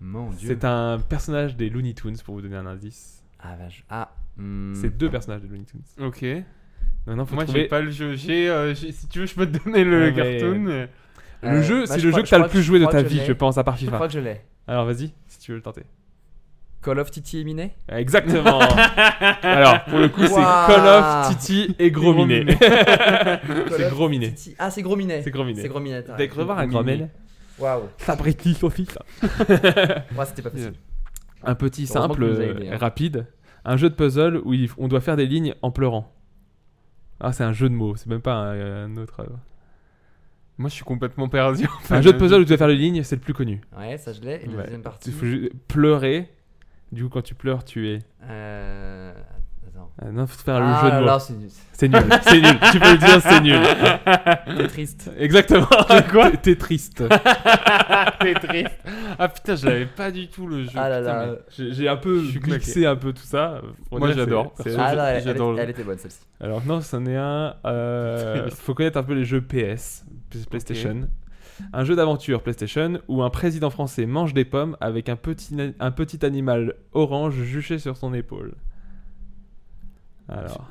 [SPEAKER 9] Mon dieu.
[SPEAKER 8] C'est un personnage des Looney Tunes pour vous donner un indice.
[SPEAKER 9] Ah, vache. Ah. hmm.
[SPEAKER 8] C'est deux personnages des Looney Tunes.
[SPEAKER 7] Ok.
[SPEAKER 8] Non, non, faut
[SPEAKER 7] Moi,
[SPEAKER 8] trouver-
[SPEAKER 7] j'ai pas le jeu. J'ai, euh, j'ai- si tu veux, je peux te donner le
[SPEAKER 8] Ah, mais-
[SPEAKER 7] cartoon. mais-
[SPEAKER 8] Le
[SPEAKER 9] Euh,
[SPEAKER 8] jeu,
[SPEAKER 9] bah,
[SPEAKER 8] c'est
[SPEAKER 9] je
[SPEAKER 8] le
[SPEAKER 9] crois-
[SPEAKER 8] jeu que
[SPEAKER 9] je
[SPEAKER 8] t'as le
[SPEAKER 9] crois
[SPEAKER 8] plus
[SPEAKER 9] que-
[SPEAKER 8] joué
[SPEAKER 9] je
[SPEAKER 8] de
[SPEAKER 9] crois
[SPEAKER 8] ta
[SPEAKER 9] que je
[SPEAKER 8] vie,
[SPEAKER 9] l'ai.
[SPEAKER 8] je pense, à part
[SPEAKER 9] Je
[SPEAKER 8] FIFA.
[SPEAKER 9] crois que je l'ai.
[SPEAKER 8] Alors vas-y, si tu veux le tenter.
[SPEAKER 9] Call of Titi et Minet
[SPEAKER 8] Exactement. Alors pour le coup, c'est
[SPEAKER 9] Waouh.
[SPEAKER 8] Call of Titi et Gros
[SPEAKER 9] Gros
[SPEAKER 8] Minet.
[SPEAKER 9] Minet.
[SPEAKER 8] c'est Gros Minet.
[SPEAKER 9] Titi- Ah, c'est Gros Minet.
[SPEAKER 8] C'est Gros Minet.
[SPEAKER 9] C'est Gros Minet. t'as
[SPEAKER 8] Dès que
[SPEAKER 9] raison.
[SPEAKER 8] revoir un Gros Minet.
[SPEAKER 9] Waouh.
[SPEAKER 8] Fabriqué au FIFA.
[SPEAKER 9] Ouais, c'était pas facile.
[SPEAKER 8] un petit
[SPEAKER 9] Heureusement
[SPEAKER 8] simple,
[SPEAKER 9] que vous nous avez aidés, hein.
[SPEAKER 8] rapide, un jeu de puzzle où il- on doit faire des lignes en pleurant. Ah, c'est un jeu de mots, c'est même pas un, un autre. euh.
[SPEAKER 7] Moi, je suis complètement perdu. en fait.
[SPEAKER 8] Un jeu de puzzle où tu dois faire des lignes, c'est le plus connu.
[SPEAKER 9] Ouais, ça je l'ai. Et la
[SPEAKER 8] Ouais.
[SPEAKER 9] deuxième partie.
[SPEAKER 8] Il faut ju- pleurer. Du coup, quand tu pleures, tu es.
[SPEAKER 9] Euh. Attends.
[SPEAKER 8] Ah non, faut faire
[SPEAKER 9] Ah
[SPEAKER 8] le jeu
[SPEAKER 9] là
[SPEAKER 8] de
[SPEAKER 9] là,
[SPEAKER 8] mots.
[SPEAKER 9] c'est nul.
[SPEAKER 8] C'est nul. c'est nul. Tu peux le dire, c'est nul.
[SPEAKER 9] T'es triste.
[SPEAKER 8] Exactement.
[SPEAKER 7] quoi
[SPEAKER 8] T'es- T'es triste.
[SPEAKER 7] T'es triste. Ah putain, je l'avais pas du tout le jeu.
[SPEAKER 9] Ah là
[SPEAKER 7] Putain,
[SPEAKER 9] là.
[SPEAKER 7] mais-
[SPEAKER 8] J'ai j'ai un peu
[SPEAKER 7] Je suis claqué.
[SPEAKER 8] mixé un peu tout ça. Faut
[SPEAKER 7] Moi,
[SPEAKER 8] dire, c'est-
[SPEAKER 7] j'adore,
[SPEAKER 8] c'est-
[SPEAKER 7] perso.
[SPEAKER 9] Ah
[SPEAKER 7] je-
[SPEAKER 9] là, elle, elle
[SPEAKER 7] j'adore
[SPEAKER 9] était-
[SPEAKER 7] le-
[SPEAKER 9] elle était bonne celle-ci.
[SPEAKER 8] Alors non, c'en est un. Euh, faut connaître un peu les jeux PS, P- PlayStation. Un jeu d'aventure PlayStation où un président français mange des pommes avec un petit, na- un petit animal orange juché sur son épaule. Alors.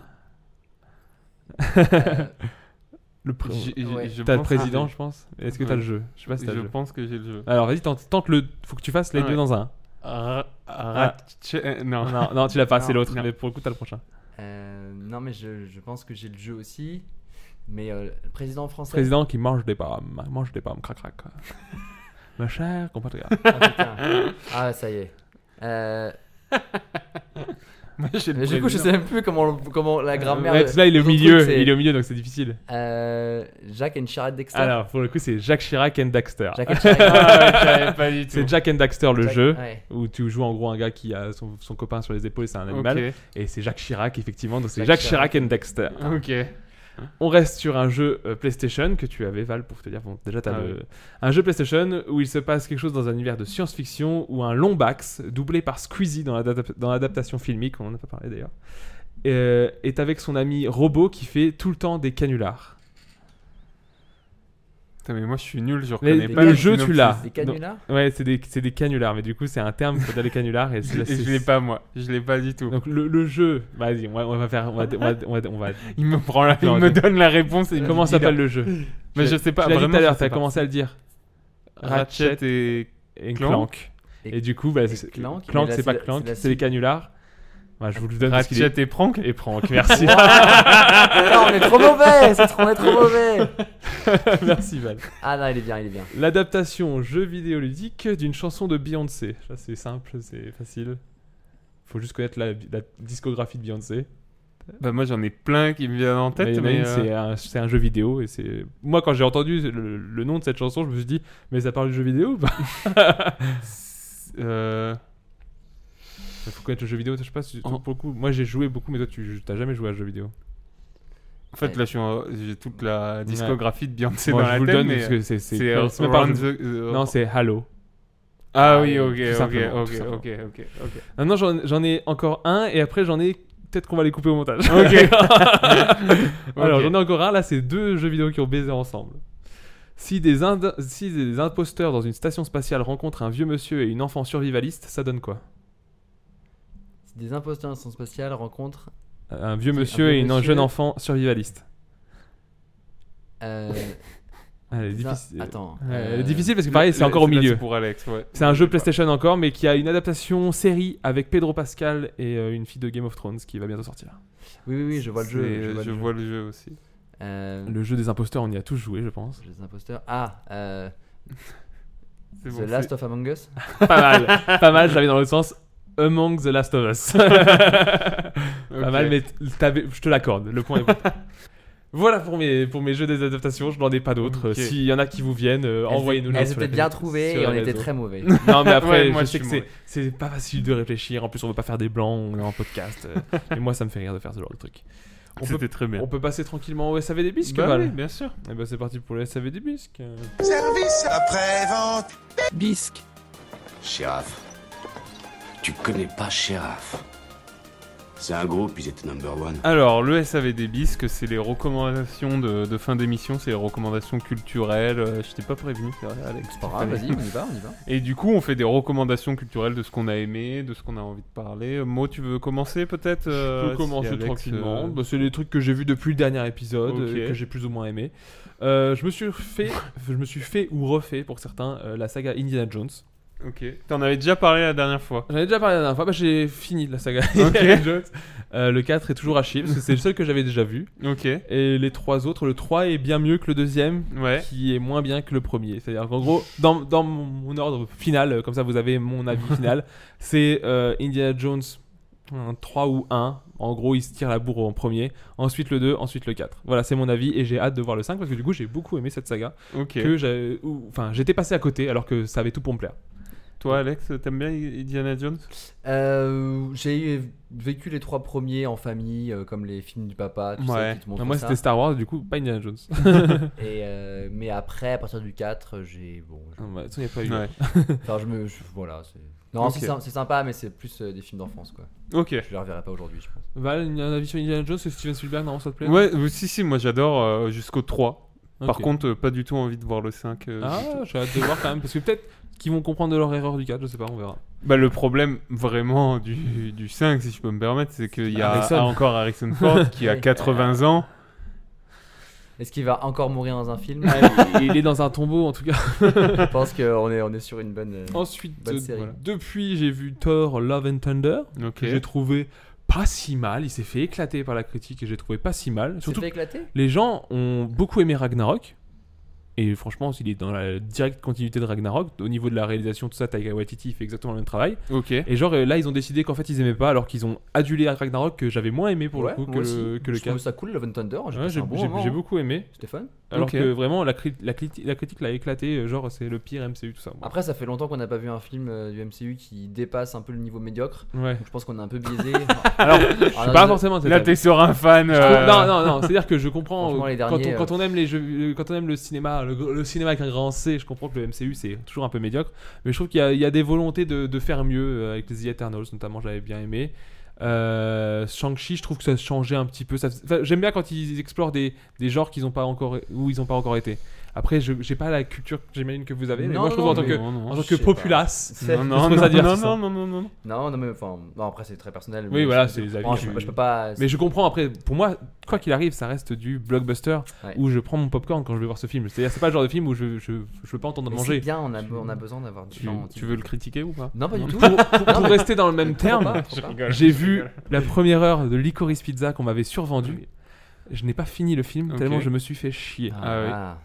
[SPEAKER 8] le pr-
[SPEAKER 7] J'ai- j'ai-
[SPEAKER 9] Ouais.
[SPEAKER 7] je
[SPEAKER 8] T'as le
[SPEAKER 7] pense-
[SPEAKER 8] président, je pense. Est-ce que t'as
[SPEAKER 7] Ouais.
[SPEAKER 8] le jeu Je sais pas si t'as
[SPEAKER 7] Je
[SPEAKER 8] le jeu.
[SPEAKER 7] pense que j'ai le jeu.
[SPEAKER 8] Alors vas-y, tente, tente le. Faut que tu fasses les
[SPEAKER 7] Ah
[SPEAKER 8] deux
[SPEAKER 7] ouais.
[SPEAKER 8] dans un.
[SPEAKER 7] Ra- Ratchet- euh, Non.
[SPEAKER 8] Non, non, tu l'as pas, c'est
[SPEAKER 7] Non,
[SPEAKER 8] l'autre.
[SPEAKER 7] non.
[SPEAKER 8] Mais pour le coup, t'as le prochain.
[SPEAKER 9] Euh, non, mais je, je pense que j'ai le jeu aussi. Mais euh, le président français.
[SPEAKER 8] Président qui mange des pommes, mange des pommes, crac crac. Ma chère compatriote.
[SPEAKER 9] Ah, putain. ah, ça y est. Euh,
[SPEAKER 7] Moi, j'ai le
[SPEAKER 9] mais du coup, je
[SPEAKER 7] président.
[SPEAKER 9] sais même plus comment, comment la grammaire.
[SPEAKER 8] Euh, Ouais,
[SPEAKER 9] de-
[SPEAKER 8] là, il est au
[SPEAKER 9] de ton
[SPEAKER 8] milieu,
[SPEAKER 9] truc, c'est,
[SPEAKER 8] il est au milieu, donc c'est difficile.
[SPEAKER 9] euh, Jacques et une charrette d'Exter.
[SPEAKER 8] Alors, pour le coup, c'est Jacques Chirac and Daxter.
[SPEAKER 9] Jacques et une charrette.
[SPEAKER 7] Ah ouais, j'avais pas du tout.
[SPEAKER 8] C'est Jack and Daxter le
[SPEAKER 9] Jack-
[SPEAKER 8] jeu,
[SPEAKER 9] ouais.
[SPEAKER 8] où tu joues en gros un gars qui a son, son copain sur les épaules, c'est un
[SPEAKER 7] Ok.
[SPEAKER 8] animal. Et c'est Jacques Chirac, effectivement, donc c'est
[SPEAKER 9] Jacques
[SPEAKER 8] Jacques Chirac and Daxter.
[SPEAKER 7] Ok.
[SPEAKER 8] On reste sur un jeu euh, PlayStation que tu avais, Val, pour te dire, bon, déjà, t'as
[SPEAKER 7] Ah
[SPEAKER 8] le... Un jeu PlayStation où il se passe quelque chose dans un univers de science-fiction, où un lombax, doublé par Squeezie dans l'adap- dans l'adaptation filmique, on en a pas parlé d'ailleurs, euh, est avec son ami Robo qui fait tout le temps des canulars.
[SPEAKER 7] Putain, mais moi, je suis nul, je
[SPEAKER 8] Mais
[SPEAKER 7] reconnais
[SPEAKER 8] le
[SPEAKER 7] pas
[SPEAKER 8] jeu, tu
[SPEAKER 7] synopsis.
[SPEAKER 8] l'as.
[SPEAKER 9] Des canulars
[SPEAKER 8] Ouais, c'est des, c'est des canulars, mais du coup, c'est un terme pour dire les canulars. Et c'est-
[SPEAKER 7] Et
[SPEAKER 8] c'est-
[SPEAKER 7] je l'ai pas, moi. Je l'ai pas du tout.
[SPEAKER 8] Donc, le, le jeu, vas-y, on va, on va faire. On va, on va, on va- on va-
[SPEAKER 7] Il me prend la... Il
[SPEAKER 8] Non,
[SPEAKER 7] me
[SPEAKER 8] attends.
[SPEAKER 7] donne la réponse. et il
[SPEAKER 8] Comment
[SPEAKER 7] me dit
[SPEAKER 8] s'appelle
[SPEAKER 7] là.
[SPEAKER 8] le jeu
[SPEAKER 7] Mais
[SPEAKER 8] Tu
[SPEAKER 7] je
[SPEAKER 8] l'as-
[SPEAKER 7] sais pas,
[SPEAKER 8] Tu l'as dit
[SPEAKER 7] vraiment,
[SPEAKER 8] tout à l'heure,
[SPEAKER 7] je sais
[SPEAKER 8] t'as
[SPEAKER 7] pas.
[SPEAKER 8] commenchet à le dire.
[SPEAKER 7] Ratchet et.
[SPEAKER 8] et
[SPEAKER 7] Clank.
[SPEAKER 8] Clank. Et, du coup, bah, c'est-
[SPEAKER 9] Clank,
[SPEAKER 8] Clank,
[SPEAKER 9] mais là,
[SPEAKER 8] c'est
[SPEAKER 9] c'est
[SPEAKER 8] pas
[SPEAKER 9] la-
[SPEAKER 8] Clank,
[SPEAKER 9] c'est la
[SPEAKER 8] c'est les
[SPEAKER 9] suite.
[SPEAKER 8] canulars. Bah, je vous le donne parce qu'il
[SPEAKER 7] Ratchet
[SPEAKER 8] est-
[SPEAKER 7] et Prank
[SPEAKER 8] et Prank. Merci.
[SPEAKER 9] non, on est trop mauvais. C'est trop, on est trop mauvais.
[SPEAKER 8] Merci, Val.
[SPEAKER 9] Ah non, il est bien, il est bien.
[SPEAKER 8] L'adaptation jeu vidéo ludique d'une chanson de Beyoncé. Ça, c'est simple, c'est facile. Faut juste connaître la, la discographie de Beyoncé.
[SPEAKER 7] Bah, moi, j'en ai plein qui me viennent en
[SPEAKER 8] Mais
[SPEAKER 7] tête,
[SPEAKER 8] il y en a
[SPEAKER 7] mais. euh,
[SPEAKER 8] une, c'est un- c'est un, jeu vidéo et c'est moi quand j'ai entendu le, le nom de cette chanson, je me suis dit mais ça parle du jeu vidéo ou pas
[SPEAKER 7] euh,
[SPEAKER 8] Faut connaître le jeu vidéo, je sais pas si
[SPEAKER 7] En-
[SPEAKER 8] pour le coup, moi j'ai joué beaucoup mais toi tu t'as jamais joué à un jeu vidéo.
[SPEAKER 7] En fait, là, je suis en- j'ai toute la discographie de Beyoncé
[SPEAKER 8] Moi,
[SPEAKER 7] dans
[SPEAKER 8] je
[SPEAKER 7] la
[SPEAKER 8] vous le
[SPEAKER 7] tête,
[SPEAKER 8] donne
[SPEAKER 7] mais
[SPEAKER 8] parce que c'est- c'est-
[SPEAKER 7] c'est
[SPEAKER 8] non,
[SPEAKER 7] euh,
[SPEAKER 8] c'est même pas-
[SPEAKER 7] Run the- euh,
[SPEAKER 8] Non, c'est Halo.
[SPEAKER 7] Ah oui, ok,
[SPEAKER 8] Tout
[SPEAKER 7] ok,
[SPEAKER 8] simplement, tout
[SPEAKER 7] ok,
[SPEAKER 8] simplement.
[SPEAKER 7] ok, ok, ok.
[SPEAKER 8] Maintenant, j'en j'en ai encore un et après, j'en ai. Peut-être qu'on va les couper au
[SPEAKER 7] Ok.
[SPEAKER 8] montage. Alors,
[SPEAKER 7] Ok.
[SPEAKER 8] j'en ai encore un. Là, c'est deux jeux vidéo qui ont baisé ensemble. Si des, ind- si des imposteurs dans une station spatiale rencontrent un vieux monsieur et une enfant survivaliste, ça donne quoi
[SPEAKER 9] Si des imposteurs en sens spatial rencontrent.
[SPEAKER 8] Un vieux
[SPEAKER 9] Si, un
[SPEAKER 8] monsieur
[SPEAKER 9] vieux
[SPEAKER 8] et une
[SPEAKER 9] monsieur-
[SPEAKER 8] jeune enfant survivaliste.
[SPEAKER 9] euh,
[SPEAKER 8] Ah, Elle est
[SPEAKER 9] des in-
[SPEAKER 8] difficile.
[SPEAKER 9] Attends.
[SPEAKER 8] Ouais, elle
[SPEAKER 9] euh,
[SPEAKER 8] est difficile parce que pareil, c'est encore au
[SPEAKER 7] Là,
[SPEAKER 8] milieu.
[SPEAKER 7] C'est pour Alex, ouais.
[SPEAKER 8] C'est un jeu PlayStation encore, mais qui a une adaptation série avec Pedro Pascal et euh, une fille de Game of Thrones qui va bientôt sortir.
[SPEAKER 9] Oui, oui, oui, je vois le jeu.
[SPEAKER 7] C'est-
[SPEAKER 9] Je vois
[SPEAKER 7] je
[SPEAKER 9] le jeu.
[SPEAKER 7] vois le jeu aussi.
[SPEAKER 9] Euh,
[SPEAKER 8] Le jeu des imposteurs, on y a tous joué, je pense.
[SPEAKER 9] Les imposteurs. Ah, euh,
[SPEAKER 7] C'est
[SPEAKER 9] The
[SPEAKER 7] bon,
[SPEAKER 9] Last of Among Us
[SPEAKER 8] pas mal, pas mal, j'avais dans l'autre sens. Among the Last of Us. Pas
[SPEAKER 7] Ok.
[SPEAKER 8] mal, mais t- t'avais- je te l'accorde, le point est bon. Voilà pour mes, pour mes jeux des adaptations, je n'en ai pas d'autres.
[SPEAKER 7] Ok.
[SPEAKER 8] S'il y en a qui vous viennent, euh,
[SPEAKER 9] Elles-
[SPEAKER 8] envoyez-nous
[SPEAKER 9] Elles étaient bien trouvées et on était très mauvais.
[SPEAKER 8] Non, mais après,
[SPEAKER 7] Ouais, moi,
[SPEAKER 8] je
[SPEAKER 7] je
[SPEAKER 8] sais que
[SPEAKER 7] suis
[SPEAKER 8] c'est, c'est pas facile de réfléchir. En plus, on veut pas faire des blancs, on est en podcast. euh, mais moi, ça me fait rire de faire ce genre de truc. On peut,
[SPEAKER 7] C'était très bien.
[SPEAKER 8] on peut passer tranquillement au SAV des bisques,
[SPEAKER 7] Bah
[SPEAKER 8] Val
[SPEAKER 7] oui, bien sûr.
[SPEAKER 8] Eh ben, c'est parti pour le SAV des bisques.
[SPEAKER 1] Service après-vente.
[SPEAKER 6] bisque,
[SPEAKER 13] Shérif. Tu connais pas Shérif. C'est un groupe, ils étaient number one.
[SPEAKER 7] Alors, le SAV des bisques, c'est les recommandations de, de fin d'émission, c'est les recommandations culturelles. euh, Je t'ai pas prévenu, c'est vrai, Alex.
[SPEAKER 9] pas grave, vas-y, on y va, on y va.
[SPEAKER 7] Et du coup, on fait des recommandations culturelles de ce qu'on a aimé, de ce qu'on a envie de parler. Euh, Mo, tu veux commencer peut-être euh,
[SPEAKER 8] Je peux commencer tranquillement. Bah, c'est les trucs que j'ai vus depuis le dernier épisode,
[SPEAKER 7] Ok.
[SPEAKER 8] euh, que j'ai plus ou moins aimé. Euh, je, me suis fait, je me suis fait ou refait, pour certains, euh, la saga Indiana Jones.
[SPEAKER 7] Ok. T'en avais déjà parlé la dernière fois.
[SPEAKER 8] J'en ai déjà parlé la dernière fois, bah, j'ai fini la saga
[SPEAKER 7] Ok.
[SPEAKER 8] Indiana Jones. Euh, le 4 est toujours à chier, parce que c'est le seul que j'avais déjà vu.
[SPEAKER 7] Ok.
[SPEAKER 8] Et les trois autres, le 3 est bien mieux que le deuxième,
[SPEAKER 7] Ouais.
[SPEAKER 8] qui est moins bien que le premier. C'est-à-dire qu'en gros, dans, dans mon- mon ordre final, euh, comme ça vous avez mon avis final, c'est euh, Indiana Jones un 3 ou 1. En gros, il se tire la bourre en premier, ensuite le 2, ensuite le 4. Voilà, c'est mon avis et j'ai hâte de voir le 5 parce que du coup, j'ai beaucoup aimé cette saga.
[SPEAKER 7] Ok.
[SPEAKER 8] Que j'ai- ou- enfin, j'étais passé à côté alors que ça avait tout pour me plaire.
[SPEAKER 7] Toi, Alex, t'aimes bien Indiana Jones
[SPEAKER 9] Euh, j'ai eu- vécu les trois premiers en famille, euh, comme les films du papa, tu
[SPEAKER 7] Ouais.
[SPEAKER 9] sais, qui te montrent
[SPEAKER 8] Moi,
[SPEAKER 9] ça.
[SPEAKER 8] c'était Star Wars, du coup, pas Indiana Jones.
[SPEAKER 9] Et, euh, mais après, à partir du 4, j'ai. Bon, je-
[SPEAKER 8] Ah, bah, ça, y a pas eu.
[SPEAKER 7] Ouais.
[SPEAKER 9] enfin, je me. je- voilà, c'est. Non,
[SPEAKER 7] Ok.
[SPEAKER 9] c'est sym- c'est sympa, mais c'est plus euh, des films d'enfance, quoi.
[SPEAKER 7] Ok.
[SPEAKER 9] Je les reverrai pas aujourd'hui, je pense.
[SPEAKER 8] Val, un avis sur Indiana Jones et Steven Spielberg, non, ça te plaît
[SPEAKER 7] Ouais, euh, si, si, moi j'adore euh, jusqu'au 3. Par
[SPEAKER 8] Ok.
[SPEAKER 7] contre, euh, pas du tout envie de voir le 5. euh,
[SPEAKER 8] Ah, j'ai hâte de voir quand même, parce que peut-être qu'ils vont comprendre de leur erreur du 4, je sais pas, on verra.
[SPEAKER 7] Bah, le problème vraiment du, du 5, si je peux me permettre, c'est qu'il y a
[SPEAKER 8] Harrison.
[SPEAKER 7] encore Harrison Ford qui a 80 ans.
[SPEAKER 9] Est-ce qu'il va encore mourir dans un film
[SPEAKER 8] il est dans un tombeau en tout cas.
[SPEAKER 9] Je pense qu'on est, on est sur une bonne. euh,
[SPEAKER 8] Ensuite,
[SPEAKER 9] Bonne
[SPEAKER 8] euh,
[SPEAKER 9] série.
[SPEAKER 8] voilà. depuis, j'ai vu Thor Love and Thunder,
[SPEAKER 7] Ok.
[SPEAKER 8] que j'ai trouvé pas si mal. Il s'est fait éclater par la critique et j'ai trouvé pas si mal.
[SPEAKER 9] C'est
[SPEAKER 8] Surtout,
[SPEAKER 9] fait éclater
[SPEAKER 8] les gens ont beaucoup aimé Ragnarok. Et franchement, il est dans la directe continuité de Ragnarok. Au niveau de la réalisation, tout ça, Taika Waititi fait exactement le même travail.
[SPEAKER 7] Ok.
[SPEAKER 8] Et genre, euh, là, ils ont décidé qu'en fait, ils aimaient pas, alors qu'ils ont adulé Ragnarok, que j'avais moins aimé pour
[SPEAKER 9] Ouais,
[SPEAKER 8] le coup que
[SPEAKER 9] moi
[SPEAKER 8] le,
[SPEAKER 9] aussi.
[SPEAKER 8] que le
[SPEAKER 9] Je trouve
[SPEAKER 8] 4.
[SPEAKER 9] ça cool, Love and Thunder. J'ai
[SPEAKER 8] Ouais,
[SPEAKER 9] passé
[SPEAKER 8] J'ai
[SPEAKER 9] un bon
[SPEAKER 8] j'ai-
[SPEAKER 9] moment,
[SPEAKER 8] j'ai
[SPEAKER 9] hein.
[SPEAKER 8] beaucoup aimé.
[SPEAKER 9] Stéphane
[SPEAKER 8] Alors
[SPEAKER 7] Ok.
[SPEAKER 8] que vraiment, la, cri- la, criti- la critique l'a éclaté, euh, genre c'est le pire MCU, tout ça. Bon.
[SPEAKER 9] Après, ça fait longtemps qu'on n'a pas vu un film euh, du MCU qui dépasse un peu le niveau médiocre.
[SPEAKER 8] Ouais.
[SPEAKER 9] Donc, je pense qu'on est un peu biaisé. ah,
[SPEAKER 8] Alors,
[SPEAKER 9] je
[SPEAKER 8] je suis pas forcément
[SPEAKER 7] Là,
[SPEAKER 8] cette
[SPEAKER 7] t'es sur un fan. euh,
[SPEAKER 8] Non, non, non, c'est-à-dire que je comprends.
[SPEAKER 9] Franchement,
[SPEAKER 8] euh,
[SPEAKER 9] les
[SPEAKER 8] quand,
[SPEAKER 9] derniers, euh,
[SPEAKER 8] on, quand on aime les jeux, quand on aime le cinéma, le, gr- le cinéma avec un grand C, je comprends que le MCU c'est toujours un peu médiocre. Mais je trouve qu'il y a- il y, a des volontés de, de faire mieux euh, avec les The Eternals, notamment, j'avais bien aimé. Euh, Shang-Chi, je trouve que ça changeait un petit peu. ça fais- enfin, J'aime bien quand ils explorent des, des genres qu'ils ont pas encore, où ils n'ont pas encore été. Après, je j'ai pas la culture, que j'imagine que vous avez. Mais
[SPEAKER 9] Non,
[SPEAKER 8] moi, je trouve
[SPEAKER 9] non,
[SPEAKER 8] en tant
[SPEAKER 9] mais-
[SPEAKER 8] que,
[SPEAKER 7] non, non.
[SPEAKER 8] en tant que
[SPEAKER 9] je sais pas.
[SPEAKER 8] populace,
[SPEAKER 9] C'est-
[SPEAKER 7] Non,
[SPEAKER 8] Je
[SPEAKER 7] non,
[SPEAKER 8] trouve ça
[SPEAKER 7] non,
[SPEAKER 8] dire,
[SPEAKER 7] non,
[SPEAKER 8] c'est
[SPEAKER 7] non, non, non, non.
[SPEAKER 9] Non, non, mais enfin, bon, après c'est très personnel.
[SPEAKER 8] Oui,
[SPEAKER 9] mais
[SPEAKER 8] voilà,
[SPEAKER 9] je-
[SPEAKER 8] c'est les avis,
[SPEAKER 9] bon, je,
[SPEAKER 8] tu-
[SPEAKER 9] je peux pas.
[SPEAKER 8] Mais je comprends après, pour moi, quoi qu'il arrive, ça reste du blockbuster
[SPEAKER 9] Ouais.
[SPEAKER 8] où je prends mon popcorn quand je vais voir ce film. C'est-à-dire, c'est pas le genre de film où je, je, je veux pas entendre
[SPEAKER 9] mais c'est
[SPEAKER 8] manger.
[SPEAKER 9] bien, on a, on a besoin d'avoir
[SPEAKER 7] Tu,
[SPEAKER 9] différents
[SPEAKER 7] tu
[SPEAKER 9] types.
[SPEAKER 7] veux le critiquer ou pas
[SPEAKER 9] Non, pas du tout.
[SPEAKER 8] Pour rester dans le même terme,
[SPEAKER 9] pas, faut pas.
[SPEAKER 8] j'ai vu la première heure de Licorice Pizza qu'on m'avait survendu. Je n'ai pas fini le film
[SPEAKER 7] Ah Ok.
[SPEAKER 8] tellement je me suis fait chier.
[SPEAKER 9] Ah,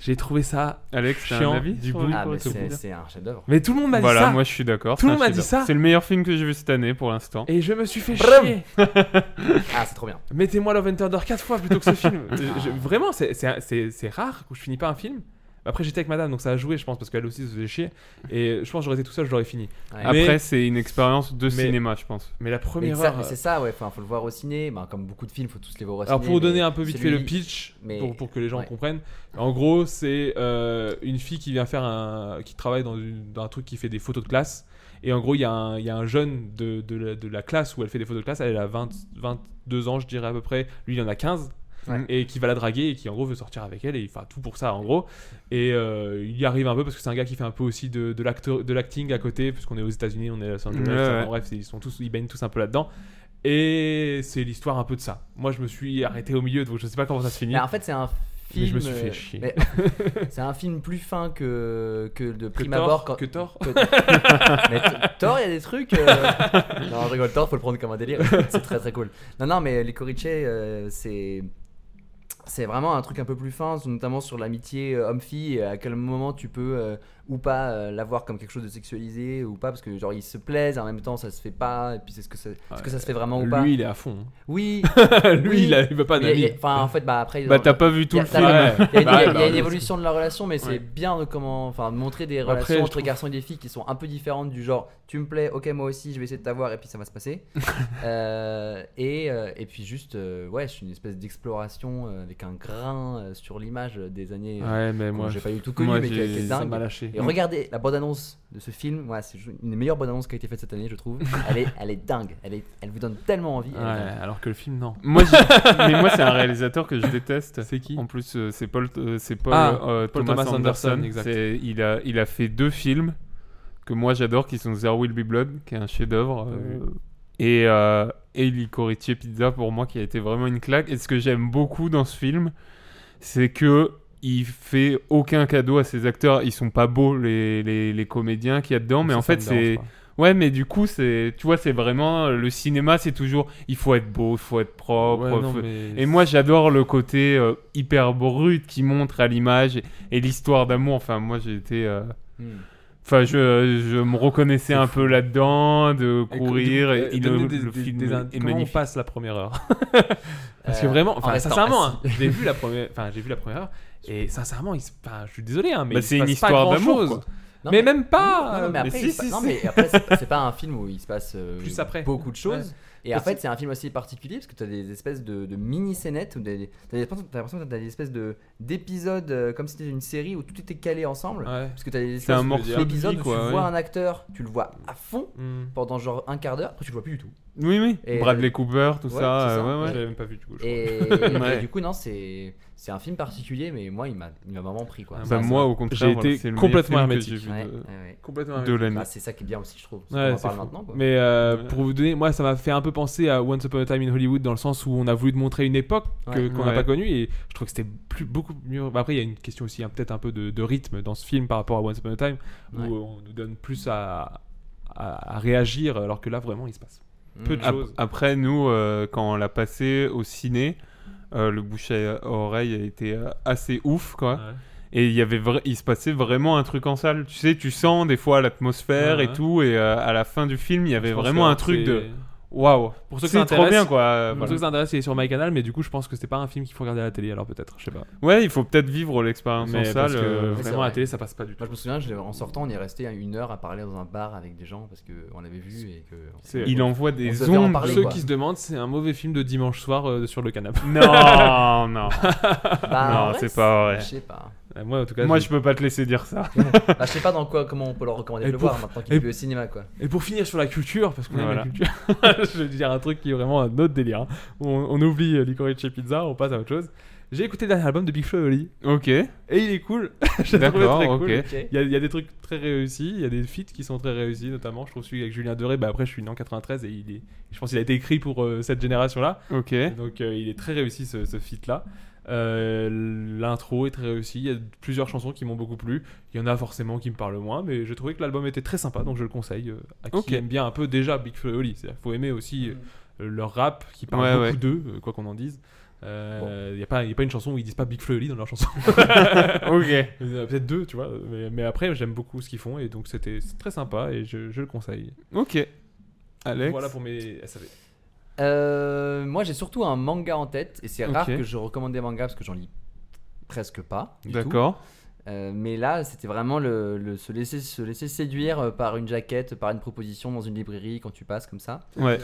[SPEAKER 8] J'ai trouvé ça.
[SPEAKER 7] Alex, t'as
[SPEAKER 8] Chiant,
[SPEAKER 7] un avis
[SPEAKER 8] du
[SPEAKER 7] sur
[SPEAKER 8] bout.
[SPEAKER 7] le
[SPEAKER 9] ah, mais
[SPEAKER 7] Licorice
[SPEAKER 9] c'est
[SPEAKER 7] Pizza
[SPEAKER 9] c'est un chef-d'œuvre.
[SPEAKER 8] Mais tout le monde m'a dit
[SPEAKER 7] Voilà,
[SPEAKER 8] ça.
[SPEAKER 7] moi je suis d'accord.
[SPEAKER 8] Tout le
[SPEAKER 7] c'est
[SPEAKER 8] monde
[SPEAKER 7] un
[SPEAKER 8] m'a dit
[SPEAKER 7] chef-d'œuvre.
[SPEAKER 8] ça.
[SPEAKER 7] C'est le meilleur film que j'ai vu cette année pour l'instant.
[SPEAKER 8] Et je me suis fait
[SPEAKER 9] Brum.
[SPEAKER 8] chier.
[SPEAKER 9] Ah, c'est trop bien.
[SPEAKER 8] Mettez-moi Love and Thunder 4 fois plutôt que ce film. Je- je- vraiment, c'est- c'est c'est- c'est rare que je finis pas un film. Après, j'étais avec madame, donc ça a joué, je pense, parce qu'elle aussi se faisait chier. Et je pense que j'aurais été tout seul, je l'aurais fini.
[SPEAKER 7] Ouais. Après, c'est une expérience de cinéma, je pense.
[SPEAKER 8] Mais la première
[SPEAKER 9] Mais ça-
[SPEAKER 8] heure.
[SPEAKER 9] mais c'est ça, ouais, enfin, faut le voir au ciné. Ben, comme beaucoup de films, faut tous les voir au
[SPEAKER 8] Alors
[SPEAKER 9] ciné.
[SPEAKER 8] pour vous donner
[SPEAKER 9] mais
[SPEAKER 8] un peu vite fait le
[SPEAKER 9] celui-
[SPEAKER 8] pitch,
[SPEAKER 9] mais-
[SPEAKER 8] pour, pour que les gens
[SPEAKER 9] ouais.
[SPEAKER 8] comprennent, en gros c'est euh, une fille qui vient faire un... qui travaille dans, une- dans un truc qui fait des photos de classe, et en gros il y, a un- il y a un jeune de, de la, de la classe où elle fait des photos de classe, elle a 20 22 ans je dirais à peu près, lui il en a 15,
[SPEAKER 9] Ouais.
[SPEAKER 8] et qui va la draguer et qui en gros veut sortir avec elle, et il fera tout pour ça en gros, et euh, il y arrive un peu parce que c'est un gars qui fait un peu aussi de, de l'acteur- de l'acting à côté, puisqu'on est aux états unis on est à Los Angeles,
[SPEAKER 7] Ouais,
[SPEAKER 8] enfin,
[SPEAKER 7] ouais.
[SPEAKER 8] bref ils, sont tous, ils baignent tous un peu là-dedans. Et c'est l'histoire un peu de ça. Moi, je me suis arrêté au milieu, donc je sais pas comment ça se finit.
[SPEAKER 9] Mais en fait, c'est un film.
[SPEAKER 8] Mais je me suis fait
[SPEAKER 9] euh,
[SPEAKER 8] chier.
[SPEAKER 9] mais- c'est un film plus fin que, que de prime
[SPEAKER 8] Thor-
[SPEAKER 9] abord. quand-
[SPEAKER 8] que Thor
[SPEAKER 9] Mais t- Thor, il y a des trucs. euh, Non, je rigole, Thor, faut le prendre comme un délire. C'est très très cool. Non, non, mais les Corice, c'est. C'est vraiment un truc un peu plus fin, notamment sur l'amitié euh, homme-fille, et à quel moment tu peux euh, ou pas euh, l'avoir comme quelque chose de sexualisé ou pas, parce que genre ils se plaisent, en même temps ça se fait pas, et puis c'est ce que ça, est-ce que ça se fait vraiment ou
[SPEAKER 8] Lui,
[SPEAKER 9] pas.
[SPEAKER 8] il est à fond, hein.
[SPEAKER 9] Oui.
[SPEAKER 8] Lui, il a- il veut pas
[SPEAKER 9] Mais
[SPEAKER 8] d'amis.
[SPEAKER 9] il est- Enfin, en fait, bah après.
[SPEAKER 7] Bah,
[SPEAKER 9] genre,
[SPEAKER 7] t'as pas vu tout
[SPEAKER 9] y a-
[SPEAKER 7] le
[SPEAKER 9] t'as pas-
[SPEAKER 7] film.
[SPEAKER 9] Il y a une-
[SPEAKER 7] Bah,
[SPEAKER 9] il y a- il y
[SPEAKER 7] bah,
[SPEAKER 9] a une
[SPEAKER 7] oui.
[SPEAKER 9] évolution de la relation, mais
[SPEAKER 7] Ouais.
[SPEAKER 9] c'est bien de comment, enfin, de montrer des
[SPEAKER 7] Après,
[SPEAKER 9] relations
[SPEAKER 7] je
[SPEAKER 9] entre
[SPEAKER 7] trouve-
[SPEAKER 9] garçons et des filles qui sont un peu différentes du genre, tu me plais, ok moi aussi, je vais essayer de t'avoir et puis ça va se passer. Euh, et, euh, et puis juste, euh, ouais, c'est une espèce d'exploration euh, avec un grain euh, sur l'image des années. euh,
[SPEAKER 8] Ouais, mais
[SPEAKER 9] qu'on-
[SPEAKER 8] moi,
[SPEAKER 9] j'ai pas du tout connu,
[SPEAKER 8] moi,
[SPEAKER 9] mais qui,
[SPEAKER 8] j'ai-
[SPEAKER 9] qui est
[SPEAKER 8] ça
[SPEAKER 9] dingue.
[SPEAKER 8] m'a lâché.
[SPEAKER 9] Et regardez la bande annonce de ce film, ouais, c'est une des meilleures bandes annonces qui a été faite cette année, je trouve. Elle est, elle est dingue, elle est, elle vous donne tellement envie. elle est dingue.
[SPEAKER 8] Ouais, alors que le film, non.
[SPEAKER 7] Moi, j'ai- mais moi, c'est un réalisateur que je déteste.
[SPEAKER 8] C'est qui
[SPEAKER 7] En plus, euh, c'est Paul, euh, c'est Paul,
[SPEAKER 8] Ah,
[SPEAKER 7] euh,
[SPEAKER 8] Paul
[SPEAKER 7] Thomas,
[SPEAKER 8] Thomas
[SPEAKER 7] Anderson.
[SPEAKER 8] Anderson, exact.
[SPEAKER 7] C'est- il a, il a fait deux films que moi j'adore, qui sont There Will Be Blood, qui est un
[SPEAKER 8] Ah
[SPEAKER 7] chef-d'œuvre, euh, et euh, et Licorice Pizza pour moi, qui a été vraiment une claque. Et ce que j'aime beaucoup dans ce film, c'est que il fait aucun cadeau à ses acteurs. Ils sont pas beaux les, les, les comédiens qu'il y a dedans, mais
[SPEAKER 8] Ça,
[SPEAKER 7] en fait
[SPEAKER 8] ça me dérange
[SPEAKER 7] c'est
[SPEAKER 8] pas.
[SPEAKER 7] Ouais, mais du coup, c'est, tu vois, c'est vraiment euh, le cinéma, c'est toujours, il faut être beau, il faut être propre.
[SPEAKER 8] Ouais, non,
[SPEAKER 7] faut-
[SPEAKER 8] mais-
[SPEAKER 7] Et moi, j'adore le côté euh, hyper brut qui montre à l'image et, et l'histoire d'amour. Enfin, moi, j'ai été, euh,
[SPEAKER 8] Hmm.
[SPEAKER 7] enfin, je, je me reconnaissais un peu là-dedans, de
[SPEAKER 8] Et
[SPEAKER 7] courir
[SPEAKER 8] que-
[SPEAKER 7] et,
[SPEAKER 8] euh,
[SPEAKER 7] et le,
[SPEAKER 8] donnez des-
[SPEAKER 7] le
[SPEAKER 8] des-
[SPEAKER 7] film
[SPEAKER 8] des-
[SPEAKER 7] est
[SPEAKER 8] comment on
[SPEAKER 7] magnifique.
[SPEAKER 8] passe la première
[SPEAKER 9] Euh,
[SPEAKER 8] heure Parce que
[SPEAKER 7] Euh,
[SPEAKER 8] vraiment,
[SPEAKER 7] en
[SPEAKER 8] enfin,
[SPEAKER 7] restant
[SPEAKER 8] sincèrement,
[SPEAKER 7] assis.
[SPEAKER 8] hein, j'ai vu la première, enfin, j'ai vu la première heure, et sincèrement, il se- enfin, je suis désolé, hein, mais
[SPEAKER 7] Bah,
[SPEAKER 8] il se
[SPEAKER 7] c'est une
[SPEAKER 8] passe pas
[SPEAKER 7] histoire d'amour,
[SPEAKER 8] grand-chose.
[SPEAKER 7] quoi.
[SPEAKER 9] Non,
[SPEAKER 8] mais, même pas.
[SPEAKER 9] Non, non, mais
[SPEAKER 8] euh,
[SPEAKER 9] après,
[SPEAKER 8] si,
[SPEAKER 9] il se passe-
[SPEAKER 8] si,
[SPEAKER 9] non,
[SPEAKER 8] si.
[SPEAKER 9] mais après, c'est- c'est pas un film où il se passe euh,
[SPEAKER 8] Plus après.
[SPEAKER 9] beaucoup de choses.
[SPEAKER 8] Ouais.
[SPEAKER 9] Et en
[SPEAKER 8] Parce que-
[SPEAKER 9] fait, c'est un film aussi particulier parce que tu as des espèces de, de mini-scénettes, ou des- t'as des- t'as l'impression que tu as des espèces de- d'épisodes euh, comme si c'était une série où tout était calé ensemble.
[SPEAKER 8] Ouais.
[SPEAKER 9] Parce que tu as des
[SPEAKER 7] C'est un
[SPEAKER 9] espèces
[SPEAKER 7] morceau de vie,
[SPEAKER 9] d'épisodes où tu
[SPEAKER 7] quoi,
[SPEAKER 9] vois
[SPEAKER 7] ouais.
[SPEAKER 9] un acteur, tu le vois à fond
[SPEAKER 8] Mm.
[SPEAKER 9] pendant genre un quart d'heure, après tu le vois plus du tout.
[SPEAKER 7] Oui, oui.
[SPEAKER 9] Et-
[SPEAKER 8] euh,
[SPEAKER 7] Bradley Cooper, tout
[SPEAKER 9] Ouais,
[SPEAKER 7] ça.
[SPEAKER 9] c'est
[SPEAKER 7] euh, ouais, ouais.
[SPEAKER 8] Je l'avais même pas vu, du coup, je
[SPEAKER 9] Et,
[SPEAKER 8] crois.
[SPEAKER 9] et
[SPEAKER 7] Ouais.
[SPEAKER 9] du coup, non, c'est c'est un film particulier, mais moi, il m'a il m'a vraiment pris quoi.
[SPEAKER 7] Ah, bah, moi, au contraire,
[SPEAKER 8] j'ai
[SPEAKER 7] voilà,
[SPEAKER 8] été
[SPEAKER 7] c'est le meilleur
[SPEAKER 8] complètement
[SPEAKER 7] film que
[SPEAKER 8] hermétique. Ah,
[SPEAKER 7] j'ai vu de-
[SPEAKER 8] Complètement
[SPEAKER 7] de l'année.
[SPEAKER 9] Bah, c'est ça qui est bien aussi, je trouve. c'est
[SPEAKER 8] Ouais,
[SPEAKER 9] qu'on en
[SPEAKER 8] c'est
[SPEAKER 9] parle
[SPEAKER 8] fou.
[SPEAKER 9] maintenant. quoi.
[SPEAKER 8] Mais euh, pour vous donner, moi ça m'a fait un peu penser à Once Upon a Time in Hollywood dans le sens où on a voulu te montrer une époque que-
[SPEAKER 9] Ouais.
[SPEAKER 8] qu'on n'a
[SPEAKER 7] Ouais.
[SPEAKER 8] pas connue et je trouve que c'était plus beaucoup mieux. Bah, après il y a une question aussi hein, peut-être un peu de, de rythme dans ce film par rapport à Once Upon a Time où
[SPEAKER 9] Ouais.
[SPEAKER 8] on nous donne plus à, à, à réagir alors que là vraiment il se passe
[SPEAKER 9] Mm.
[SPEAKER 8] peu de
[SPEAKER 9] Ah,
[SPEAKER 7] Ap-
[SPEAKER 8] choses.
[SPEAKER 7] Après, nous, euh, quand on l'a passé au ciné, euh, le bouche à oreille a été euh, assez ouf, quoi. Et il y avait vra- il se passait vraiment un truc en salle. Tu sais, tu sens des fois l'atmosphère
[SPEAKER 8] Ouais,
[SPEAKER 7] et
[SPEAKER 8] ouais.
[SPEAKER 7] tout. Et euh, à la fin du film, il y avait
[SPEAKER 8] Je pense
[SPEAKER 7] vraiment
[SPEAKER 8] que
[SPEAKER 7] un truc
[SPEAKER 8] c'est-
[SPEAKER 7] de waouw.
[SPEAKER 8] Pour ceux que ça
[SPEAKER 7] c'est trop
[SPEAKER 8] intéresse,
[SPEAKER 7] bien, quoi. euh,
[SPEAKER 8] Pour
[SPEAKER 7] voilà.
[SPEAKER 8] ceux que ça intéresse, il est sur MyCanal, mais du coup, je pense que c'est pas un film qu'il faut regarder à la télé, alors peut-être, je sais pas.
[SPEAKER 7] Ouais, il faut peut-être vivre l'expérience en
[SPEAKER 8] Mais
[SPEAKER 7] salle.
[SPEAKER 8] parce que
[SPEAKER 7] euh,
[SPEAKER 9] Mais c'est
[SPEAKER 8] vraiment, à la
[SPEAKER 9] vrai.
[SPEAKER 8] télé, ça passe pas du tout.
[SPEAKER 9] Moi, je me souviens, je- en sortant, on est resté une heure à parler dans un bar avec des gens parce qu'on l'avait vu et que.
[SPEAKER 8] C'est-
[SPEAKER 7] Il envoie
[SPEAKER 9] On
[SPEAKER 7] des
[SPEAKER 9] se fait en
[SPEAKER 7] ondes.
[SPEAKER 9] parler,
[SPEAKER 8] Ceux
[SPEAKER 9] quoi.
[SPEAKER 8] qui se demandent, c'est un mauvais film de dimanche soir euh, sur le canapé.
[SPEAKER 7] Non, non.
[SPEAKER 9] en
[SPEAKER 8] Ah
[SPEAKER 7] non,
[SPEAKER 9] vrai,
[SPEAKER 7] c'est pas vrai.
[SPEAKER 9] Bah, Je sais pas.
[SPEAKER 8] Euh, Moi, en tout cas,
[SPEAKER 7] Moi, je peux pas te laisser dire ça.
[SPEAKER 9] Bah, je sais pas dans quoi, comment on peut leur recommander de le
[SPEAKER 8] pour-
[SPEAKER 9] voir maintenant
[SPEAKER 8] et-
[SPEAKER 9] qu'il est au cinéma quoi.
[SPEAKER 8] Et pour finir sur la culture, parce qu'on aime
[SPEAKER 7] Voilà.
[SPEAKER 8] la culture, je vais dire un truc qui est vraiment un autre délire. hein. On, on oublie euh, Licorice Pizza, on passe à autre chose. J'ai écouté le dernier album de Big Flo et Oli,
[SPEAKER 7] Ok.
[SPEAKER 8] et il est cool. Je l'ai trouvé
[SPEAKER 7] D'accord,
[SPEAKER 8] très
[SPEAKER 7] ok.
[SPEAKER 8] cool.
[SPEAKER 9] Ok.
[SPEAKER 8] Il y, a, il y a des trucs très réussis, il y a des feats qui sont très réussis, notamment. Je trouve celui avec Julien Doré, bah après je suis né en 93 et il est, je pense qu'il a été écrit pour euh, cette génération-là.
[SPEAKER 7] Ok.
[SPEAKER 8] Donc euh, il est très réussi ce, ce feat là. L'intro est très réussi. Il y a plusieurs chansons qui m'ont beaucoup plu. Il y en a forcément qui me parlent moins, mais j'ai trouvé que l'album était très sympa, donc je le conseille euh, à qui
[SPEAKER 7] Ok. Mm.
[SPEAKER 8] aime bien un peu déjà Big Flo et Oli. C'est-à-dire qu'il faut aimer aussi euh, leur rap qui parle
[SPEAKER 7] Ouais,
[SPEAKER 8] beaucoup
[SPEAKER 7] ouais.
[SPEAKER 8] d'eux, euh, quoi qu'on en dise. Euh, Il n'y a, pas- il y a pas une chanson où ils disent pas Big Flo et Oli dans leur chanson.
[SPEAKER 7] Ok.
[SPEAKER 8] Il y en a Peut-être deux, tu vois. Mais, mais après, j'aime beaucoup ce qu'ils font et donc c'était c'est très sympa et je, je le conseille.
[SPEAKER 7] Ok. Alex.
[SPEAKER 8] Voilà pour mes SAV.
[SPEAKER 9] Euh, moi, j'ai surtout un manga en tête et c'est
[SPEAKER 7] Ok.
[SPEAKER 9] rare que je recommande des mangas parce que j'en lis presque pas. du tout.
[SPEAKER 7] D'accord.
[SPEAKER 9] Euh, mais là, c'était vraiment le, le- se, laisser, se laisser séduire par une jaquette, par une proposition dans une librairie quand tu passes comme ça.
[SPEAKER 8] Ouais.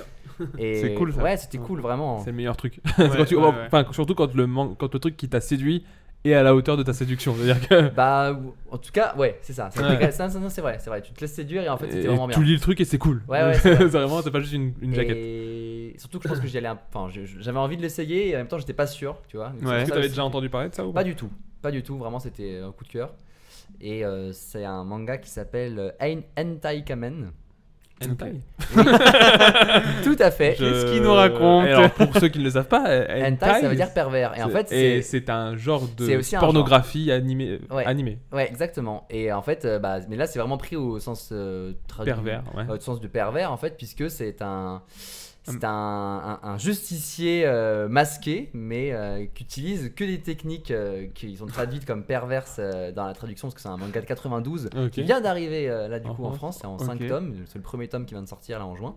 [SPEAKER 9] Et-
[SPEAKER 8] C'est cool ça.
[SPEAKER 9] Ouais, c'était cool, vraiment.
[SPEAKER 8] C'est le meilleur truc.
[SPEAKER 9] Ouais,
[SPEAKER 8] Quand tu-
[SPEAKER 7] oh,
[SPEAKER 9] ouais, ouais.
[SPEAKER 8] enfin, surtout quand le, man- quand le truc qui t'a séduit est à la hauteur de ta séduction. C'est-à-dire que.
[SPEAKER 9] Bah, ou- en tout cas, ouais, c'est ça. Ça te
[SPEAKER 8] Ouais.
[SPEAKER 9] dégrade- ça- ça- non, c'est vrai, c'est vrai. Tu te laisses séduire et en fait,
[SPEAKER 8] Et
[SPEAKER 9] c'était vraiment bien.
[SPEAKER 8] tu lis le truc et c'est cool.
[SPEAKER 9] Ouais, ouais, c'est vrai.
[SPEAKER 8] C'est vraiment, c'est pas juste une- une jaquette.
[SPEAKER 9] Et surtout que je pense que j'y allais un- enfin, je- je- j'avais envie de l'essayer et en même temps, j'étais pas sûr, tu vois. Donc,
[SPEAKER 8] Ouais.
[SPEAKER 9] c'est
[SPEAKER 8] Est-ce que
[SPEAKER 9] ça
[SPEAKER 8] t'avais
[SPEAKER 9] aussi.
[SPEAKER 8] déjà entendu parler de ça ou
[SPEAKER 9] Pas
[SPEAKER 8] pas
[SPEAKER 9] du tout, pas du tout. Vraiment, c'était euh, un coup de cœur. Et euh, c'est un manga qui s'appelle euh, Ein Hentai Kamen.
[SPEAKER 8] Hentai
[SPEAKER 9] Oui. Tout à fait.
[SPEAKER 8] Je- Qu'est-ce qu'il nous raconte
[SPEAKER 9] Et
[SPEAKER 8] Alors, pour ceux qui ne le savent pas, euh, hentai,
[SPEAKER 9] ça veut dire pervers. Et en fait,
[SPEAKER 8] c'est c'est un genre
[SPEAKER 9] c'est
[SPEAKER 8] de
[SPEAKER 9] aussi un genre.
[SPEAKER 8] pornographie animée. euh,
[SPEAKER 9] Ouais.
[SPEAKER 8] animée.
[SPEAKER 9] Ouais, exactement. Et en fait, euh, bah, mais là, c'est vraiment pris au sens euh, traduit-
[SPEAKER 8] Pervers, ouais.
[SPEAKER 9] euh, au sens de pervers, en fait, puisque c'est un. C'est un, un- un justicier euh, masqué, mais euh, qui utilise que des techniques euh, qui sont traduites comme perverses euh, dans la traduction, parce que c'est un manga de 92
[SPEAKER 8] Ok.
[SPEAKER 9] qui vient d'arriver euh, là du coup en France,
[SPEAKER 8] France.
[SPEAKER 9] c'est en
[SPEAKER 8] Ok.
[SPEAKER 9] 5 tomes, c'est le premier tome qui vient de sortir là en juin.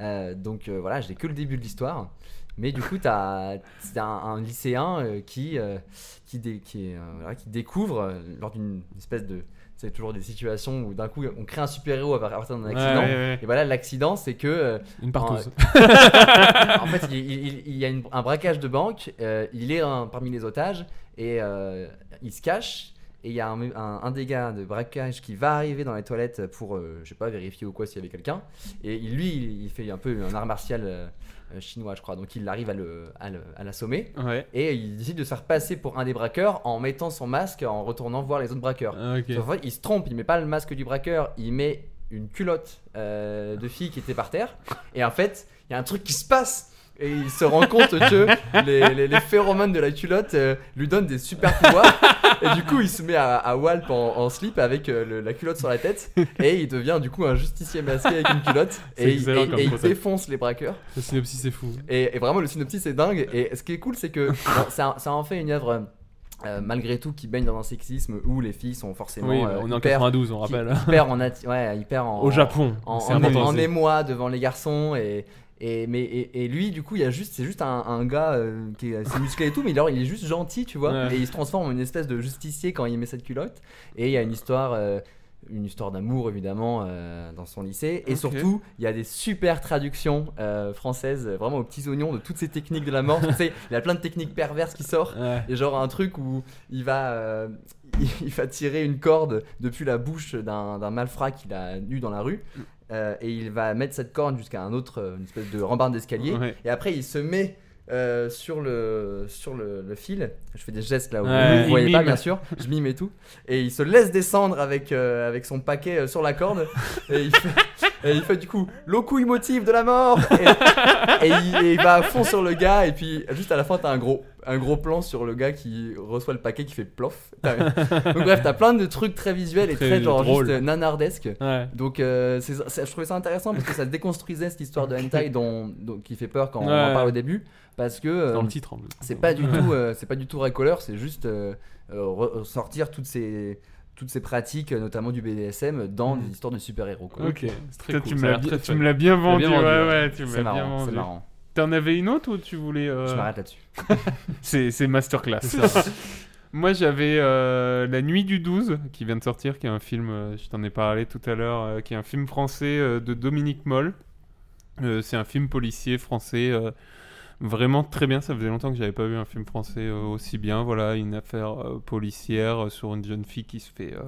[SPEAKER 9] Euh, donc euh, voilà, j'ai que le début de l'histoire. Mais du coup, t'as c'est un, un lycéen euh, qui, euh, qui, dé- qui, est, euh, voilà, qui découvre, euh, lors d'une espèce de. C'est toujours des situations où d'un coup on crée un super-héros à partir d'un
[SPEAKER 8] Ouais,
[SPEAKER 9] accident.
[SPEAKER 8] ouais, ouais.
[SPEAKER 9] Et voilà, l'accident, c'est que. euh,
[SPEAKER 8] Une partouze.
[SPEAKER 9] en, en fait, il, il- il- il y a une- un braquage de banque, euh, il est un- parmi les otages et euh, il se cache. Et il y a un, un- un des gars de braquage qui va arriver dans les toilettes pour, euh, je sais pas, vérifier ou quoi s'il y avait quelqu'un. Et il- lui, il, il fait un peu un art martial euh, euh, chinois, je crois. Donc il arrive à le- à le- à l'assommer.
[SPEAKER 8] Ouais.
[SPEAKER 9] Et il décide de se faire passer pour un des braqueurs en mettant son masque, en retournant voir les autres braqueurs.
[SPEAKER 8] Ok.
[SPEAKER 9] Sauf qu'en fait, il se trompe, il met pas le masque du braqueur, il met une culotte euh, de fille qui était par terre. Et en fait, il y a un truc qui se passe. Et il se rend compte que les, les- les phéromones de la culotte euh, lui donnent des super pouvoirs. Et du coup, il se met à, à Walp en, en slip avec euh, le- la culotte sur la tête. Et il devient du coup un justicier masqué avec une culotte.
[SPEAKER 8] C'est
[SPEAKER 9] Et, il-
[SPEAKER 8] excellent
[SPEAKER 9] et-
[SPEAKER 8] comme
[SPEAKER 9] et il
[SPEAKER 8] concept.
[SPEAKER 9] défonce les braqueurs.
[SPEAKER 8] Le synopsis, c'est fou.
[SPEAKER 9] Et, et vraiment, le synopsis est dingue. Et ce qui est cool, c'est que bon, ça, ça en fait une œuvre. euh, malgré tout, qui baigne dans un sexisme où les filles sont forcément.
[SPEAKER 8] Oui,
[SPEAKER 9] euh,
[SPEAKER 8] on est en
[SPEAKER 9] hyper-
[SPEAKER 8] 92, on
[SPEAKER 9] qui-
[SPEAKER 8] rappelle.
[SPEAKER 9] Hyper en, atti- ouais, hyper en-
[SPEAKER 8] Au Japon,
[SPEAKER 9] En,
[SPEAKER 8] c'est
[SPEAKER 9] en-
[SPEAKER 8] important
[SPEAKER 9] en
[SPEAKER 8] aussi.
[SPEAKER 9] émoi devant les garçons. Et, et, mais, et, et lui, du coup, il y a juste- c'est juste un, un gars euh, qui est assez musclé et tout, mais alors il est juste gentil, tu vois.
[SPEAKER 8] Ouais.
[SPEAKER 9] Et il se transforme en une espèce de justicier quand il met cette culotte. Et il y a une histoire. euh, une histoire d'amour évidemment euh, dans son lycée et
[SPEAKER 8] Ok.
[SPEAKER 9] surtout il y a des super traductions euh, françaises euh, vraiment aux petits oignons de toutes ces techniques de la mort tu sais il y a plein de techniques perverses qui sortent
[SPEAKER 8] Ouais.
[SPEAKER 9] et genre un truc où il va euh, il va tirer une corde depuis la bouche d'un d'un malfrat qu'il a nu dans la rue euh, et il va mettre cette corde jusqu'à un autre euh, une espèce de rambarde d'escalier
[SPEAKER 8] Ouais.
[SPEAKER 9] et après il se met euh, sur le sur le, le fil je fais des gestes là où
[SPEAKER 8] Ouais.
[SPEAKER 9] vous ne
[SPEAKER 8] Il
[SPEAKER 9] voyez pas
[SPEAKER 8] mime.
[SPEAKER 9] bien sûr je mime et tout et il se laisse descendre avec euh, avec son paquet euh, sur la corde et il fait, et il fait du coup le coup motive de la mort et, et il, et il va à fond sur le gars et puis juste à la fin t'as un gros un gros plan sur le gars qui reçoit le paquet qui fait plof T'as- donc bref t'as plein de trucs très visuels et
[SPEAKER 8] Très
[SPEAKER 9] très, genre
[SPEAKER 8] drôle.
[SPEAKER 9] juste euh, nanardesque
[SPEAKER 8] Ouais.
[SPEAKER 9] donc euh, c'est- c'est- je trouvais ça intéressant parce que ça déconstruisait cette histoire de hentai dont, dont- qui fait peur quand on
[SPEAKER 8] Ouais.
[SPEAKER 9] en parle au début parce que euh,
[SPEAKER 8] Dans le titre, en plus.
[SPEAKER 9] c'est pas du
[SPEAKER 8] Ouais.
[SPEAKER 9] tout euh, c'est pas du tout racoleur c'est juste euh, euh, re- ressortir toutes ces toutes ces pratiques euh, notamment du BDSM dans des histoires de super héros
[SPEAKER 7] Mm. Ok,
[SPEAKER 8] c'est
[SPEAKER 7] Putain, tu me l'as bi- tu me l'as bien vendu, ouais, ouais, tu me
[SPEAKER 9] c'est
[SPEAKER 7] l'as bien
[SPEAKER 9] marrant c'est
[SPEAKER 7] vendu.
[SPEAKER 9] marrant
[SPEAKER 7] T'en avais une autre ou tu voulais. euh,
[SPEAKER 9] je m'arrête là-dessus
[SPEAKER 7] C'est c'est masterclass.
[SPEAKER 9] C'est ça.
[SPEAKER 7] Moi j'avais euh, La Nuit du 12 qui vient de sortir, qui est un film, euh, je t'en ai parlé tout à l'heure, euh, qui est un film français euh, de Dominique Moll. Euh, c'est un film policier français euh, vraiment très bien. Ça faisait longtemps que j'avais pas vu un film français euh, aussi bien. Voilà, une affaire euh, policière euh, sur une jeune fille qui se fait euh,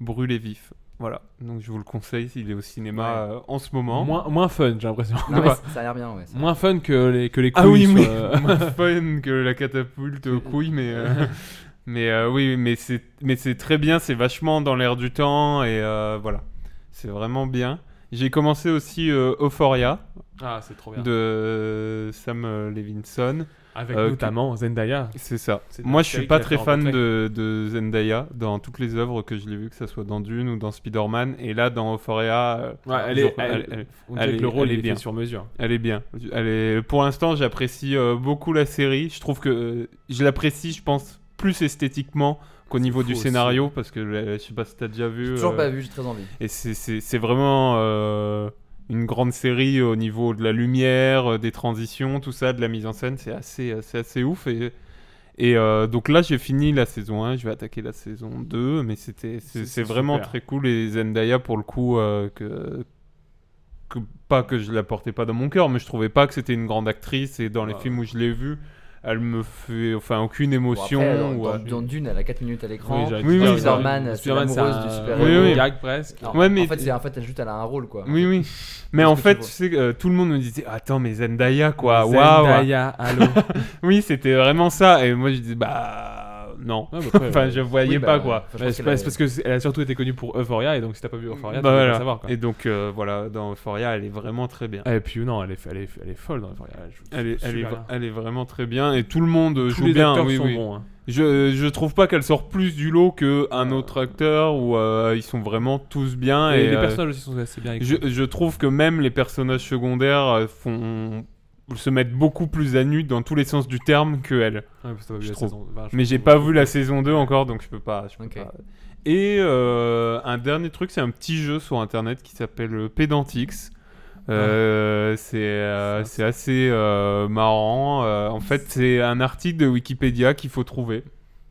[SPEAKER 7] brûler vif. Voilà, donc je vous le conseille, il est au cinéma euh, en ce moment.
[SPEAKER 8] Moins, moins fun, j'ai l'impression.
[SPEAKER 9] Non,
[SPEAKER 7] Bah,
[SPEAKER 9] mais ça a l'air bien ouais
[SPEAKER 8] Moins fun que les, que les couilles.
[SPEAKER 7] Ah oui,
[SPEAKER 8] sur,
[SPEAKER 7] mais
[SPEAKER 8] euh,
[SPEAKER 7] moins fun que la catapulte aux couilles, mais euh, mais euh, oui, mais c'est mais c'est très bien, c'est vachement dans l'air du temps et euh, voilà, c'est vraiment bien. J'ai commencé aussi euh, Euphoria
[SPEAKER 8] Ah, c'est trop bien.
[SPEAKER 7] de euh, Sam euh, Levinson
[SPEAKER 8] Avec
[SPEAKER 7] euh,
[SPEAKER 8] notamment Zendaya.
[SPEAKER 7] c'est ça.
[SPEAKER 8] C'est
[SPEAKER 7] Moi,
[SPEAKER 8] notre
[SPEAKER 7] je suis
[SPEAKER 8] série
[SPEAKER 7] pas
[SPEAKER 8] qui
[SPEAKER 7] très
[SPEAKER 8] l'a fait
[SPEAKER 7] fan
[SPEAKER 8] rencontrer.
[SPEAKER 7] de, de Zendaya dans toutes les œuvres que je l'ai vues, que ce soit dans Dune ou dans Spider-Man. Et là, dans Euphoria, euh,
[SPEAKER 8] Ouais, elle est-
[SPEAKER 7] ils ont-
[SPEAKER 8] elle- on dirait que le rôle, il est fait sur mesure.
[SPEAKER 7] Elle est bien. Elle est, pour l'instant, j'apprécie euh, beaucoup la série. Je trouve que euh, je l'apprécie, je pense, plus esthétiquement qu'au niveau du
[SPEAKER 9] faux
[SPEAKER 7] scénario, parce que euh, je sais pas si t'as déjà vu. euh,
[SPEAKER 9] J'ai toujours pas vu, j'ai très envie.
[SPEAKER 7] Et c'est- c'est c'est vraiment euh, une grande série au niveau de la lumière, euh, des transitions, tout ça, de la mise en scène. C'est assez, euh, c'est assez ouf. Et, Et euh, donc là, j'ai fini la saison 1, je vais attaquer la saison 2, mais c'était c'est c'est vraiment
[SPEAKER 8] super.
[SPEAKER 7] très cool. Et Zendaya, pour le coup, euh, que, que- pas que je la portais pas dans mon cœur, mais je trouvais pas que c'était une grande actrice. Et dans les
[SPEAKER 9] Ouais.
[SPEAKER 7] films où je l'ai vue, elle me fait enfin aucune émotion.
[SPEAKER 9] Bon, après, dans,
[SPEAKER 7] ou- euh,
[SPEAKER 9] dans- dans Dune, elle a 4 minutes à l'écran.
[SPEAKER 7] Oui, j'allais Oui, dire, oui.
[SPEAKER 9] Spider-Man, c'est
[SPEAKER 8] Spider-Man, c'est
[SPEAKER 9] l'amoureuse
[SPEAKER 8] un-
[SPEAKER 9] du
[SPEAKER 7] Oui,
[SPEAKER 9] super-héros.
[SPEAKER 7] oui.
[SPEAKER 8] gag presque.
[SPEAKER 9] Non,
[SPEAKER 7] Ouais, mais-
[SPEAKER 9] En fait, c'est- en fait, elle juste, elle a un rôle, quoi.
[SPEAKER 7] Oui, oui. Mais
[SPEAKER 9] Parce
[SPEAKER 7] en
[SPEAKER 9] que tu
[SPEAKER 7] fait,
[SPEAKER 9] vois.
[SPEAKER 7] tu sais, que, euh, tout le monde me disait Attends, mais Zendaya, quoi. Waouh.
[SPEAKER 8] Zendaya, allô.
[SPEAKER 7] oui, c'était vraiment ça. Et moi, je disais Bah, non.
[SPEAKER 8] Ouais, bah, après,
[SPEAKER 7] enfin,
[SPEAKER 8] euh,
[SPEAKER 7] je voyais
[SPEAKER 8] oui, bah,
[SPEAKER 7] pas, quoi.
[SPEAKER 8] Bah, c'est pas- c'est parce qu'elle a surtout été connue pour Euphoria, et donc si t'as pas vu Euphoria,
[SPEAKER 7] Bah,
[SPEAKER 8] tu peux
[SPEAKER 7] voilà.
[SPEAKER 8] pas savoir. Quoi.
[SPEAKER 7] Et donc, euh, voilà, dans Euphoria, elle est vraiment très bien.
[SPEAKER 8] Et puis non, elle est, elle est, elle est folle dans Euphoria. Elle, joue
[SPEAKER 7] Elle est, elle, est,
[SPEAKER 8] super
[SPEAKER 7] vra- elle est vraiment très bien et tout le monde euh,
[SPEAKER 8] Tous
[SPEAKER 7] joue
[SPEAKER 8] les
[SPEAKER 7] bien.
[SPEAKER 8] acteurs
[SPEAKER 7] oui,
[SPEAKER 8] sont
[SPEAKER 7] oui.
[SPEAKER 8] bons, hein.
[SPEAKER 7] Je, je trouve pas qu'elle sort plus du lot qu'un autre acteur où euh, ils sont vraiment tous bien.
[SPEAKER 8] Euh. Et
[SPEAKER 7] Et,
[SPEAKER 8] les
[SPEAKER 7] euh,
[SPEAKER 8] personnages aussi sont assez bien écrits.
[SPEAKER 7] Je, je trouve que même les personnages secondaires euh, font se mettent beaucoup plus à nu dans tous les sens du terme que elle.
[SPEAKER 8] Ouais, parce que t'as pas vu
[SPEAKER 7] je
[SPEAKER 8] la
[SPEAKER 7] trouve.
[SPEAKER 8] saison- enfin, je
[SPEAKER 7] Mais
[SPEAKER 8] trouve-
[SPEAKER 7] j'ai pas vu la saison 2 encore donc je peux pas. je peux
[SPEAKER 9] Ok.
[SPEAKER 7] pas. Et euh, un dernier truc, c'est un petit jeu sur internet qui s'appelle Pedantix.
[SPEAKER 8] Ah.
[SPEAKER 7] Euh, c'est euh, c'est assez euh, marrant. Euh, en fait, c'est un article de Wikipédia qu'il faut trouver.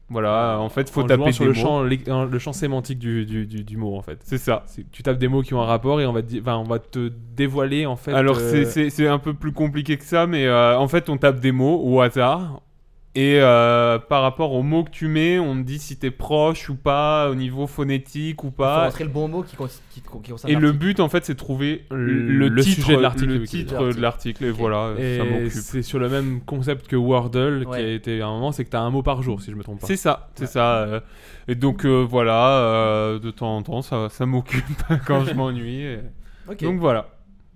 [SPEAKER 7] Voilà, en fait, faut
[SPEAKER 8] Ah. en
[SPEAKER 7] taper
[SPEAKER 8] jouant sur
[SPEAKER 7] des
[SPEAKER 8] le
[SPEAKER 7] mots.
[SPEAKER 8] champ, l'é- en- le champ sémantique du, du, du, du mot en fait.
[SPEAKER 7] C'est ça.
[SPEAKER 8] Tu tapes des mots qui ont un rapport et on va, te di- enfin, on va te dévoiler en fait.
[SPEAKER 7] Alors
[SPEAKER 8] euh,
[SPEAKER 7] c'est- c'est c'est un peu plus compliqué que ça, mais euh, en fait on tape des mots au hasard. Et euh, par rapport aux mots que tu mets, on te dit si t'es proche ou pas, au niveau phonétique ou
[SPEAKER 9] Faut
[SPEAKER 7] pas.
[SPEAKER 9] rentrer le bon mot qui, cons- qui, qui concerne
[SPEAKER 7] bah, Et le
[SPEAKER 9] l'article.
[SPEAKER 7] but en fait c'est de trouver
[SPEAKER 8] le,
[SPEAKER 7] le, titre
[SPEAKER 8] sujet de l'article.
[SPEAKER 7] le
[SPEAKER 8] oui, qui-
[SPEAKER 7] titre de l'article. Et voilà,
[SPEAKER 8] Et
[SPEAKER 7] ça m'occupe.
[SPEAKER 8] c'est sur le même concept que Wordle qui
[SPEAKER 9] Ouais.
[SPEAKER 8] a été à un moment, c'est que t'as un mot par jour si je me trompe pas.
[SPEAKER 7] C'est ça, c'est ça. euh, et donc euh, voilà, euh, de temps en temps ça, ça m'occupe quand je m'ennuie. et-
[SPEAKER 8] Ok.
[SPEAKER 7] Donc voilà,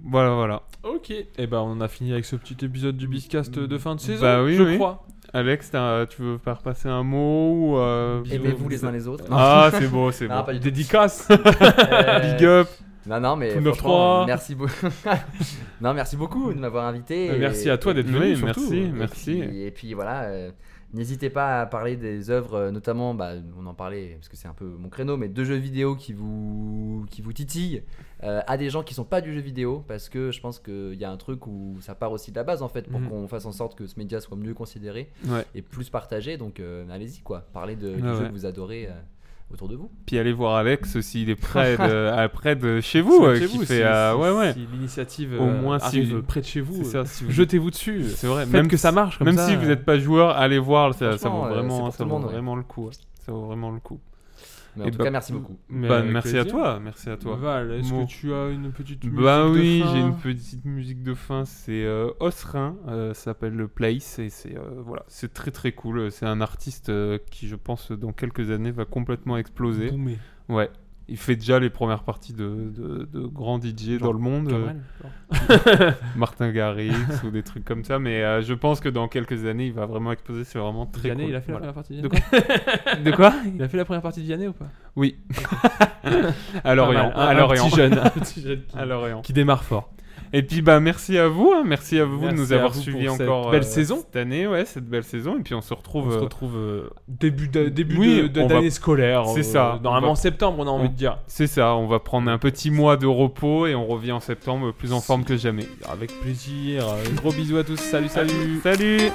[SPEAKER 7] voilà, voilà.
[SPEAKER 8] Ok. Et ben on a fini avec ce petit épisode du Biscast de fin de saison.
[SPEAKER 7] Bah oui,
[SPEAKER 8] je
[SPEAKER 7] oui.
[SPEAKER 8] crois.
[SPEAKER 7] Alex, t'as- euh, tu veux faire passer un mot ou euh,
[SPEAKER 9] Aimez-vous Eh ben, les uns les autres.
[SPEAKER 7] Ah, c'est beau, c'est
[SPEAKER 9] Non,
[SPEAKER 7] beau.
[SPEAKER 9] pas du tout.
[SPEAKER 8] Dédicace.
[SPEAKER 9] Euh,
[SPEAKER 7] Big up.
[SPEAKER 9] Non, non, mais.
[SPEAKER 8] Tout neuf
[SPEAKER 9] franchement,
[SPEAKER 8] trois.
[SPEAKER 9] Merci beaucoup. non, merci beaucoup de m'avoir invité.
[SPEAKER 8] Euh, merci à toi d'être venu,
[SPEAKER 7] Oui,
[SPEAKER 8] surtout.
[SPEAKER 7] merci,
[SPEAKER 8] Et
[SPEAKER 7] merci.
[SPEAKER 9] Et puis, et puis voilà, euh, n'hésitez pas à parler des œuvres, euh, notamment, bah, on en parlait parce que c'est un peu mon créneau, mais de jeux vidéo qui vous, qui vous titillent euh, à des gens qui sont pas du jeu vidéo, parce que je pense qu'il y a un truc où ça part aussi de la base en fait, pour
[SPEAKER 8] Mhm.
[SPEAKER 9] qu'on fasse en sorte que ce média soit mieux considéré
[SPEAKER 7] Ouais.
[SPEAKER 9] et plus partagé. Donc euh, allez-y quoi, parlez de, du
[SPEAKER 7] Ouais,
[SPEAKER 9] jeu
[SPEAKER 7] ouais.
[SPEAKER 9] que vous adorez euh, autour de vous.
[SPEAKER 7] Puis allez voir Alex s'il est près de, à- près de chez vous.
[SPEAKER 8] Soit
[SPEAKER 7] euh,
[SPEAKER 8] chez
[SPEAKER 7] qui
[SPEAKER 8] vous,
[SPEAKER 7] fait,
[SPEAKER 8] si-
[SPEAKER 7] euh,
[SPEAKER 8] si-
[SPEAKER 7] ouais, ouais.
[SPEAKER 8] si l'initiative
[SPEAKER 7] Au
[SPEAKER 8] euh,
[SPEAKER 7] moins, si-
[SPEAKER 8] arrive près de chez vous.
[SPEAKER 7] C'est ça,
[SPEAKER 8] euh,
[SPEAKER 7] si vous-
[SPEAKER 8] Jetez-vous dessus.
[SPEAKER 7] C'est vrai,
[SPEAKER 8] Faites
[SPEAKER 7] même
[SPEAKER 8] que
[SPEAKER 7] si-
[SPEAKER 8] ça marche comme
[SPEAKER 7] Même
[SPEAKER 8] ça,
[SPEAKER 7] si vous
[SPEAKER 8] euh.
[SPEAKER 7] n'êtes pas joueur, allez voir, ça, ça
[SPEAKER 9] Franchement,
[SPEAKER 7] vaut
[SPEAKER 9] euh, c'est
[SPEAKER 7] vraiment,
[SPEAKER 9] pour
[SPEAKER 7] ça
[SPEAKER 9] tout le
[SPEAKER 7] vaut
[SPEAKER 9] monde, ouais.
[SPEAKER 7] vraiment le coup. Ça vaut vraiment le coup.
[SPEAKER 9] Mais en
[SPEAKER 7] Et
[SPEAKER 9] tout
[SPEAKER 7] bah,
[SPEAKER 9] cas, merci beaucoup.
[SPEAKER 8] Mais
[SPEAKER 7] Bah,
[SPEAKER 8] avec
[SPEAKER 7] merci à
[SPEAKER 8] plaisir. Bah,
[SPEAKER 7] toi, merci à toi.
[SPEAKER 8] Val, est-ce
[SPEAKER 7] Mo.
[SPEAKER 8] que tu as une petite musique
[SPEAKER 7] Bah
[SPEAKER 8] de
[SPEAKER 7] oui,
[SPEAKER 8] fin
[SPEAKER 7] j'ai une petite musique de fin, c'est euh, Osrin, euh, ça s'appelle le Place et c'est euh, voilà, c'est très très cool, c'est un artiste euh, qui je pense dans quelques années va complètement exploser.
[SPEAKER 8] Boumé.
[SPEAKER 7] Ouais, il fait déjà les premières parties de, de, de grands DJ dans le monde, euh,
[SPEAKER 8] Cabrel, genre.
[SPEAKER 7] Martin Garrix ou des trucs comme ça, mais euh, je pense que dans quelques années il va vraiment exploser, c'est vraiment très
[SPEAKER 8] Vianney,
[SPEAKER 7] cool.
[SPEAKER 8] il a fait
[SPEAKER 7] Voilà.
[SPEAKER 8] la première partie de
[SPEAKER 7] De
[SPEAKER 8] Vianney.
[SPEAKER 7] De quoi
[SPEAKER 8] Il a fait la première partie de Vianney ou pas
[SPEAKER 7] Oui. à Lorient,
[SPEAKER 8] Pas mal, un-
[SPEAKER 7] à
[SPEAKER 8] un
[SPEAKER 7] Lorient.
[SPEAKER 8] petit jeune, un petit jeune qui-
[SPEAKER 7] À Lorient.
[SPEAKER 8] Qui démarre fort.
[SPEAKER 7] Et puis bah merci à vous, hein, merci à vous
[SPEAKER 8] Merci
[SPEAKER 7] de nous
[SPEAKER 8] à
[SPEAKER 7] avoir
[SPEAKER 8] vous
[SPEAKER 7] suivis
[SPEAKER 8] pour cette
[SPEAKER 7] encore euh,
[SPEAKER 8] belle saison.
[SPEAKER 7] cette année, ouais, cette belle saison et puis on se retrouve
[SPEAKER 8] On se
[SPEAKER 7] euh,
[SPEAKER 8] retrouve euh, début de- début
[SPEAKER 7] Oui,
[SPEAKER 8] de- de-
[SPEAKER 7] on va-
[SPEAKER 8] d'année scolaire.
[SPEAKER 7] C'est
[SPEAKER 8] euh,
[SPEAKER 7] ça.
[SPEAKER 8] Normalement
[SPEAKER 7] On
[SPEAKER 8] en
[SPEAKER 7] va-
[SPEAKER 8] septembre, on a envie
[SPEAKER 7] on-
[SPEAKER 8] de dire.
[SPEAKER 7] C'est ça, on va prendre un petit mois de repos et on revient en septembre plus en forme que jamais.
[SPEAKER 8] Avec plaisir. Gros bisous à tous. Salut, salut.
[SPEAKER 7] Salut